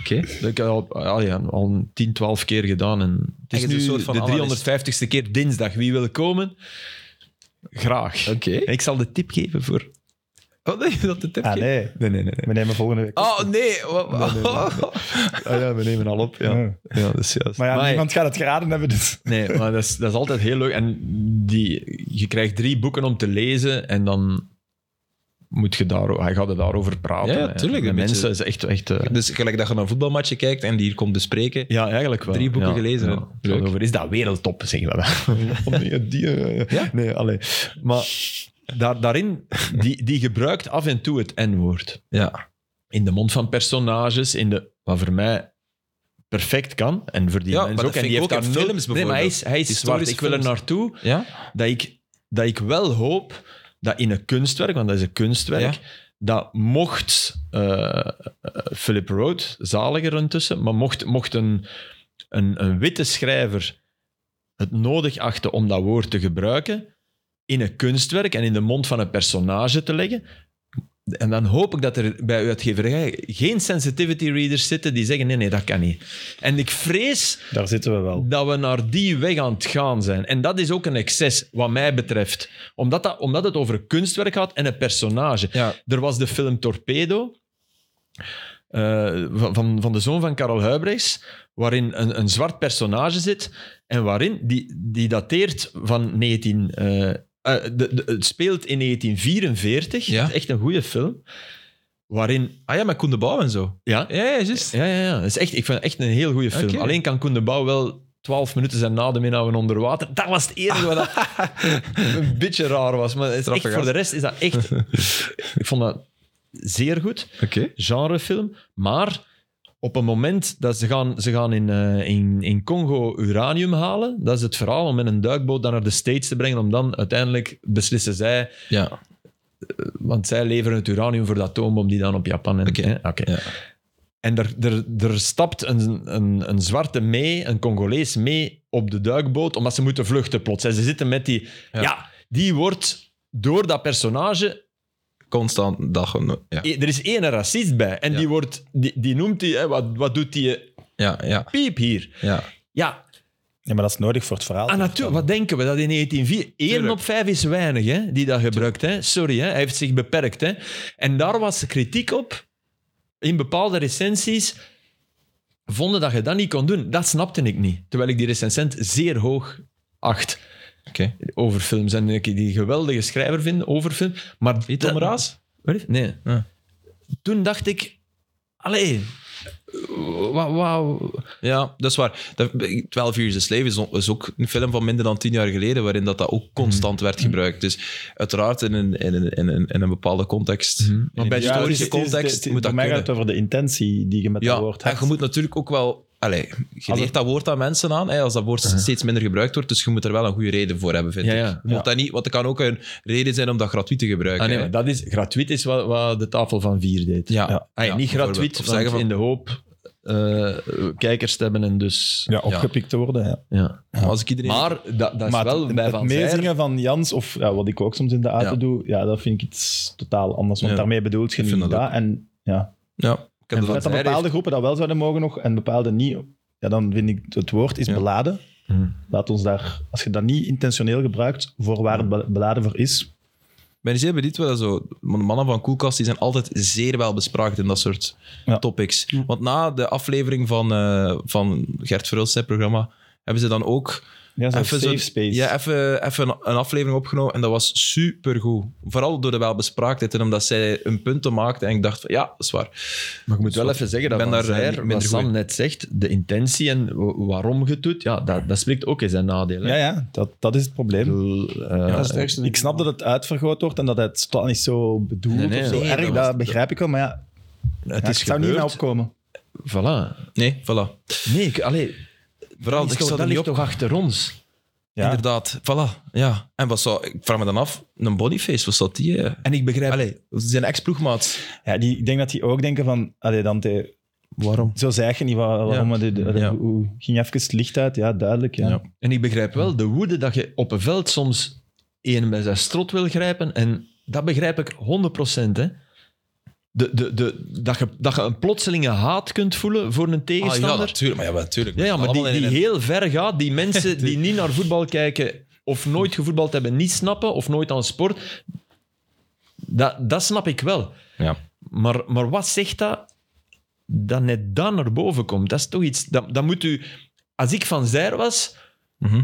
Speaker 1: Oké.
Speaker 3: Dat heb ik al, al, ja, al een 10, 12 keer gedaan. En het is
Speaker 1: Echt een
Speaker 3: nu
Speaker 1: soort van
Speaker 3: de
Speaker 1: analist.
Speaker 3: 350ste keer dinsdag. Wie wil komen? Graag.
Speaker 1: Oké.
Speaker 3: En Ik zal de tip geven voor.
Speaker 1: Oh nee, dat de tip
Speaker 2: Ah, nee.
Speaker 3: Nee, nee, nee.
Speaker 2: We nemen volgende week.
Speaker 1: Oh nee, wa- wa-
Speaker 3: Ah, ja, we nemen al op. Ja,
Speaker 2: Ja.
Speaker 3: ja dat is juist.
Speaker 2: Maar ja,
Speaker 3: Maar-
Speaker 2: niemand gaat het geraden hebben, dus...
Speaker 3: Nee, maar dat is, dat is altijd heel leuk. En die, je krijgt drie boeken om te lezen en dan moet je daar, hij gaat er daarover praten.
Speaker 1: Ja, ja,
Speaker 3: hè.
Speaker 1: tuurlijk,
Speaker 3: De
Speaker 1: een
Speaker 3: mensen
Speaker 1: beetje-
Speaker 3: is echt. echt eh,
Speaker 1: Dus gelijk dat je naar een voetbalmatje kijkt en die hier komt bespreken.
Speaker 3: Ja, eigenlijk wel.
Speaker 1: Drie boeken
Speaker 3: Ja,
Speaker 1: gelezen,
Speaker 3: ja.
Speaker 1: hè.
Speaker 3: Het gaat Over, is dat wereldtop, zeggen we dan. nee, die, eh,
Speaker 1: Ja?
Speaker 3: nee, allee. Maar daar, daarin, die, die gebruikt af en toe het N-woord.
Speaker 1: Ja.
Speaker 3: In de mond van personages, in de, wat voor mij perfect kan. En voor die
Speaker 1: Ja,
Speaker 3: mensen
Speaker 1: maar
Speaker 3: ook.
Speaker 1: dat
Speaker 3: En
Speaker 1: vind
Speaker 3: die
Speaker 1: ik ook in
Speaker 3: nul-
Speaker 1: films
Speaker 3: Nee, maar hij is, hij is
Speaker 1: Historische
Speaker 3: zwart. Ik wil er
Speaker 1: films.
Speaker 3: naartoe
Speaker 1: Ja?
Speaker 3: dat ik, dat ik wel hoop dat in een kunstwerk, want dat is een kunstwerk, dat mocht eh, Philip Rood, zaliger intussen, maar mocht, mocht een, een, een witte schrijver het nodig achten om dat woord te gebruiken in een kunstwerk en in de mond van een personage te leggen. En dan hoop ik dat er bij uitgeverij geen sensitivity readers zitten die zeggen: nee, nee, dat kan niet. En ik vrees
Speaker 2: Daar zitten we wel.
Speaker 3: dat we naar die weg aan het gaan zijn. En dat is ook een excess, wat mij betreft. Omdat, dat, omdat het over een kunstwerk gaat en een personage.
Speaker 1: Ja.
Speaker 3: Er was de film Torpedo. eh, van, van, van de zoon van Karel Huibrechts, waarin een, een zwart personage zit en waarin die, die dateert van 19. eh, eh, de, de- het speelt in 1944.
Speaker 1: Ja.
Speaker 3: Het is Echt een goede film. Waarin.
Speaker 1: Ah ja, met Koen de Bouw en zo.
Speaker 3: Ja,
Speaker 1: Ja, ja, juist.
Speaker 3: ja, ja, ja. Dat is echt, ik vind het echt een heel goede film.
Speaker 1: Oké.
Speaker 3: Alleen kan Koen de Bouw wel 12 minuten zijn na de inhouden onder water. Dat was het enige wat dat een beetje raar was. Maar het is
Speaker 1: Grappig,
Speaker 3: echt,
Speaker 1: hè?
Speaker 3: voor de rest is dat echt... ik vond dat zeer goed.
Speaker 1: Oké.
Speaker 3: Genrefilm. Maar op een moment dat ze gaan, ze gaan in, eh, in, in Congo uranium halen, dat is het verhaal om met een duikboot dan naar de States te brengen, om dan uiteindelijk beslissen zij...
Speaker 1: Ja.
Speaker 3: Want zij leveren het uranium voor de atoombom die dan op Japan... en-
Speaker 1: Oké.
Speaker 3: hè, oké.
Speaker 1: Ja.
Speaker 3: En er, er, er stapt een, een, een zwarte mee, een Congolees mee op de duikboot, omdat ze moeten vluchten plots. En ze zitten met die... Ja,
Speaker 1: Ja.
Speaker 3: die wordt door dat personage...
Speaker 1: Constant dag. en- Ja.
Speaker 3: e- Er is één racist bij. En
Speaker 1: Ja.
Speaker 3: die, wordt, die, die noemt die... Hè, wat, wat doet die eh,
Speaker 1: Ja, ja,
Speaker 3: piep hier?
Speaker 1: ja.
Speaker 3: Ja,
Speaker 2: Ja, maar dat is nodig voor het verhaal.
Speaker 3: ah, natuurlijk. Wat denken we? Dat in 1904... één
Speaker 1: Tuurlijk.
Speaker 3: op vijf is weinig, hè, die dat gebruikt. Hè. Sorry, hè, hij heeft zich beperkt. Hè. En daar was kritiek op. In bepaalde recensies vonden dat je dat niet kon doen. Dat snapte ik niet. Terwijl ik die recensent zeer hoog acht
Speaker 1: Oké.
Speaker 3: over films. En ik die geweldige schrijver vind over film. Maar
Speaker 1: Wie, Tom Raas?
Speaker 3: Wat is- Nee.
Speaker 1: Ja.
Speaker 3: Toen dacht ik... Allee... Wauw...
Speaker 1: Ja, dat is waar. Dat- 12 Years a Slave is, on- is ook een film van minder dan 10 jaar geleden waarin dat, dat ook constant werd gebruikt. Dus uiteraard in een, in een, in een, in een bepaalde context. In
Speaker 3: Maar
Speaker 1: een
Speaker 3: bij
Speaker 1: historische
Speaker 2: het is- het is-
Speaker 1: context
Speaker 2: het
Speaker 1: moet
Speaker 2: is- voor
Speaker 1: dat
Speaker 2: mij
Speaker 1: kunnen.
Speaker 2: gaat het over de intentie die je met dat
Speaker 1: Ja,
Speaker 2: woord
Speaker 1: en
Speaker 2: hebt.
Speaker 1: je moet natuurlijk ook wel... Allee, je
Speaker 2: Als
Speaker 1: leert dat woord aan mensen aan, hè, als dat woord steeds minder gebruikt wordt. Dus je moet er wel een goede reden voor hebben, vind
Speaker 3: Uh-huh. Ja,
Speaker 1: ik.
Speaker 3: ja.
Speaker 1: Je moet
Speaker 2: Ja.
Speaker 1: dat niet, want er kan ook een reden zijn om dat gratuit te gebruiken.
Speaker 3: Ah, nee,
Speaker 1: hè.
Speaker 3: maar dat is, gratuit is wat, wat de tafel van vier deed.
Speaker 1: ja.
Speaker 2: Ja.
Speaker 3: Ah, ja,
Speaker 1: Ja,
Speaker 3: niet gratuit,
Speaker 1: bijvoorbeeld. Of
Speaker 3: want
Speaker 1: zeggen van-
Speaker 3: in de hoop eh, kijkers te hebben en dus...
Speaker 2: Ja, opgepikt te worden, ja.
Speaker 3: Ja.
Speaker 1: Maar als ik iedereen...
Speaker 3: Maar dat, dat is
Speaker 2: maar
Speaker 3: wel
Speaker 2: het,
Speaker 3: bij
Speaker 2: het
Speaker 3: Van Zijl-
Speaker 2: meezingen van Jans, of ja, wat ik ook soms in de auto
Speaker 1: Ja.
Speaker 2: doe, ja, dat vind ik iets totaal anders. Want
Speaker 1: Ja.
Speaker 2: daarmee bedoelt je
Speaker 1: Ik
Speaker 2: niet
Speaker 1: vind
Speaker 2: dat.
Speaker 1: dat
Speaker 2: En, ja.
Speaker 1: ja, ik heb
Speaker 3: En
Speaker 1: dat
Speaker 2: Dat
Speaker 3: Van
Speaker 2: dat
Speaker 3: Zijl
Speaker 2: bepaalde groepen dat wel zouden mogen nog en bepaalde niet. ja, dan vind ik het woord is
Speaker 1: Ja.
Speaker 2: beladen.
Speaker 3: Hmm.
Speaker 2: Laat ons daar, als je dat niet intentioneel gebruikt, voor waar het be- beladen voor is.
Speaker 1: Ik ben zeer benieuwd wat dat zo... want de Mannen van Koelkast die zijn altijd zeer wel bespraakt in dat soort
Speaker 2: Ja.
Speaker 1: topics. Want na de aflevering van, eh, van Gert Verhulst zijn programma, hebben ze dan ook...
Speaker 2: Ja, zo'n
Speaker 1: even
Speaker 2: safe
Speaker 1: zo-
Speaker 2: space.
Speaker 1: Ja, even, even een aflevering opgenomen en dat was supergoed. Vooral door de welbespraaktheid en omdat zij een punt maakte en ik dacht van, ja, dat is waar.
Speaker 3: Maar je moet wel
Speaker 1: Zo,
Speaker 3: even zeggen
Speaker 1: ik
Speaker 3: dat
Speaker 1: ben
Speaker 3: Van
Speaker 1: daar, eh,
Speaker 3: Zijr,
Speaker 1: niet
Speaker 3: wat
Speaker 1: minder
Speaker 3: Sam
Speaker 1: goed in.
Speaker 3: net zegt, de intentie en wa- waarom je het doet, ja, dat, dat spreekt ook in zijn nadeel. hè. eh,
Speaker 2: ja, ja dat, dat is het probleem.
Speaker 4: dat is het ergste.
Speaker 2: Ik snap dat het uitvergroot wordt en dat het totaal niet zo bedoeld
Speaker 3: Nee, nee,
Speaker 2: of zo
Speaker 1: nee,
Speaker 2: erg,
Speaker 1: dat
Speaker 2: dat,
Speaker 1: was-
Speaker 2: begrijp ik wel. Maar ja,
Speaker 3: het
Speaker 2: ja,
Speaker 3: is
Speaker 2: ik zou niet
Speaker 3: gebeurd.
Speaker 2: naar opkomen.
Speaker 3: Voilà.
Speaker 1: Nee, voilà.
Speaker 3: Nee, ik, allee,
Speaker 1: Vooral,
Speaker 3: dat,
Speaker 1: ik sta er
Speaker 3: dat
Speaker 1: niet
Speaker 3: ligt
Speaker 1: op.
Speaker 3: toch achter ons?
Speaker 2: Ja.
Speaker 1: Inderdaad, voilà. Ja. En wat zou... Ik vraag me dan af, een bodyface, wat zat die... eh?
Speaker 3: En ik begrijp...
Speaker 1: Allee, zijn ex-ploegmaat.
Speaker 2: Ja, die, ik denk dat die ook denken van, allee, Dante,
Speaker 1: Waarom?
Speaker 2: zo zeg je niet waar- waarom
Speaker 1: Ja.
Speaker 2: we dit- allee,
Speaker 1: Ja.
Speaker 2: hoe- hoe- ging even het licht uit? Ja, duidelijk. Ja.
Speaker 1: Ja. Ah,
Speaker 3: En ik begrijp wel de woede dat je op een veld soms één bij zijn strot wil grijpen. En dat begrijp ik 100%. Hè. De, de, de, dat, je, dat je een plotselinge haat kunt voelen voor een
Speaker 1: Ah, ja,
Speaker 3: tegenstander.
Speaker 1: natuurlijk. Maar ja, maar natuurlijk.
Speaker 3: ja, ja, maar die,
Speaker 1: Allemaal in
Speaker 3: die
Speaker 1: een-
Speaker 3: heel ver gaat. Die mensen die niet naar voetbal kijken of nooit gevoetbald hebben, niet snappen of nooit aan sport. Dat, dat snap ik wel.
Speaker 1: Ja.
Speaker 3: Maar, maar wat zegt dat dat net dan naar boven komt? Dat is toch iets... Dat, dat moet u... Als ik van Zijr was,
Speaker 1: Mhm.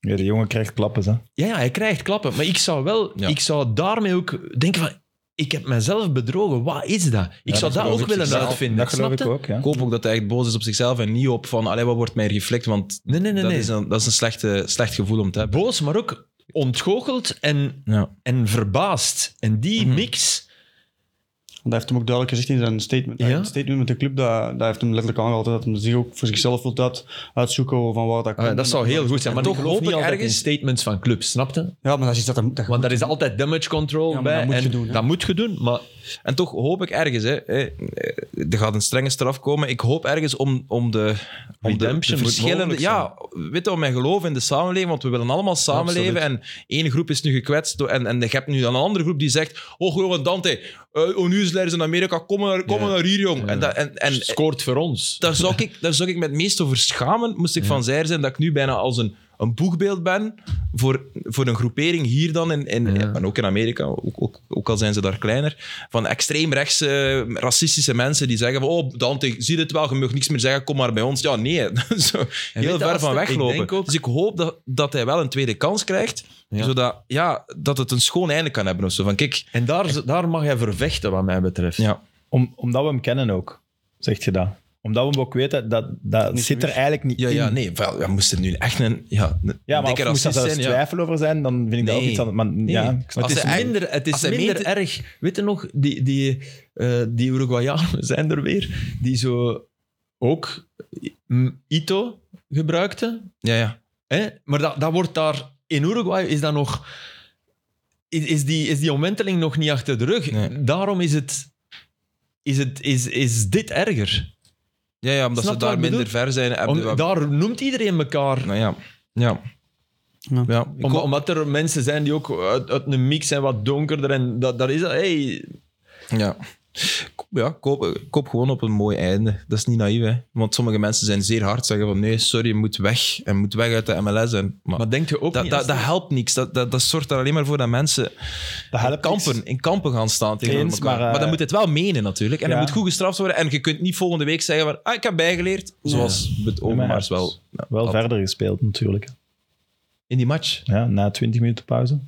Speaker 2: Ja, de jongen krijgt klappen. Hè.
Speaker 3: Ja, ja, hij krijgt klappen. Maar ik zou wel,
Speaker 1: Ja.
Speaker 3: ik zou daarmee ook denken van, ik heb mezelf bedrogen. Wat is dat? Ik zou dat, ook willen uitvinden.
Speaker 2: Dat geloof
Speaker 3: snap
Speaker 2: ik
Speaker 3: je?
Speaker 2: ook, ja.
Speaker 1: Ik hoop ook dat hij echt boos is op zichzelf en niet op van, allee, wat wordt mij geflikt? Want
Speaker 3: Nee, nee, nee.
Speaker 1: dat,
Speaker 3: nee.
Speaker 1: Is een, dat is een slechte, slecht gevoel om te hebben.
Speaker 3: Boos, maar ook ontgoocheld en,
Speaker 1: Ja.
Speaker 3: en verbaasd. En die
Speaker 1: Mhm.
Speaker 3: mix...
Speaker 4: Want hij heeft hem ook duidelijk gezegd in zijn statement.
Speaker 3: Ja?
Speaker 4: Een statement met de club, dat, dat heeft hem letterlijk aangehaald. Dat hij zich ook voor zichzelf wilt uit, uitzoeken van waar dat
Speaker 3: Ah,
Speaker 4: komt.
Speaker 3: dat zou heel goed zijn. Maar
Speaker 1: toch
Speaker 3: toch hoop
Speaker 1: hoop
Speaker 3: niet
Speaker 1: ik
Speaker 3: altijd
Speaker 1: ergens-
Speaker 3: in statements van clubs, snapte?
Speaker 4: Ja, maar dat is iets dat hem... dat-
Speaker 3: Want daar is altijd damage control
Speaker 4: Ja, maar
Speaker 3: bij.
Speaker 4: dat moet
Speaker 3: en
Speaker 4: je doen, hè.
Speaker 3: dat moet je doen, maar
Speaker 1: En toch hoop ik ergens, hè, eh, eh, er gaat een strenge straf komen. Ik hoop ergens om, om de, om de,
Speaker 3: Redemption
Speaker 1: de
Speaker 3: moet
Speaker 1: verschillende.
Speaker 3: mogelijk zijn.
Speaker 1: Ja, weet je, om mijn geloof in de samenleving, want we willen allemaal samenleven. En één groep is nu gekwetst. door- En, en je hebt nu dan een andere groep die zegt: Oh, jongen, Dante, uh, ONU-leiders in Amerika, kom maar, kom maar naar hier, jong. En, dat, en, en
Speaker 3: scoort voor ons.
Speaker 1: daar, zou ik, daar zou ik me het meest over schamen, moest ik van zij zijn, dat ik nu bijna als een, een boegbeeld ben voor, voor een groepering hier dan, in, in,
Speaker 3: Ja.
Speaker 1: en ook in Amerika, ook, ook, ook al zijn ze daar kleiner, van extreemrechtse, racistische mensen die zeggen van, oh Dante, zie dit wel, je mag niks meer zeggen, kom maar bij ons. Ja, nee, zo, heel
Speaker 3: je,
Speaker 1: ver
Speaker 3: als
Speaker 1: van
Speaker 3: de- ik
Speaker 1: weglopen.
Speaker 3: denk ook-
Speaker 1: Dus ik hoop dat, dat hij wel een tweede kans krijgt,
Speaker 3: Ja.
Speaker 1: zodat ja, dat het een schoon einde kan hebben of zo. Van kijk,
Speaker 3: En daar, daar mag hij voor vechten, wat mij betreft.
Speaker 1: ja,
Speaker 2: Om, omdat we hem kennen ook, zegt je dat. Omdat we hem ook weten, dat, dat
Speaker 4: Niet
Speaker 2: zit er
Speaker 4: mis.
Speaker 2: eigenlijk niet
Speaker 1: ja,
Speaker 2: in.
Speaker 1: ja nee, wel, ja, moest er nu echt een, ja, een
Speaker 2: Ja, maar
Speaker 1: dikke
Speaker 2: of moest
Speaker 1: racist
Speaker 2: daar zelfs
Speaker 1: zijn. ja.
Speaker 2: twijfel over zijn, dan vind ik dat ook
Speaker 1: Nee.
Speaker 2: iets anders. Maar ja, ik snap
Speaker 1: Als
Speaker 2: het.
Speaker 1: hij
Speaker 3: het
Speaker 1: eigen-
Speaker 3: is minder, het
Speaker 1: als
Speaker 3: is
Speaker 1: hij
Speaker 3: minder
Speaker 1: meent-
Speaker 3: erg. Weet je nog, die, die, eh, die Uruguayanen zijn er weer, die zo ook mm, Ito gebruikten.
Speaker 1: Ja, ja.
Speaker 3: Hè? Maar dat, dat wordt daar... In Uruguay is dat nog... Is, is die, is die omwenteling nog niet achter de rug.
Speaker 1: Nee.
Speaker 3: Daarom is het... Is, het, is, is dit erger?
Speaker 1: Ja, ja, omdat
Speaker 3: Snap
Speaker 1: ze
Speaker 3: wat
Speaker 1: daar
Speaker 3: ik
Speaker 1: minder
Speaker 3: bedoel?
Speaker 1: ver zijn. hebben
Speaker 3: Om,
Speaker 1: we-
Speaker 3: daar noemt iedereen elkaar.
Speaker 1: nou ja. Ja.
Speaker 4: Ja.
Speaker 1: ja. ik
Speaker 3: Om-
Speaker 1: hoop-
Speaker 3: omdat er mensen zijn die ook uit, uit een mix zijn, wat donkerder. En dat, daar is dat... Hey,
Speaker 1: ja. Ko- Ja, koop, koop gewoon op een mooi einde. Dat is niet naïef, hè. Want sommige mensen zijn zeer hard, zeggen van nee, sorry, je moet weg. En moet weg uit de MLS. En, maar
Speaker 3: maar denk je ook
Speaker 1: dat,
Speaker 3: niet...
Speaker 1: dat,
Speaker 3: als-
Speaker 1: dat helpt niks. Dat, dat, dat zorgt er alleen maar voor dat mensen
Speaker 2: Dat
Speaker 1: in
Speaker 2: helpt
Speaker 1: kampen,
Speaker 2: niks.
Speaker 1: in kampen gaan staan tegen
Speaker 2: Eens,
Speaker 1: elkaar. Maar,
Speaker 2: maar, eh,
Speaker 1: dan moet het wel menen, natuurlijk. En
Speaker 2: ja.
Speaker 1: dat moet goed gestraft worden. En je kunt niet volgende week zeggen van ah, ik heb bijgeleerd. Zoals het Overmars
Speaker 2: maar-
Speaker 1: wel. ja,
Speaker 2: Wel
Speaker 1: had.
Speaker 2: verder gespeeld natuurlijk.
Speaker 1: In die match.
Speaker 2: Ja, na 20 minuten pauze.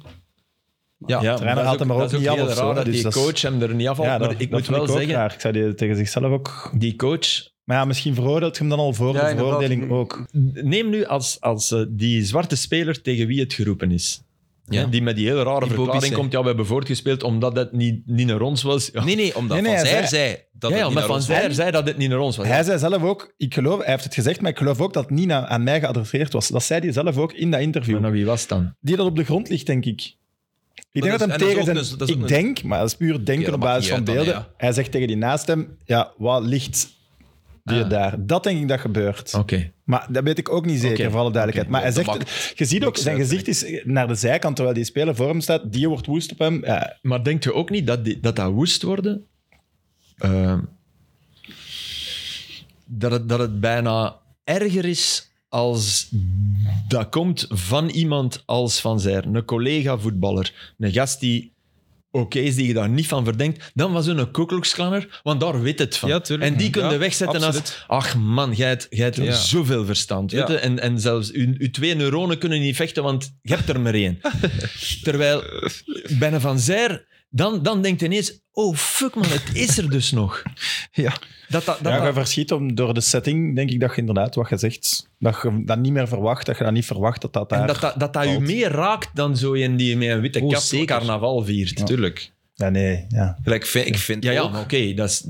Speaker 1: Ja,
Speaker 3: Ja,
Speaker 1: ja.
Speaker 2: trainer
Speaker 3: maar dat is
Speaker 2: haalt hem er ook
Speaker 3: dat is
Speaker 2: niet af
Speaker 3: heel
Speaker 2: of zo,
Speaker 3: raar dat
Speaker 2: dus
Speaker 3: die
Speaker 2: dat is-
Speaker 3: coach hem er niet afvalt.
Speaker 2: ja,
Speaker 3: maar
Speaker 2: dat- dat
Speaker 3: ik moet
Speaker 2: vond
Speaker 3: wel
Speaker 2: ook
Speaker 3: zeggen,
Speaker 2: raar. Ik zou die tegen zichzelf ook...
Speaker 3: die coach...
Speaker 2: Maar ja, misschien veroordeelt je hem dan al voor
Speaker 4: Ja,
Speaker 2: de
Speaker 4: inderdaad.
Speaker 2: veroordeling ook.
Speaker 3: Neem nu als, als eh, die zwarte speler tegen wie het geroepen is.
Speaker 1: Ja.
Speaker 3: Hè, Die met die hele rare
Speaker 1: Die
Speaker 3: verklaring
Speaker 1: Bobby,
Speaker 3: komt. Ja, we hebben voortgespeeld omdat het niet, niet naar ons was. Ja,
Speaker 1: Nee, nee, omdat
Speaker 2: Nee, nee,
Speaker 1: Van
Speaker 2: hij
Speaker 1: Zijr zei dat het
Speaker 3: ja,
Speaker 1: niet
Speaker 3: ja maar
Speaker 1: naar
Speaker 3: Van
Speaker 1: ons
Speaker 3: Zijr zei dat het niet naar ons was.
Speaker 2: Hij zei zelf ook, ik geloof, hij heeft het gezegd, maar ik geloof ook dat het niet na- aan mij geadresseerd was. Dat zei hij zelf ook in dat
Speaker 3: Maar
Speaker 2: interview.
Speaker 3: naar wie was het dan?
Speaker 2: Die dat op de grond ligt, denk ik. Ik
Speaker 1: dat
Speaker 2: denk
Speaker 1: is-
Speaker 2: dat, hem
Speaker 1: en dat is
Speaker 2: tegen
Speaker 1: ook
Speaker 2: zijn...
Speaker 1: een- dat is ook
Speaker 2: ik
Speaker 1: een-
Speaker 2: denk, maar dat is puur denken
Speaker 1: Ja, dat
Speaker 2: op
Speaker 1: maakt
Speaker 2: basis van
Speaker 1: niet uit
Speaker 2: beelden.
Speaker 1: dan, hè,
Speaker 2: Hij zegt tegen die naast hem, ja, wat ligt die
Speaker 3: Ah.
Speaker 2: daar? Dat denk ik dat gebeurt.
Speaker 3: Oké.
Speaker 2: Maar dat weet ik ook niet zeker,
Speaker 3: Oké,
Speaker 2: voor alle duidelijkheid.
Speaker 1: Oh. oké,
Speaker 2: Maar hij
Speaker 1: dat
Speaker 2: zegt, je ziet ook,
Speaker 1: niks
Speaker 2: zijn
Speaker 1: uit,
Speaker 2: gezicht is naar de zijkant, terwijl die speler voor hem staat. Die wordt woest op hem. Ja,
Speaker 3: Maar denkt je ook niet dat die, dat, dat woest worden... eh, Ehm, dat het, dat het bijna erger is als dat komt van iemand als Van Zijr. Een collega voetballer. Een gast die oké is, die je daar niet van verdenkt. Dan was een koekeloksklanner, want daar weet het van.
Speaker 1: Ja, tuurlijk.
Speaker 3: en die kunnen
Speaker 1: Ja,
Speaker 3: wegzetten als...
Speaker 1: absoluut.
Speaker 3: Ach man, jij hebt, jij hebt
Speaker 1: Ja.
Speaker 3: zoveel verstand. weet
Speaker 1: Ja.
Speaker 3: je. En, en zelfs uw, uw twee neuronen kunnen niet vechten, want je hebt er maar één. Terwijl bij een Van Zijr... Dan, dan denkt hij ineens, oh fuck man, het is er dus nog.
Speaker 1: Ja.
Speaker 3: Dat, dat, dat,
Speaker 2: Ja, je
Speaker 3: dat-
Speaker 2: verschiet om, door de setting, denk ik dat je inderdaad, wat je zegt, dat je dat niet meer verwacht, dat je dat niet verwacht dat dat daar...
Speaker 3: En dat dat, dat, dat u
Speaker 2: valt.
Speaker 3: meer raakt dan zo in die met een witte
Speaker 1: Oh,
Speaker 3: kap
Speaker 1: zeker.
Speaker 3: carnaval viert.
Speaker 1: Tuurlijk.
Speaker 2: Ja, nee, ja.
Speaker 1: Gelijk, vind- ik vind
Speaker 3: Ja, ja,
Speaker 1: ook-
Speaker 3: maar oké, dat, is,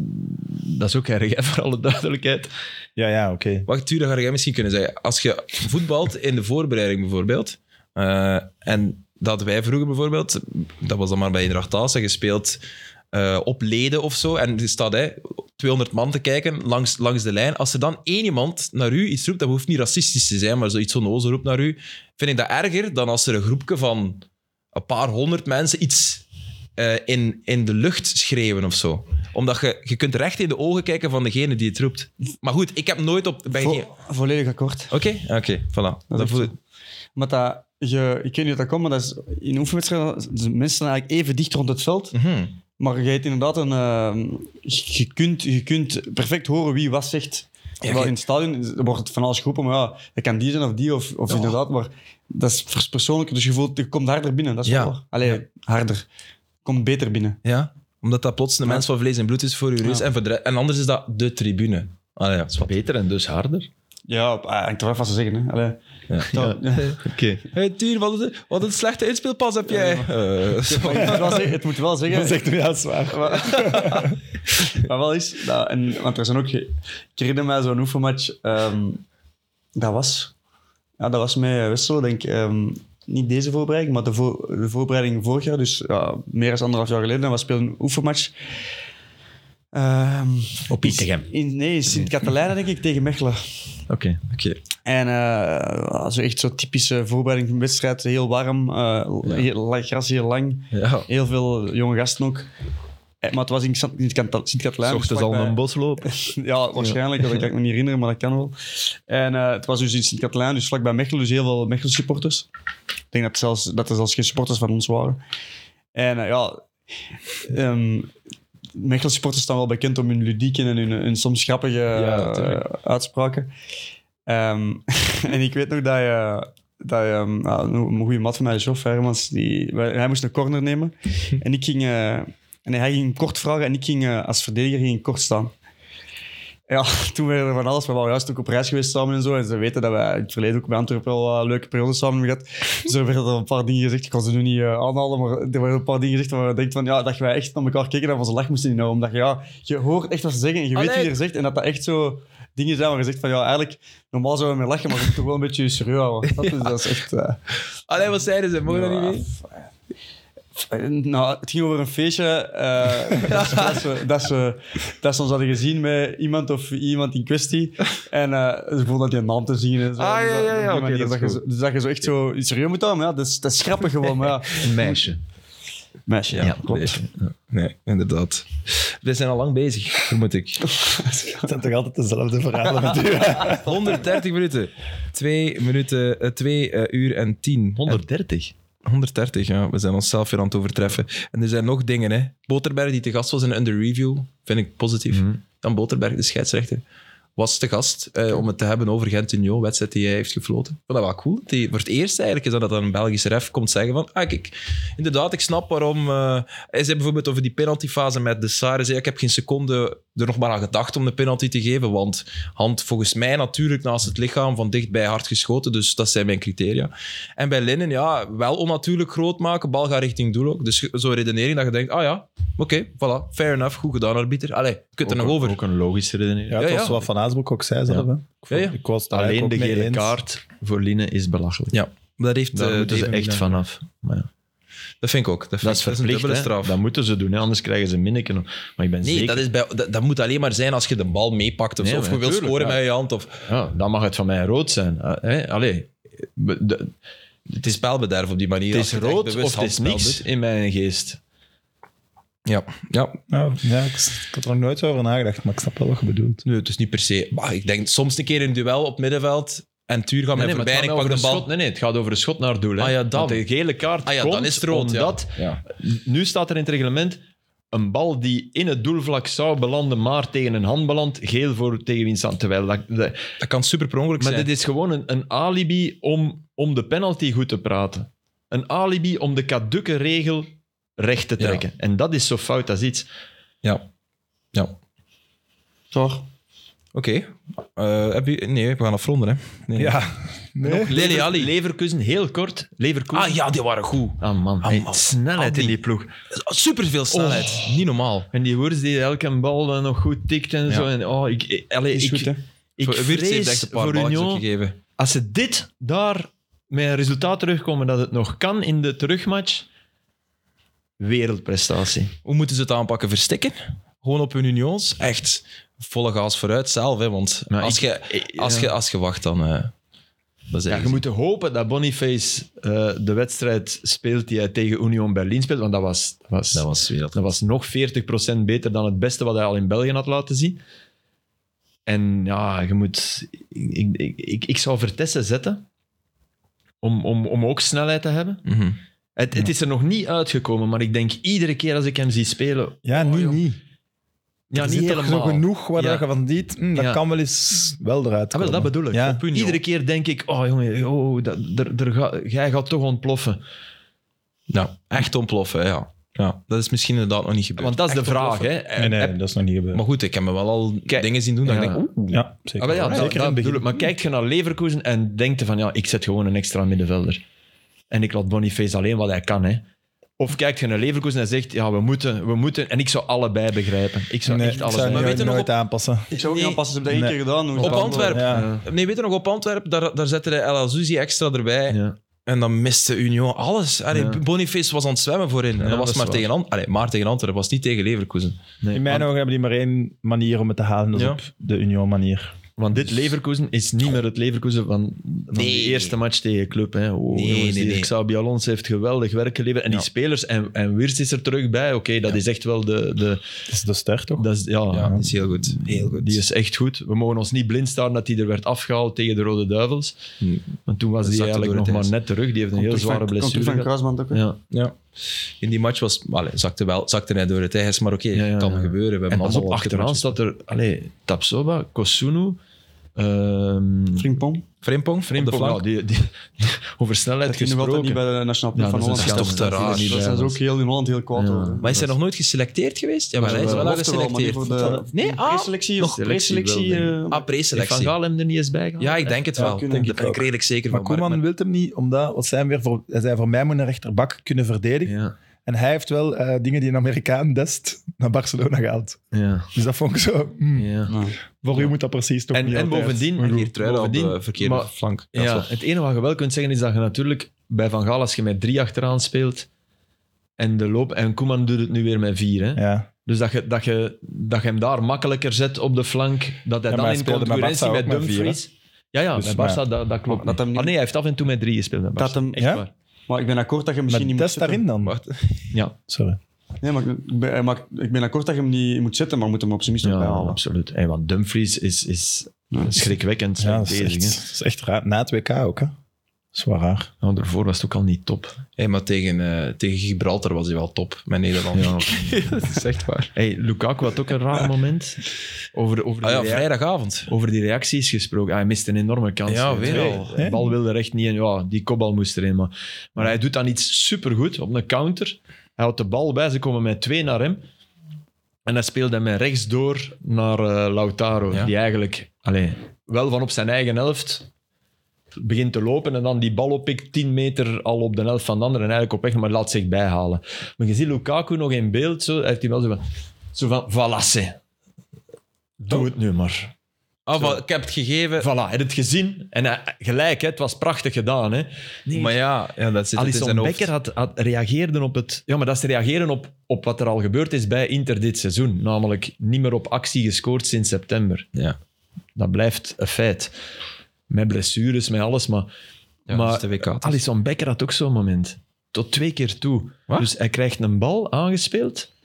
Speaker 3: dat is ook erg, hè, voor alle duidelijkheid.
Speaker 2: Ja, ja, oké.
Speaker 1: Wacht, Tuur, dat ga jij misschien kunnen zeggen. Als je voetbalt in de voorbereiding bijvoorbeeld, eh, en dat wij vroeger bijvoorbeeld, dat was dan maar bij Indracht Aalsen, gespeeld eh, op leden of zo, en er staat hè, 200 man te kijken langs, langs de lijn. Als er dan één iemand naar u iets roept, dat hoeft niet racistisch te zijn, maar zoiets onnozel roept naar u, vind ik dat erger dan als er een groepje van een paar honderd mensen iets eh, in, in de lucht schreeuwen of zo. Omdat je, je kunt recht in de ogen kijken van degene die het roept. Maar goed, ik heb nooit op... Bij
Speaker 4: Vo-
Speaker 1: geen-
Speaker 4: volledig akkoord.
Speaker 1: Oké, oké, voilà.
Speaker 4: Dat
Speaker 1: Dat
Speaker 4: is
Speaker 1: voel-
Speaker 4: echt Maar dat, je, ik weet niet of dat komt, maar dat is, in oefenwedstrijden de mensen zijn eigenlijk even dicht rond het veld.
Speaker 1: Mhm.
Speaker 4: Maar je hebt inderdaad een... ehm, je, kunt, je kunt perfect horen wie wat zegt. Terwijl
Speaker 1: je-
Speaker 4: in het stadion wordt het van alles geroepen, maar ja, dat kan die zijn of die, of, of inderdaad. Maar dat is vers- persoonlijk, dus je voelt, je komt harder binnen. Dat is
Speaker 1: Ja.
Speaker 4: wel waar. Allee, harder. Je komt beter binnen.
Speaker 1: Ja, omdat dat plots een mens van vlees en bloed is voor uw reus. En, voor de- en anders is dat de tribune. Allee, ja, zwart.
Speaker 3: Beter en dus harder.
Speaker 4: Ja, op- ah, hangt er wel van ze zeggen. Hè. Allee,
Speaker 1: Ja.
Speaker 4: dat-
Speaker 3: Oké.
Speaker 1: Hey, Tuur, wat een, wat een slechte inspeelpas heb jij. Eh, zo.
Speaker 4: Maar ik moet wel zeggen- het moet wel zeggen...
Speaker 2: Dat is echt ja, zwaar.
Speaker 4: Maar, maar wel is, dat, en, want er zijn ook, ik herinner mij zo'n oefenmatch, ehm, dat was, ja, dat was met Westerlo, denk ik, ehm, niet deze voorbereiding, maar de, voor- de voorbereiding vorig jaar, dus ja, meer dan anderhalf jaar geleden, dat was speelden een oefenmatch. Ehm,
Speaker 3: Op Itegem.
Speaker 4: in, nee, in Sint-Catalina, denk ik, tegen Mechelen.
Speaker 3: Oké.
Speaker 1: Oké.
Speaker 4: En eh, zo echt zo'n typische voorbereiding van wedstrijd, heel warm, eh, heel- gras heel lang.
Speaker 1: Ja.
Speaker 4: Heel veel jonge gasten ook. Eh, Maar het was in Sant- in Sint-Kanta- Sint-Catalijn. dus
Speaker 3: Ochtends al
Speaker 4: vlakbij-
Speaker 3: een bos lopen.
Speaker 4: Ja, waarschijnlijk. Dat kan ik me niet herinneren, maar dat kan wel. En eh, het was dus in Sint-Catalijn, dus vlakbij Mechelen. Dus heel veel Mechelen-supporters. Ik denk dat, zelfs, dat er zelfs geen supporters van ons waren. En eh, ja... ehm Mechelen-supporters staan wel bekend om hun ludieke en hun, hun soms grappige eh, uitspraken. Ehm, en ik weet nog dat je... Dat je, ehm, nou, een goede mat van mij, Joff Hermans, die, wij- hij moest een corner nemen. en ik ging... eh, en hij ging kort vragen en ik ging eh, als verdediger ging ik kort staan. Ja, toen werden we van alles. We waren juist ook op reis geweest samen en zo. En ze weten dat wij in het verleden ook bij Antwerpen wel eh, leuke periodes samen hebben gehad. Dus er werden er een paar dingen gezegd. Ik kon ze nu niet eh, aanhalen, maar er werden een paar dingen gezegd waar we denken van ja, dat wij echt naar elkaar keken en van ze lach moesten inhouden. Omdat je, ja, je hoort echt wat ze zeggen en je weet
Speaker 1: Allee.
Speaker 4: wie er zegt. En dat dat echt zo dingen zijn waar je zegt van ja, eigenlijk normaal zouden we meer lachen, maar we moeten toch wel een beetje serieus houden. Dat, is- dat is echt... eh,
Speaker 1: Allee, wat zeiden ze? Mogen we dat
Speaker 4: ja,
Speaker 1: niet weten?
Speaker 4: Ah, f- eh, Nou, het ging over een feestje eh, dat, ze, dat, ze, dat, ze, dat ze ons hadden gezien met iemand of iemand in kwestie. En eh ze vonden dat je naam te zien en zo.
Speaker 1: Ah,
Speaker 4: Dus
Speaker 1: ja,
Speaker 4: dat-
Speaker 1: ja, ja,
Speaker 4: op die
Speaker 1: oké,
Speaker 4: manier
Speaker 1: dat is
Speaker 4: je
Speaker 1: goed.
Speaker 4: zo- dus dat je zo echt zo iets serieus moet houden. Maar ja, dat is, dat is grappig gewoon. Maar ja,
Speaker 3: Een meisje.
Speaker 4: meisje, ja, klopt.
Speaker 1: Nee, ja. nee, inderdaad. We zijn al lang bezig, vermoed ik.
Speaker 2: Het zijn toch altijd dezelfde verhalen natuurlijk.
Speaker 1: 130 minuten. Twee minuten, eh, twee eh, uur en tien.
Speaker 3: 130.
Speaker 1: 130, ja. We zijn onszelf weer aan het overtreffen. En er zijn nog dingen, hè. Boterberg, die te gast was in Under Review, vind ik positief. Dan Boterberg, de scheidsrechter, was te gast eh, om het te hebben over Gent Union, wedstrijd die hij heeft gefloten. Ik vond dat wel cool. Die, voor het eerst eigenlijk is dat dat een Belgische ref komt zeggen van, ah, kijk, inderdaad, ik snap waarom... eh hij zei bijvoorbeeld over die penaltyfase met de Sare, zei, ik heb geen seconde er nog maar aan gedacht om de penalty te geven, want hand volgens mij natuurlijk naast het lichaam van dichtbij hard geschoten, dus dat zijn mijn criteria. En bij Linnen, ja, wel onnatuurlijk groot maken. Bal gaat richting doel ook. Dus zo'n redenering dat je denkt, ah ja, oké, voilà, fair enough, goed gedaan, arbiter. Allee, je kunt er nog over.
Speaker 3: Ook een logische redenering.
Speaker 2: Ja, het
Speaker 1: Ja,
Speaker 2: was
Speaker 1: ja.
Speaker 2: wat Van Aasbroek ook zei zelf. hè. Ik vond-
Speaker 1: Ja, ja.
Speaker 2: Ik was het
Speaker 3: Alleen
Speaker 2: eigenlijk
Speaker 3: de
Speaker 2: ook mee
Speaker 3: gele
Speaker 2: eens.
Speaker 3: kaart voor Line is belachelijk.
Speaker 1: Ja, maar dat heeft...
Speaker 3: Daar
Speaker 1: eh,
Speaker 3: moeten ze
Speaker 1: David
Speaker 3: echt
Speaker 1: Milan.
Speaker 3: vanaf. Maar ja,
Speaker 1: Dat vind ik ook. Dat, vind
Speaker 3: dat is
Speaker 1: ik- dat is
Speaker 3: verplicht.
Speaker 1: een dubbele
Speaker 3: hè.
Speaker 1: straf.
Speaker 3: Dat moeten ze doen, hè, anders krijgen ze minneken. Maar ik ben
Speaker 1: Nee,
Speaker 3: zeker...
Speaker 1: dat, is bij, dat, dat moet alleen maar zijn als je de bal meepakt of
Speaker 3: Nee,
Speaker 1: zo. Of
Speaker 3: maar
Speaker 1: je wilt
Speaker 3: natuurlijk,
Speaker 1: scoren
Speaker 3: ja.
Speaker 1: met je hand. Of,
Speaker 3: Ja, dan mag het van mij rood zijn. Eh, hè, Allee, be- de-
Speaker 1: het is spelbederf op die manier.
Speaker 3: het
Speaker 1: als
Speaker 3: is
Speaker 1: je echt
Speaker 3: rood
Speaker 1: bewust dus.
Speaker 3: of het is
Speaker 1: handspel
Speaker 3: niks
Speaker 1: doet.
Speaker 3: in mijn geest.
Speaker 1: Ja, ja.
Speaker 2: Nou, ja, ik, ik had er nog nooit zo over nagedacht, maar ik snap wel wat je bedoelt.
Speaker 1: Nee, het is niet per se. Maar ik denk soms een keer in een duel op middenveld en Tuur gaat mij
Speaker 3: Nee, nee, maar
Speaker 1: voorbij
Speaker 3: het
Speaker 1: en ik
Speaker 3: gaat
Speaker 1: pak
Speaker 3: over
Speaker 1: de
Speaker 3: een
Speaker 1: bal.
Speaker 3: schot. Nee, nee, het gaat over een schot naar doel. Hè.
Speaker 1: Ah ja, dan.
Speaker 3: Want de gele kaart
Speaker 1: Ah ja, dan
Speaker 3: komt
Speaker 1: is het rood, ja.
Speaker 3: omdat...
Speaker 1: Ja.
Speaker 3: Nu staat er in het reglement... Een bal die in het doelvlak zou belanden, maar tegen een hand belandt, geel voor tegen winst aan. Terwijl dat, dat-
Speaker 1: Dat kan super per ongeluk
Speaker 3: maar
Speaker 1: zijn.
Speaker 3: dit is gewoon een, een alibi om, om de penalty goed te praten. Een alibi om de kadukke regel recht te
Speaker 1: Ja.
Speaker 3: trekken. En dat is zo fout als iets.
Speaker 1: Ja. ja. Oké.
Speaker 4: Toch?
Speaker 1: Eh, heb je... Nee, we gaan afronden, hè. Nee.
Speaker 2: Ja. Nee.
Speaker 1: Lele Ali.
Speaker 3: Leverkusen, heel kort. Leverkusen.
Speaker 1: Ah ja, die waren goed.
Speaker 3: Ah, man,
Speaker 1: Ah,
Speaker 3: hey,
Speaker 1: man.
Speaker 3: snelheid
Speaker 1: Andy.
Speaker 3: in die ploeg.
Speaker 1: Superveel snelheid.
Speaker 3: Oh.
Speaker 1: Niet normaal.
Speaker 3: En die Wurz die elke bal dan nog goed tikt en zo. En, oh, ik, eh, allee,
Speaker 4: Is
Speaker 3: ik,
Speaker 4: goed, hè?
Speaker 3: ik
Speaker 1: Zo, Wirtz heeft echt
Speaker 3: vrees
Speaker 1: een paar
Speaker 3: voor
Speaker 1: balletjes ook
Speaker 3: Union.
Speaker 1: gegeven.
Speaker 3: Als ze dit daar met een resultaat terugkomen dat het nog kan in de terugmatch, wereldprestatie.
Speaker 1: Hoe moeten ze het aanpakken? Verstikken? Gewoon op hun unions? Echt volle gas vooruit zelf, hè. Want
Speaker 3: Maar
Speaker 1: als
Speaker 3: ik-
Speaker 1: je
Speaker 3: eh,
Speaker 1: als
Speaker 3: ja.
Speaker 1: je- als je wacht, dan... eh, dat is
Speaker 3: Ja,
Speaker 1: ergens.
Speaker 3: je moet hopen dat Boniface eh, de wedstrijd speelt die hij tegen Union Berlin speelt, want dat was, dat was,
Speaker 1: Dat was weer dat.
Speaker 3: dat was nog 40% beter dan het beste wat hij al in België had laten zien. En ja, je moet... Ik, ik, ik, ik zou Vertessen zetten om, om, om ook snelheid te hebben.
Speaker 1: Mhm.
Speaker 3: Het, het is er nog niet uitgekomen, maar ik denk iedere keer als ik hem zie spelen...
Speaker 2: Ja,
Speaker 3: Oh,
Speaker 2: niet,
Speaker 3: joh.
Speaker 2: niet.
Speaker 3: Ja,
Speaker 2: er
Speaker 3: niet
Speaker 2: zit toch
Speaker 3: helemaal.
Speaker 2: zo genoeg waar
Speaker 3: Ja.
Speaker 2: je van dit, hm, dat
Speaker 3: Ja.
Speaker 2: kan wel eens wel eruit
Speaker 3: Ah, wel,
Speaker 2: komen.
Speaker 3: dat bedoel ik.
Speaker 2: Ja.
Speaker 3: Op hun, joh. Iedere keer denk ik, oh jongen, oh, dat, er, er ga- jij gaat toch ontploffen.
Speaker 1: Ja, echt ontploffen, hè, ja. ja. Dat is misschien inderdaad nog niet gebeurd.
Speaker 3: Want dat is
Speaker 1: Echt
Speaker 3: de vraag,
Speaker 1: ontploffen.
Speaker 3: hè.
Speaker 2: Nee, nee,
Speaker 3: Heb-
Speaker 2: dat is nog niet gebeurd.
Speaker 1: Maar goed, ik heb me wel al
Speaker 3: Kijk,
Speaker 1: dingen zien doen dat ik
Speaker 3: ja.
Speaker 1: denk, oeh,
Speaker 2: ja, zeker.
Speaker 3: Ah, wel, ja,
Speaker 2: Zeker
Speaker 3: dat-
Speaker 2: in
Speaker 3: dat
Speaker 2: het begin.
Speaker 3: bedoel ik. Maar kijk je naar Leverkusen en denkt je van, ja, ik zet gewoon een extra middenvelder. En ik laat Boniface alleen wat hij kan, hè. Of kijkt je naar Leverkusen en zegt, ja, we moeten, we moeten. En ik zou allebei begrijpen. Ik zou
Speaker 2: Nee,
Speaker 3: echt
Speaker 2: ik zou
Speaker 3: allebei
Speaker 2: die
Speaker 1: Maar
Speaker 2: nooit
Speaker 1: weet je nog op-
Speaker 2: aanpassen.
Speaker 4: Ik zou ook
Speaker 1: Nee.
Speaker 4: niet aanpassen, ze hebben dat één keer gedaan.
Speaker 1: op
Speaker 4: Hoe-
Speaker 1: Antwerpen.
Speaker 2: Ja.
Speaker 1: Nee, weet je nog, op Antwerpen, daar, daar zette hij El Azouzi extra erbij.
Speaker 3: Ja.
Speaker 1: En dan miste Union alles. Allee,
Speaker 3: Ja.
Speaker 1: Boniface was aan het zwemmen voorin. en
Speaker 3: Ja,
Speaker 1: dat was
Speaker 3: dat is
Speaker 1: maar
Speaker 3: waar.
Speaker 1: tegen, Ant- Allee, maar tegen Antwerpen, was niet tegen Leverkusen.
Speaker 3: Nee,
Speaker 2: In mijn
Speaker 3: want,
Speaker 2: ogen hebben die maar één manier om het te halen, dat is
Speaker 1: Ja.
Speaker 2: op de Union-manier.
Speaker 3: want dit Leverkusen is niet meer het Leverkusen van, van
Speaker 1: Nee.
Speaker 3: de eerste match tegen club. Hè. Oh,
Speaker 1: Nee,
Speaker 3: jongens,
Speaker 1: nee,
Speaker 3: die
Speaker 1: nee.
Speaker 3: Xabi Alonso heeft geweldig werk geleverd. En die
Speaker 1: Ja.
Speaker 3: spelers, en, en Wirtz is er terug bij. Oké, dat is echt wel de... de
Speaker 2: Dat is de ster, toch?
Speaker 3: dat is, ja,
Speaker 1: Ja, dat is heel goed. Heel goed.
Speaker 3: Die is echt goed. We mogen ons niet blind staan dat hij er werd afgehaald tegen de Rode Duivels.
Speaker 1: Hmm.
Speaker 3: Want toen was
Speaker 1: Dat
Speaker 3: hij
Speaker 1: zakte
Speaker 3: eigenlijk
Speaker 1: door
Speaker 3: nog
Speaker 1: het
Speaker 3: maar
Speaker 1: ijs.
Speaker 3: net terug. Die heeft een heel
Speaker 4: Terug van-
Speaker 3: zware
Speaker 4: komt terug
Speaker 3: blessure
Speaker 4: van
Speaker 3: gehad.
Speaker 4: Kruisband ook. hè?
Speaker 3: Ja.
Speaker 1: Ja. In die match was... Allee, zakte, wel, zakte hij door het ijs, maar oké,
Speaker 3: Ja, ja,
Speaker 1: kan
Speaker 3: ja.
Speaker 1: gebeuren. We
Speaker 3: En
Speaker 1: hebben
Speaker 3: pas
Speaker 1: allemaal
Speaker 3: op,
Speaker 1: wel
Speaker 3: achteraan
Speaker 1: matches.
Speaker 3: staat er allee, Tapsoba, Kosunu, ehm
Speaker 4: Frimpong.
Speaker 1: Frimpong,
Speaker 3: Frimpong,
Speaker 1: op de
Speaker 3: ja,
Speaker 1: flank.
Speaker 3: die, die, over snelheid
Speaker 4: Dat ging nog altijd
Speaker 3: gesproken.
Speaker 4: niet bij de Nationale Ploeg
Speaker 3: Ja,
Speaker 4: van
Speaker 3: dat is
Speaker 4: Holland.
Speaker 3: een
Speaker 1: schande
Speaker 4: Daar
Speaker 1: dat hij er niet bij
Speaker 4: zijn ze
Speaker 3: was.
Speaker 4: ook heel in Holland heel kwaad
Speaker 3: Ja.
Speaker 4: over.
Speaker 1: Maar is hij nog nooit geselecteerd geweest? Ja, maar
Speaker 3: Ja,
Speaker 1: hij is
Speaker 3: wel.
Speaker 1: wel al
Speaker 4: Ofte wel, maar niet
Speaker 1: geselecteerd.
Speaker 4: voor de
Speaker 1: Nee, ah,
Speaker 4: preselectie
Speaker 1: nog
Speaker 4: of preselectie.
Speaker 3: preselectie
Speaker 4: eh,
Speaker 1: Ah,
Speaker 3: Heeft Van
Speaker 1: preselectie.
Speaker 3: Gaal hem er niet eens bij gehaald?
Speaker 1: Ja, ik denk het wel.
Speaker 4: kunnen.
Speaker 1: Daar
Speaker 4: Denk
Speaker 1: ben ik redelijk zeker
Speaker 2: Maar
Speaker 1: van.
Speaker 2: Koeman wil hem niet, omdat wat zijn weer voor, hij zei voor mij moet een rechterbak kunnen verdedigen.
Speaker 3: Ja,
Speaker 2: En hij heeft wel eh, dingen die een Amerikaan dest naar Barcelona gehaald.
Speaker 3: ja,
Speaker 2: Dus dat vond ik zo. hm,
Speaker 3: ja.
Speaker 4: Ja.
Speaker 2: Voor u moet dat precies toch
Speaker 3: En-
Speaker 2: niet
Speaker 3: en
Speaker 2: altijd.
Speaker 3: bovendien-
Speaker 2: Maar goed.
Speaker 1: Geert Truiden op de
Speaker 3: Bovendien-
Speaker 1: verkeerde
Speaker 3: maar-
Speaker 1: flank. Dat is
Speaker 3: Ja,
Speaker 1: wel-
Speaker 3: het enige wat je wel kunt zeggen is dat je natuurlijk bij Van Gaal, als je met drie achteraan speelt en de loop, en Koeman doet het nu weer met vier. Hè?
Speaker 2: Ja.
Speaker 3: Dus dat je, dat, je, dat je hem daar makkelijker zet op de flank, dat
Speaker 2: maar
Speaker 3: hij dan
Speaker 2: hij
Speaker 3: in
Speaker 2: speelde met
Speaker 3: concurrentie
Speaker 2: Barca
Speaker 3: met,
Speaker 2: ook met
Speaker 3: Dumfries... ja, ja,
Speaker 2: Dus,
Speaker 3: bij Barca,
Speaker 2: maar-
Speaker 3: dat, dat klopt.
Speaker 4: Dat hem
Speaker 3: niet.
Speaker 4: niet-
Speaker 3: Ah nee, hij heeft af en toe met drie gespeeld met Barca.
Speaker 4: Dat hem-
Speaker 3: Echt
Speaker 2: Ja?
Speaker 3: waar.
Speaker 4: Maar ik ben akkoord dat je hem
Speaker 2: Maar
Speaker 4: misschien niet moet
Speaker 2: test
Speaker 4: zetten.
Speaker 2: daarin dan.
Speaker 1: Wacht.
Speaker 3: Ja,
Speaker 2: Sorry.
Speaker 4: Nee, maar ik ben, eh, maar ik ben akkoord dat je hem niet moet zetten, maar je moet hem op zijn minst ook
Speaker 3: ja
Speaker 4: bijhalen.
Speaker 3: absoluut. En want Dumfries is, is
Speaker 4: Ja.
Speaker 3: schrikwekkend
Speaker 2: Ja,
Speaker 3: ja,
Speaker 2: dat is, echt,
Speaker 3: bezig. hè.
Speaker 2: dat is echt raar. Na het WK ook, hè? Dat is wel raar.
Speaker 3: Nou, daarvoor was het ook al niet top.
Speaker 1: Hey, maar tegen, eh, tegen Gibraltar was hij wel top, Ah met Nederland.
Speaker 3: Ja.
Speaker 1: dat is echt waar.
Speaker 3: hey, Lukaku had ook een raar moment. Over, over,
Speaker 1: Ah ja,
Speaker 3: die, rea-
Speaker 1: vrijdagavond.
Speaker 3: over die reacties gesproken. Hij mist een enorme kans.
Speaker 1: Ja,
Speaker 3: Twee.
Speaker 1: weer al.
Speaker 3: De bal wilde er echt niet in. Ja, die kopbal moest erin. Maar, maar hij doet dan iets supergoed op een counter. Hij houdt de bal bij. Ze komen met twee naar hem. En hij speelde hem met rechts door naar eh, Lautaro.
Speaker 1: Ja.
Speaker 3: Die eigenlijk allee, wel van op zijn eigen helft begint te lopen en dan die bal oppikt 10 meter al op de helft van de ander en eigenlijk op weg, maar laat zich bijhalen. Maar je ziet Lukaku nog in beeld, zo, hij heeft hij wel zo van, zo van valasse. Doe het nu maar.
Speaker 1: Ah, maar ik heb het gegeven.
Speaker 3: Voilà, heb je het gezien? En hij- gelijk, hè, het was prachtig gedaan. Hè.
Speaker 1: Maar ja, ja, dat zit het in zijn
Speaker 3: Alisson
Speaker 1: hoofd.
Speaker 3: Becker had, had reageerde op het... Ja, maar dat is reageren op, op wat er al gebeurd is bij Inter dit seizoen. Namelijk niet meer op actie gescoord sinds september.
Speaker 1: Ja.
Speaker 3: Dat blijft een feit. Met blessures, met alles, maar...
Speaker 1: Ja,
Speaker 3: maar
Speaker 1: dat is de WK. toch?
Speaker 3: Alisson Becker had ook zo'n moment. Tot twee keer toe.
Speaker 1: Wat?
Speaker 3: Dus hij krijgt een bal aangespeeld.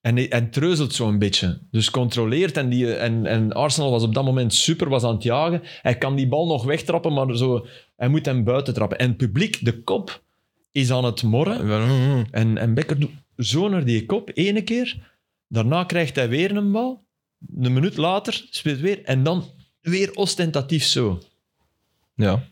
Speaker 3: En, en treuzelt zo'n beetje. Dus controleert. En, die, en, en Arsenal was op dat moment super, was aan het jagen. Hij kan die bal nog wegtrappen, maar zo, hij moet hem buiten trappen. En het publiek, de kop, is aan het morren. En, en Becker doet zo naar die kop, ene keer. Daarna krijgt hij weer een bal. Een minuut later speelt weer. En dan weer ostentatief zo.
Speaker 1: Ja.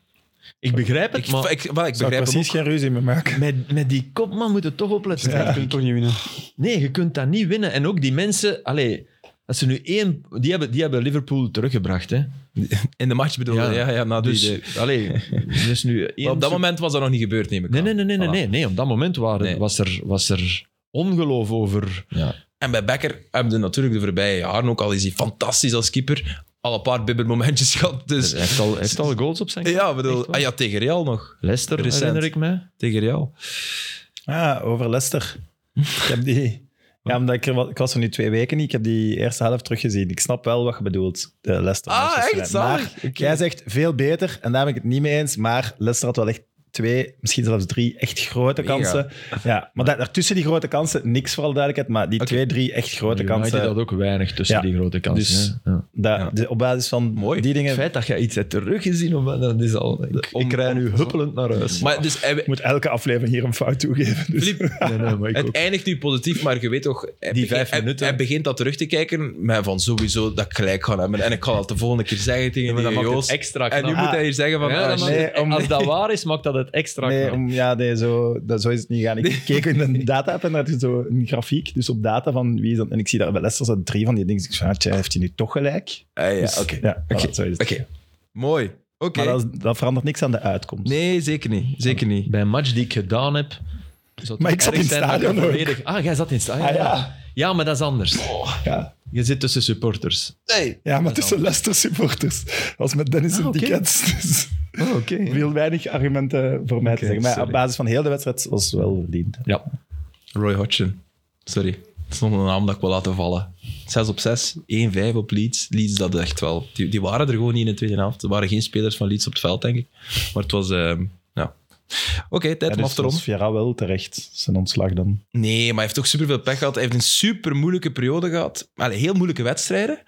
Speaker 3: Ik begrijp het,
Speaker 1: Ik,
Speaker 3: maar
Speaker 1: ik, wel, ik
Speaker 2: Zou ik
Speaker 1: begrijp hem
Speaker 2: precies geen ruzie meer maken.
Speaker 3: met, met die kopman moet je toch opletten.
Speaker 4: Je kunt toch niet winnen.
Speaker 3: Nee, je kunt dat niet winnen. En ook die mensen... Allee, als ze nu één... Die hebben, die hebben Liverpool teruggebracht, hè.
Speaker 1: ook. In de match bedoel je?
Speaker 3: Ja.
Speaker 1: Ja, ja, na die idee.
Speaker 3: Dus, allee, er is nu één...
Speaker 1: Maar op dat moment was dat nog niet gebeurd, neem ik
Speaker 3: Nee,
Speaker 1: aan.
Speaker 3: nee, nee, nee, nee,
Speaker 1: Voilà.
Speaker 3: nee, nee. Op dat moment waren,
Speaker 1: Nee.
Speaker 3: was, er, was er ongeloof over...
Speaker 1: En bij Becker hebben we natuurlijk de voorbije jaren ook al is hij fantastisch als keeper. Al een paar bibbermomentjes gehad. Dus
Speaker 3: Hij heeft al, hij heeft al goals op zijn...
Speaker 1: ja,
Speaker 3: Echt
Speaker 1: bedoel,
Speaker 3: waar.
Speaker 1: ah, ja, tegen Real nog.
Speaker 3: Leicester,
Speaker 1: Recent.
Speaker 3: herinner ik me.
Speaker 1: Tegen Real.
Speaker 2: Ah, over Leicester. ik heb die... Ja, omdat ik, er, wa- ik was er nu twee weken niet. Ik heb die eerste helft teruggezien. Ik snap wel wat je bedoelt, de Leicester.
Speaker 1: Ah,
Speaker 2: Manchester
Speaker 1: echt?
Speaker 2: United. Maar
Speaker 1: Zalig. Oké.
Speaker 2: jij zegt veel beter, en daar ben ik het niet mee eens. Maar Leicester had wel echt twee, misschien zelfs drie echt grote
Speaker 1: Mega.
Speaker 2: kansen. Ja, maar da- daartussen die grote kansen, niks vooral duidelijkheid. Maar die twee, drie echt grote kansen.
Speaker 1: eh,
Speaker 3: dat ook weinig tussen
Speaker 2: Ja.
Speaker 3: die grote kansen.
Speaker 2: Dus-
Speaker 3: hè. Ja.
Speaker 2: da-
Speaker 1: Ja.
Speaker 2: de- op basis van
Speaker 1: Mooi.
Speaker 2: die dingen...
Speaker 3: Het feit dat je iets hebt teruggezien, om- dat is al... ik rij nu huppelend naar huis.
Speaker 1: Maar dus, hij-
Speaker 2: Ik moet elke aflevering hier een fout toegeven. Dus.
Speaker 1: Filip,
Speaker 3: nee, nee, maar ik
Speaker 1: het eindigt nu positief, maar je weet toch... Hij
Speaker 3: Die
Speaker 1: begint-
Speaker 3: vijf
Speaker 1: hij-
Speaker 3: minuten.
Speaker 1: Hij begint dat terug te kijken, maar van sowieso dat ik gelijk ga hebben. En ik ga dat de volgende keer zeggen tegen
Speaker 3: Maar dat
Speaker 1: die
Speaker 3: maakt het
Speaker 1: Joost.
Speaker 3: extra
Speaker 1: En nu
Speaker 3: knap.
Speaker 1: moet hij hier zeggen van...
Speaker 3: Ja,
Speaker 1: ah,
Speaker 3: dat
Speaker 1: shit.
Speaker 3: maakt-
Speaker 2: nee, om-
Speaker 3: Als dat waar is, maakt dat het extra
Speaker 2: Nee,
Speaker 3: knap.
Speaker 2: om, ja, nee zo, dat, zo is het niet gaan. Ik keek in een data-app en daar had je zo een grafiek. Dus op data van wie is dat. En ik zie daar bij Leicester zo drie van die dingen. Dus ik van, ah, tja, heeft hij nu toch gelijk?
Speaker 1: Ah, ja,
Speaker 2: Dus,
Speaker 1: oké.
Speaker 2: Ja, voilà,
Speaker 1: Oké.
Speaker 2: zo is het.
Speaker 1: Oké. Mooi. Oké.
Speaker 2: Maar dat, is- dat verandert niks aan de uitkomst.
Speaker 1: Nee, zeker niet. Zeker niet.
Speaker 3: Bij een match die ik gedaan heb... zou het
Speaker 2: Maar ik zat
Speaker 3: erg
Speaker 2: in het
Speaker 3: zijn dat ik
Speaker 2: stadion ook.
Speaker 3: volledig- Ah, jij zat in het stadion.
Speaker 2: Ah,
Speaker 3: ja.
Speaker 2: ja. Oh.
Speaker 3: Ja, maar dat is anders.
Speaker 2: Ja.
Speaker 3: Je zit tussen supporters.
Speaker 2: ja, maar tussen Leicester-supporters. Als met Dennis en
Speaker 3: oké.
Speaker 2: tickets. Dus
Speaker 3: Oh, Oké.
Speaker 2: heel weinig argumenten voor mij te zeggen. Maar op basis van heel de wedstrijd was het wel verdiend.
Speaker 1: Roy Hodgson. Sorry. Het is nog een naam dat ik wil laten vallen. 6 op 6, 1-5 op Leeds. Leeds, dat echt wel. Die, die waren er gewoon niet in de tweede helft. Er waren geen spelers van Leeds op het veld, denk ik. Maar het was. ehm, ja. Oké, tijd
Speaker 2: Ja,
Speaker 1: om af
Speaker 2: dus
Speaker 1: te ronden.
Speaker 2: was Vieira wel terecht. Zijn ontslag dan.
Speaker 1: Nee, maar hij heeft ook superveel pech gehad. Hij heeft een super moeilijke periode gehad. Allee, heel moeilijke wedstrijden.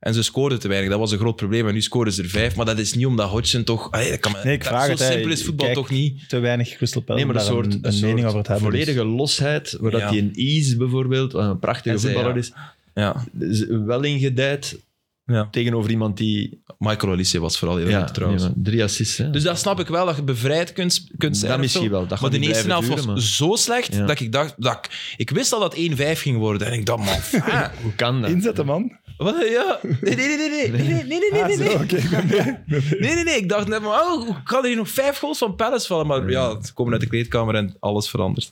Speaker 1: En ze scoorden te weinig. Dat was een groot probleem. En nu scoren ze er vijf. Maar dat is niet omdat Hodgson toch. Allee, dat kan,
Speaker 2: Nee, ik
Speaker 1: dat-
Speaker 2: vraag
Speaker 1: zo
Speaker 2: het, hè.
Speaker 1: simpel is voetbal
Speaker 2: Kijk,
Speaker 1: toch niet.
Speaker 2: Te weinig Crystal Palace.
Speaker 3: Nee, maar een
Speaker 2: om daar
Speaker 3: soort,
Speaker 2: een,
Speaker 3: een
Speaker 2: een
Speaker 3: soort
Speaker 2: mening over te hebben. dus-
Speaker 3: volledige losheid, waar
Speaker 1: Ja.
Speaker 3: dat die een ease bijvoorbeeld, wat een prachtige
Speaker 1: En zij,
Speaker 3: voetballer
Speaker 1: Ja.
Speaker 3: is, is wel ingedijd
Speaker 1: Ja.
Speaker 3: tegenover iemand die...
Speaker 1: Michael Olise was vooral heel goed trouwens.
Speaker 3: nee, maar drie assists. Hè.
Speaker 1: Dus dat snap ik wel, dat je bevrijd kunt, kunt zijn.
Speaker 3: dat
Speaker 1: of
Speaker 3: misschien
Speaker 1: zo.
Speaker 3: wel. Dat
Speaker 1: Maar
Speaker 3: gaat
Speaker 1: de
Speaker 3: niet
Speaker 1: eerste
Speaker 3: blijven
Speaker 1: helft was zo
Speaker 3: duren,
Speaker 1: slecht
Speaker 3: Ja.
Speaker 1: dat ik dacht... Dat ik, ik wist al dat 1-5 ging worden. En ik dacht, man... ah,
Speaker 3: maar Hoe kan dat?
Speaker 2: Inzetten, man.
Speaker 1: wat, ja. Nee, nee, nee, nee. Nee, nee, nee, nee. nee,
Speaker 2: Ah,
Speaker 1: nee,
Speaker 2: zo,
Speaker 1: nee.
Speaker 2: oké, ik ben mee. Ik ben mee.
Speaker 1: Nee, nee, nee. Ik dacht net, maar, oh, hoe kan er hier nog vijf goals van Palace vallen? Maar ja, ze komen uit de kleedkamer en alles verandert.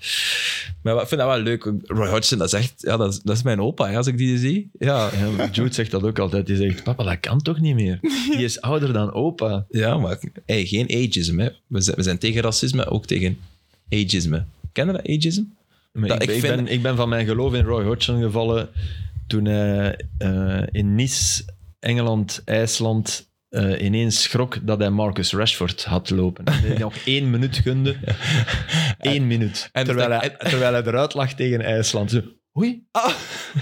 Speaker 1: Maar ik vind dat wel leuk. Roy Hodgson, dat is echt... Ja, dat is, dat is mijn opa, hè, als ik die zie. Ja,
Speaker 3: Ja, maar Jude zegt dat ook altijd. Die zegt, papa, dat kan toch niet meer? Die is ouder dan opa.
Speaker 1: ja maar hey, geen ageism, hè. We zijn, we zijn tegen racisme, ook tegen ageisme. Ken je dat, ageism?
Speaker 3: Maar
Speaker 1: Dat-
Speaker 3: ik,
Speaker 1: ik
Speaker 3: ik
Speaker 1: vind-
Speaker 3: ben, ik ben van mijn geloof in Roy Hodgson gevallen toen hij eh, in Nice, Engeland, IJsland eh, ineens schrok dat hij Marcus Rashford had lopen. Dat hij nog één minuut gunde. Eén minuut.
Speaker 1: en-
Speaker 3: terwijl, hij,
Speaker 1: en-
Speaker 3: terwijl hij eruit lag tegen IJsland. Zo, Oei. Ah,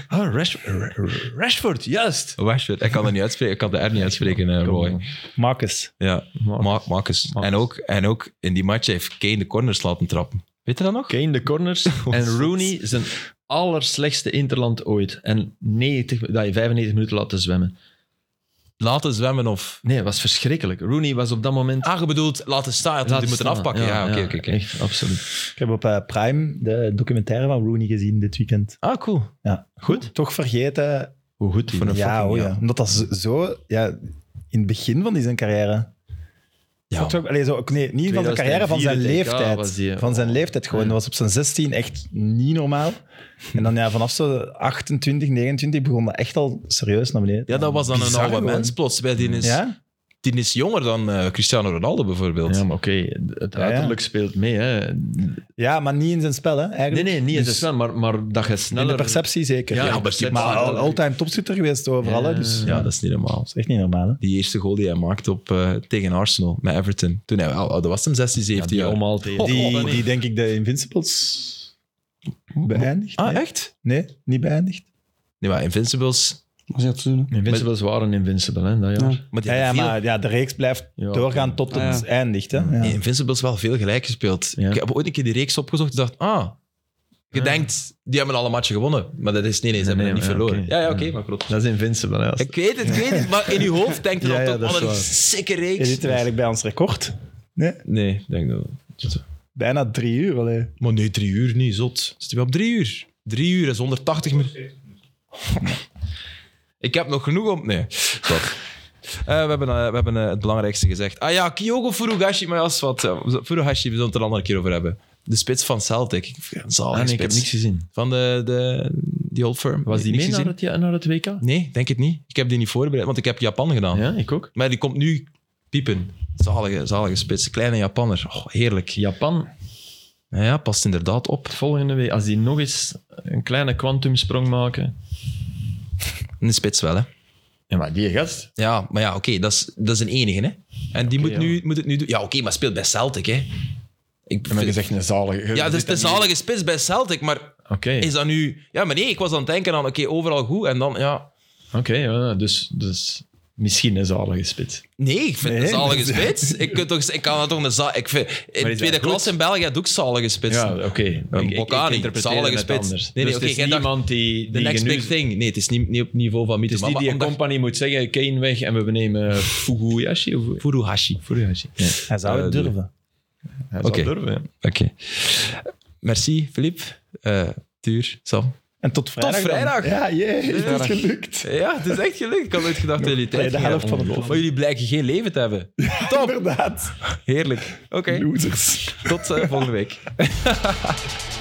Speaker 3: Rashford, Rashford, juist.
Speaker 1: Rashford. Ik kan dat niet uitspreken. Ik kan de R niet uitspreken, eh, Roy.
Speaker 2: Marcus.
Speaker 1: Ja,
Speaker 3: Marcus.
Speaker 1: Marcus. Marcus. En, ook, en ook in die match heeft Kane de corners laten trappen. Weet je dat nog?
Speaker 3: Kane de corners en Rooney zijn allerslechtste interland ooit. En 90, dat je 95 minuten laten zwemmen.
Speaker 1: Laten zwemmen of...
Speaker 3: Nee, het was verschrikkelijk. Rooney was op dat moment...
Speaker 1: Ah, je bedoelt laten staan. dat die
Speaker 3: Laten
Speaker 1: moeten
Speaker 3: staan.
Speaker 1: afpakken. Ja, oké, oké. oké.
Speaker 3: Echt, absoluut.
Speaker 2: Ik heb op eh, Prime de documentaire van Rooney gezien dit weekend.
Speaker 1: Ah, cool.
Speaker 3: Goed?
Speaker 2: Toch vergeten.
Speaker 3: Hoe goed die
Speaker 1: Voor een
Speaker 3: was.
Speaker 2: Ja,
Speaker 1: fucking
Speaker 2: oh,
Speaker 1: ja.
Speaker 2: ja, omdat dat zo- zo... Ja, in het begin van die zijn carrière.
Speaker 1: Ja,
Speaker 2: Toch, toch- allee, zo, nee, niet van zijn
Speaker 3: 2004
Speaker 2: carrière, van zijn
Speaker 3: het EK
Speaker 2: leeftijd.
Speaker 3: was die, hè.
Speaker 2: Van zijn leeftijd gewoon. Dat was op zijn 16 echt niet normaal. En dan ja, vanaf zo 28, 29 begon dat echt al serieus naar beneden.
Speaker 1: ja, dat was dan
Speaker 2: Bizar
Speaker 1: een oude
Speaker 2: gewoon.
Speaker 1: mens plots. Bij die, is,
Speaker 2: Ja?
Speaker 1: die is jonger dan eh, Cristiano Ronaldo bijvoorbeeld.
Speaker 3: Ja, maar oké, het uiterlijk speelt mee. Hè.
Speaker 2: ja, maar niet in zijn spel, hè, eigenlijk.
Speaker 3: Nee, nee, niet eens
Speaker 2: Dus
Speaker 3: snel, maar, maar dat je sneller...
Speaker 2: In de perceptie zeker.
Speaker 3: Ja,
Speaker 1: Ja,
Speaker 3: maar
Speaker 1: maar-
Speaker 2: Maar al- all-time topschutter geweest overal, hè,
Speaker 3: Ja.
Speaker 2: dus
Speaker 1: Ja, dat is niet normaal.
Speaker 2: dat is echt niet normaal. Hè.
Speaker 1: Die eerste goal die hij maakte op, eh, tegen Arsenal met Everton. Toen hij, oh, dat was hem 16, 17
Speaker 3: die
Speaker 1: jaar.
Speaker 3: om altijd.
Speaker 2: Die, die denk ik de Invincibles Beëindigd?
Speaker 1: Ah,
Speaker 2: nee.
Speaker 1: echt?
Speaker 2: nee, niet beëindigd.
Speaker 1: Nee, maar Invincibles...
Speaker 4: Wat is dat te doen? hè?
Speaker 3: Invincibles waren Invincible, hè, dat jaar.
Speaker 4: Ja.
Speaker 1: Maar die
Speaker 2: Ja, ja,
Speaker 1: hebben veel-
Speaker 2: maar ja, de reeks blijft
Speaker 3: Ja,
Speaker 2: doorgaan tot
Speaker 4: Ah,
Speaker 2: het
Speaker 4: ja.
Speaker 2: eindigt. Hè? Ja.
Speaker 1: Nee, Invincibles wel veel gelijk gespeeld.
Speaker 3: Ja.
Speaker 1: Ik heb ooit een keer die reeks opgezocht en dacht, ah, je denkt, die hebben alle matchen gewonnen. Maar dat is nee, nee, ze hebben
Speaker 3: Nee, nee,
Speaker 1: niet
Speaker 3: ja,
Speaker 1: verloren.
Speaker 3: oké.
Speaker 1: Ja, ja, oké,
Speaker 3: Ja.
Speaker 1: maar klopt.
Speaker 3: Dat is Invincible, hè.
Speaker 1: Ik weet het, ik weet het, maar in je hoofd denkt je
Speaker 3: Ja,
Speaker 1: dan
Speaker 3: ja,
Speaker 1: toch,
Speaker 3: dat is
Speaker 1: wat een
Speaker 3: waar.
Speaker 1: sikke
Speaker 2: Je
Speaker 1: reeks.
Speaker 2: zit er eigenlijk bij ons record. Nee,
Speaker 1: Nee, denk dat
Speaker 2: bijna drie uur. Allee.
Speaker 1: Maar nee, drie uur niet, zot. Zit hij wel op drie uur? Drie uur is 180 minuten. Ik heb nog genoeg om... Nee, wat. we hebben, eh, we hebben eh, het belangrijkste gezegd. Ah ja, Kyogo Furugashi, maar als wat. eh, Furugashi, we zullen het er een andere keer over hebben. De spits van Celtic. Ik vind het een zalige
Speaker 3: Ah, nee, ik heb
Speaker 1: spits.
Speaker 3: niks gezien.
Speaker 1: Van de, de die old firm.
Speaker 3: Was die
Speaker 1: Niks
Speaker 3: mee naar
Speaker 1: gezien?
Speaker 3: het, ja- naar het WK?
Speaker 1: Nee, denk het niet. Ik heb die niet voorbereid, want ik heb Japan gedaan.
Speaker 3: Ja, ik ook.
Speaker 1: Maar die komt nu piepen. Zalige, zalige spits. Kleine Japanner. Oh, heerlijk.
Speaker 3: Japan,
Speaker 1: Ja, ja, past inderdaad op.
Speaker 3: volgende week, als die nog eens een kleine kwantumsprong maken.
Speaker 1: In de spits wel, hè.
Speaker 3: Ja, maar die gast.
Speaker 1: Ja, maar ja, oké, dat, is, dat is een enige, hè. En die moet,
Speaker 3: ja.
Speaker 1: nu, moet het nu doen. Ja, oké, maar speelt bij Celtic, hè. Ik vind-
Speaker 5: zegt een zalige...
Speaker 1: ja, dat is de zalige spits bij Celtic, maar
Speaker 3: Oké,
Speaker 1: is dat nu... Ja, maar nee, ik was aan het denken aan, oké, overal goed, en dan, ja...
Speaker 3: oké, ja, dus, dus misschien een zalige spits.
Speaker 1: Nee, ik vind
Speaker 2: Nee,
Speaker 1: een zalige
Speaker 2: dat is-
Speaker 1: spits. Ik, kan toch, ik kan dat toch een za- ik vind, In
Speaker 3: dat
Speaker 1: tweede
Speaker 3: goed?
Speaker 1: klas in België had ook zalige spitsen.
Speaker 3: Ja, oké. Ik- ik- ik
Speaker 1: Bocani,
Speaker 3: interpreteerde
Speaker 1: zalige
Speaker 3: het
Speaker 1: spits.
Speaker 3: anders.
Speaker 1: Nee, nee,
Speaker 3: dus
Speaker 1: oké,
Speaker 3: het
Speaker 1: jij
Speaker 3: is
Speaker 1: dacht-
Speaker 3: niemand die,
Speaker 1: The
Speaker 3: die
Speaker 1: next
Speaker 3: genu-
Speaker 1: big thing. Nee, het is niet, niet op niveau van
Speaker 3: Het
Speaker 1: Mythos.
Speaker 3: is niet die een compagnie moet zeggen, Kane weg en we nemen Fuguyashi. Of,
Speaker 1: Furuhashi.
Speaker 3: Fuguyashi. Ja.
Speaker 2: Hij zou het
Speaker 1: Eh, de-
Speaker 2: durven.
Speaker 3: Hij
Speaker 1: Oké.
Speaker 3: zal durven, ja.
Speaker 1: Oké. Merci, Philippe. Eh Tuur, Sam.
Speaker 2: En tot vrijdag. dan.
Speaker 1: vrijdag.
Speaker 2: Ja, jee, is het
Speaker 1: Vrijdag.
Speaker 2: gelukt.
Speaker 1: Ja, het is echt gelukt. Ik had nooit gedacht dat jullie tijd
Speaker 2: Bij de
Speaker 1: gingen
Speaker 2: helft van de
Speaker 1: hebben.
Speaker 2: proef.
Speaker 1: Maar jullie blijken geen leven te hebben.
Speaker 2: Top. Inderdaad.
Speaker 1: Heerlijk. Oké,
Speaker 2: Losers.
Speaker 1: tot eh, volgende week.